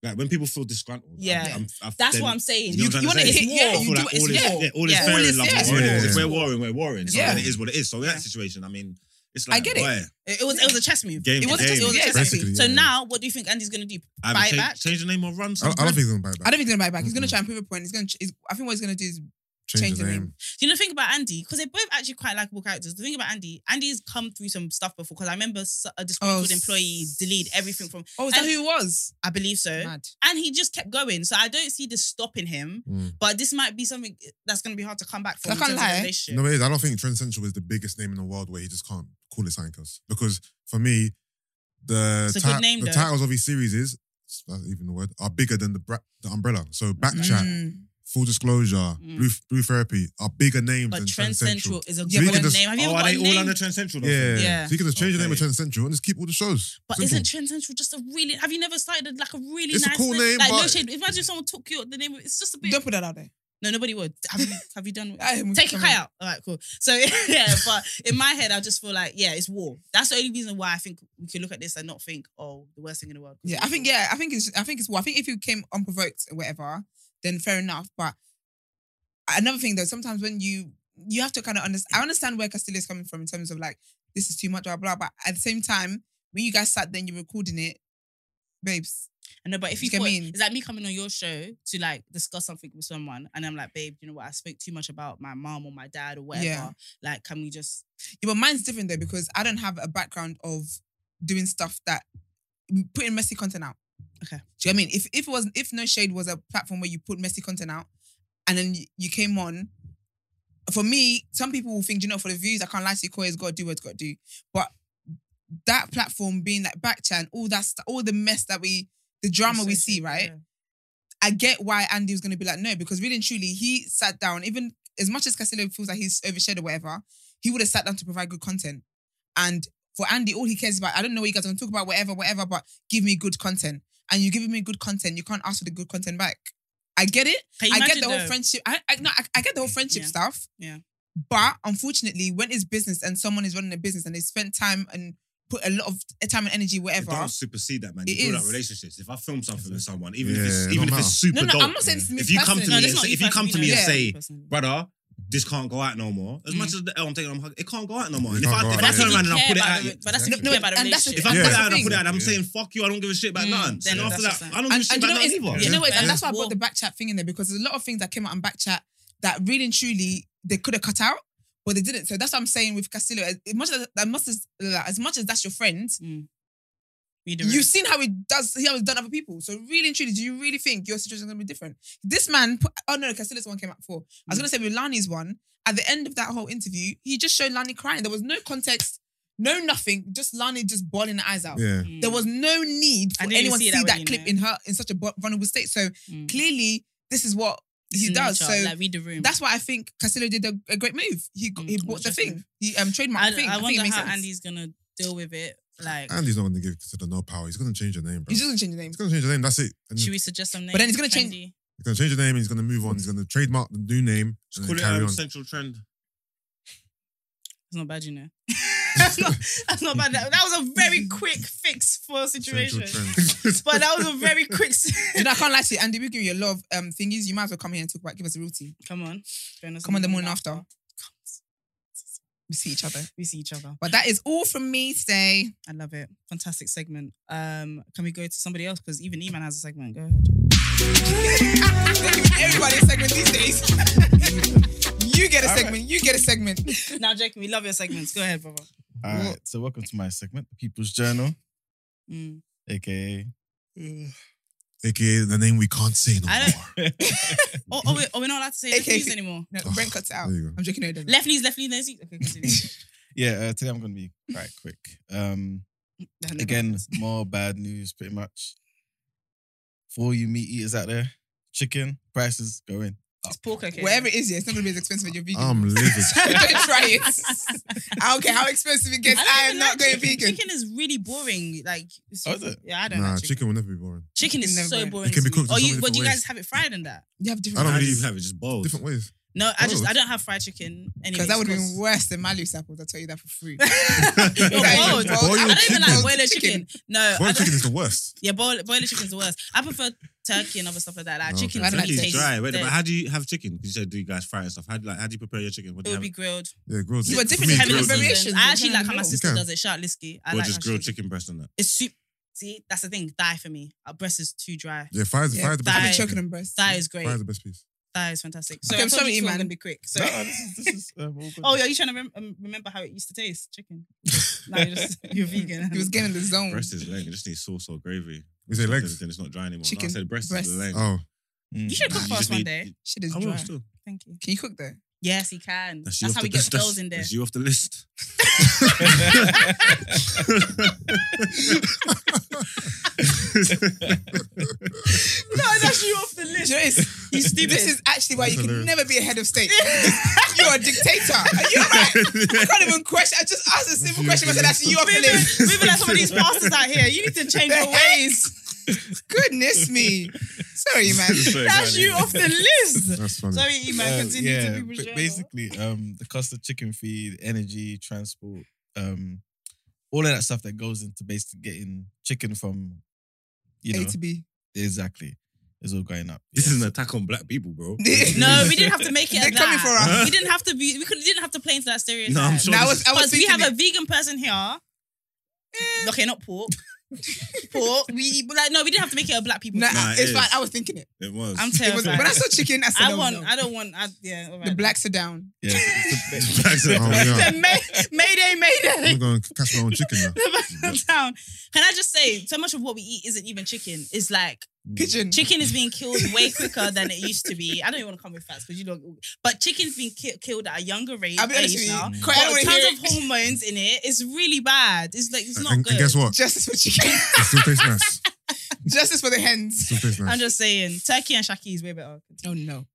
Speaker 2: Like when people feel disgruntled, I'm-
Speaker 1: Yeah.
Speaker 2: I'm- I've-
Speaker 1: That's
Speaker 2: then-
Speaker 1: what I'm saying.
Speaker 2: You know what I'm
Speaker 1: wanna
Speaker 2: saying?
Speaker 1: hit
Speaker 3: Yeah,
Speaker 2: I
Speaker 3: you
Speaker 2: feel
Speaker 3: do it,
Speaker 2: like all is
Speaker 3: it's war.
Speaker 2: yeah, all is
Speaker 1: Yeah.
Speaker 2: fair
Speaker 3: All
Speaker 2: in
Speaker 3: is
Speaker 2: love.
Speaker 3: fair.
Speaker 2: and war, innit?
Speaker 4: Yeah.
Speaker 2: If we're warring, we're warring. So
Speaker 3: Yeah.
Speaker 2: then it is what it is. So in that situation, I mean, it's like
Speaker 3: I get it.
Speaker 2: boy,
Speaker 1: It, it was it was a chess move.
Speaker 2: Game
Speaker 1: it
Speaker 2: to
Speaker 1: was a chess,
Speaker 2: game.
Speaker 1: it was a
Speaker 3: Yeah,
Speaker 1: chess
Speaker 4: basically,
Speaker 1: move. So
Speaker 4: yeah.
Speaker 1: now, what do you think Andy's going to do?
Speaker 2: I
Speaker 1: Buy
Speaker 2: haven't
Speaker 1: it
Speaker 2: changed-
Speaker 1: back?
Speaker 2: changed the name of
Speaker 4: I,
Speaker 2: Run.
Speaker 4: I don't
Speaker 2: something.
Speaker 4: think he's gonna buy it back.
Speaker 3: I don't think he's gonna buy it back. He's gonna
Speaker 4: Mm-mm.
Speaker 3: try and prove a point. He's gonna. ch- he's- I think what he's gonna do is
Speaker 4: change,
Speaker 3: change
Speaker 4: the
Speaker 3: the
Speaker 4: name.
Speaker 3: name.
Speaker 1: Do you know the thing about Andy? Because they're both actually quite likable characters. The thing about Andy, Andy's come through some stuff before. Because I remember s- a disgruntled
Speaker 3: Oh,
Speaker 1: employee deleted everything from,
Speaker 3: Oh, is
Speaker 1: And-
Speaker 3: that who it was?
Speaker 1: I believe so,
Speaker 3: Mad.
Speaker 1: and he just kept going. So I don't see this stopping him.
Speaker 4: Mm.
Speaker 1: But this might be something that's going to be hard to come back from.
Speaker 3: I
Speaker 1: in
Speaker 3: can't
Speaker 1: terms of the
Speaker 3: lie.
Speaker 1: relationship.
Speaker 4: No, it is. I don't think Trend Central is the biggest name in the world where he just can't call it something else. Because for me, the,
Speaker 1: It's a
Speaker 4: ti-
Speaker 1: good name,
Speaker 4: the
Speaker 1: though.
Speaker 4: titles of his series is, that's even the word, are bigger than the bra- the umbrella. So Backchat,
Speaker 3: Mm.
Speaker 4: Full Disclosure,
Speaker 1: Mm.
Speaker 4: Blue, Blue Therapy are bigger names
Speaker 1: But
Speaker 4: than
Speaker 1: Trend
Speaker 4: Trend
Speaker 1: Central
Speaker 4: Central.
Speaker 1: is a
Speaker 4: Yeah,
Speaker 1: good
Speaker 4: but then-
Speaker 1: name. Have you
Speaker 2: Oh,
Speaker 1: ever
Speaker 2: are
Speaker 1: got
Speaker 2: they
Speaker 1: a
Speaker 2: all
Speaker 1: name?
Speaker 2: under Trend Central? though?
Speaker 4: Yeah.
Speaker 1: Yeah.
Speaker 4: So you can just change the name of
Speaker 2: Okay.
Speaker 4: Trend Central and just keep all the shows.
Speaker 1: But
Speaker 4: Simple.
Speaker 1: isn't Trend Central just a really? Have you never started like a really
Speaker 4: It's a
Speaker 1: nice
Speaker 4: cool name,
Speaker 1: Like no
Speaker 4: but-
Speaker 1: shade. Imagine if someone took your the name. of- It's just a bit.
Speaker 3: Don't put that out there.
Speaker 1: No, nobody would. Have you, have you
Speaker 3: <laughs>
Speaker 1: done?
Speaker 3: I am-
Speaker 1: Take your
Speaker 3: come on.
Speaker 1: kai out. All right, cool. So <laughs> yeah, but in my head, I just feel like yeah, it's war. That's the only reason why I think we can look at this and not think, oh, the worst thing in the world.
Speaker 3: Yeah, I think yeah, I think it's I think it's well, I think if you came unprovoked or whatever, then fair enough. But another thing though, sometimes when you you have to kind of understand I understand where Castillo is coming from in terms of like this is too much, blah blah. But at the same time, when you guys sat then you're recording it, babes.
Speaker 1: I know, but if you
Speaker 3: You get
Speaker 1: put,
Speaker 3: mean?
Speaker 1: it's like me coming on your show to like discuss something with someone, and I'm like, babe, you know what? I spoke too much about my mom or my dad or whatever.
Speaker 3: Yeah.
Speaker 1: Like, can we just?
Speaker 3: Yeah, but mine's different though because I don't have a background of doing stuff that putting messy content out.
Speaker 1: Okay.
Speaker 3: Do you know what I mean? If if it was if No Shade was a platform where you put messy content out and then you, you came on, for me, some people will think, do you know, for the views, I can't lie to you, Koya's gotta do what it's gotta do. But that platform being like backchat and all that st- all the mess that we the drama we see, right? I get why Andy was gonna be like, no, because really and truly, he sat down, even as much as Castillo feels like he's overshared or whatever, he would have sat down to provide good content. And for Andy, all he cares about, I don't know what you guys are gonna talk about, whatever, whatever, but give me good content. And you're giving me good content, you can't ask for the good content back. I get it.
Speaker 1: Can you
Speaker 3: I get
Speaker 1: imagine
Speaker 3: the whole
Speaker 1: though?
Speaker 3: friendship. I, I no, I, I get the whole friendship
Speaker 1: Yeah.
Speaker 3: stuff.
Speaker 1: Yeah.
Speaker 3: But unfortunately, when it's business and someone is running a business and they spend time and put a lot of time and energy,
Speaker 2: It
Speaker 3: whatever.
Speaker 2: don't supersede that, man. You
Speaker 3: It
Speaker 2: build up
Speaker 3: is.
Speaker 2: relationships. If I film something with someone, even
Speaker 4: Yeah,
Speaker 2: if it's
Speaker 4: it
Speaker 2: even
Speaker 4: don't
Speaker 2: if it's
Speaker 4: matter.
Speaker 2: super
Speaker 3: No, no,
Speaker 2: dope,
Speaker 3: I'm not saying it's me
Speaker 2: if you come to
Speaker 3: personally.
Speaker 2: me,
Speaker 1: No,
Speaker 2: and
Speaker 1: that's not
Speaker 2: say-
Speaker 1: you
Speaker 2: if you come to me
Speaker 3: personally,
Speaker 2: and
Speaker 3: no.
Speaker 2: say,
Speaker 1: Yeah. Personally.
Speaker 2: brother, this can't go out no more. As much as the L I'm taking, I'm hug- it can't go out no more.
Speaker 4: It
Speaker 2: And if
Speaker 4: can't
Speaker 2: I
Speaker 4: go
Speaker 2: if
Speaker 4: out,
Speaker 2: I
Speaker 4: yeah.
Speaker 2: turn around and I
Speaker 1: care
Speaker 2: put it
Speaker 1: about
Speaker 2: out,
Speaker 1: the- but that's if you
Speaker 3: No,
Speaker 1: care about the
Speaker 3: and that's the-
Speaker 1: relationship.
Speaker 2: if I put
Speaker 4: Yeah.
Speaker 2: it out and I
Speaker 3: thing.
Speaker 2: put it out, I'm
Speaker 4: Yeah.
Speaker 2: saying fuck you. I don't give a shit about
Speaker 1: Mm,
Speaker 2: none.
Speaker 1: then
Speaker 2: And
Speaker 1: that's
Speaker 2: after that,
Speaker 1: just
Speaker 2: I don't give a
Speaker 3: and,
Speaker 2: shit
Speaker 3: and you know,
Speaker 2: about
Speaker 3: it's,
Speaker 2: none
Speaker 3: you
Speaker 2: either.
Speaker 3: know what, and that's why I
Speaker 1: Well-
Speaker 3: brought the backchat thing in there because there's a lot of things that came out on backchat that really and truly they could have cut out, but they didn't. So that's what I'm saying with Castillo. As as much as that must as, as much as that's your friend,
Speaker 1: Mm. Read the room.
Speaker 3: you've seen how it does how it's done other people. So really and truly, do you Mm. really think your situation is gonna be different? This man put, oh no, Castillo's one came out for. I was gonna say with Lani's one, at the end of that whole interview, he just showed Lani crying. There was no context, no nothing. Just Lani just bawling her eyes out.
Speaker 4: Yeah.
Speaker 1: Mm.
Speaker 3: There was no need
Speaker 1: I
Speaker 3: for
Speaker 1: didn't even
Speaker 3: anyone
Speaker 1: see
Speaker 3: to
Speaker 1: it
Speaker 3: see
Speaker 1: that
Speaker 3: that
Speaker 1: way,
Speaker 3: clip
Speaker 1: no.
Speaker 3: in her in such a bu- vulnerable state. So
Speaker 1: Mm.
Speaker 3: clearly, this is what he
Speaker 8: It's
Speaker 3: does.
Speaker 8: nature,
Speaker 3: So
Speaker 8: like read the room.
Speaker 3: that's why I think Castillo did a, a great move. He got- he
Speaker 8: Mm,
Speaker 3: bought the
Speaker 8: just
Speaker 3: thing.
Speaker 8: move.
Speaker 3: He um trademarked
Speaker 8: I,
Speaker 3: the thing.
Speaker 8: I
Speaker 3: I, think it
Speaker 8: wonder
Speaker 3: makes
Speaker 8: how
Speaker 3: sense.
Speaker 8: Andy's gonna deal with it. Like,
Speaker 4: Andy's not going to give Consider no power. He's going to change the name, bro. He's
Speaker 3: He's just gonna change the name.
Speaker 4: going to change the name. That's it. And
Speaker 8: should we suggest some names?
Speaker 3: then it's gonna change-
Speaker 8: Trendy?
Speaker 4: He's going to change the name and he's going to move on. He's going to trademark the new name
Speaker 2: Just
Speaker 4: and
Speaker 2: call
Speaker 4: then
Speaker 2: it
Speaker 4: carry
Speaker 2: um,
Speaker 4: on.
Speaker 2: Central Trend.
Speaker 1: It's not bad, you
Speaker 3: <laughs>
Speaker 1: know. that's, not, that's not bad. That, that was a very quick fix for a situation.
Speaker 4: Central Trend.
Speaker 1: But that was a
Speaker 3: <laughs>
Speaker 1: very quick. s-
Speaker 3: You know, I can't lie to you, Andy. We give you a lot of um thingies. You might as well come here and talk about give us a real tea.
Speaker 1: Come on. Join us
Speaker 3: Come on the morning after. We see each other.
Speaker 1: We see each other.
Speaker 3: But that is all from me today. <laughs>
Speaker 1: I love it. Fantastic segment. Um, can we go to somebody else? Because even Eman has a segment. Go ahead.
Speaker 3: They give Everybody a segment these days. <laughs> you get a segment. You get a segment.
Speaker 1: now, Jacob, we love your segments. Go ahead, brother.
Speaker 5: All right. So welcome to my segment, the People's Journal,
Speaker 1: Mm.
Speaker 5: aka
Speaker 4: AKA the name we can't say no
Speaker 1: I
Speaker 4: more.
Speaker 1: don't- Oh, oh, we, oh, we're not allowed to say left
Speaker 3: Okay.
Speaker 1: knees anymore.
Speaker 3: No, Brent cuts it
Speaker 4: <laughs>
Speaker 3: out.
Speaker 4: There you go.
Speaker 3: I'm joking. No, he doesn't.
Speaker 1: Left knees, left knees, left knees. Okay,
Speaker 3: <laughs>
Speaker 1: continue.
Speaker 5: <laughs> yeah. Uh, today I'm gonna be quite quick. Um,
Speaker 1: That never
Speaker 5: again,
Speaker 1: happens.
Speaker 5: more bad news, pretty much. For all you meat eaters out there, chicken prices <laughs> going.
Speaker 1: it's pork. Okay, <laughs>
Speaker 3: Whatever <laughs> it is, yeah, it's not gonna be as expensive as your vegan.
Speaker 4: I'm livid.
Speaker 3: Don't try it. I don't care Ah, how expensive it gets.
Speaker 1: don't
Speaker 3: I, am
Speaker 1: even
Speaker 3: not
Speaker 1: like
Speaker 3: going
Speaker 1: chicken.
Speaker 3: vegan.
Speaker 1: Chicken is really boring. Like, it's-
Speaker 5: Oh, is it?
Speaker 1: yeah, <laughs> I don't
Speaker 4: Nah,
Speaker 1: know.
Speaker 4: chicken will never be boring.
Speaker 1: Chicken
Speaker 3: Chicken
Speaker 1: is
Speaker 3: never
Speaker 1: so
Speaker 3: boring.
Speaker 1: boring.
Speaker 4: It can be
Speaker 1: to me.
Speaker 4: cooked in
Speaker 1: Oh,
Speaker 4: so
Speaker 1: you,
Speaker 4: many
Speaker 1: but do you
Speaker 4: different
Speaker 1: guys have it fried in that?
Speaker 3: You have
Speaker 4: I
Speaker 3: different
Speaker 4: don't
Speaker 2: How do
Speaker 4: really-
Speaker 2: you have it? Just boiled.
Speaker 4: Different ways.
Speaker 1: No, I just
Speaker 4: Oh.
Speaker 1: I don't have fried chicken anyway.
Speaker 3: because that would have been worse than my loose apples. I'll tell you that for <laughs> free.
Speaker 1: Yo,
Speaker 3: Like,
Speaker 1: boiled.
Speaker 4: Boil
Speaker 3: boiled
Speaker 1: I
Speaker 4: your
Speaker 1: don't even like
Speaker 4: chicken.
Speaker 1: boiler chicken. No, Uh, I
Speaker 4: Boiled
Speaker 1: don't-
Speaker 4: chicken
Speaker 1: <laughs>
Speaker 4: is the worst.
Speaker 1: yeah, boil, boiler chicken's the worst. I prefer turkey and other stuff like that. Like
Speaker 4: Oh, Okay.
Speaker 1: chicken,
Speaker 3: I
Speaker 1: to
Speaker 3: don't like
Speaker 1: me
Speaker 2: Turkey's
Speaker 3: taste.
Speaker 1: tastes
Speaker 2: dry. Wait,
Speaker 1: dead.
Speaker 2: but how do you have chicken? 'Cause you said do you guys fry and stuff? How do, like, how do you prepare your chicken? What do
Speaker 1: it
Speaker 2: you
Speaker 1: would
Speaker 2: have?
Speaker 1: be grilled.
Speaker 4: Yeah, grilled.
Speaker 3: You were
Speaker 4: for
Speaker 3: different
Speaker 4: me,
Speaker 3: having
Speaker 4: grilled
Speaker 3: different
Speaker 4: is-
Speaker 3: variations.
Speaker 1: I actually like how my
Speaker 3: Okay.
Speaker 1: sister
Speaker 4: Okay.
Speaker 1: does it. Shout Lisky. I
Speaker 2: Or
Speaker 1: like how
Speaker 2: just
Speaker 1: she
Speaker 2: grilled
Speaker 1: does it.
Speaker 2: chicken breast and that.
Speaker 1: It's soup. See, that's the thing. Thigh for me. Our breast is too dry.
Speaker 4: Yeah, fries,
Speaker 3: Yeah,
Speaker 4: fries
Speaker 1: I've
Speaker 4: the
Speaker 3: I've
Speaker 1: been
Speaker 3: been
Speaker 4: best.
Speaker 1: Thigh.
Speaker 3: choking
Speaker 4: piece.
Speaker 3: on breasts.
Speaker 1: Thigh is great.
Speaker 4: Fries the best piece.
Speaker 1: Thigh is fantastic. So
Speaker 3: Okay,
Speaker 1: I'm
Speaker 3: I'm
Speaker 1: sorry,
Speaker 3: sorry,
Speaker 1: man.
Speaker 3: Iman.
Speaker 1: Gonna be quick. So.
Speaker 5: No, no, this is this is. Um, all good.
Speaker 1: Oh, yeah, you trying to rem- um, remember how it used to taste? Chicken. now you're just you're vegan.
Speaker 3: He was getting in the zone.
Speaker 2: Breast is leg. It just needs sauce or gravy.
Speaker 4: You
Speaker 1: <laughs>
Speaker 4: say legs?
Speaker 2: Then it's not dry anymore. No, I
Speaker 3: Chicken.
Speaker 2: said breast,
Speaker 3: Breast.
Speaker 2: is the leg.
Speaker 4: Oh,
Speaker 5: Mm.
Speaker 1: You should cook
Speaker 2: You
Speaker 1: for us
Speaker 2: just
Speaker 1: one
Speaker 2: need-
Speaker 1: day.
Speaker 3: Shit is
Speaker 2: I will
Speaker 3: dry.
Speaker 2: still.
Speaker 1: Thank you.
Speaker 3: Can you cook
Speaker 1: <laughs>
Speaker 3: though?
Speaker 1: Yes, he can.
Speaker 2: That's
Speaker 1: That's,
Speaker 2: you off
Speaker 1: how
Speaker 2: the-
Speaker 1: we get
Speaker 2: that's-
Speaker 1: girls in there.
Speaker 2: That's you off the list.
Speaker 1: No, <laughs> that's you off the list.
Speaker 3: Joyce, <laughs>
Speaker 1: You stupid.
Speaker 3: this is actually why you
Speaker 4: That's
Speaker 3: can
Speaker 4: hilarious.
Speaker 3: never be a head
Speaker 1: <laughs>
Speaker 3: of state. You're a dictator. Are you alright? I can't even question. I just asked a simple question. I said, "That's you off the list."
Speaker 1: Maybe, maybe like some of these pastors out here. You need to change
Speaker 3: <laughs>
Speaker 1: your ways.
Speaker 3: Goodness me. Sorry, man.
Speaker 2: Sorry,
Speaker 1: That's
Speaker 2: man.
Speaker 1: you off the list.
Speaker 4: that's funny.
Speaker 1: Sorry, Iman.
Speaker 5: Um,
Speaker 1: Continue
Speaker 5: yeah,
Speaker 1: to people's
Speaker 5: ba-
Speaker 1: journal.
Speaker 5: basically, um, the cost of chicken feed, energy, transport, um, all of that stuff that goes into basically getting chicken from, you know,
Speaker 3: A to B.
Speaker 5: exactly, is all going up.
Speaker 2: This
Speaker 5: Yeah,
Speaker 2: is an
Speaker 5: so-
Speaker 2: attack on black people, bro.
Speaker 1: No, we didn't have to make it.
Speaker 3: They're
Speaker 1: as
Speaker 3: coming
Speaker 1: that.
Speaker 3: for us.
Speaker 1: We didn't have to be. We could, didn't have to play into that stereotype.
Speaker 2: No, I'm sure.
Speaker 3: Now I
Speaker 2: this-
Speaker 3: was, I was
Speaker 1: Because we have
Speaker 3: thinking
Speaker 1: a vegan person here. Okay, not
Speaker 3: <laughs>
Speaker 1: pork. pork. We eat- but like no, we didn't have to make it a black
Speaker 3: it.
Speaker 1: people.
Speaker 3: Nah,
Speaker 1: thing.
Speaker 2: Nah, it
Speaker 3: it's
Speaker 2: is.
Speaker 3: fine. I was thinking it.
Speaker 2: It was.
Speaker 1: I'm
Speaker 3: it was,
Speaker 1: terrified.
Speaker 3: when I saw chicken, I said,
Speaker 1: I
Speaker 3: "Oh,
Speaker 1: want.
Speaker 3: no."
Speaker 1: I don't want. I, yeah, all right.
Speaker 3: the blacks are down.
Speaker 5: Yeah, it's the-
Speaker 2: Back to
Speaker 4: Oh,
Speaker 1: <laughs>
Speaker 2: the-
Speaker 4: yeah.
Speaker 1: May, <laughs> mayday, mayday. <laughs>
Speaker 4: I'm going to catch my own chicken now.
Speaker 1: The back of town. Can I just say, so much of what we eat isn't even chicken. It's like
Speaker 3: <laughs> Pigeon.
Speaker 1: chicken is being killed
Speaker 3: <laughs>
Speaker 1: way quicker than it used to be. I don't even want to come with facts because you don't. But chicken's being ki- killed at a younger rate,
Speaker 3: I'll be honest
Speaker 1: age
Speaker 3: with you.
Speaker 1: now.
Speaker 3: Quite- I
Speaker 1: Got
Speaker 3: don't wanna
Speaker 1: tons
Speaker 3: hear
Speaker 1: of
Speaker 3: it.
Speaker 1: hormones in it. It's really bad. It's like it's
Speaker 4: And,
Speaker 1: not
Speaker 4: and
Speaker 1: good.
Speaker 4: guess what?
Speaker 3: <laughs> Justice for
Speaker 1: <laughs>
Speaker 3: chicken.
Speaker 4: It still tastes nice. It
Speaker 3: Justice for the hens.
Speaker 4: still tastes
Speaker 1: I'm
Speaker 4: nice.
Speaker 1: just saying, turkey and shaki is way better.
Speaker 3: Oh no.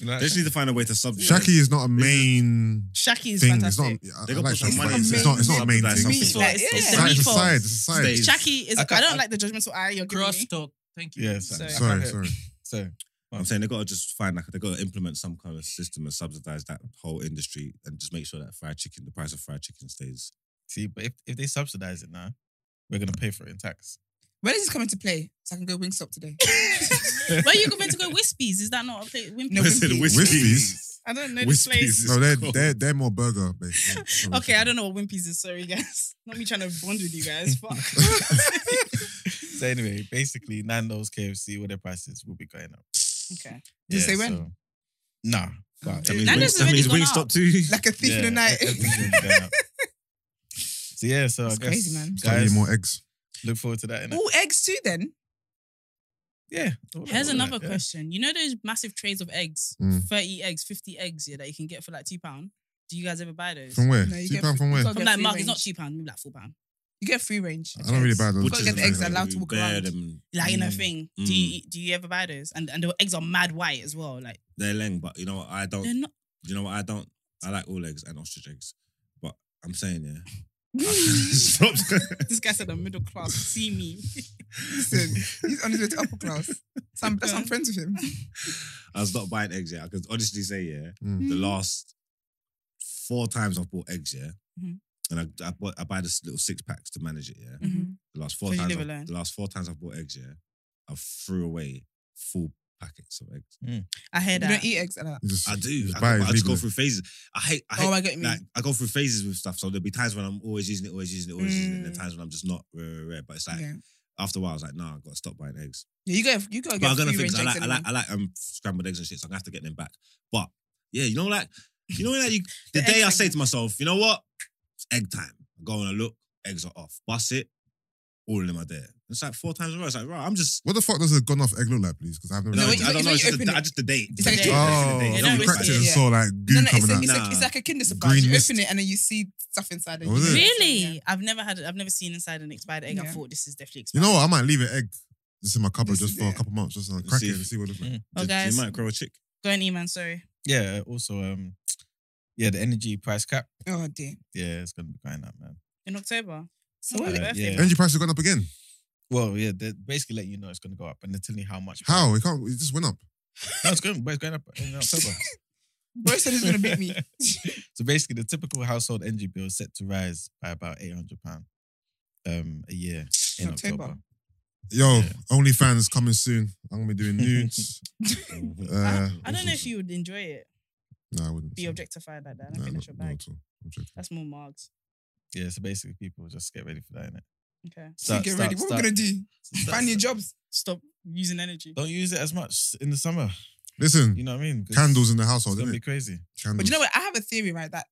Speaker 2: They just need to find a way to subsidize.
Speaker 4: Shaki is not a main
Speaker 1: Shaki is
Speaker 4: thing. It's not.
Speaker 1: fantastic.
Speaker 4: I,
Speaker 2: They
Speaker 4: I
Speaker 2: gotta
Speaker 4: like
Speaker 2: put some
Speaker 4: Shaki,
Speaker 2: money
Speaker 4: but
Speaker 3: into
Speaker 4: it's not. It's not a main
Speaker 2: subsidize
Speaker 4: thing.
Speaker 2: something.
Speaker 3: Meat.
Speaker 4: It's
Speaker 1: Like, it's the
Speaker 3: Yeah.
Speaker 4: a side. It's a
Speaker 1: meatballs.
Speaker 4: side. It's a side.
Speaker 2: Stays.
Speaker 1: Shaki is.
Speaker 5: I
Speaker 1: I,
Speaker 5: can't-
Speaker 1: don't like the judgmental eye you're giving
Speaker 6: Cross
Speaker 1: me.
Speaker 6: talk. Thank you.
Speaker 5: yeah,
Speaker 1: Sorry.
Speaker 4: Sorry,
Speaker 2: <laughs>
Speaker 4: sorry.
Speaker 5: sorry.
Speaker 2: I'm saying they gotta just find like they gotta implement some kind of system and subsidize that whole industry and just make sure that fried chicken, the price of fried chicken stays.
Speaker 5: See, but if, if they subsidize it now, we're gonna pay for it in tax.
Speaker 3: When is this coming to play? So I can go wing stop today.
Speaker 1: Where are you going to go? Wispies? Is that not a place?
Speaker 3: No,
Speaker 2: I said
Speaker 3: Wimpy.
Speaker 2: Wispies.
Speaker 1: I don't know this
Speaker 2: Wispies
Speaker 1: place.
Speaker 2: is
Speaker 4: No, they're
Speaker 2: cold.
Speaker 4: they're they're more burger
Speaker 1: <laughs>
Speaker 4: based.
Speaker 1: Okay, I don't know what Wimpy's is. Sorry, guys. <laughs> Not me trying to bond with you guys. Fuck.
Speaker 5: So anyway, basically Nando's, KFC, all their prices will be going up.
Speaker 1: okay.
Speaker 3: Did you say when?
Speaker 5: so- Nah, but
Speaker 2: That
Speaker 1: Nando's
Speaker 2: means, Wing,
Speaker 1: has
Speaker 2: that means
Speaker 1: already gone
Speaker 2: Wingstop
Speaker 1: up.
Speaker 2: too. <laughs>
Speaker 3: like a thief in the night.
Speaker 5: everything's gonna be going up. <laughs> so yeah, so
Speaker 3: It's
Speaker 5: I guess
Speaker 3: crazy, man.
Speaker 4: Gotta eat
Speaker 5: guys,
Speaker 4: more eggs.
Speaker 3: <laughs>
Speaker 5: look forward to that. innit?
Speaker 3: All eggs too then.
Speaker 5: Yeah.
Speaker 1: Here's
Speaker 5: Yeah.
Speaker 1: another question. You know those massive trays of eggs,
Speaker 4: Mm.
Speaker 1: 30 eggs, 50 eggs, yeah, that you can get for like two pounds. Do you guys ever buy those?
Speaker 4: From where?
Speaker 3: No, you
Speaker 4: Two
Speaker 3: get
Speaker 4: pound
Speaker 3: free-
Speaker 4: from where?
Speaker 3: you
Speaker 4: I
Speaker 3: can't
Speaker 1: I'm
Speaker 3: get
Speaker 1: like,
Speaker 3: free
Speaker 1: Mark, it's
Speaker 3: range.
Speaker 1: not two pounds, maybe like four pounds.
Speaker 3: You get free range.
Speaker 4: don't really buy those.
Speaker 3: You've got to get the eggs allowed to walk
Speaker 2: Bare
Speaker 3: around.
Speaker 2: them,
Speaker 1: Like in a
Speaker 5: Mm.
Speaker 1: thing. Do you
Speaker 2: Mm.
Speaker 1: do you ever buy those? And and the eggs are mad white as well. Like
Speaker 2: they're leng, but you know what? I don't.
Speaker 1: they're not
Speaker 2: You know what? I don't. I like all eggs and ostrich eggs, but I'm
Speaker 3: <laughs>
Speaker 2: saying yeah. I can-
Speaker 3: Listen,
Speaker 2: <laughs> Stop.
Speaker 1: this guy's in the middle class. See me.
Speaker 3: he's on his way to upper class. So I'm, that's why I'm friends with him.
Speaker 2: I was not buying eggs yet. I could honestly say yeah.
Speaker 4: Mm.
Speaker 2: The last four times I've bought eggs yeah,
Speaker 1: Mhm.
Speaker 3: Mm-hmm.
Speaker 2: and I I, bought, I buy this little six packs to manage it yeah.
Speaker 1: Mm-hmm.
Speaker 2: The last four
Speaker 1: So you
Speaker 2: times,
Speaker 1: live
Speaker 2: I've-
Speaker 1: alone?
Speaker 2: the last four times I've bought eggs yeah, I threw away full packets of eggs.
Speaker 1: I hear
Speaker 3: You
Speaker 1: that.
Speaker 3: don't eat eggs like that.
Speaker 4: You just-
Speaker 2: I
Speaker 4: you
Speaker 2: do.
Speaker 4: just
Speaker 2: I,
Speaker 4: buy
Speaker 2: go-
Speaker 4: it
Speaker 2: I just go
Speaker 4: legally.
Speaker 2: through phases. I hate. I hate.
Speaker 3: Oh, I get what you mean.
Speaker 2: like I go through phases with stuff, so there'll be times when I'm always using it, always using it, always using it, and then
Speaker 3: Mm.
Speaker 2: times when I'm just not rare, rare, rare. But it's like
Speaker 3: yeah.
Speaker 2: after a while, I was like, nah, I gotta stop buying eggs.
Speaker 3: yeah, you got you got to
Speaker 2: But
Speaker 3: get
Speaker 2: I'm gonna
Speaker 3: free
Speaker 2: think
Speaker 3: range
Speaker 2: I
Speaker 3: eggs.
Speaker 2: like, I
Speaker 3: anyway.
Speaker 2: like, I like um, scrambled eggs and shit, so I'm gonna have to get them back. But yeah, you know, like, you know, like you, the,
Speaker 1: The
Speaker 2: day
Speaker 1: eggs
Speaker 2: I
Speaker 1: are
Speaker 2: say
Speaker 1: good.
Speaker 2: to myself, you know what, it's egg time. I go and I look, eggs are off. Bust it, all of them are there. It's like four times in a row. It's like, right, I'm just.
Speaker 4: What the fuck does a gone off egg look like, please? Because I've never.
Speaker 2: No,
Speaker 3: when
Speaker 2: it's-
Speaker 3: you-
Speaker 2: I don't
Speaker 3: when
Speaker 2: know. It's
Speaker 3: you
Speaker 2: just, a,
Speaker 3: open
Speaker 2: I
Speaker 3: it-
Speaker 2: just the date.
Speaker 3: it's like
Speaker 2: Just
Speaker 3: a-
Speaker 2: the
Speaker 4: Oh,
Speaker 1: Yeah,
Speaker 2: date. You
Speaker 1: no,
Speaker 4: you
Speaker 2: don't
Speaker 1: it's-
Speaker 4: cracked
Speaker 2: respect
Speaker 4: it and
Speaker 2: it.
Speaker 3: yeah.
Speaker 4: saw like goo
Speaker 3: no,
Speaker 4: coming
Speaker 3: no, it's, a,
Speaker 4: out.
Speaker 3: it's,
Speaker 2: Nah.
Speaker 3: a, it's like a Kinder surprise.
Speaker 4: Green
Speaker 3: You
Speaker 4: mist.
Speaker 3: open it and then you see stuff inside. And
Speaker 4: Oh,
Speaker 3: you
Speaker 4: is it?
Speaker 1: Really?
Speaker 3: Yeah.
Speaker 1: I've never had I've never seen inside an expired egg. I
Speaker 3: Yeah.
Speaker 1: thought this is definitely
Speaker 4: You
Speaker 1: expired.
Speaker 4: know what? I might leave an egg just in my cupboard
Speaker 3: This
Speaker 4: just
Speaker 3: is
Speaker 4: for a
Speaker 3: it.
Speaker 4: couple months, just to crack
Speaker 2: See
Speaker 4: it
Speaker 2: if-
Speaker 4: and see what it looks like.
Speaker 1: Oh,
Speaker 2: You-
Speaker 1: guys.
Speaker 2: You might grow a chick.
Speaker 1: Go and eat, man. Sorry.
Speaker 5: Yeah. Also, um, yeah, the energy price cap.
Speaker 3: Oh dear.
Speaker 5: Yeah, it's gonna be going up, man.
Speaker 1: In October.
Speaker 3: So
Speaker 1: Oh,
Speaker 5: Uh,
Speaker 1: your birthday.
Speaker 5: yeah.
Speaker 4: Energy prices have gone up again.
Speaker 5: Well, yeah, they're basically letting you know it's gonna go up, and they're telling you how much.
Speaker 4: How? It can't. It just went up.
Speaker 5: No, it's going, but it's going up in <laughs> October.
Speaker 3: Bro said he's
Speaker 4: <laughs>
Speaker 3: gonna beat me.
Speaker 5: <laughs> so basically, the typical household energy bill is set to rise by about eight hundred pound um a year in
Speaker 3: October.
Speaker 5: October.
Speaker 4: Yo,
Speaker 5: Yeah.
Speaker 4: OnlyFans coming soon. I'm gonna be doing
Speaker 3: <laughs>
Speaker 5: <laughs>
Speaker 4: nudes. uh,
Speaker 1: I, I don't know if you would enjoy it.
Speaker 4: No, I wouldn't.
Speaker 1: Be
Speaker 4: say.
Speaker 1: objectified like that. I don't
Speaker 4: Nah,
Speaker 1: think
Speaker 4: not-
Speaker 1: that's your
Speaker 4: not
Speaker 1: bag.
Speaker 4: at all. I'm joking.
Speaker 1: That's more marks.
Speaker 5: Yeah. So basically, people just get ready for that. Innit?
Speaker 1: Okay.
Speaker 3: So
Speaker 5: Start,
Speaker 3: get ready. What we gonna do?
Speaker 5: start-
Speaker 3: Find new jobs.
Speaker 1: Stop using energy.
Speaker 5: Don't use it as much in the summer.
Speaker 4: Listen,
Speaker 5: You know what I mean? 'Cause
Speaker 4: candles in the
Speaker 5: It's
Speaker 4: household,
Speaker 5: gonna
Speaker 4: isn't
Speaker 5: be
Speaker 4: it?
Speaker 5: crazy.
Speaker 4: Candles.
Speaker 3: But you know what? I have a theory, right? That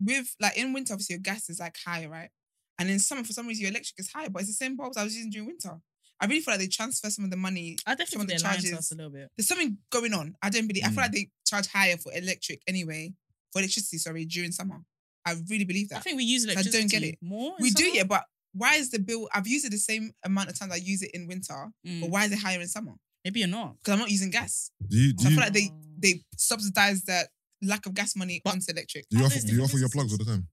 Speaker 3: with like in winter, obviously your gas is like high, right? And in summer, for some reason, your electric is high, but it's the same bulbs I was using during winter. I really feel like they transfer some of the money.
Speaker 1: I
Speaker 3: Some
Speaker 1: definitely think
Speaker 3: of the
Speaker 1: they're lying to
Speaker 3: charges.
Speaker 1: us a little bit.
Speaker 3: There's something going on. I don't believe. I
Speaker 5: Mm.
Speaker 3: feel like they charge higher for electric anyway, for electricity. Sorry, during summer, I really believe
Speaker 1: I
Speaker 3: that.
Speaker 1: think we use
Speaker 3: don't
Speaker 1: electricity
Speaker 3: get it.
Speaker 1: more. in
Speaker 3: We do,
Speaker 1: summer?
Speaker 3: yeah, but why is the bill? I've used it the same amount of times I use it in winter,
Speaker 1: Mm.
Speaker 3: but why is it higher in summer?
Speaker 1: Maybe you're not.
Speaker 3: Because I'm not using gas.
Speaker 4: do you, do
Speaker 3: So I
Speaker 4: you,
Speaker 3: feel like they they subsidize that lack of gas money onto electric.
Speaker 4: do you
Speaker 1: Are
Speaker 4: offer,
Speaker 1: those
Speaker 4: do you offer your
Speaker 1: different
Speaker 4: plugs all the time?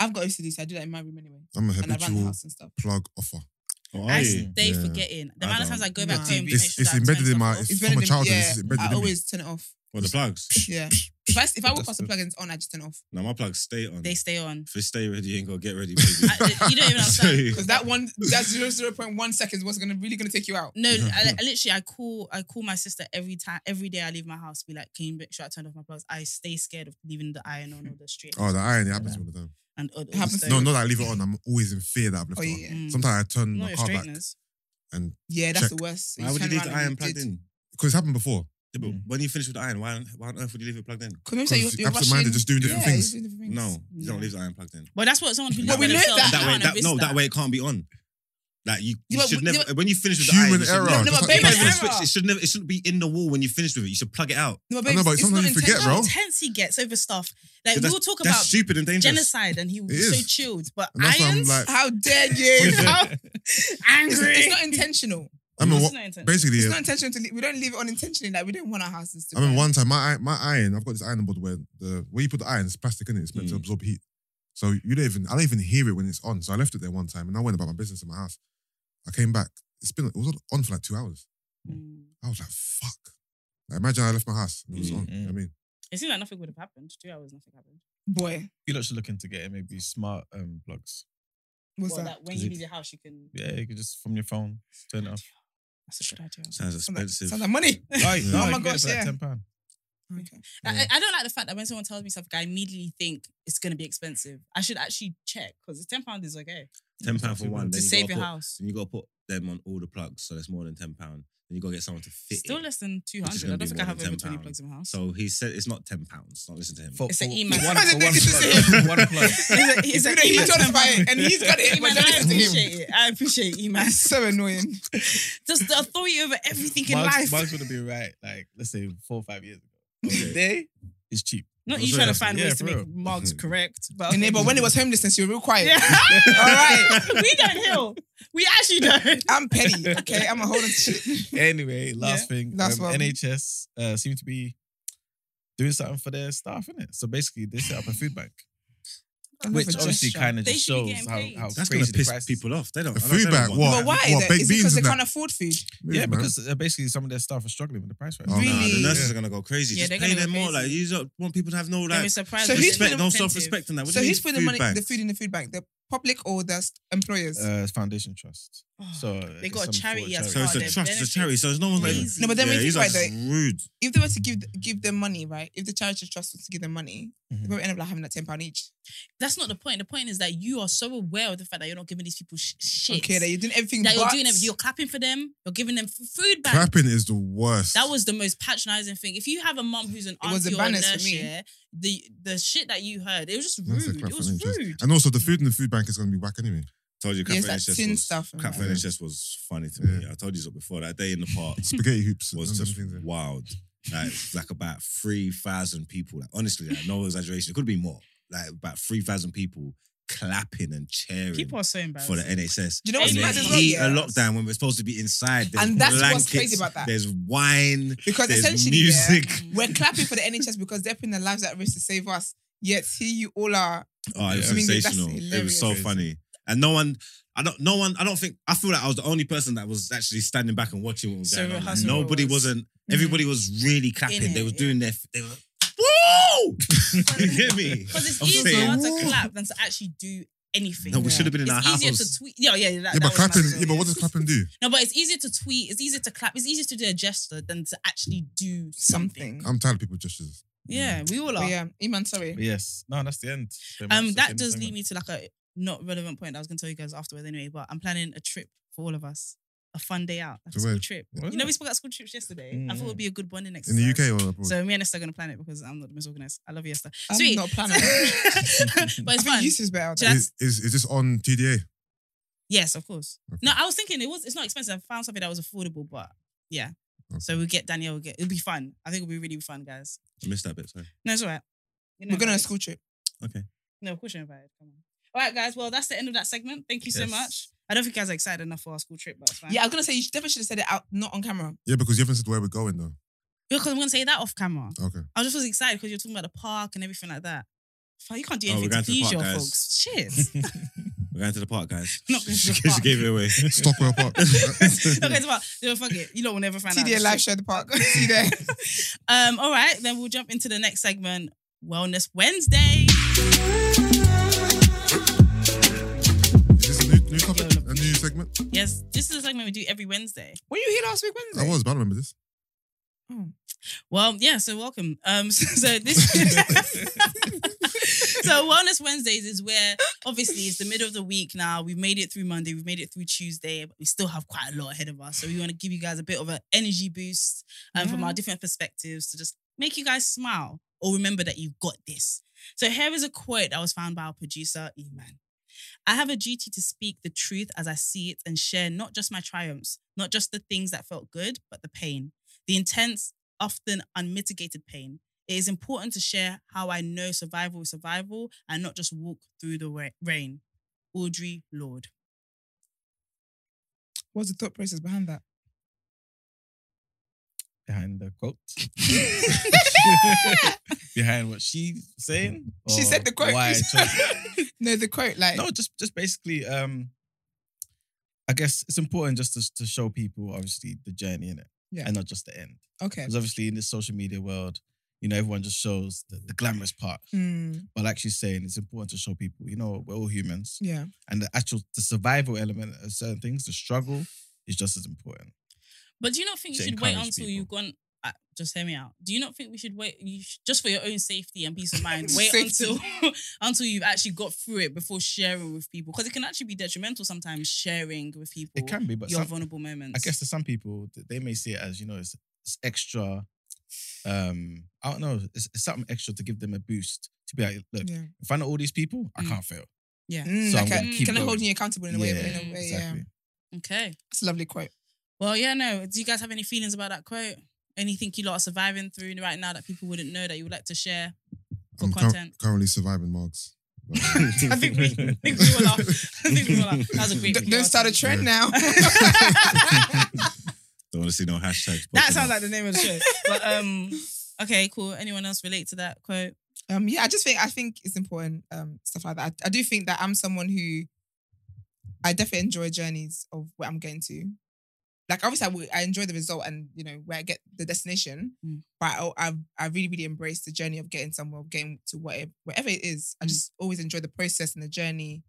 Speaker 3: I've got OCD, so I do that in my room anyway,
Speaker 4: I'm a
Speaker 3: and I run the
Speaker 4: habitual
Speaker 3: house and stuff.
Speaker 4: plug offer.
Speaker 2: Oh,
Speaker 1: I
Speaker 2: are you?
Speaker 1: stay
Speaker 4: Yeah.
Speaker 1: forgetting. The
Speaker 2: I
Speaker 1: amount of
Speaker 2: don't.
Speaker 1: times I go
Speaker 3: Nah.
Speaker 1: back home,
Speaker 3: It's-
Speaker 1: make
Speaker 4: It's,
Speaker 1: sure
Speaker 4: it's
Speaker 1: that I've
Speaker 4: embedded
Speaker 1: turned
Speaker 4: in my.
Speaker 1: stuff
Speaker 4: It's
Speaker 3: It's
Speaker 4: from my
Speaker 3: better than-
Speaker 4: childhood.
Speaker 3: yeah,
Speaker 4: It's embedded
Speaker 3: I
Speaker 4: in me.
Speaker 3: always turn it off.
Speaker 2: Well, the plugs.
Speaker 3: Yeah. If I, if I walk
Speaker 5: That's
Speaker 3: past a
Speaker 5: good.
Speaker 3: plug and it's on, I just turn it off.
Speaker 2: No, my plugs stay on.
Speaker 1: off. They stay
Speaker 2: <laughs>
Speaker 1: on.
Speaker 2: If they stay ready, you ain't gonna get ready. Baby.
Speaker 1: I, you don't even understand.
Speaker 3: Because that one, that zero zero point one seconds was gonna really gonna take you out.
Speaker 1: No, I, I literally, I call, I call my sister every time, every day I leave my house. Be like, can you make sure I turn off my plugs? I stay scared of leaving the iron on or the street.
Speaker 4: Oh, the iron it happens all the time.
Speaker 1: and or, or the
Speaker 3: Happens to
Speaker 1: stove.
Speaker 4: No, not that I leave it on. I'm always in fear that I've left
Speaker 3: Oh
Speaker 4: it on.
Speaker 3: yeah,
Speaker 1: Mm.
Speaker 4: Sometimes I turn
Speaker 1: Not
Speaker 4: my
Speaker 1: your
Speaker 4: car back
Speaker 1: straighteners.
Speaker 4: and
Speaker 3: yeah, that's
Speaker 4: Check.
Speaker 3: the worst.
Speaker 2: Why would you leave the iron plugged in?
Speaker 4: because it's happened before.
Speaker 2: Yeah, but when you finish with the iron, why, on- why on earth would you leave it plugged in?
Speaker 3: Because
Speaker 4: Because
Speaker 3: you're, you're
Speaker 4: absent-minded,
Speaker 3: rushing.
Speaker 4: just doing different
Speaker 3: yeah,
Speaker 4: things.
Speaker 3: you're doing different
Speaker 2: No,
Speaker 3: things.
Speaker 2: you
Speaker 1: No.
Speaker 2: don't leave the iron plugged in.
Speaker 1: But that's what someone who
Speaker 3: Well,
Speaker 1: lives
Speaker 3: we
Speaker 1: by
Speaker 3: know
Speaker 1: themselves. I
Speaker 3: that.
Speaker 2: That way,
Speaker 1: wanna
Speaker 2: that,
Speaker 1: risk
Speaker 2: no, that. way it can't be on. Like you, you
Speaker 3: You know,
Speaker 2: should
Speaker 3: you know-
Speaker 2: never. when you finish with the
Speaker 4: Human
Speaker 2: iron, you should
Speaker 4: error.
Speaker 2: never-
Speaker 3: No,
Speaker 4: Just
Speaker 3: but
Speaker 4: like
Speaker 3: baby,
Speaker 2: Even
Speaker 3: Human
Speaker 2: the
Speaker 4: business.
Speaker 3: error.
Speaker 2: switch, it should never. It shouldn't be in the wall when you finish with it. You should plug it out.
Speaker 3: No,
Speaker 4: I know, but
Speaker 3: it's
Speaker 4: sometimes
Speaker 3: not
Speaker 4: you forget,
Speaker 3: intentional.
Speaker 4: bro.
Speaker 1: How intense he gets over stuff. Like
Speaker 2: That's-
Speaker 1: we'll talk
Speaker 2: That's
Speaker 1: about
Speaker 2: stupid and dangerous.
Speaker 1: genocide, and he was so
Speaker 4: is.
Speaker 1: chilled. But
Speaker 4: And that's why I'm
Speaker 1: irons, <laughs>
Speaker 4: like,
Speaker 3: How dare you? How
Speaker 1: angry.
Speaker 3: <laughs> It's, it's not intentional.
Speaker 4: I mean, what,
Speaker 1: It's not intense.
Speaker 4: basically,
Speaker 3: It's
Speaker 4: yeah, Um,
Speaker 3: not intentional to. leave. We don't leave it unintentionally. Like we don't want our houses to.
Speaker 4: I mean,
Speaker 3: burn.
Speaker 4: one time my i- my iron, I've got this iron board where the where you put the iron, it's plastic in it. It's meant to
Speaker 2: Mm.
Speaker 4: absorb heat. So you don't even I don't even hear it when it's on. So I left it there one time and I went about my business in my house. I came back. It's been it was on for like two hours.
Speaker 1: Mm.
Speaker 4: I was like, fuck. Like, imagine I left my house and it was
Speaker 2: Mm,
Speaker 4: on. You know what I mean,
Speaker 1: It seems like nothing would have happened. Two hours, nothing happened.
Speaker 3: boy.
Speaker 5: You lot should look into getting maybe smart um plugs.
Speaker 3: What's
Speaker 1: Well,
Speaker 3: that?
Speaker 1: that when you leave your house, you can.
Speaker 5: Yeah, you could just from your phone turn it off.
Speaker 1: That's a good idea.
Speaker 2: Sounds
Speaker 3: Sounds like-
Speaker 2: expensive.
Speaker 3: Sounds like money.
Speaker 5: Like,
Speaker 4: Yeah.
Speaker 5: no,
Speaker 4: Oh
Speaker 3: my
Speaker 5: you can get it
Speaker 3: gosh,
Speaker 5: for like
Speaker 3: yeah.
Speaker 5: ten pound.
Speaker 3: Okay.
Speaker 1: I, I don't like the fact that when someone tells me something, I immediately think it's going to be expensive. I should actually check because ten pound is okay
Speaker 2: Ten pound for one.
Speaker 1: to
Speaker 2: then you
Speaker 1: save
Speaker 2: gotta
Speaker 1: your
Speaker 2: put-
Speaker 1: house.
Speaker 2: And you got to put. them on all the plugs, so that's more than ten pound. Then you gotta get someone to fit.
Speaker 1: Still
Speaker 2: it.
Speaker 1: less than two
Speaker 2: Which is
Speaker 1: hundred.
Speaker 2: gonna
Speaker 1: I don't
Speaker 2: be
Speaker 1: think I
Speaker 2: more
Speaker 1: have
Speaker 2: than
Speaker 1: over
Speaker 2: £10
Speaker 1: twenty plugs in my house. <laughs>
Speaker 2: So he said it's not ten pounds. Don't listen to him.
Speaker 5: For,
Speaker 1: It's an
Speaker 5: for-
Speaker 1: email.
Speaker 5: for one, for one
Speaker 3: This is
Speaker 5: plug- for one
Speaker 3: <laughs>
Speaker 5: plug.
Speaker 1: It's an
Speaker 3: He
Speaker 1: email.
Speaker 3: told him about it, and he's got
Speaker 1: <laughs>
Speaker 3: it.
Speaker 1: E-man,
Speaker 3: but don't
Speaker 1: I
Speaker 3: listen to him.
Speaker 1: appreciate it. I appreciate E-man.
Speaker 3: It's <laughs> so annoying.
Speaker 1: Just the authority over everything in
Speaker 5: Mark's,
Speaker 1: life.
Speaker 5: Mark's would have been right, like, let's say four or five years ago. Today, it's cheap.
Speaker 1: Not
Speaker 2: I'm
Speaker 1: you trying
Speaker 2: sorry,
Speaker 1: to
Speaker 2: that's-
Speaker 1: find
Speaker 5: yeah,
Speaker 1: ways to
Speaker 5: for
Speaker 1: make
Speaker 3: <laughs>
Speaker 1: marks correct, but
Speaker 3: And
Speaker 1: okay.
Speaker 3: then, but when it was homelessness, you were real
Speaker 1: <laughs>
Speaker 3: quiet.
Speaker 1: Yeah.
Speaker 3: All right.
Speaker 1: <laughs> we don't heal. We actually don't.
Speaker 3: I'm petty, okay? I'm a whole lot of
Speaker 1: <laughs>
Speaker 3: shit.
Speaker 5: Anyway, last thing.
Speaker 3: last
Speaker 5: um,
Speaker 3: one.
Speaker 5: NHS uh, seem to be doing something for their staff, innit? So basically, they set up a food bank, which obviously kind of
Speaker 8: They
Speaker 5: just
Speaker 8: should be
Speaker 5: shows
Speaker 8: getting
Speaker 5: how,
Speaker 8: paid.
Speaker 5: how
Speaker 2: That's gonna
Speaker 5: crazy the
Speaker 2: piss
Speaker 5: price is.
Speaker 2: people off. They don't.
Speaker 4: The
Speaker 2: I don't-
Speaker 4: food
Speaker 2: they don't
Speaker 4: bag,
Speaker 2: want
Speaker 4: what?
Speaker 3: But
Speaker 2: that.
Speaker 3: why
Speaker 4: What,
Speaker 3: then?
Speaker 4: baked
Speaker 3: Is it because
Speaker 4: beans
Speaker 3: they
Speaker 4: and
Speaker 3: can't
Speaker 4: that?
Speaker 3: afford food?
Speaker 4: Move,
Speaker 5: Yeah,
Speaker 4: man.
Speaker 5: because uh, basically some of their staff are struggling with the price right
Speaker 4: Oh,
Speaker 5: now.
Speaker 4: no,
Speaker 2: Nah,
Speaker 3: Really?
Speaker 2: the nurses are gonna go crazy.
Speaker 1: Yeah,
Speaker 2: Just
Speaker 1: they're
Speaker 2: pay
Speaker 1: gonna
Speaker 2: them
Speaker 1: go
Speaker 2: more.
Speaker 1: crazy.
Speaker 2: Like you don't want people to have
Speaker 1: Don't
Speaker 2: no
Speaker 1: be
Speaker 2: like
Speaker 1: surprised.
Speaker 3: So
Speaker 1: when
Speaker 3: who's
Speaker 1: they
Speaker 2: respect,
Speaker 1: get
Speaker 2: no
Speaker 1: offensive.
Speaker 2: self respect in that. What
Speaker 3: so
Speaker 2: do you
Speaker 3: who's
Speaker 2: mean
Speaker 3: putting the money,
Speaker 2: food bank?
Speaker 3: the food in the food bank? The public or the st- employers?
Speaker 5: Uh, Foundation Trust.
Speaker 1: Oh,
Speaker 5: So uh,
Speaker 1: they got a
Speaker 5: some
Speaker 1: charity
Speaker 5: sort of
Speaker 1: as
Speaker 2: So
Speaker 1: well.
Speaker 2: it's
Speaker 1: Oh,
Speaker 2: a
Speaker 1: They're
Speaker 2: trust, it's a
Speaker 1: benefits.
Speaker 2: charity. So there's no one like
Speaker 1: Crazy.
Speaker 3: no, but then
Speaker 2: yeah,
Speaker 3: when you
Speaker 2: he's
Speaker 3: think about
Speaker 2: like
Speaker 3: it,
Speaker 2: just
Speaker 3: though,
Speaker 2: rude.
Speaker 3: if they were to give give them money, right? If the charity trust was to give them money,
Speaker 5: Mhm.
Speaker 3: they would end up like having that ten pound each.
Speaker 8: That's not the point. The point is that you are so aware of the fact that you're not giving these people sh- shit.
Speaker 3: Okay, that you're doing everything.
Speaker 8: that you're
Speaker 3: but-
Speaker 8: doing everything. You're clapping for them. You're giving them f- food back.
Speaker 4: Clapping is the worst.
Speaker 8: That was the most patronizing thing. If you have a mum who's an
Speaker 3: It was
Speaker 8: auntie
Speaker 3: the
Speaker 8: or a
Speaker 3: banners for
Speaker 8: nurse,
Speaker 3: me.
Speaker 8: yeah, the the shit that you heard, it was just
Speaker 4: That's a
Speaker 8: rude.
Speaker 4: clap
Speaker 8: It
Speaker 4: for
Speaker 8: was
Speaker 4: NHS.
Speaker 8: rude.
Speaker 4: And also, the food in the food bank is going to be whack anyway.
Speaker 2: Told you, Cat
Speaker 3: Yes,
Speaker 2: for
Speaker 3: that
Speaker 2: NHS
Speaker 3: tin
Speaker 2: was-
Speaker 3: stuff. and
Speaker 2: Cat for
Speaker 3: that.
Speaker 2: NHS was funny to me. I told you this before. That day in the park
Speaker 4: Spaghetti hoops.
Speaker 2: was
Speaker 4: and
Speaker 2: just
Speaker 4: everything there.
Speaker 2: wild. Like, it's like about three thousand people. Like honestly, like, no exaggeration. It could be more. Like about three thousand people clapping and cheering
Speaker 1: People are so
Speaker 2: for the
Speaker 1: embarrassed.
Speaker 2: NHS.
Speaker 3: Do you know what's
Speaker 2: And
Speaker 3: mad
Speaker 2: there's
Speaker 3: as
Speaker 1: then
Speaker 3: well?
Speaker 2: heat
Speaker 3: Yeah?
Speaker 2: a lockdown when we're supposed to be inside. There's
Speaker 3: And that's what's
Speaker 2: blankets,
Speaker 3: crazy about that.
Speaker 2: There's wine.
Speaker 3: Because
Speaker 2: There's
Speaker 3: essentially, yeah,
Speaker 2: music.
Speaker 8: Mm. <laughs>
Speaker 3: <laughs> we're clapping for the NHS because they're putting their lives at risk to save us. Yet here you all are.
Speaker 2: Oh, it was
Speaker 3: I mean, that's
Speaker 2: sensational. it was
Speaker 3: hilarious.
Speaker 2: so funny. And no one, I don't, no one, I don't think, I feel like I was the only person that was actually standing back and watching what was
Speaker 1: So
Speaker 2: going on. Like,
Speaker 1: rehearsal
Speaker 2: nobody
Speaker 1: was-
Speaker 2: wasn't, everybody was really clapping.
Speaker 8: In
Speaker 2: they
Speaker 8: it,
Speaker 2: were
Speaker 8: yeah.
Speaker 2: doing their, they were, woo! <laughs> you hear me?
Speaker 8: Because it's
Speaker 2: I'm
Speaker 8: easier
Speaker 2: saying,
Speaker 8: to clap than to actually do anything.
Speaker 2: no, we should have been in
Speaker 8: it's
Speaker 2: our
Speaker 8: easier
Speaker 2: house.
Speaker 8: to tweet. Yeah, yeah, yeah. That,
Speaker 4: yeah,
Speaker 8: that
Speaker 4: but
Speaker 8: was my
Speaker 4: clapping.
Speaker 8: result.
Speaker 4: Yeah, but what does clapping do?
Speaker 8: No, but it's easier to tweet. It's easier to clap. It's easier to do a gesture than to actually do something.
Speaker 3: Something.
Speaker 4: I'm tired of people gestures.
Speaker 8: Yeah, we all
Speaker 3: But
Speaker 8: are.
Speaker 3: yeah, Iman, sorry.
Speaker 5: But yes. No, that's the end. pretty much.
Speaker 8: Um,
Speaker 5: That's
Speaker 8: that
Speaker 5: the
Speaker 8: does
Speaker 5: end
Speaker 8: lead me to like a not relevant point. I was gonna tell you guys afterwards anyway, but I'm planning a trip for all of us. A fun day out, like
Speaker 4: To
Speaker 8: a school
Speaker 4: where?
Speaker 8: trip.
Speaker 5: Where?
Speaker 8: You know, we spoke about school trips yesterday. I thought it would be a good bonding
Speaker 4: In
Speaker 8: exercise.
Speaker 4: the UK or abroad?
Speaker 1: So me and Esther are gonna plan it because I'm not the most organized. I love you, Esther.
Speaker 3: I'm
Speaker 8: Sweet.
Speaker 3: not planning.
Speaker 8: <laughs>
Speaker 3: <laughs>
Speaker 8: but
Speaker 3: I
Speaker 8: it's
Speaker 3: think
Speaker 8: fun.
Speaker 3: use is better.
Speaker 8: Should I-
Speaker 4: is, is, is this on TDA?
Speaker 1: Yes, of course.
Speaker 8: No, I was thinking it was. It's not expensive. I found something that was affordable, but yeah. So we'll get Danielle. We'll get. It'll be fun. I think it'll be really fun, guys.
Speaker 2: I missed that bit, sorry.
Speaker 1: No, it's all right. You're not
Speaker 3: We're going on a
Speaker 1: invited.
Speaker 3: school trip.
Speaker 1: No, of course you're invited. Come on. All right, guys. Well, that's the end of that segment. Thank you so
Speaker 5: Yes.
Speaker 1: much. I don't think you guys are excited enough for our school trip, but it's fine.
Speaker 3: Yeah, I was gonna say you definitely should have said it out, not on camera.
Speaker 4: Yeah, because you haven't said where we're going though.
Speaker 1: because I'm gonna say that off camera.
Speaker 4: Okay.
Speaker 1: I just was excited because you're talking about the park and everything like that. Fuck, you can't do
Speaker 2: Oh,
Speaker 1: anything
Speaker 2: we're going
Speaker 1: to
Speaker 2: to the
Speaker 1: please
Speaker 2: park,
Speaker 1: your
Speaker 2: guys.
Speaker 1: folks. Shit. <laughs>
Speaker 2: <laughs> We're going to the park, guys.
Speaker 1: Not going to
Speaker 2: she,
Speaker 1: the
Speaker 2: she
Speaker 1: park.
Speaker 2: gave it away. <laughs>
Speaker 4: Stockwell Park.
Speaker 1: <laughs> okay, it's about, no, fuck it. You lot will never find out.
Speaker 3: TDA
Speaker 1: Just
Speaker 3: live
Speaker 1: check.
Speaker 3: show at the park. <laughs> See you there.
Speaker 1: Um, all right, then we'll jump into the next segment, Wellness Wednesday.
Speaker 4: Is this a new, new topic? A new segment?
Speaker 1: Yes, this is a segment we do every Wednesday.
Speaker 3: Were you here last week
Speaker 4: I
Speaker 3: Wednesday?
Speaker 4: was, but I don't remember this.
Speaker 1: Well, yeah, so welcome. Um, <laughs> so, so this So Wellness Wednesdays is where obviously it's the middle of the week now. We've made it through Monday, we've made it through Tuesday, but we still have quite a lot ahead of us. So we want to give you guys a bit of an energy boost um, from
Speaker 3: Yeah.
Speaker 1: our different perspectives to just make you guys smile or remember that you've got this. So here is a quote that was found by our producer, Iman. I have a duty to speak the truth as I see it and share not just my triumphs, not just the things that felt good, but the pain, the intense, often unmitigated pain. It is important to share how I know survival is survival and not just walk through the ra- rain. Audrey Lord.
Speaker 3: What's the thought process behind
Speaker 5: <laughs>
Speaker 3: that?
Speaker 5: behind the quote. <laughs> behind what she's saying.
Speaker 3: She
Speaker 5: or
Speaker 3: said the quote.
Speaker 5: Oh,
Speaker 3: <laughs>
Speaker 5: Why I chose-
Speaker 3: no, the quote. Like,
Speaker 5: no, just just basically, um, I guess it's important just to, to show people obviously the journey in it,
Speaker 3: Yeah.
Speaker 5: and not just the end.
Speaker 3: okay.
Speaker 5: Because obviously in this social media world, you know, everyone just shows the, the glamorous part,
Speaker 3: Mm,
Speaker 5: but like she's saying, it's important to show people, you know, we're all humans,
Speaker 3: yeah.
Speaker 5: and the actual the survival element of certain things, the struggle, is just as important.
Speaker 8: But do you not think you
Speaker 5: To
Speaker 8: should wait
Speaker 5: encourage
Speaker 8: until
Speaker 5: people.
Speaker 8: you've gone
Speaker 1: uh, just hear me out. Do you not think we should wait? You sh- just for your own safety and
Speaker 5: <laughs>
Speaker 1: peace of mind, wait
Speaker 3: Safety.
Speaker 1: until <laughs> until you've actually got through it before sharing with people because it can actually be detrimental sometimes sharing with people
Speaker 5: It can be, but
Speaker 1: your
Speaker 5: some,
Speaker 1: vulnerable moments.
Speaker 5: I guess to some people th- they may see it as you know it's, it's extra. Um, I don't know. It's, it's something extra to give them a boost to be like, look,
Speaker 3: Yeah.
Speaker 5: if I know all these people, I
Speaker 1: Mm.
Speaker 5: can't fail.
Speaker 1: yeah.
Speaker 3: Mm,
Speaker 5: So I'm
Speaker 3: like
Speaker 5: gonna
Speaker 3: a,
Speaker 5: keep
Speaker 3: kind of
Speaker 5: going.
Speaker 3: holding you accountable in a way. in a way Yeah.
Speaker 5: exactly.
Speaker 1: Okay.
Speaker 3: That's a lovely quote.
Speaker 1: Well, yeah. No. Do you guys have any feelings about that quote? Anything you lot are surviving through right now that people wouldn't know that you would like to share for
Speaker 4: I'm cur-
Speaker 1: content? <laughs>
Speaker 4: currently surviving marks. But,
Speaker 1: I think we, I think we will laugh. I think we will laugh. That was a
Speaker 3: <laughs>
Speaker 1: great.
Speaker 3: D-
Speaker 1: video.
Speaker 3: don't start a trend
Speaker 1: <laughs>
Speaker 3: now. <laughs>
Speaker 2: Don't want to see no hashtags.
Speaker 1: That sounds like the name of the show. But um, okay, cool. Anyone else relate to that quote?
Speaker 3: Um, yeah, I just think I think it's important um, stuff like that. I, I do think that I'm someone who I definitely enjoy journeys of where I'm getting to. Like obviously, I, would- I enjoy the result and you know where I get the destination,
Speaker 1: Mm.
Speaker 3: but I, I I really really embrace the journey of getting somewhere, of getting to whatever wherever it is. I
Speaker 1: Mm.
Speaker 3: just always enjoy the process and the journey.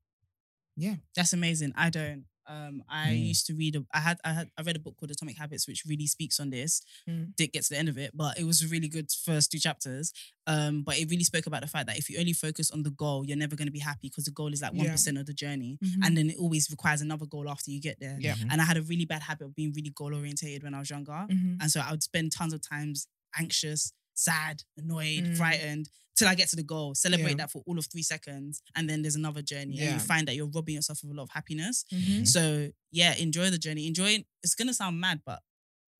Speaker 1: That's amazing. I don't. Um, I
Speaker 5: Mm.
Speaker 1: used to read. A, I had. I had. I read a book called Atomic Habits, which really speaks on this.
Speaker 3: Mm.
Speaker 1: Did get to the end of it, but it was a really good first two chapters. Um, but it really spoke about the fact that if you only focus on the goal, you're never going to be happy because the goal is like
Speaker 3: Yeah.
Speaker 1: one of the journey,
Speaker 3: Mhm.
Speaker 1: and then it always requires another goal after you get there.
Speaker 3: Yeah.
Speaker 1: And I had a really bad habit of being really goal orientated when I was younger.
Speaker 3: Mm.
Speaker 1: And so I would spend tons of times anxious, sad, annoyed,
Speaker 3: Mm.
Speaker 1: frightened till I get to the goal. Celebrate
Speaker 3: Yeah.
Speaker 1: that for all of three seconds. And then there's another journey. And
Speaker 3: Yeah.
Speaker 1: you find that you're robbing yourself of a lot of happiness.
Speaker 3: Mhm.
Speaker 1: So yeah, enjoy the journey. Enjoy it's gonna sound mad, but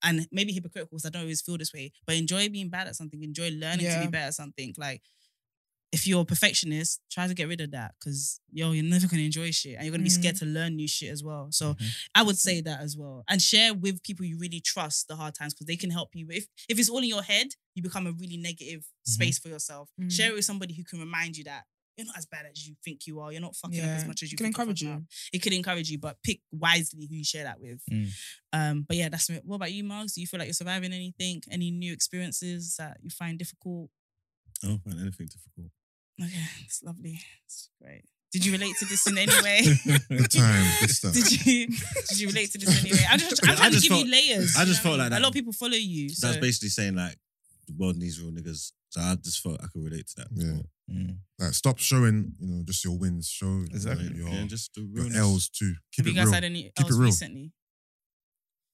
Speaker 1: and maybe hypocritical because I don't always feel this way, but enjoy being bad at something, enjoy learning to
Speaker 3: Yeah.
Speaker 1: be better at something. Like if you're a perfectionist, try to get rid of that because yo, you're never gonna enjoy shit and you're gonna be
Speaker 3: Mhm.
Speaker 1: scared to learn new shit as well. So
Speaker 3: Mm-hmm.
Speaker 5: Mhm.
Speaker 1: I would say that as well. And share with people you really trust the hard times because they can help you. If if it's all in your head, you become a really negative space for yourself.
Speaker 3: Mhm.
Speaker 1: Share it with somebody who can remind you that you're not as bad as you think you are. You're not fucking up as
Speaker 3: Yeah.
Speaker 1: much as you
Speaker 3: It can
Speaker 1: think you're
Speaker 3: encourage
Speaker 1: fucking
Speaker 3: you.
Speaker 1: up. It could encourage you, but pick wisely who you share that with.
Speaker 5: Mm.
Speaker 1: Um, but yeah, that's me. What about you, Margs? Do you feel like you're surviving anything? Any new experiences that you find difficult? <laughs>
Speaker 2: I don't Oh, find anything difficult.
Speaker 1: Okay, it's lovely. It's great. Did you relate to this in any way? <laughs>
Speaker 4: the <laughs> time, good stuff.
Speaker 1: did you did you relate to this in any way? I'm, just, I'm
Speaker 2: I
Speaker 1: trying
Speaker 2: just
Speaker 1: to give
Speaker 2: felt-
Speaker 1: you layers.
Speaker 2: I
Speaker 1: you know
Speaker 2: just
Speaker 1: what
Speaker 2: felt
Speaker 1: mean?
Speaker 2: like that-
Speaker 1: a lot of people follow you. So.
Speaker 2: That's basically saying like the world needs real niggas. So I just felt I could relate to that.
Speaker 4: Yeah.
Speaker 5: Mm.
Speaker 4: <laughs> Like, stop showing, you know, just your wins. Show you know,
Speaker 5: Exactly.
Speaker 4: your,
Speaker 2: Yeah, just the
Speaker 4: your
Speaker 2: realness.
Speaker 4: L's too. Keep
Speaker 1: Have you
Speaker 4: it
Speaker 1: guys
Speaker 4: real.
Speaker 1: had any
Speaker 4: Keep it
Speaker 1: else
Speaker 4: real.
Speaker 1: recently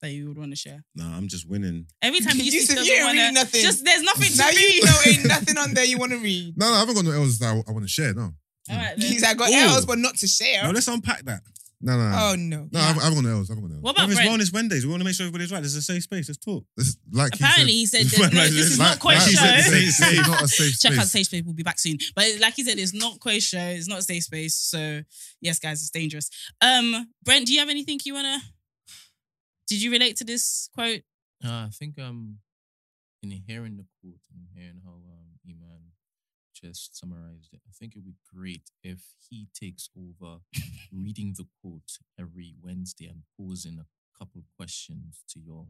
Speaker 1: that you would want to share?
Speaker 2: Nah, I'm just winning.
Speaker 1: Every time you,
Speaker 3: You
Speaker 1: speak,
Speaker 3: said
Speaker 1: doesn't
Speaker 3: you ain't
Speaker 1: wanna-
Speaker 3: reading nothing.
Speaker 1: Just there's nothing to
Speaker 3: Now you
Speaker 1: read.
Speaker 3: <laughs> know ain't nothing on there you want to read.
Speaker 4: No, no, I haven't got no L's that I, want to share. No,
Speaker 1: All right, then.
Speaker 3: He's like got
Speaker 2: Ooh.
Speaker 3: L's but not to share.
Speaker 2: No, let's unpack that.
Speaker 4: no, no. no.
Speaker 3: oh no.
Speaker 4: no, I haven't- I haven't got no L's. I haven't got no L's.
Speaker 1: What about
Speaker 2: Wellness
Speaker 1: Brent?
Speaker 2: Wellness Wednesdays. We want to make sure everybody's right. There's a safe space. Let's talk.
Speaker 4: This, like
Speaker 1: Apparently,
Speaker 4: <laughs>
Speaker 1: he said, there's no, this is
Speaker 2: Like-
Speaker 1: not quite
Speaker 2: like he
Speaker 1: show.
Speaker 2: said,
Speaker 4: This is not a safe
Speaker 1: Check out
Speaker 4: space.
Speaker 1: Safe Space. We'll be back soon. But like he said, it's not quiz show. It's not safe space. So yes, guys, it's dangerous. Um, Brent, do you have anything you wanna? Did you relate to this quote? <laughs>
Speaker 6: Uh, I think um, in hearing the quote and hearing how um Iman just summarized it, I think it would be great if he takes
Speaker 5: <laughs>
Speaker 6: over reading the quote every Wednesday and posing a couple questions to you all.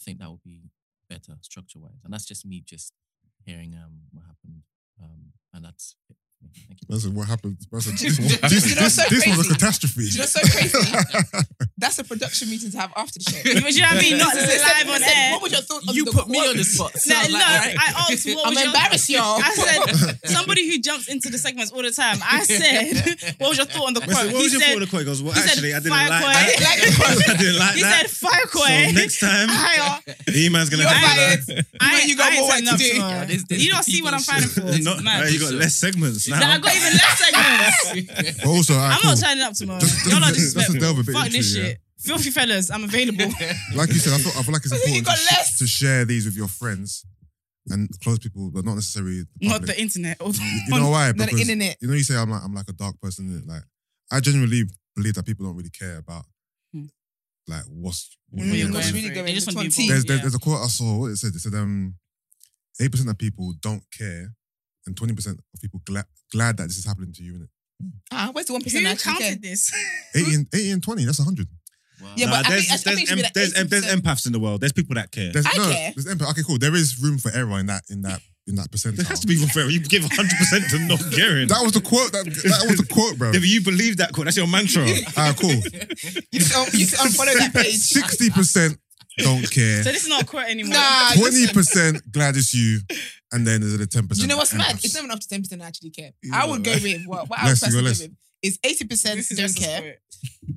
Speaker 6: I think that would be better structure wise, and that's just me just hearing um what happened um, and that's it. for me. Thank you.
Speaker 4: That's what happened. That's
Speaker 1: <laughs>
Speaker 4: a,
Speaker 3: You know,
Speaker 4: this, this,
Speaker 3: so
Speaker 4: this was
Speaker 3: crazy.
Speaker 4: a catastrophe.
Speaker 3: You know, so
Speaker 4: <laughs>
Speaker 3: crazy. That's a production meeting to have after the
Speaker 1: <laughs>
Speaker 3: show.
Speaker 1: Do you know what I mean? Not
Speaker 3: They said-
Speaker 1: live on
Speaker 3: they said,
Speaker 1: air.
Speaker 3: What would your thought on
Speaker 6: You
Speaker 3: the
Speaker 6: put me
Speaker 3: quote?"
Speaker 6: on the <laughs> spot. So
Speaker 1: No,
Speaker 6: I was
Speaker 1: no,
Speaker 6: like, "Alright."
Speaker 1: I asked what
Speaker 3: <laughs> I'm
Speaker 1: was your-
Speaker 3: embarrassed, y'all.
Speaker 1: I
Speaker 3: <laughs>
Speaker 1: said somebody who jumps into the segments all the time. I said, "What was your thought on the quote?"
Speaker 2: Listen, what
Speaker 1: he
Speaker 2: was your
Speaker 1: said,
Speaker 2: thought of the quote? He goes, well,
Speaker 1: he said
Speaker 2: actually, I didn't
Speaker 1: fire
Speaker 2: like
Speaker 1: quote.
Speaker 3: <laughs>
Speaker 2: that. <laughs>
Speaker 3: I didn't like
Speaker 2: I didn't like
Speaker 1: He
Speaker 2: that.
Speaker 1: said, "Fire
Speaker 2: so
Speaker 1: quote."
Speaker 2: next time,
Speaker 1: Higher.
Speaker 2: Iman's going to
Speaker 3: You're
Speaker 2: have
Speaker 3: fired.
Speaker 2: to
Speaker 1: I
Speaker 3: know
Speaker 1: ain't-
Speaker 3: you got
Speaker 1: I ain't
Speaker 3: more work
Speaker 1: signing
Speaker 3: to
Speaker 1: up
Speaker 3: do.
Speaker 1: for
Speaker 3: Yeah,
Speaker 1: it.
Speaker 6: this- this
Speaker 1: you
Speaker 6: is
Speaker 1: don't
Speaker 6: the
Speaker 1: see what I'm
Speaker 6: people
Speaker 1: fighting for.
Speaker 2: <laughs>
Speaker 1: It's
Speaker 2: No,
Speaker 1: mad.
Speaker 2: you got less segments now.
Speaker 1: Nah, I got even less segments.
Speaker 4: But also, alright,
Speaker 1: I'm not
Speaker 4: cool.
Speaker 1: turning up tomorrow.
Speaker 4: Just-
Speaker 1: Y'all are
Speaker 4: <laughs> just- just
Speaker 1: disrespectful.
Speaker 4: delve a bit
Speaker 1: Fuck
Speaker 4: into
Speaker 1: this
Speaker 4: it, yeah.
Speaker 1: shit. Filthy fellas, I'm available.
Speaker 3: <laughs>
Speaker 4: like you said, I feel, I feel like it's
Speaker 3: I think <laughs> you
Speaker 4: important to,
Speaker 3: got less.
Speaker 4: sh- to share these with your friends and close people, but not necessarily. The
Speaker 1: Not
Speaker 4: public.
Speaker 1: the internet.
Speaker 3: <laughs>
Speaker 4: you know why?
Speaker 3: Not the
Speaker 4: Because
Speaker 3: internet.
Speaker 4: you know, you say I'm like I'm like a dark person. innit? Like I genuinely believe that people don't really care about
Speaker 1: Hmm.
Speaker 4: like what's what
Speaker 3: Mm,
Speaker 4: you're
Speaker 3: you're
Speaker 4: doing.
Speaker 3: going
Speaker 4: There's-
Speaker 3: really
Speaker 1: through.
Speaker 3: going
Speaker 1: They just
Speaker 3: to
Speaker 1: want to be
Speaker 3: Twinty.
Speaker 4: There's,
Speaker 1: involved.
Speaker 4: there's,
Speaker 1: Yeah.
Speaker 4: a quote I saw. What it said? It said um, eight percent of people don't care, and twenty percent of people glad glad that this is happening to you. Innit?
Speaker 3: Ah, where's the one percent
Speaker 1: Who
Speaker 3: that actually care?
Speaker 1: counted this?
Speaker 4: Eighty and eighty and twenty. That's hundred.
Speaker 6: Wow.
Speaker 3: Yeah,
Speaker 2: Nah,
Speaker 3: but I
Speaker 2: there's,
Speaker 3: think- I think
Speaker 2: there's,
Speaker 3: it should be
Speaker 2: em-
Speaker 3: like
Speaker 2: there's, em- there's
Speaker 3: 80%.
Speaker 2: empaths in the world. There's people that care.
Speaker 4: There's,
Speaker 3: I care.
Speaker 4: There's empathy. Okay, cool. There is room for error in that in that in <laughs> that percentile.
Speaker 2: There has to be one fair. You give 100% to
Speaker 4: <laughs>
Speaker 2: not caring.
Speaker 4: That was the quote. That, that was the quote, bro.
Speaker 2: if you believe
Speaker 3: <laughs>
Speaker 2: that quote, that's your mantra.
Speaker 4: Ah, cool. <laughs>
Speaker 3: You just, un- you just unfollow that page.
Speaker 4: Sixty percent don't care.
Speaker 1: So this is not a quote anymore.
Speaker 3: Nah,
Speaker 4: Twenty percent Gladys you, and then there's the ten
Speaker 3: Do
Speaker 4: percent.
Speaker 3: you know what's mad?
Speaker 4: <laughs>
Speaker 3: It's not even up to 10% I actually care. I would go with what, what I would
Speaker 4: Less, you
Speaker 3: personally
Speaker 4: got
Speaker 3: go
Speaker 4: less.
Speaker 3: with is 80%
Speaker 1: this is
Speaker 3: don't
Speaker 1: just a
Speaker 3: care,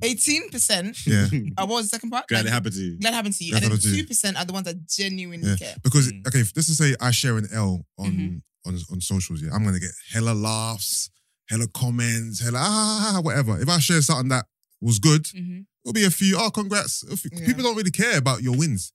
Speaker 1: quote.
Speaker 3: 18%
Speaker 4: Yeah,
Speaker 3: uh, what was the second part?
Speaker 2: Glad it
Speaker 3: Like,
Speaker 2: happened to you.
Speaker 3: Glad it happened to you.
Speaker 4: Glad
Speaker 3: and then
Speaker 4: it happened to you.
Speaker 3: 2% are the ones that genuinely
Speaker 4: Yeah.
Speaker 3: care.
Speaker 4: because
Speaker 6: Mm.
Speaker 4: okay, if this is say I share an L on
Speaker 3: Mhm.
Speaker 4: on on socials. Yeah, I'm gonna get hella laughs, hella comments, hella ah, whatever. If I share something that was good,
Speaker 8: Mm-hmm.
Speaker 3: Mhm.
Speaker 4: it'll be a few. Oh, congrats! A few-
Speaker 3: Yeah.
Speaker 4: People don't really care about your wins.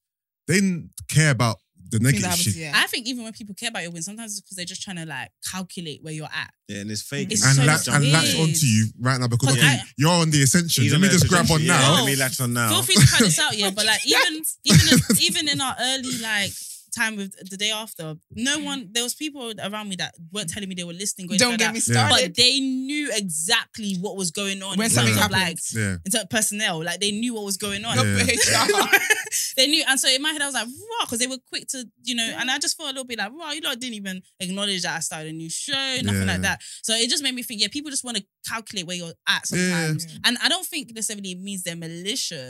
Speaker 4: They didn't care about the
Speaker 3: Things that
Speaker 4: negative
Speaker 3: happen
Speaker 4: shit.
Speaker 3: to you, yeah.
Speaker 8: I think even when people care about your win, sometimes it's because they're just trying to like calculate where you're at.
Speaker 2: Yeah, and it's fake.
Speaker 8: It's
Speaker 4: and,
Speaker 8: so
Speaker 4: latch, and latch
Speaker 8: weird.
Speaker 4: onto you right now because
Speaker 8: But
Speaker 4: okay,
Speaker 8: I-
Speaker 4: you're on the ascension. Let me just grab on
Speaker 2: Yeah,
Speaker 4: now.
Speaker 2: Let me latch on now.
Speaker 8: Feel free to cut this
Speaker 3: <laughs>
Speaker 8: out, yeah. But like even even in, even in our early like time with the day after, no one there was people around me that weren't telling me they were listening. Going
Speaker 3: Mm. Don't
Speaker 8: through
Speaker 3: get
Speaker 8: that,
Speaker 3: me
Speaker 4: Yeah.
Speaker 8: But
Speaker 3: started.
Speaker 8: they knew exactly what was going on
Speaker 3: When
Speaker 8: in
Speaker 3: something
Speaker 8: terms of
Speaker 3: happened.
Speaker 8: like
Speaker 4: Yeah,
Speaker 8: in terms of personnel. Like they knew what was going on.
Speaker 4: Yeah. <laughs>
Speaker 8: <laughs> they knew, and so in my head I was like, "Raw," because they were quick to, you know. And I just felt a little bit like, "Raw," you lot didn't even acknowledge that I started a new show, nothing
Speaker 4: Yeah.
Speaker 8: like that. So it just made me think, yeah, people just want to calculate where you're at sometimes, and I don't think necessarily it means they're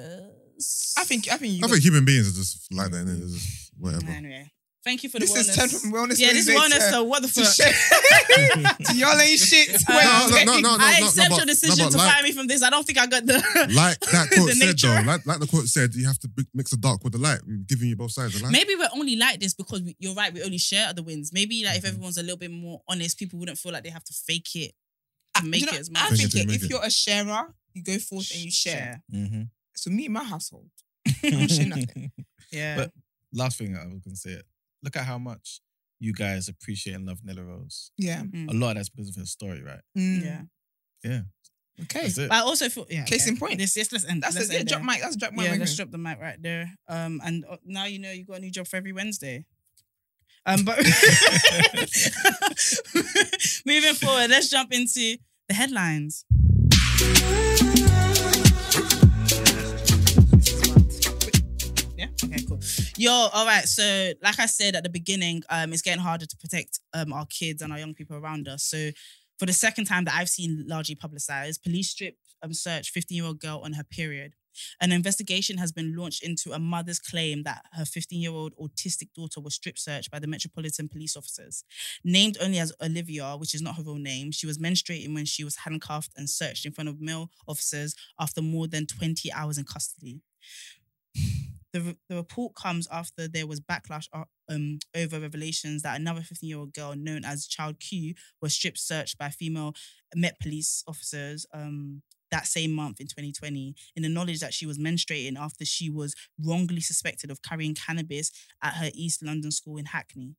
Speaker 8: malicious.
Speaker 3: I think I think you
Speaker 4: I
Speaker 3: got- <laughs>
Speaker 4: think human beings are just like that. And it's just whatever.
Speaker 1: Anyway, thank you for the
Speaker 3: this is
Speaker 1: wellness.
Speaker 3: turned from wellness.
Speaker 8: yeah, this is
Speaker 3: Wednesday
Speaker 8: wellness.
Speaker 3: to-
Speaker 8: So what the
Speaker 3: to
Speaker 8: fuck? Um,
Speaker 3: shit.
Speaker 4: <laughs>
Speaker 3: To <laughs> y'all ain't shit.
Speaker 1: Um,
Speaker 4: No, no,
Speaker 3: Wednesday.
Speaker 4: no, no, no,
Speaker 8: I
Speaker 4: no,
Speaker 8: accept
Speaker 4: no,
Speaker 8: your
Speaker 4: but-
Speaker 8: decision
Speaker 4: no, but
Speaker 8: to
Speaker 4: like-
Speaker 8: fire me from this. I don't think I
Speaker 4: <laughs>
Speaker 8: got the.
Speaker 4: Like
Speaker 2: <laughs>
Speaker 4: that quote
Speaker 8: The
Speaker 4: said
Speaker 8: nature.
Speaker 4: though, like, like the quote said, you have to bi- mix the dark with the light. We're giving you both sides of the light.
Speaker 8: Maybe we're only like this because we, you're right. We only share other wins. Maybe like if
Speaker 4: Mm-hmm.
Speaker 8: everyone's a little bit more honest, people wouldn't feel like they have to fake it to make
Speaker 3: You know,
Speaker 8: it as
Speaker 3: I
Speaker 8: much.
Speaker 4: Make it,
Speaker 3: think it-
Speaker 4: make
Speaker 3: if
Speaker 4: it.
Speaker 3: you're a sharer, you go forth and you share. <laughs>
Speaker 5: Mm-hmm.
Speaker 3: So me and my household, I'm sharing nothing.
Speaker 1: Yeah.
Speaker 5: But- <laughs> Last thing I was gonna say. Look at how much you guys appreciate and love Nella Rose.
Speaker 3: Yeah.
Speaker 5: A lot of that's because of her story, right?
Speaker 3: Mm.
Speaker 1: yeah.
Speaker 3: Okay.
Speaker 5: That's it.
Speaker 1: But I also feel yeah.
Speaker 3: Case
Speaker 1: okay.
Speaker 3: in point.
Speaker 1: This, yes, let's end.
Speaker 3: That's
Speaker 1: let's
Speaker 3: it. Yeah,
Speaker 1: end
Speaker 3: drop
Speaker 1: there.
Speaker 3: mic. That's drop mic.
Speaker 1: Yeah,
Speaker 3: right
Speaker 1: let's
Speaker 3: here.
Speaker 1: drop the mic right there. Um, and uh, now you know you got a new job for every Wednesday. Um, but <laughs> moving forward, let's jump into the headlines. Yeah. Okay. Cool. Yo. All right. So, like I said at the beginning, um, it's getting harder to protect um our kids and our young people around us. So, for the second time that I've seen largely publicized, police strip um search 15 year old girl on her period. An investigation has been launched into a mother's claim that her 15 year old autistic daughter was strip searched by the Metropolitan Police officers. Named only as Olivia, which is not her real name, she was menstruating when she was handcuffed and searched in front of male officers after more than 20 hours in custody. The, re- the report comes after there was backlash uh, um, over revelations that another 15 year old girl known as Child Q was strip searched by female Met police officers. Um, that same month in 2020 in the knowledge that she was menstruating after she was wrongly suspected of carrying cannabis at her East London school in Hackney.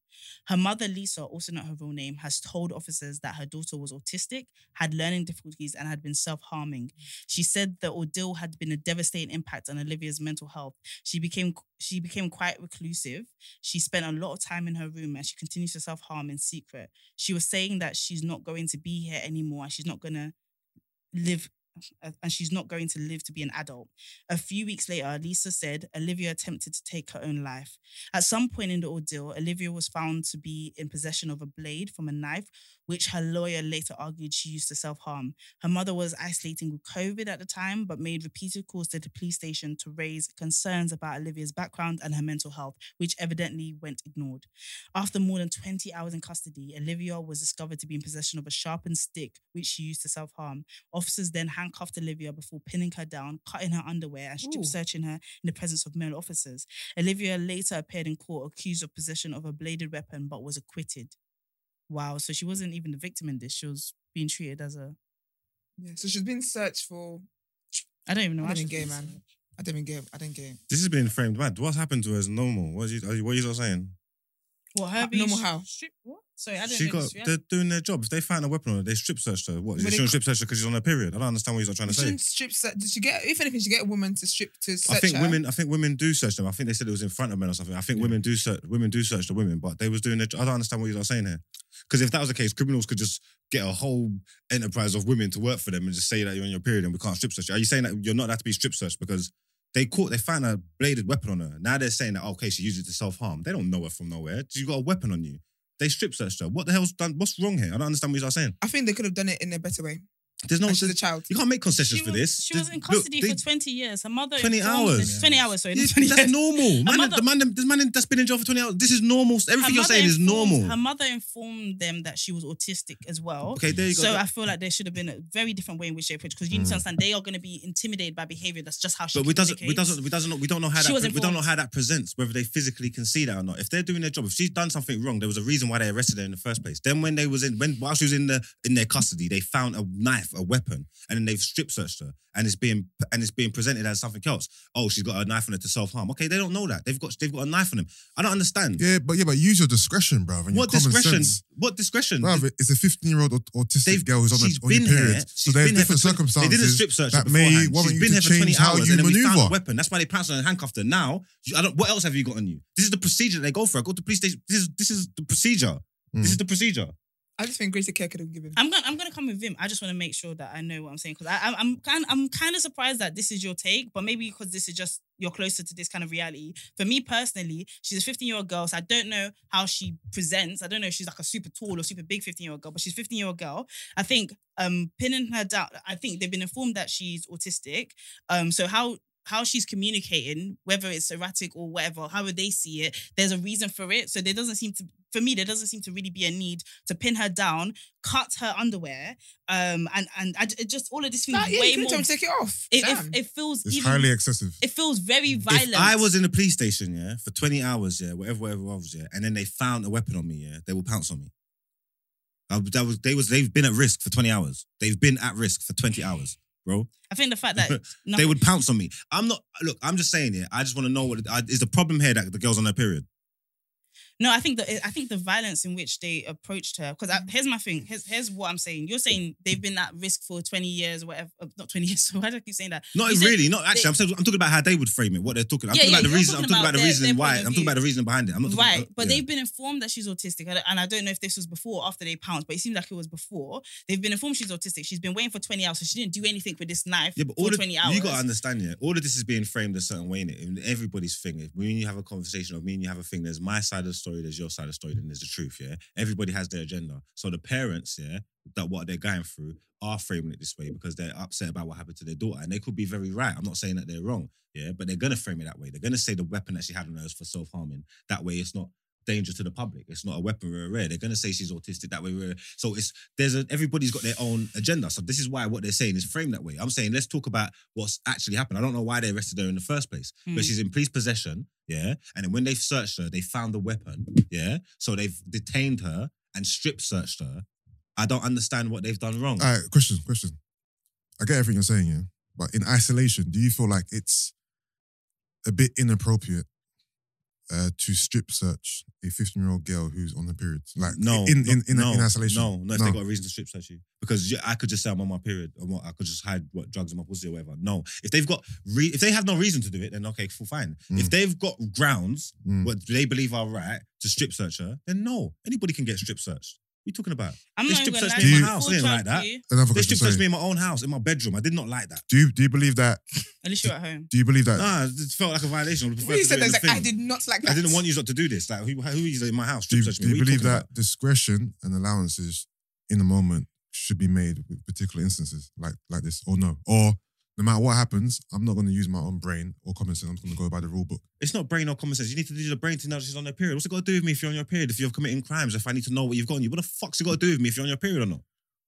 Speaker 1: Her mother, Lisa, also not her real name, has told officers that her daughter was autistic, had learning difficulties, and had been self harming. She said the ordeal had been a devastating impact on Olivia's mental health. She became she became quite reclusive. She spent a lot of time in her room and she continues to self harm in secret. She was saying that she's not going to be here anymore and she's not going to live uh, and she's not going to live to be an adult. A few weeks later, Lisa said Olivia attempted to take her own life. At some point in the ordeal, Olivia was found to be in possession of a blade from a knife, which her lawyer later argued she used to self harm. Her mother was isolating with COVID at the time, but made repeated calls to the police station to raise concerns about Olivia's background and her mental health, which evidently went ignored. After more than 20 hours in custody, Olivia was discovered to be in possession of a sharpened stick, which she used to self harm. Officers then handcuffed Olivia before pinning her down, cutting her underwear, and strip
Speaker 3: Ooh.
Speaker 8: searching her in the presence of male officers. Olivia later appeared in court accused of possession of a bladed weapon but was acquitted. Wow, so she wasn't even the victim in this. She was being treated as a.
Speaker 3: Yeah, So she's been searched for.
Speaker 8: I don't even know.
Speaker 3: I
Speaker 8: how she
Speaker 3: didn't get it,
Speaker 8: feels.
Speaker 3: man. I didn't get. it. I didn't get. it.
Speaker 2: This has been framed mad. What's happened to her is normal. What, is you, are you- what are you lot saying?
Speaker 8: What, her
Speaker 3: Uh,
Speaker 8: being
Speaker 3: normal
Speaker 8: sh-
Speaker 3: how?
Speaker 8: Strip, what? Sorry, I didn't
Speaker 2: She
Speaker 8: know
Speaker 2: got,
Speaker 8: this, yeah.
Speaker 2: they're doing their job. If they find a weapon on her, they strip searched her. What?
Speaker 3: But
Speaker 2: They
Speaker 3: they
Speaker 2: shouldn't strip search her because she's on her period. I don't understand what you're trying to say.
Speaker 3: Shouldn't strip search? Did she get? If anything, she get a woman to strip to search
Speaker 2: I think
Speaker 3: her.
Speaker 2: women. I think women do search them. I think they said it was in front of men or something. I think women do search. Women do search the women, but they was doing. Their, I don't understand what you are saying here. Because if that was the case, criminals could just get a whole enterprise of women to work for them and just say that you're on your period and we can't strip search. you. Are you saying that you're not allowed to be strip searched because they caught they found a bladed weapon on her? Now they're saying that okay, she used it to self harm. They don't know her from nowhere. You got a weapon on you. They strip searched her. What the hell's done? What's wrong here? I don't understand what you are saying.
Speaker 3: I think they could have done it in a better way.
Speaker 2: There's no.
Speaker 3: and she's a child.
Speaker 2: You can't make concessions
Speaker 1: She
Speaker 2: for
Speaker 1: was,
Speaker 2: this.
Speaker 1: She
Speaker 2: The-
Speaker 1: was in
Speaker 2: look,
Speaker 1: custody
Speaker 2: they-
Speaker 1: for 20 years. Her mother.
Speaker 2: 20
Speaker 1: informed her-
Speaker 2: hours.
Speaker 1: 20 hours, sorry.
Speaker 2: yeah,
Speaker 1: not 20
Speaker 2: that's
Speaker 1: years.
Speaker 2: normal. Man,
Speaker 1: mother-
Speaker 2: the man, this man that's been in jail for 20 hours. This is normal.
Speaker 1: Her
Speaker 2: Everything you're
Speaker 1: mother
Speaker 2: saying is
Speaker 1: informed-
Speaker 2: normal.
Speaker 1: Her mother informed them that she was autistic as well.
Speaker 2: Okay, there you go. Mm.
Speaker 1: So I feel like there should have been a very different way in which they approach because you need to understand they are going to be intimidated by behavior. That's just how she.
Speaker 2: but we doesn't, we
Speaker 1: communicates.
Speaker 2: doesn't, we doesn't, know- we don't know how
Speaker 1: She was
Speaker 2: that, we don't know
Speaker 1: informed.
Speaker 2: how that presents. Whether they physically can see that or not. If they're doing their job, if she's done something wrong, there was a reason why they arrested her in the first place. Then when they was in, when while she was in the in their custody, they found a knife, a weapon, and then they've strip searched her, and it's being and it's being presented as something else. Oh, she's got a knife on her to self harm. Okay, they don't know that. They've got they've got a knife on them. I don't understand.
Speaker 4: Yeah, but yeah, but use your discretion, bruv. And
Speaker 2: what
Speaker 4: your common
Speaker 2: discretion?
Speaker 4: sense.
Speaker 2: What discretion?
Speaker 4: Bruv, it's a 15 year old autistic
Speaker 2: They've-
Speaker 4: girl who's on,
Speaker 2: she's
Speaker 4: a, on your
Speaker 2: been here.
Speaker 4: period. so
Speaker 2: She's
Speaker 4: there are
Speaker 2: been here
Speaker 4: different
Speaker 2: for 20
Speaker 4: circumstances.
Speaker 2: They didn't strip search
Speaker 4: that
Speaker 2: her
Speaker 4: may
Speaker 2: beforehand.
Speaker 4: warrant
Speaker 2: She's
Speaker 4: you
Speaker 2: been
Speaker 4: to
Speaker 2: here for 20
Speaker 4: change how
Speaker 2: hours
Speaker 4: you
Speaker 2: and then we found
Speaker 4: maneuver.
Speaker 2: a weapon. That's why they pounced on her and handcuffed her. Now, you- I don't, what else have you got on you? This is the procedure they go for. I go to the police station. This is, this is the procedure. This
Speaker 4: Hmm.
Speaker 2: is the procedure.
Speaker 3: I just think greater care could have given.
Speaker 1: I'm gonna I'm gonna come with Vim. I just want to make sure that I know what I'm saying because I'm I'm kind I'm kind of surprised that this is your take, but maybe because this is just you're closer to this kind of reality. For me personally, she's a 15 year old girl, so I don't know how she presents. I don't know if she's like a super tall or super big 15 year old girl, but she's a 15 year old girl. I think um pinning her down. I think they've been informed that she's autistic. Um, so how how she's communicating, whether it's erratic or whatever, however they see it, there's a reason for it. So there doesn't seem to, for me, there doesn't seem to really be a need to pin her down, cut her underwear, um, and and I, it just all of this feels
Speaker 3: Nah, yeah,
Speaker 1: way
Speaker 3: you could
Speaker 1: more.
Speaker 3: have
Speaker 1: It,
Speaker 3: take it off.
Speaker 1: it,
Speaker 3: Damn.
Speaker 1: it feels
Speaker 4: It's
Speaker 1: even.
Speaker 4: highly excessive.
Speaker 1: it feels very violent.
Speaker 2: If I was in the police station, yeah, for 20 hours, yeah, whatever, whatever else, yeah, and then they found a weapon on me, yeah, they will pounce on me. I, would- that was, they was, they've been at risk for 20 hours. They've been at risk for 20 hours, bro.
Speaker 1: I think the fact
Speaker 2: <laughs>
Speaker 1: that
Speaker 2: They
Speaker 1: nothing-
Speaker 2: would pounce on me. I'm not. Look, I'm just saying it. I just want to know what it- I- is the problem here that the girl's on her period.
Speaker 1: No, I think the I think the violence in which they approached her. Because
Speaker 3: Mm.
Speaker 1: here's my thing. Here's here's what I'm saying. You're saying they've been at risk for 20 years, or whatever. uh, Not 20 years. <laughs> So why do I keep saying that?
Speaker 2: Not
Speaker 1: You said
Speaker 2: really. Not actually. I'm, saying- I'm talking about how they would frame it. What they're talking. I'm
Speaker 1: Yeah,
Speaker 2: talking
Speaker 1: yeah,
Speaker 2: about the
Speaker 1: you're
Speaker 2: reason. I'm
Speaker 1: talking
Speaker 2: talking about,
Speaker 1: about
Speaker 2: the
Speaker 1: their-
Speaker 2: reason
Speaker 1: their
Speaker 2: why.
Speaker 1: point
Speaker 2: I'm
Speaker 1: of
Speaker 2: talking about the reason behind it. I'm not talking
Speaker 1: Right,
Speaker 2: about-
Speaker 1: but
Speaker 2: yeah.
Speaker 1: they've been informed that she's autistic, I don't- and I don't know if this was before or after they pounced, but it seems like it was before. They've been informed she's autistic. She's been waiting for twenty hours, so she didn't do anything with this knife
Speaker 2: Yeah, but
Speaker 1: for
Speaker 2: all the,
Speaker 1: twenty hours.
Speaker 2: you got to understand, yeah. All of this is being framed a certain way in it. And everybody's thing. If me and you have a conversation, or me and you have a thing, there's my side of the story, there's your side of the story, then there's the truth. Yeah, everybody has their agenda. So the parents, yeah, that what they're going through are framing it this way because they're upset about what happened to their daughter, and they could be very right. I'm not saying that they're wrong, yeah, but they're gonna frame it that way. They're gonna say the weapon that she had on her is for self harming. That way, it's not danger to the public. It's not a weapon rare rare. They're gonna say she's autistic that way. Rare. So it's there's a everybody's got their own agenda. So this is why what they're saying is framed that way. I'm saying let's talk about what's actually happened. I don't know why they arrested her in the first place. But
Speaker 1: Mm.
Speaker 2: she's in police possession, yeah. And then when they've searched her, they found the weapon, yeah. So they've detained her and strip searched her. I don't understand what they've done wrong.
Speaker 4: All right, question, question. I get everything you're saying, yeah, but in isolation, do you feel like it's a bit inappropriate uh, to strip search a 15 year old girl who's on the period? Like,
Speaker 2: no,
Speaker 4: in
Speaker 2: no,
Speaker 4: in in,
Speaker 2: no,
Speaker 4: in isolation.
Speaker 2: No, no, if
Speaker 4: No.
Speaker 2: they got a reason to strip search you, because yeah, I could just say I'm on my period, and what I could just hide what drugs in my pussy or whatever. No, if they've got, re- if they have no reason to do it, then okay, cool, fine.
Speaker 4: Mm.
Speaker 2: If they've got grounds
Speaker 4: Mm.
Speaker 2: what they believe are right to strip search her, then no, anybody can get strip searched. What are you talking about?
Speaker 1: I'm not even
Speaker 2: They strip
Speaker 1: gonna
Speaker 2: searched
Speaker 1: lie,
Speaker 2: me in
Speaker 1: I'm
Speaker 2: my house.
Speaker 1: full
Speaker 2: It ain't like
Speaker 1: trust
Speaker 2: that.
Speaker 1: you,
Speaker 4: Another
Speaker 2: They
Speaker 4: question.
Speaker 2: strip searched
Speaker 4: sorry.
Speaker 2: me in my own house, in my bedroom. I did not like that.
Speaker 4: Do you do you believe that?
Speaker 1: Unless you're at home.
Speaker 4: Do you believe that?
Speaker 2: Nah, it just felt like a violation. I would prefer
Speaker 3: When you
Speaker 2: to
Speaker 3: said
Speaker 2: do it
Speaker 3: that,
Speaker 2: in
Speaker 3: it's
Speaker 2: the
Speaker 3: like, I
Speaker 2: thing.
Speaker 3: did not like that.
Speaker 2: I didn't want you lot to do this. Like, who, who is in my house?
Speaker 4: do you,
Speaker 2: Strip search
Speaker 4: do
Speaker 2: me.
Speaker 4: you
Speaker 2: What are
Speaker 4: believe that
Speaker 2: talking
Speaker 4: discretion and allowances in the moment should be made with particular instances like like this, or no, or no matter what happens, I'm not going to use my own brain or common sense. I'm just going to go by the rule book.
Speaker 2: about? It's not brain or common sense. You need to do the brain to know that she's on her period. What's it got to do with me if you're on your period? If you're committing crimes, if I need to know what you've got on you, what the fuck's it got to do with me if you're on your period or not?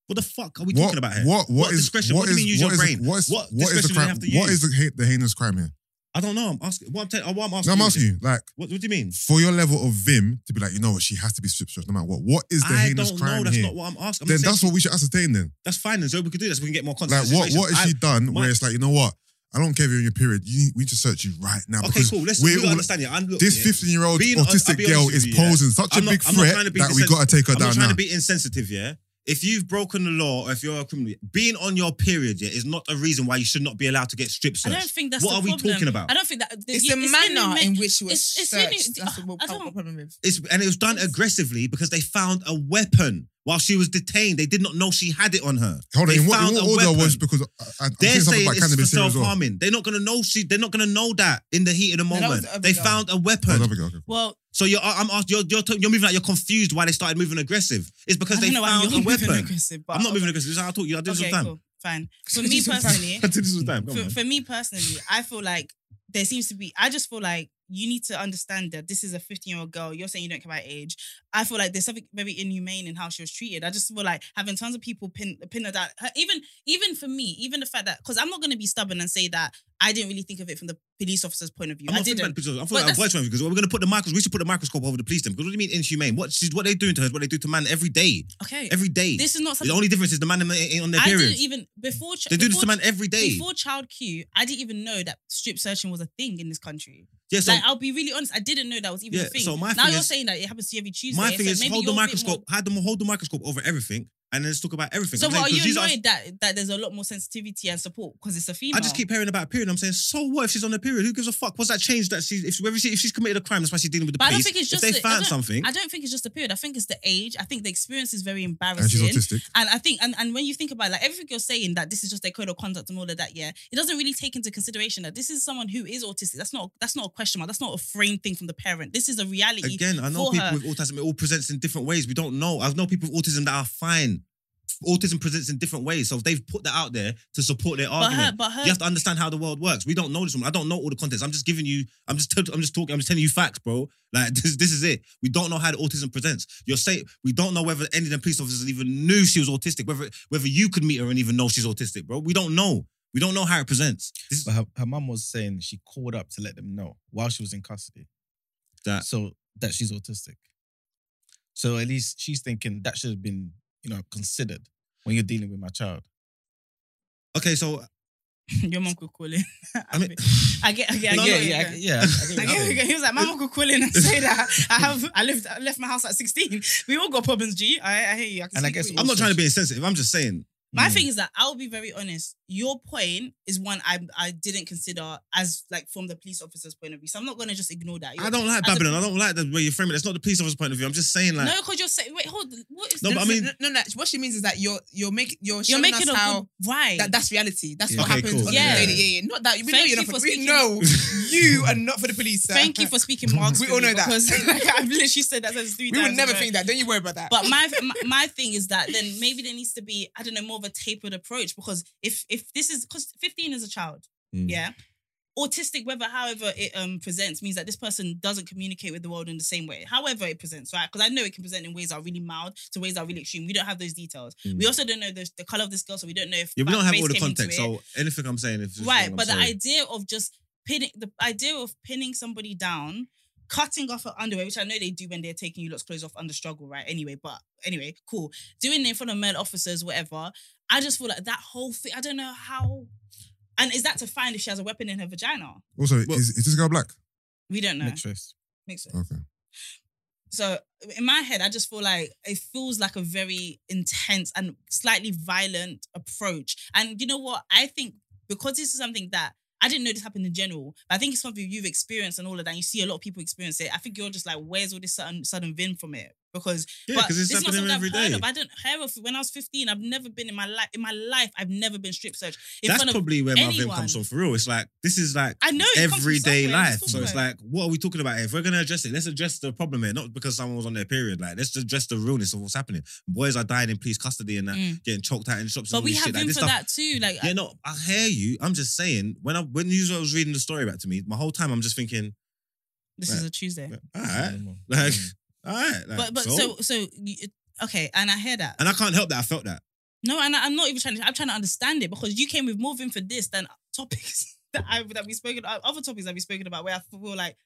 Speaker 2: What the fuck are we
Speaker 4: what,
Speaker 2: talking about here?
Speaker 4: What,
Speaker 2: What
Speaker 4: is
Speaker 2: discretion? What do you mean use
Speaker 4: what
Speaker 2: your
Speaker 4: is-
Speaker 2: brain?
Speaker 4: What is,
Speaker 2: What
Speaker 4: what is the
Speaker 2: discretion do they
Speaker 4: crime?
Speaker 2: have to
Speaker 4: What
Speaker 2: use?
Speaker 4: is the, ha- the heinous crime here?
Speaker 2: I don't know. I'm asking. What I'm, telling- what I'm asking.
Speaker 4: No, I'm
Speaker 2: you is
Speaker 4: asking
Speaker 2: it-
Speaker 4: you, like,
Speaker 2: What, what do you mean?
Speaker 4: for your level of vim to be like, you know what, she has to be strip searched no matter what. What is the
Speaker 2: I
Speaker 4: heinous
Speaker 2: don't
Speaker 4: crime
Speaker 2: know. That's
Speaker 4: here?
Speaker 2: not what I'm asking. I'm
Speaker 4: then
Speaker 2: not saying
Speaker 4: that's
Speaker 2: she-
Speaker 4: what we should ascertain. Then,
Speaker 2: That's fine. And so we can do this. We can get more
Speaker 4: like,
Speaker 2: context.
Speaker 4: what what has
Speaker 2: I-
Speaker 4: she done?
Speaker 2: my-
Speaker 4: where it's like, you know what, I don't care if you're in your period. You, we need to search you right now
Speaker 2: Okay,
Speaker 4: because
Speaker 2: cool. Let's we
Speaker 4: we're all,
Speaker 2: understand it. I'm, look,
Speaker 4: this
Speaker 2: yeah.
Speaker 4: 15 year old
Speaker 2: Being- I'll- I'll
Speaker 4: autistic
Speaker 2: be honest
Speaker 4: girl
Speaker 2: with
Speaker 4: is
Speaker 2: you, yeah.
Speaker 4: posing such a
Speaker 2: I'm not-
Speaker 4: big
Speaker 2: I'm not
Speaker 4: threat
Speaker 2: trying to be
Speaker 4: that we
Speaker 2: disen-
Speaker 4: got to take her
Speaker 2: I'm
Speaker 4: down
Speaker 2: not trying
Speaker 4: now.
Speaker 2: to be insensitive, yeah. If you've broken the law, or if you're a criminal, being on your period yeah, is not a reason why you should not be allowed to get strip
Speaker 1: I
Speaker 2: searched.
Speaker 1: don't think that's
Speaker 2: What
Speaker 1: the
Speaker 2: are we
Speaker 1: problem.
Speaker 2: talking about?
Speaker 1: I don't think that
Speaker 3: It's
Speaker 1: yeah,
Speaker 3: the
Speaker 1: in
Speaker 3: manner
Speaker 1: ma-
Speaker 3: in which she was
Speaker 1: it's- it's
Speaker 3: searched.
Speaker 1: really-
Speaker 3: That's what
Speaker 1: I
Speaker 3: we've got
Speaker 1: don't-
Speaker 3: a problem with.
Speaker 2: It's, and it was done aggressively because they found a weapon. while she was detained. They did not know she had it on her.
Speaker 4: Hold on,
Speaker 2: They
Speaker 4: in what, in
Speaker 2: found
Speaker 4: what
Speaker 2: a
Speaker 4: order
Speaker 2: weapon.
Speaker 4: was because I, I, I'm
Speaker 2: They're
Speaker 4: saying something
Speaker 2: saying
Speaker 4: about
Speaker 2: it's for
Speaker 4: cannabis here as
Speaker 2: self
Speaker 4: well.
Speaker 2: harming. They're not gonna know she. They're not gonna know that in the heat of the
Speaker 3: that was
Speaker 2: moment.
Speaker 3: the other
Speaker 2: they
Speaker 3: guy.
Speaker 2: found a
Speaker 4: Oh,
Speaker 2: weapon.
Speaker 4: there we go, okay.
Speaker 8: Well,
Speaker 2: So you're, I'm asked, you're, you're, you're moving like you're confused why they started moving aggressive. It's because
Speaker 1: I
Speaker 2: they
Speaker 1: don't know why
Speaker 2: found
Speaker 1: you're
Speaker 2: a
Speaker 1: <laughs> moving
Speaker 2: weapon.
Speaker 1: aggressive, but
Speaker 2: I'm not moving aggressive. This is how I talk. You. I did this
Speaker 1: Okay,
Speaker 2: all the time.
Speaker 1: cool,
Speaker 2: <laughs>
Speaker 1: fine. For me <laughs> personally,
Speaker 2: I did this all the time. Come on,
Speaker 1: for,
Speaker 2: man.
Speaker 1: for me personally, I feel like there seems to be. I just feel like you need to understand that this is a 15 year old girl. You're saying you don't care about age. I feel like there's something very inhumane in how she was treated. I just feel like having tons of people pin pin her down. Her, even even for me, even the fact that because I'm not going to be stubborn and say that I didn't really think of it from the police officer's point of view.
Speaker 2: I'm
Speaker 1: I
Speaker 2: not thinking about
Speaker 1: didn't.
Speaker 2: the pictures. I'm
Speaker 1: But
Speaker 2: thinking about
Speaker 1: that's-
Speaker 2: voice because we're going to put the microscope. We should put the microscope over the police then. Because what do you mean inhumane? What she's what they doing to her is what they do to man every day,
Speaker 1: Okay,
Speaker 2: every day.
Speaker 1: this is not
Speaker 2: the
Speaker 1: something.
Speaker 2: only difference is the man ain't- ain't on their
Speaker 1: I
Speaker 2: period.
Speaker 1: didn't even before ch-
Speaker 2: They do this
Speaker 1: before
Speaker 2: to man every day.
Speaker 1: Before Child Q, I didn't even know that strip searching was a thing in this country.
Speaker 2: yeah, so
Speaker 1: like, I'll be really honest, I didn't know that was even
Speaker 2: Yeah,
Speaker 1: a thing.
Speaker 2: so my
Speaker 1: now
Speaker 2: thing
Speaker 1: you're
Speaker 2: is-
Speaker 1: saying that it happens to you every Tuesday.
Speaker 2: my
Speaker 1: so
Speaker 2: thing is
Speaker 1: maybe
Speaker 2: hold the
Speaker 1: you're a bit
Speaker 2: microscope. Had them hold the microscope over everything, and then let's talk about everything.
Speaker 1: More... So,
Speaker 2: I'm
Speaker 1: what,
Speaker 2: saying,
Speaker 1: are
Speaker 2: 'cause
Speaker 1: you
Speaker 2: these are-
Speaker 1: annoyed that, that there's a lot more sensitivity and support because it's a female?
Speaker 2: I just keep hearing about period. I'm saying, so what if she's on a period? Who gives a fuck? What's that change that she's if, whether she, if she's committed a crime? That's why she's dealing with the
Speaker 1: But I don't
Speaker 2: police.
Speaker 1: think it's
Speaker 2: if
Speaker 1: just
Speaker 2: they
Speaker 1: the- I
Speaker 2: found
Speaker 1: don't-
Speaker 2: something,
Speaker 1: I don't think it's just the period. I think it's the age. I think the experience is very
Speaker 4: And she's
Speaker 1: embarrassing.
Speaker 4: autistic.
Speaker 1: And I think, and, and when you think about like everything you're saying that this is just their code of conduct and all of that, yeah, it doesn't really take into consideration that this is someone who is autistic. That's not that's not a question mark. That's not a frame thing from the parent. This is a reality.
Speaker 2: again, I know
Speaker 1: for
Speaker 2: people
Speaker 1: her.
Speaker 2: with autism. It all presents in different ways. We don't know. I know people with autism that are fine. Autism presents in different ways, so if they've put that out there to support their
Speaker 1: but her,
Speaker 2: argument.
Speaker 1: but her,
Speaker 2: you have to understand how the world works. We don't know this one. I don't know all the contents. I'm just giving you. I'm just. i I'm just talking. I'm just telling you facts, bro. Like <laughs> this. This is it. We don't know how the autism presents. You're saying we don't know whether any of the police officers even knew she was autistic. Whether whether you could meet her and even know she's autistic, bro. We don't know. We don't know how it presents. This is
Speaker 5: But her, her mum was saying she called up to let them know while she was in custody.
Speaker 2: That-
Speaker 5: so that she's autistic. So at least she's thinking that should have been, you know, considered when you're dealing with my child.
Speaker 2: okay. So
Speaker 1: <laughs> your mom could call <laughs> in.
Speaker 2: I mean, <laughs>
Speaker 1: I get, I get, I
Speaker 2: No,
Speaker 1: get,
Speaker 2: no,
Speaker 1: it,
Speaker 5: yeah,
Speaker 1: yeah.
Speaker 5: I- <laughs> yeah. I get what
Speaker 1: Like,
Speaker 5: you're
Speaker 1: here we
Speaker 5: saying.
Speaker 1: go. He was like, "My uncle calling and say that I have I lived I left my house at 16. We all got problems, G. I, I hear you. I can
Speaker 5: And I
Speaker 1: speak
Speaker 5: guess
Speaker 1: for you.
Speaker 2: I'm not trying to be insensitive. I'm just saying.
Speaker 1: My
Speaker 3: Hmm.
Speaker 5: Mm.
Speaker 1: thing is that I'll be very honest. Your point is one I I didn't consider as like from the police officer's point of view. So I'm not gonna just ignore that.
Speaker 2: I don't like
Speaker 1: As a-
Speaker 2: babbling. I don't like the way you frame it. It's not the police officer's point of view. I'm just saying like.
Speaker 1: no, because you're saying wait, hold. What is
Speaker 2: No, but I mean-
Speaker 3: no, no, no. What she means is that you're you're making you're
Speaker 1: you're
Speaker 3: showing
Speaker 1: making
Speaker 3: us
Speaker 1: a
Speaker 3: how
Speaker 1: good right.
Speaker 3: that that's reality. That's
Speaker 5: Yeah.
Speaker 3: what
Speaker 2: Okay,
Speaker 3: happens.
Speaker 2: cool.
Speaker 3: On
Speaker 1: Yeah.
Speaker 3: yeah. The daily. yeah, yeah. Not that we know
Speaker 1: Thank
Speaker 3: you're
Speaker 1: you
Speaker 3: not. For,
Speaker 1: for
Speaker 3: we
Speaker 1: speaking-
Speaker 3: know <laughs> you are not for the police. Sir.
Speaker 1: Thank you for speaking, Mark.
Speaker 3: We all know that.
Speaker 1: because <laughs> like, I've literally said that since three
Speaker 3: <laughs> We
Speaker 1: times.
Speaker 3: would never
Speaker 1: ago.
Speaker 3: think that. Don't you worry about that. <laughs>
Speaker 1: But my, my my thing is that then maybe there needs to be I don't know more of a tapered approach because if if this is because fifteen is a child,
Speaker 2: Mm.
Speaker 1: yeah, autistic whether however it um presents means that this person doesn't communicate with the world in the same way. However it presents, right? Because I know it can present in ways that are really mild to ways that are really extreme. We don't have those details.
Speaker 2: Mm.
Speaker 1: We also don't know the, the color of this girl, so we don't know if
Speaker 2: yeah, we don't have
Speaker 1: race
Speaker 2: all the
Speaker 1: came into
Speaker 2: context.
Speaker 1: it.
Speaker 2: So anything I'm saying, if it's
Speaker 1: Right,
Speaker 2: wrong, I'm
Speaker 1: but the
Speaker 2: sorry.
Speaker 1: idea of just pinning the idea of pinning somebody down, cutting off her underwear, which I know they do when they're taking you lot's clothes off under struggle, right? Anyway, but anyway, cool. Doing it in front of male officers, whatever. I just feel like that whole thing. I don't know how. And is that to find if she has a weapon in her vagina?
Speaker 4: Also,
Speaker 2: Well-
Speaker 4: is, is this girl black?
Speaker 1: We don't know.
Speaker 5: Mixed race.
Speaker 1: Makes sense.
Speaker 4: Okay.
Speaker 1: So in my head, I just feel like it feels like a very intense and slightly violent approach. And you know what? I think because this is something that I didn't know this happened in general, but I think it's something you've experienced and all of that. And you see a lot of people experience it. I think you're just like, where's all this sudden sudden vim from it? Because
Speaker 2: yeah,
Speaker 1: but
Speaker 2: because it's
Speaker 1: this is not
Speaker 2: happening
Speaker 1: something
Speaker 2: every
Speaker 1: I've heard
Speaker 2: day.
Speaker 1: of. I don't hear of when I was 15. I've never been in my life in my life. I've never been strip searched in
Speaker 2: That's
Speaker 1: front of.
Speaker 2: probably where my vim
Speaker 1: anyone.
Speaker 2: comes from for real. It's like this is like
Speaker 1: I know it comes from
Speaker 2: everyday
Speaker 1: somewhere,
Speaker 2: life.
Speaker 1: it's
Speaker 2: So it's
Speaker 1: somewhere.
Speaker 2: like, what are we talking about here? If we're gonna address it, let's address the problem here, not because someone was on their period. Like, let's address the realness of what's happening. Boys are dying in police custody and that,
Speaker 1: Mm.
Speaker 2: getting choked out in shops.
Speaker 1: But
Speaker 2: and all
Speaker 1: we
Speaker 2: this
Speaker 1: have
Speaker 2: shit.
Speaker 1: room
Speaker 2: Like, this
Speaker 1: for that
Speaker 2: stuff-
Speaker 1: too. Like
Speaker 2: Yeah, no, I hear you. I'm just saying. When I when you was reading the story back to me, my whole time I'm just thinking,
Speaker 1: this is a Tuesday.
Speaker 2: all right, like, <laughs> all right, like,
Speaker 1: But but so so you, okay, and I hear that.
Speaker 2: and I can't help that I felt that. <laughs>
Speaker 1: No, and I, I'm not even trying to. I'm trying to understand it because you came with more vim for this than <laughs> topics that I that we spoken other topics that we spoken about where I feel like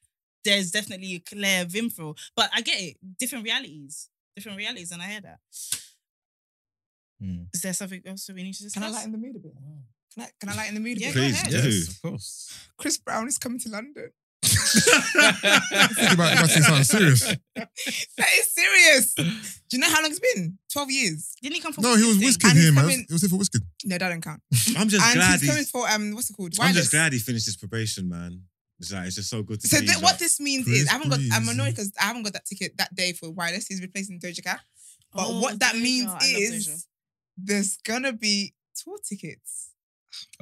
Speaker 1: there's definitely a clear vim for. But I get it. Different realities, different realities, and I hear that.
Speaker 5: Hmm.
Speaker 1: Is there something else that we need to discuss?
Speaker 3: can I lighten the mood a bit? Can I can I lighten the mood a
Speaker 1: Yeah,
Speaker 3: bit?
Speaker 1: go
Speaker 2: Please
Speaker 1: ahead.
Speaker 2: do.
Speaker 5: Yes, of course.
Speaker 3: Chris Brown is coming to London.
Speaker 4: Think about, about saying
Speaker 1: <laughs>
Speaker 4: something serious.
Speaker 3: That is
Speaker 2: <laughs>
Speaker 3: serious. Do you know how long it's been? Twelve years.
Speaker 1: Didn't he come from?
Speaker 4: No, he was
Speaker 1: Kingston?
Speaker 4: whisking
Speaker 3: And he's
Speaker 4: here, man.
Speaker 3: coming-
Speaker 4: It was here for whisking.
Speaker 3: No, that don't count.
Speaker 2: I'm just
Speaker 3: and
Speaker 2: glad
Speaker 3: he's coming
Speaker 2: he's.
Speaker 3: for um, what's it called?
Speaker 2: I'm just
Speaker 3: Wireless.
Speaker 2: glad he finished his probation, man. It's like it's just so good to
Speaker 3: So
Speaker 2: see.
Speaker 3: th-
Speaker 2: he's
Speaker 3: what
Speaker 2: up.
Speaker 3: this means
Speaker 4: Chris
Speaker 3: is I haven't got. I'm
Speaker 4: Breezy.
Speaker 3: annoyed because I haven't got that ticket that day for wireless. He's replacing Doja Cat. But
Speaker 1: Oh,
Speaker 3: what that
Speaker 1: Doja.
Speaker 3: means
Speaker 1: I love
Speaker 3: is
Speaker 1: Doja.
Speaker 3: there's gonna be tour tickets.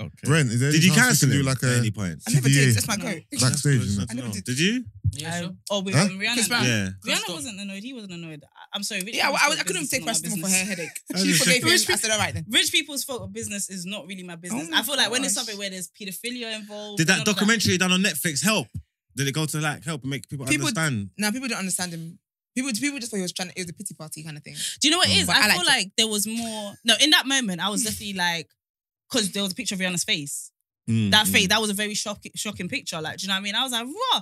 Speaker 5: Okay.
Speaker 4: Brent, is there
Speaker 2: Did
Speaker 4: any
Speaker 2: you
Speaker 4: chance
Speaker 2: cancel
Speaker 4: we
Speaker 2: it
Speaker 4: can do like
Speaker 2: at
Speaker 4: a
Speaker 2: any point?
Speaker 3: I never
Speaker 4: TDA.
Speaker 3: did. That's my
Speaker 1: No.
Speaker 3: go.
Speaker 4: backstage?
Speaker 2: That's
Speaker 4: You know?
Speaker 2: good to
Speaker 3: I never
Speaker 2: know.
Speaker 3: did.
Speaker 2: Did you?
Speaker 6: Yeah, sure.
Speaker 1: Oh, with
Speaker 4: Huh?
Speaker 1: um, Rihanna.
Speaker 3: Chris Brown.
Speaker 2: Yeah.
Speaker 1: Rihanna
Speaker 6: Stop.
Speaker 1: wasn't annoyed. He wasn't annoyed. I- I'm sorry. Rich
Speaker 3: Yeah, well,
Speaker 1: people's
Speaker 3: I, was- I
Speaker 1: fault
Speaker 3: couldn't
Speaker 1: business
Speaker 3: take
Speaker 1: is not my
Speaker 3: Rastin for her
Speaker 1: business.
Speaker 3: headache.
Speaker 2: I
Speaker 3: She
Speaker 2: just
Speaker 3: forgave
Speaker 2: checked
Speaker 3: me. I
Speaker 2: it.
Speaker 3: said, all right then.
Speaker 1: Rich people's fault of business is not really my business.
Speaker 3: Oh my
Speaker 1: I feel like when it's
Speaker 3: gosh.
Speaker 1: something where there's pedophilia involved, and
Speaker 2: Did
Speaker 1: all
Speaker 2: that
Speaker 1: of
Speaker 2: documentary done on Netflix help? Did it go to like help and make people,
Speaker 3: People-
Speaker 2: understand?
Speaker 3: Now people don't understand him. People, people just thought he was trying. To, it was a pity party kind of thing.
Speaker 1: Do you know what it is?
Speaker 3: But
Speaker 1: I,
Speaker 3: I
Speaker 1: feel
Speaker 3: liked it.
Speaker 1: like there was more. No, in that moment, I was definitely like, because there was a picture of Rihanna's face.
Speaker 2: Mm,
Speaker 3: Mm-hmm.
Speaker 1: That face, that was a very shocking, shocking picture. Like, do you know what I mean? I was like, raw.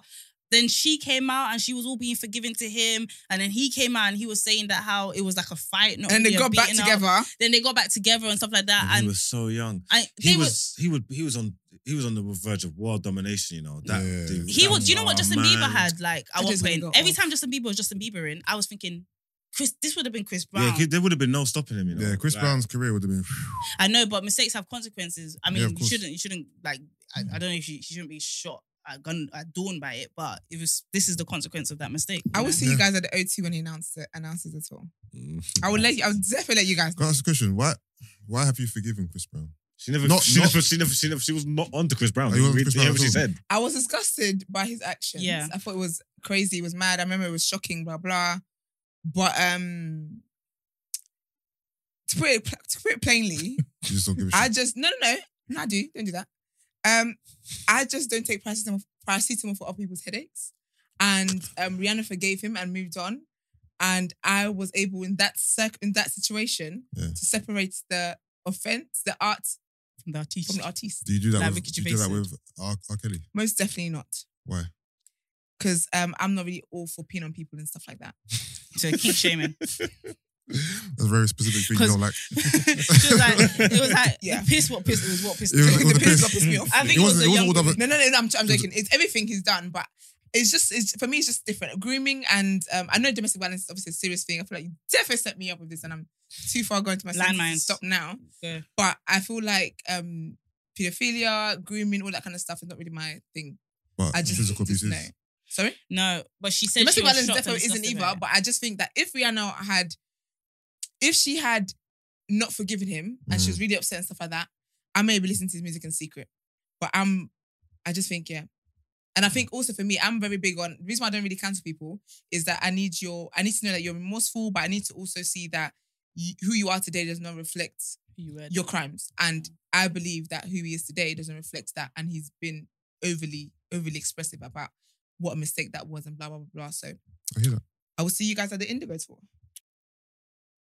Speaker 1: Then she came out and she was all being forgiving to him, and then he came out and he was saying that how it was like a fight, not
Speaker 3: and then
Speaker 1: really
Speaker 3: they
Speaker 1: a
Speaker 3: got back
Speaker 1: beating up.
Speaker 3: together.
Speaker 1: Then they got back together and stuff like that,
Speaker 2: And
Speaker 1: and,
Speaker 2: he was so young.
Speaker 1: I, they
Speaker 2: He
Speaker 1: were-
Speaker 2: was he would he was on he was on the verge of world domination. You know that
Speaker 4: Yeah.
Speaker 2: the-
Speaker 1: He
Speaker 2: that
Speaker 1: was. Do you know what
Speaker 2: oh,
Speaker 1: Justin
Speaker 2: man.
Speaker 1: Bieber had? Like I
Speaker 3: That
Speaker 1: was
Speaker 3: just
Speaker 1: playing
Speaker 3: got
Speaker 1: every
Speaker 3: off.
Speaker 1: time Justin Bieber was Justin Bieber in, I was thinking, Chris, this would have been Chris Brown.
Speaker 2: Yeah, he- there would have been no stopping him. You know,
Speaker 4: Yeah, Chris
Speaker 2: Like,
Speaker 4: Brown's career would have been.
Speaker 1: I know, but mistakes have consequences. I mean,
Speaker 4: Yeah, of
Speaker 1: you
Speaker 4: course.
Speaker 1: shouldn't. You shouldn't like. I,
Speaker 3: Mm.
Speaker 1: I don't know if you, you shouldn't be shot at gun at dawn by it, but it was. This is the consequence of that mistake.
Speaker 3: I will
Speaker 1: was.
Speaker 3: see
Speaker 4: Yeah.
Speaker 3: you guys at the O2 when he announced it, announces it all.
Speaker 2: mm.
Speaker 3: I would let you. I would definitely let you guys.
Speaker 4: Can I
Speaker 3: Know.
Speaker 4: ask a question? Why, why have you forgiven Chris Brown?
Speaker 2: She never,
Speaker 4: Not-
Speaker 2: she,
Speaker 4: not-
Speaker 2: never, she never, she never, she was not onto Chris Brown.
Speaker 4: Oh, you
Speaker 2: You
Speaker 4: wasn't
Speaker 2: read-
Speaker 4: Chris
Speaker 2: you
Speaker 4: Brown
Speaker 2: hear what
Speaker 4: at
Speaker 2: she
Speaker 4: all?
Speaker 2: said.
Speaker 3: I was disgusted by his actions.
Speaker 1: Yeah.
Speaker 3: I thought it was crazy. It was mad. I remember it was shocking. Blah blah. But um, to put it, pl- to put it plainly,
Speaker 4: You just don't give a shit.
Speaker 3: I just no no no no I do don't do that. Um, I just don't take paracetamol paracetamol for other people's headaches. And um, Rihanna forgave him and moved on. And I was able in that circ- in that situation
Speaker 4: Yeah.
Speaker 3: to separate the offense, the art
Speaker 1: The
Speaker 3: from
Speaker 1: artist.
Speaker 3: the artist.
Speaker 4: do you do that
Speaker 1: Like
Speaker 4: with?
Speaker 1: Ricky
Speaker 4: Do you do that
Speaker 1: Gervais
Speaker 4: with R. R. Kelly?
Speaker 3: Most definitely not,
Speaker 4: Why?
Speaker 3: because um, I'm not really all for peeing on people and stuff like that.
Speaker 1: to keep
Speaker 3: <laughs>
Speaker 1: shaming.
Speaker 4: That's a very specific thing. You
Speaker 1: 'Cause-
Speaker 4: don't like.
Speaker 1: she was like, it was like,
Speaker 3: Yeah.
Speaker 1: piss what piss. It was what piss.
Speaker 4: <laughs> It was- it was
Speaker 3: the
Speaker 4: the
Speaker 3: piss
Speaker 4: piss.
Speaker 3: got pissed me off.
Speaker 1: I think it
Speaker 4: It
Speaker 1: was,
Speaker 4: wasn't-
Speaker 1: the
Speaker 4: it wasn't
Speaker 1: young
Speaker 4: all that-
Speaker 1: woman.
Speaker 3: No, no, no, no I'm, I'm joking. It's everything he's done, but it's just it's for me. It's just different. Grooming and um, I know domestic violence is obviously a serious thing. I feel like you definitely set me up with this, and I'm too far going to my senses to
Speaker 1: Landmines.
Speaker 3: Stop now.
Speaker 1: Yeah.
Speaker 3: But I feel like um, pedophilia, grooming, all that kind of stuff is not really my thing.
Speaker 4: But
Speaker 3: I just
Speaker 4: physical abuse
Speaker 3: just
Speaker 4: is.
Speaker 3: know. Sorry,
Speaker 1: <laughs> No, but she said she
Speaker 3: domestic
Speaker 1: was
Speaker 3: violence
Speaker 1: shocked and
Speaker 3: definitely isn't
Speaker 1: disgusted
Speaker 3: either.
Speaker 1: by it.
Speaker 3: But I just think that if Rihanna had, if she had not forgiven him and she was really upset and stuff like that, I may be listening to his music in secret. But I'm, I just think yeah, and I think also for me, I'm very big on the reason why I don't really cancel people is that I need your, I need to know that you're remorseful, but I need to also see that you, who you are today does not reflect
Speaker 1: You were-
Speaker 3: your crimes. And I believe that who he is today doesn't reflect that. And he's been overly, overly expressive about what a mistake that was and blah, blah, blah, blah. So
Speaker 4: I hear that.
Speaker 3: I will see you guys at the Indigo tour.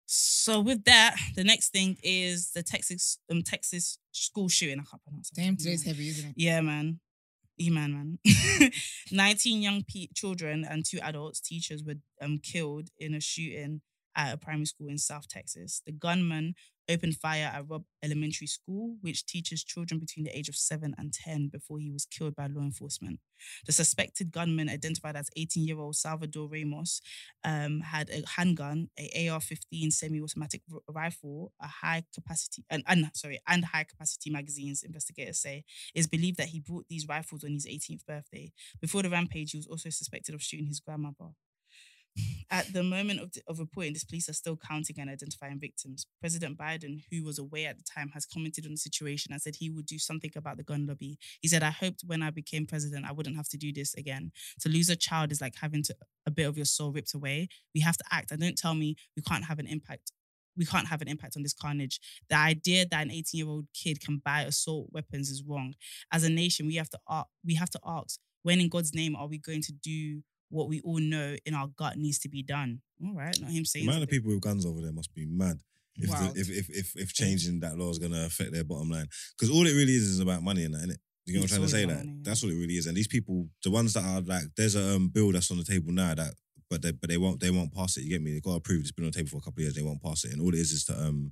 Speaker 1: So with that, the next thing is the Texas um Texas school shooting. I can't pronounce. it.
Speaker 3: heavy, isn't
Speaker 1: Yeah, man. E-man, man. <laughs> 19 young pe- children and two adults, teachers, were um, killed in a shooting at a primary school in South Texas. The gunman opened fire at Rob Elementary School, which teaches children between the age of 7 and 10 before he was killed by law enforcement. The suspected gunman, identified as 18-year-old Salvador Ramos, um, had a handgun, a AR-15 semi-automatic r- rifle, a high-capacity, and, and sorry, and high-capacity magazines, investigators say, it's believed that he brought these rifles on his 18th birthday. Before the rampage, he was also suspected of shooting his grandmother. <laughs> At the moment of, of reporting, this police are still counting and identifying victims. President Biden, who was away at the time, has commented on the situation and said he would do something about the gun lobby. He said, I hoped when I became president, I wouldn't have to do this again. To lose a child is like having to, a bit of your soul ripped away. We have to act. And don't tell me we can't have an impact. We can't have an impact on this carnage. The idea that an 18 year old kid can buy assault weapons is wrong as a nation, we have to a- we have to ask when in God's name are we going to do what we all know in our gut needs to be done? All right, not him
Speaker 2: The
Speaker 1: saying.
Speaker 2: amount of
Speaker 1: something.
Speaker 2: people with guns over there must be mad. If, the-
Speaker 3: Wild.
Speaker 2: if, if if if changing that law is gonna affect their bottom line, because all it really is is about money and that, innit? You know what I'm trying to
Speaker 1: It's always
Speaker 2: say? That
Speaker 1: about money, yeah.
Speaker 2: that's what it really is. And these people, the ones that are like, there's a um, bill that's on the table now that, but they but they won't they won't pass it. You get me? They got approved. It's been on the table for a couple of years. They won't pass it. And all it is is to um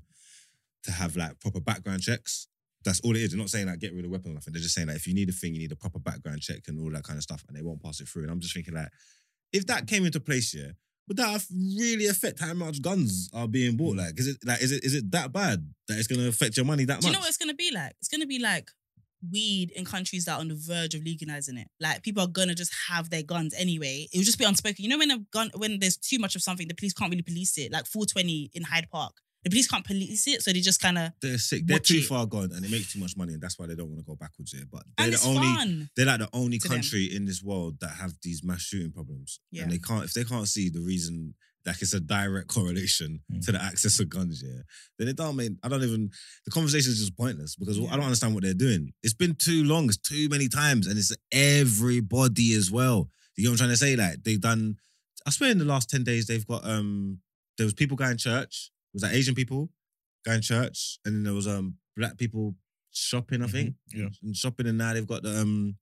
Speaker 2: to have like proper background checks. That's all it is. They're not saying like get rid of weapons or nothing. They're just saying that if you need a thing, you need a proper background check and all that kind of stuff, and they won't pass it through. And I'm just thinking like, if that came into place, yeah, would that have really affect how much guns are being bought?
Speaker 1: Mm.
Speaker 2: Like, is it like is it is it that bad that it's gonna affect your money that
Speaker 1: Do you
Speaker 2: much?
Speaker 1: know what it's gonna be like? It's gonna be like weed in countries that are on the verge of legalizing it. Like people are gonna just have their guns anyway. It will just be unspoken. You know when a gun when there's too much of something, the police can't really police it. Like 420 in Hyde Park, the police can't police it, so they just kind of
Speaker 2: They're sick. They're
Speaker 1: Watch
Speaker 2: too
Speaker 1: it.
Speaker 2: far gone, and they make too much money, and that's why they don't want to go backwards here. But they're
Speaker 1: and
Speaker 2: the
Speaker 1: it's
Speaker 2: only.
Speaker 1: fun.
Speaker 2: They're like the only
Speaker 1: to them.
Speaker 2: country in this world that have these mass shooting problems,
Speaker 1: Yeah.
Speaker 2: and they can't if they can't see the reason. Like it's a direct correlation
Speaker 5: Mm.
Speaker 2: to the access of guns, yeah. Then it don't mean I don't even the conversation is just pointless because I don't understand what they're doing. It's been too long, it's too many times, and it's everybody as well. You know what I'm trying to say? Like they've done. I swear, in the last ten days, they've got um. There was people going church. It was that Asian people going church, and then there was um black people shopping. I think
Speaker 5: Mm-hmm. Yeah.
Speaker 2: and shopping, and now they've got the um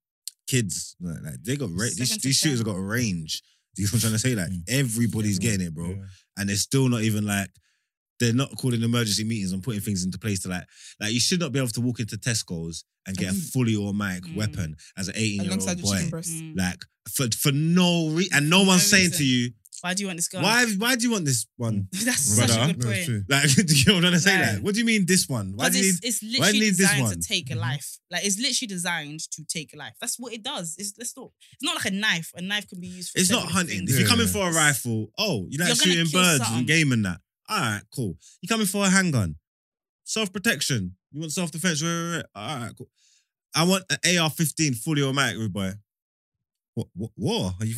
Speaker 2: kids. Like, like, they got ra- these,
Speaker 1: Second
Speaker 2: these
Speaker 1: to
Speaker 2: shooters have got a range. <laughs> Do you know what I'm trying to say? Like
Speaker 5: Mm.
Speaker 2: everybody's
Speaker 5: Everyone.
Speaker 2: getting it, bro, and they're still not even like. They're not calling emergency meetings and putting things into place to like, like you should not be able to walk into Tesco's and get a fully automatic
Speaker 1: Mm-hmm. Mm.
Speaker 2: weapon as an 18 year
Speaker 3: alongside
Speaker 2: old
Speaker 3: your
Speaker 2: boy.
Speaker 3: chicken breast.
Speaker 1: Mm.
Speaker 2: Like for for no reason, and no one's saying to
Speaker 1: reason.
Speaker 2: you,
Speaker 1: Why do you want this gun?
Speaker 2: why why do you want this
Speaker 5: Mm.
Speaker 2: one?
Speaker 1: <laughs> That's such
Speaker 2: Brother.
Speaker 1: a good
Speaker 4: No, it's
Speaker 1: point.
Speaker 4: true.
Speaker 2: <laughs> Like, do you know what I'm trying to say?
Speaker 1: Right.
Speaker 2: Like, what do you mean this one? Why
Speaker 1: Because
Speaker 2: do you
Speaker 1: it's,
Speaker 2: need?
Speaker 1: it's
Speaker 2: why
Speaker 1: literally
Speaker 2: do you need this
Speaker 1: designed
Speaker 2: one? Mm-hmm.
Speaker 1: to take a life. Like it's literally designed to take a life. That's what it does. It's let's not. It's not like a knife. A knife can be used. for
Speaker 2: It's not
Speaker 1: several
Speaker 2: hunting.
Speaker 1: things.
Speaker 2: If you're
Speaker 4: Yeah.
Speaker 2: coming for a rifle, oh, you
Speaker 1: You're
Speaker 2: like
Speaker 1: gonna
Speaker 2: shooting
Speaker 1: kill
Speaker 2: birds
Speaker 1: something.
Speaker 2: and game and that. All right, cool. You're coming for a handgun, self protection. You want self defense? All right, cool. I want an AR-15 fully automatic, rude boy. What, what war? Are you,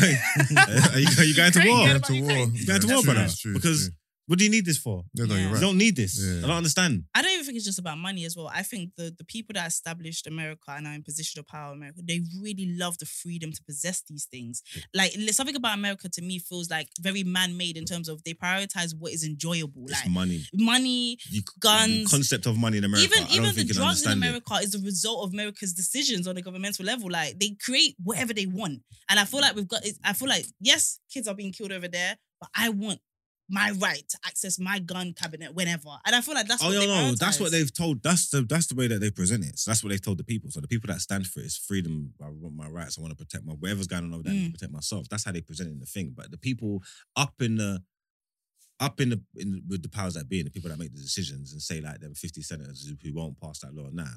Speaker 4: <laughs>
Speaker 2: going? <laughs> are, you, are you going to
Speaker 1: Great,
Speaker 2: war?
Speaker 1: yeah.
Speaker 4: Going to war.
Speaker 2: Going to war,
Speaker 4: true,
Speaker 2: brother.
Speaker 4: it's true, it's
Speaker 2: Because-
Speaker 4: true.
Speaker 2: What do you need this for?
Speaker 4: Yeah, no,
Speaker 1: Yeah.
Speaker 4: you're
Speaker 2: You
Speaker 4: right.
Speaker 2: don't need this.
Speaker 4: Yeah.
Speaker 2: I don't understand.
Speaker 1: I don't even think it's just about money as well. I think the, the people that established America and are in position of power in America, they really love the freedom to possess these things. Like li- something about America to me feels like very man-made in terms of they prioritize what is enjoyable.
Speaker 2: It's
Speaker 1: like
Speaker 2: money.
Speaker 1: money,
Speaker 2: You-
Speaker 1: guns.
Speaker 2: The concept of money in America. I
Speaker 1: even
Speaker 2: don't
Speaker 1: even the
Speaker 2: think you
Speaker 1: drugs in
Speaker 2: understand it.
Speaker 1: America is the result of America's decisions on a governmental level. Like they create whatever they want, and I feel like we've got. it's- I feel like yes, kids are being killed over there, but I want my right to access my gun cabinet whenever, and I feel like that's
Speaker 2: Oh
Speaker 1: what
Speaker 2: no,
Speaker 1: they
Speaker 2: no, that's what
Speaker 1: prioritize.
Speaker 2: they've told. That's the that's the way that they present it. So that's what they've told the people. So the people that stand for it is freedom. I want my rights. I want to protect my whatever's going on over there.
Speaker 1: Mm.
Speaker 2: I need to protect myself. That's how they presented the thing. But the people up in the up in the in, with the powers that be and the people that make the decisions and say like them fifty senators who won't pass that law now.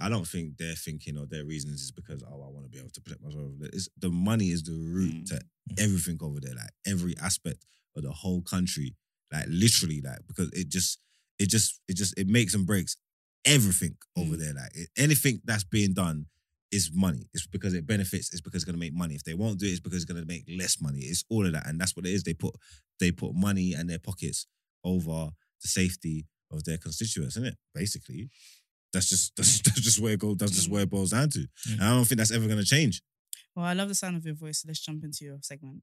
Speaker 2: I don't think they're thinking or their reasons is because oh I want to be able to protect myself. It's, the money is the root
Speaker 1: Mm.
Speaker 2: to everything over there, like every aspect of the whole country, like literally, like because it just it just it just it makes and breaks everything over there. Like it, anything that's being done is money. It's because it benefits. It's because it's gonna make money. If they won't do it, it's because it's gonna make less money. It's all of that, and that's what it is. They put they put money in their pockets over the safety of their constituents, isn't it? Basically, that's just <laughs> that's, that's just where it goes. That's just where it boils down to. And I don't think that's ever gonna change.
Speaker 1: Well, I love the sound of your voice. So let's jump into your segment.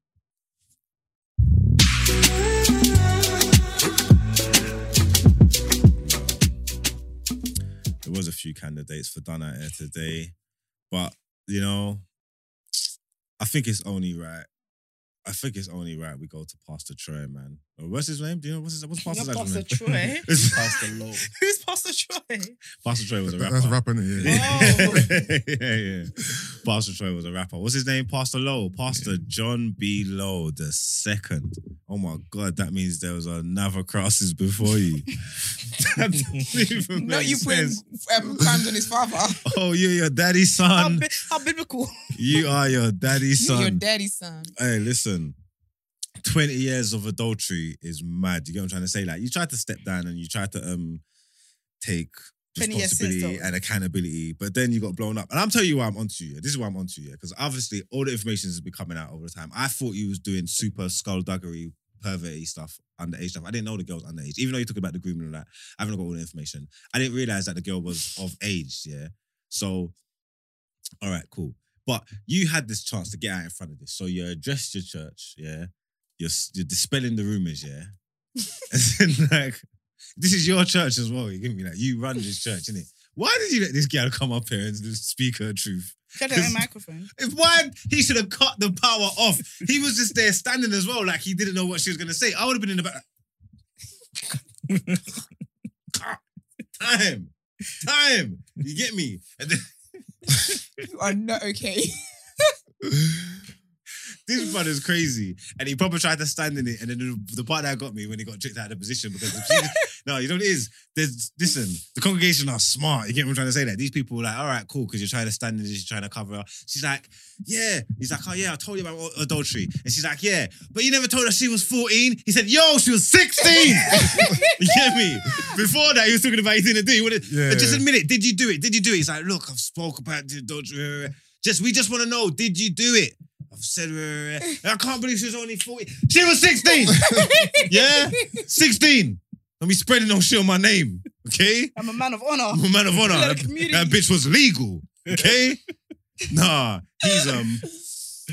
Speaker 2: There was a few candidates for done out here today, but you know, I think it's only right. I think it's only right we go to Pastor Troy, man. Or What's his name? Do you know what's his what's Pastor's
Speaker 1: Not
Speaker 2: actual
Speaker 1: Pastor
Speaker 2: name? <laughs>
Speaker 1: Troy.
Speaker 5: Pastor Lowe.
Speaker 1: Who's Pastor Troy?
Speaker 2: Pastor Troy was a
Speaker 4: That's a
Speaker 2: <laughs> rapper.
Speaker 4: rapper,
Speaker 1: Oh.
Speaker 4: is
Speaker 2: yeah,
Speaker 4: Yeah.
Speaker 2: yeah. Pastor Troy was a rapper. What's his name? Pastor Lowe. Pastor John B. Lowe the second. Oh my god, that means there was another crisis before you. <laughs> that doesn't even
Speaker 3: Not
Speaker 2: make
Speaker 3: you putting
Speaker 2: sense.
Speaker 3: um, crimes on his
Speaker 2: <laughs>
Speaker 3: father.
Speaker 2: Oh, you're your daddy's
Speaker 1: How,
Speaker 2: son.
Speaker 1: bi- how biblical.
Speaker 2: You are your daddy's
Speaker 3: You, your
Speaker 2: <laughs> son.
Speaker 3: daddy's son.
Speaker 2: Hey, listen. 20 years of adultery is mad. You get what I'm trying to say? Like you tried to step down and you tried to um take
Speaker 1: 20 years since
Speaker 2: responsibility
Speaker 1: though.
Speaker 2: and accountability, but then you got blown up. And I'm telling you why I'm onto you. This is why I'm onto you. Because obviously all the information has been coming out over the time. I thought you was doing super skullduggery, perverty stuff, underage stuff. I didn't know the girl's underage. Even though you're talking about the grooming and all that, I haven't got all the information. I didn't realize that the girl was of age, yeah. So, all right, cool. But you had this chance to get out in front of this. So you addressed your church, yeah. You're, you're dispelling the rumors, yeah. <laughs> and then, like, this is your church as well. You give me like you run this church, innit? Why did you let this girl come up here and just speak her truth?
Speaker 1: Got that microphone.
Speaker 2: If why he should have cut the power off. He was just there standing as well, like he didn't know what she was gonna say. I would have been in the back. time, time. You get me? And then-
Speaker 3: <laughs> You are not okay.
Speaker 2: <laughs> this brother's crazy, and he probably tried to stand in it. And then the, the part that got me when he got tricked out of the position because if she, No, you know what it is? There's listen, the congregation are smart. You get what I'm trying to say? That these people are like, all right, cool, because you're trying to stand in this, you're trying to cover her. She's like, yeah. He's like, oh yeah, I told you about adultery. And she's like, yeah, but you never told her she was 14. He said, yo, she was 16. <laughs> you get me? Before that, he was talking about he didn't do. He wanted,
Speaker 4: Yeah.
Speaker 2: Just admit it. Did you do it? Did you do it? He's like, look, I've spoke about the adultery. Just we just want to know, did you do it? I've said, "Uh, I can't believe she was only 40. She was
Speaker 3: <laughs>
Speaker 2: 16. yeah, 16. Don't be spreading no shit on my name, okay?
Speaker 3: <laughs> I'm a man of honor.
Speaker 2: I'm a man of honor.
Speaker 3: Hello,
Speaker 2: That,
Speaker 3: community.
Speaker 2: that bitch was legal, okay? nah, he's um,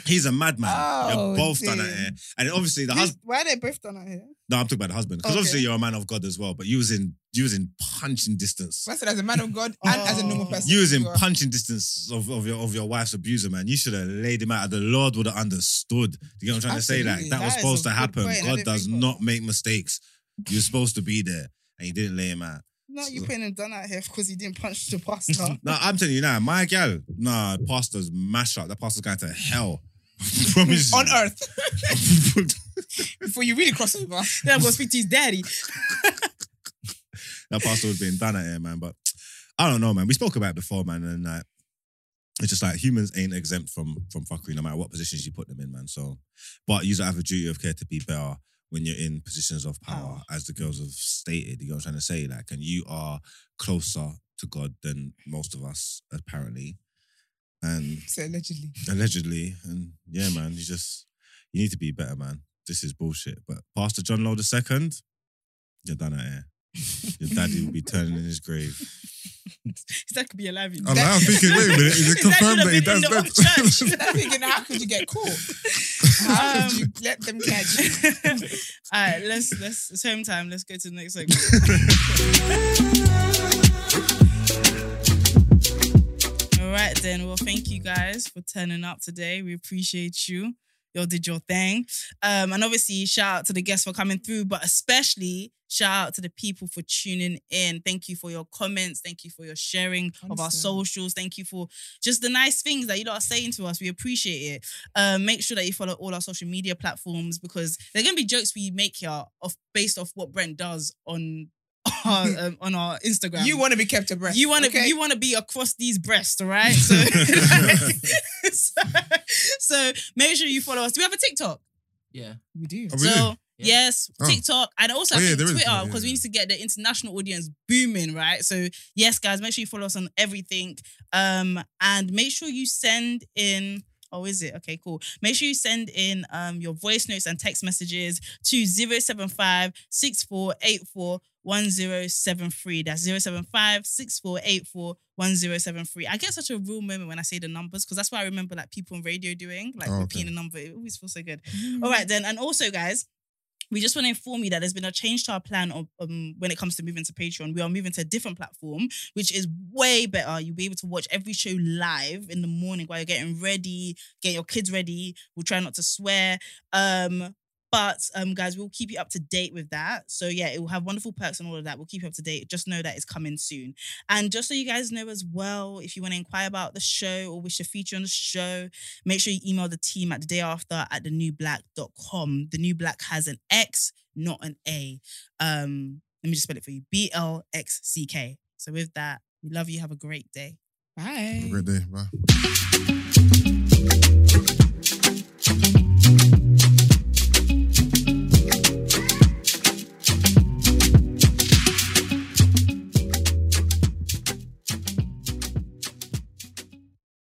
Speaker 2: he's a madman.
Speaker 3: Oh,
Speaker 2: They're both done
Speaker 3: dear.
Speaker 2: that here, and obviously the husband.
Speaker 3: This- Why are they both done out here?
Speaker 2: No, I'm talking about the husband because
Speaker 3: Okay.
Speaker 2: obviously you're a man of God as well, but you was in you was in punching distance.
Speaker 9: So I said, as a man of God and as a normal
Speaker 3: Oh.
Speaker 9: person.
Speaker 2: You was in
Speaker 9: you are-
Speaker 2: punching distance of, of your of your wife's abuser, man. You should have laid him out. The Lord would have understood. You get what I'm trying to say? Like
Speaker 3: Absolutely.
Speaker 2: that,
Speaker 3: That
Speaker 2: was
Speaker 3: is
Speaker 2: supposed
Speaker 3: a
Speaker 2: to
Speaker 3: good
Speaker 2: happen.
Speaker 3: point. I
Speaker 2: God
Speaker 3: didn't
Speaker 2: does
Speaker 3: think of-
Speaker 2: not make mistakes. You're supposed to be there, and you didn't lay
Speaker 9: <laughs>
Speaker 2: him out.
Speaker 3: No, you putting him done out here because he didn't punch the
Speaker 1: <laughs>
Speaker 3: pastor.
Speaker 2: No, I'm telling you now, my gal, nah, pastor's mash up. That pastor's going to hell. <laughs> Promise you.
Speaker 9: on earth
Speaker 2: <laughs>
Speaker 9: before you really cross
Speaker 1: <laughs>
Speaker 9: over.
Speaker 1: Then I'm gonna speak to his daddy.
Speaker 2: that pastor would have been done at here, man. But I don't know, man. We spoke about it before, man, and like it's just like humans ain't exempt from from fuckery, no matter what positions you put them in, man. So, but you have a duty of care to be better when you're in positions of power, as the girls have stated. You know what I'm trying to say, like, and you are closer to God than most of us, apparently, and
Speaker 9: So allegedly.
Speaker 2: allegedly, and yeah, man, you just you need to be better, man. This is bullshit. But Pastor John Lowe II, you're done at here. Your daddy will be turning in his grave.
Speaker 1: That could be alive. You know?
Speaker 4: I'm,
Speaker 1: <laughs>
Speaker 4: like, I'm thinking, wait a minute, is it
Speaker 1: That should
Speaker 4: confirmed
Speaker 1: have
Speaker 4: that he
Speaker 1: been in
Speaker 4: does
Speaker 1: the
Speaker 4: that? <laughs>
Speaker 1: church. <laughs>
Speaker 9: That's thinking, how could you get caught? How could
Speaker 1: Um,
Speaker 9: you let them catch you?
Speaker 1: <laughs> All right, let's let's it's home time. Let's go to the next segment. All right then. Well, thank you guys for turning up today. We appreciate you. Y'all did your thing. Um, and obviously, shout out to the guests for coming through, but especially shout out to the people for tuning in. Thank you for your comments. Thank you for your sharing of our
Speaker 9: Honestly.
Speaker 1: socials. Thank you for just the nice things that you lot are saying to us. We appreciate it. Um, make sure that you follow all our social media platforms because there are gonna be jokes we make here off based off what Brent does on <laughs> our um, on our Instagram.
Speaker 9: You want to be kept abreast.
Speaker 1: You want to
Speaker 9: okay?
Speaker 1: you want to be across these breasts, all right? So, <laughs> so, so make sure you follow us. Do we have a TikTok?
Speaker 6: Yeah.
Speaker 9: We do.
Speaker 4: Oh, really?
Speaker 1: So
Speaker 6: Yeah.
Speaker 1: yes,
Speaker 4: Oh.
Speaker 1: TikTok and also
Speaker 4: Oh,
Speaker 1: I
Speaker 4: yeah,
Speaker 1: think
Speaker 4: there is
Speaker 1: Twitter
Speaker 4: one, yeah,
Speaker 1: because we
Speaker 4: yeah.
Speaker 1: need to get the international audience booming, right? So yes, guys, make sure you follow us on everything, um, and make sure you send in. Oh, is it? Okay, cool. Make sure you send in um, your voice notes and text messages to 075 6484 1073. That's 075 6484 1073. I get such a real moment when I say the numbers because that's what I remember like people on radio doing, like
Speaker 4: Oh, okay.
Speaker 1: repeating a number. It always feels so good. All right, then. And also, guys, we just want to inform you that there's been a change to our plan of, um, when it comes to moving to Patreon. We are moving to a different platform, which is way better. You'll be able to watch every show live in the morning while you're getting ready, get your kids ready. We'll try not to swear. Um, but um, guys, we'll keep you up to date with that. So yeah, it will have wonderful perks and all of that. We'll keep you up to date. Just know that it's coming soon. And just so you guys know as well, if you want to inquire about the show or wish to feature on the show, make sure you email the team at the day after at the newblack.com. The new black has an X, not an A. Um, let me just spell it for you. B L X C K. So with that, we love you. Have a great day.
Speaker 4: Have a great day. Bye.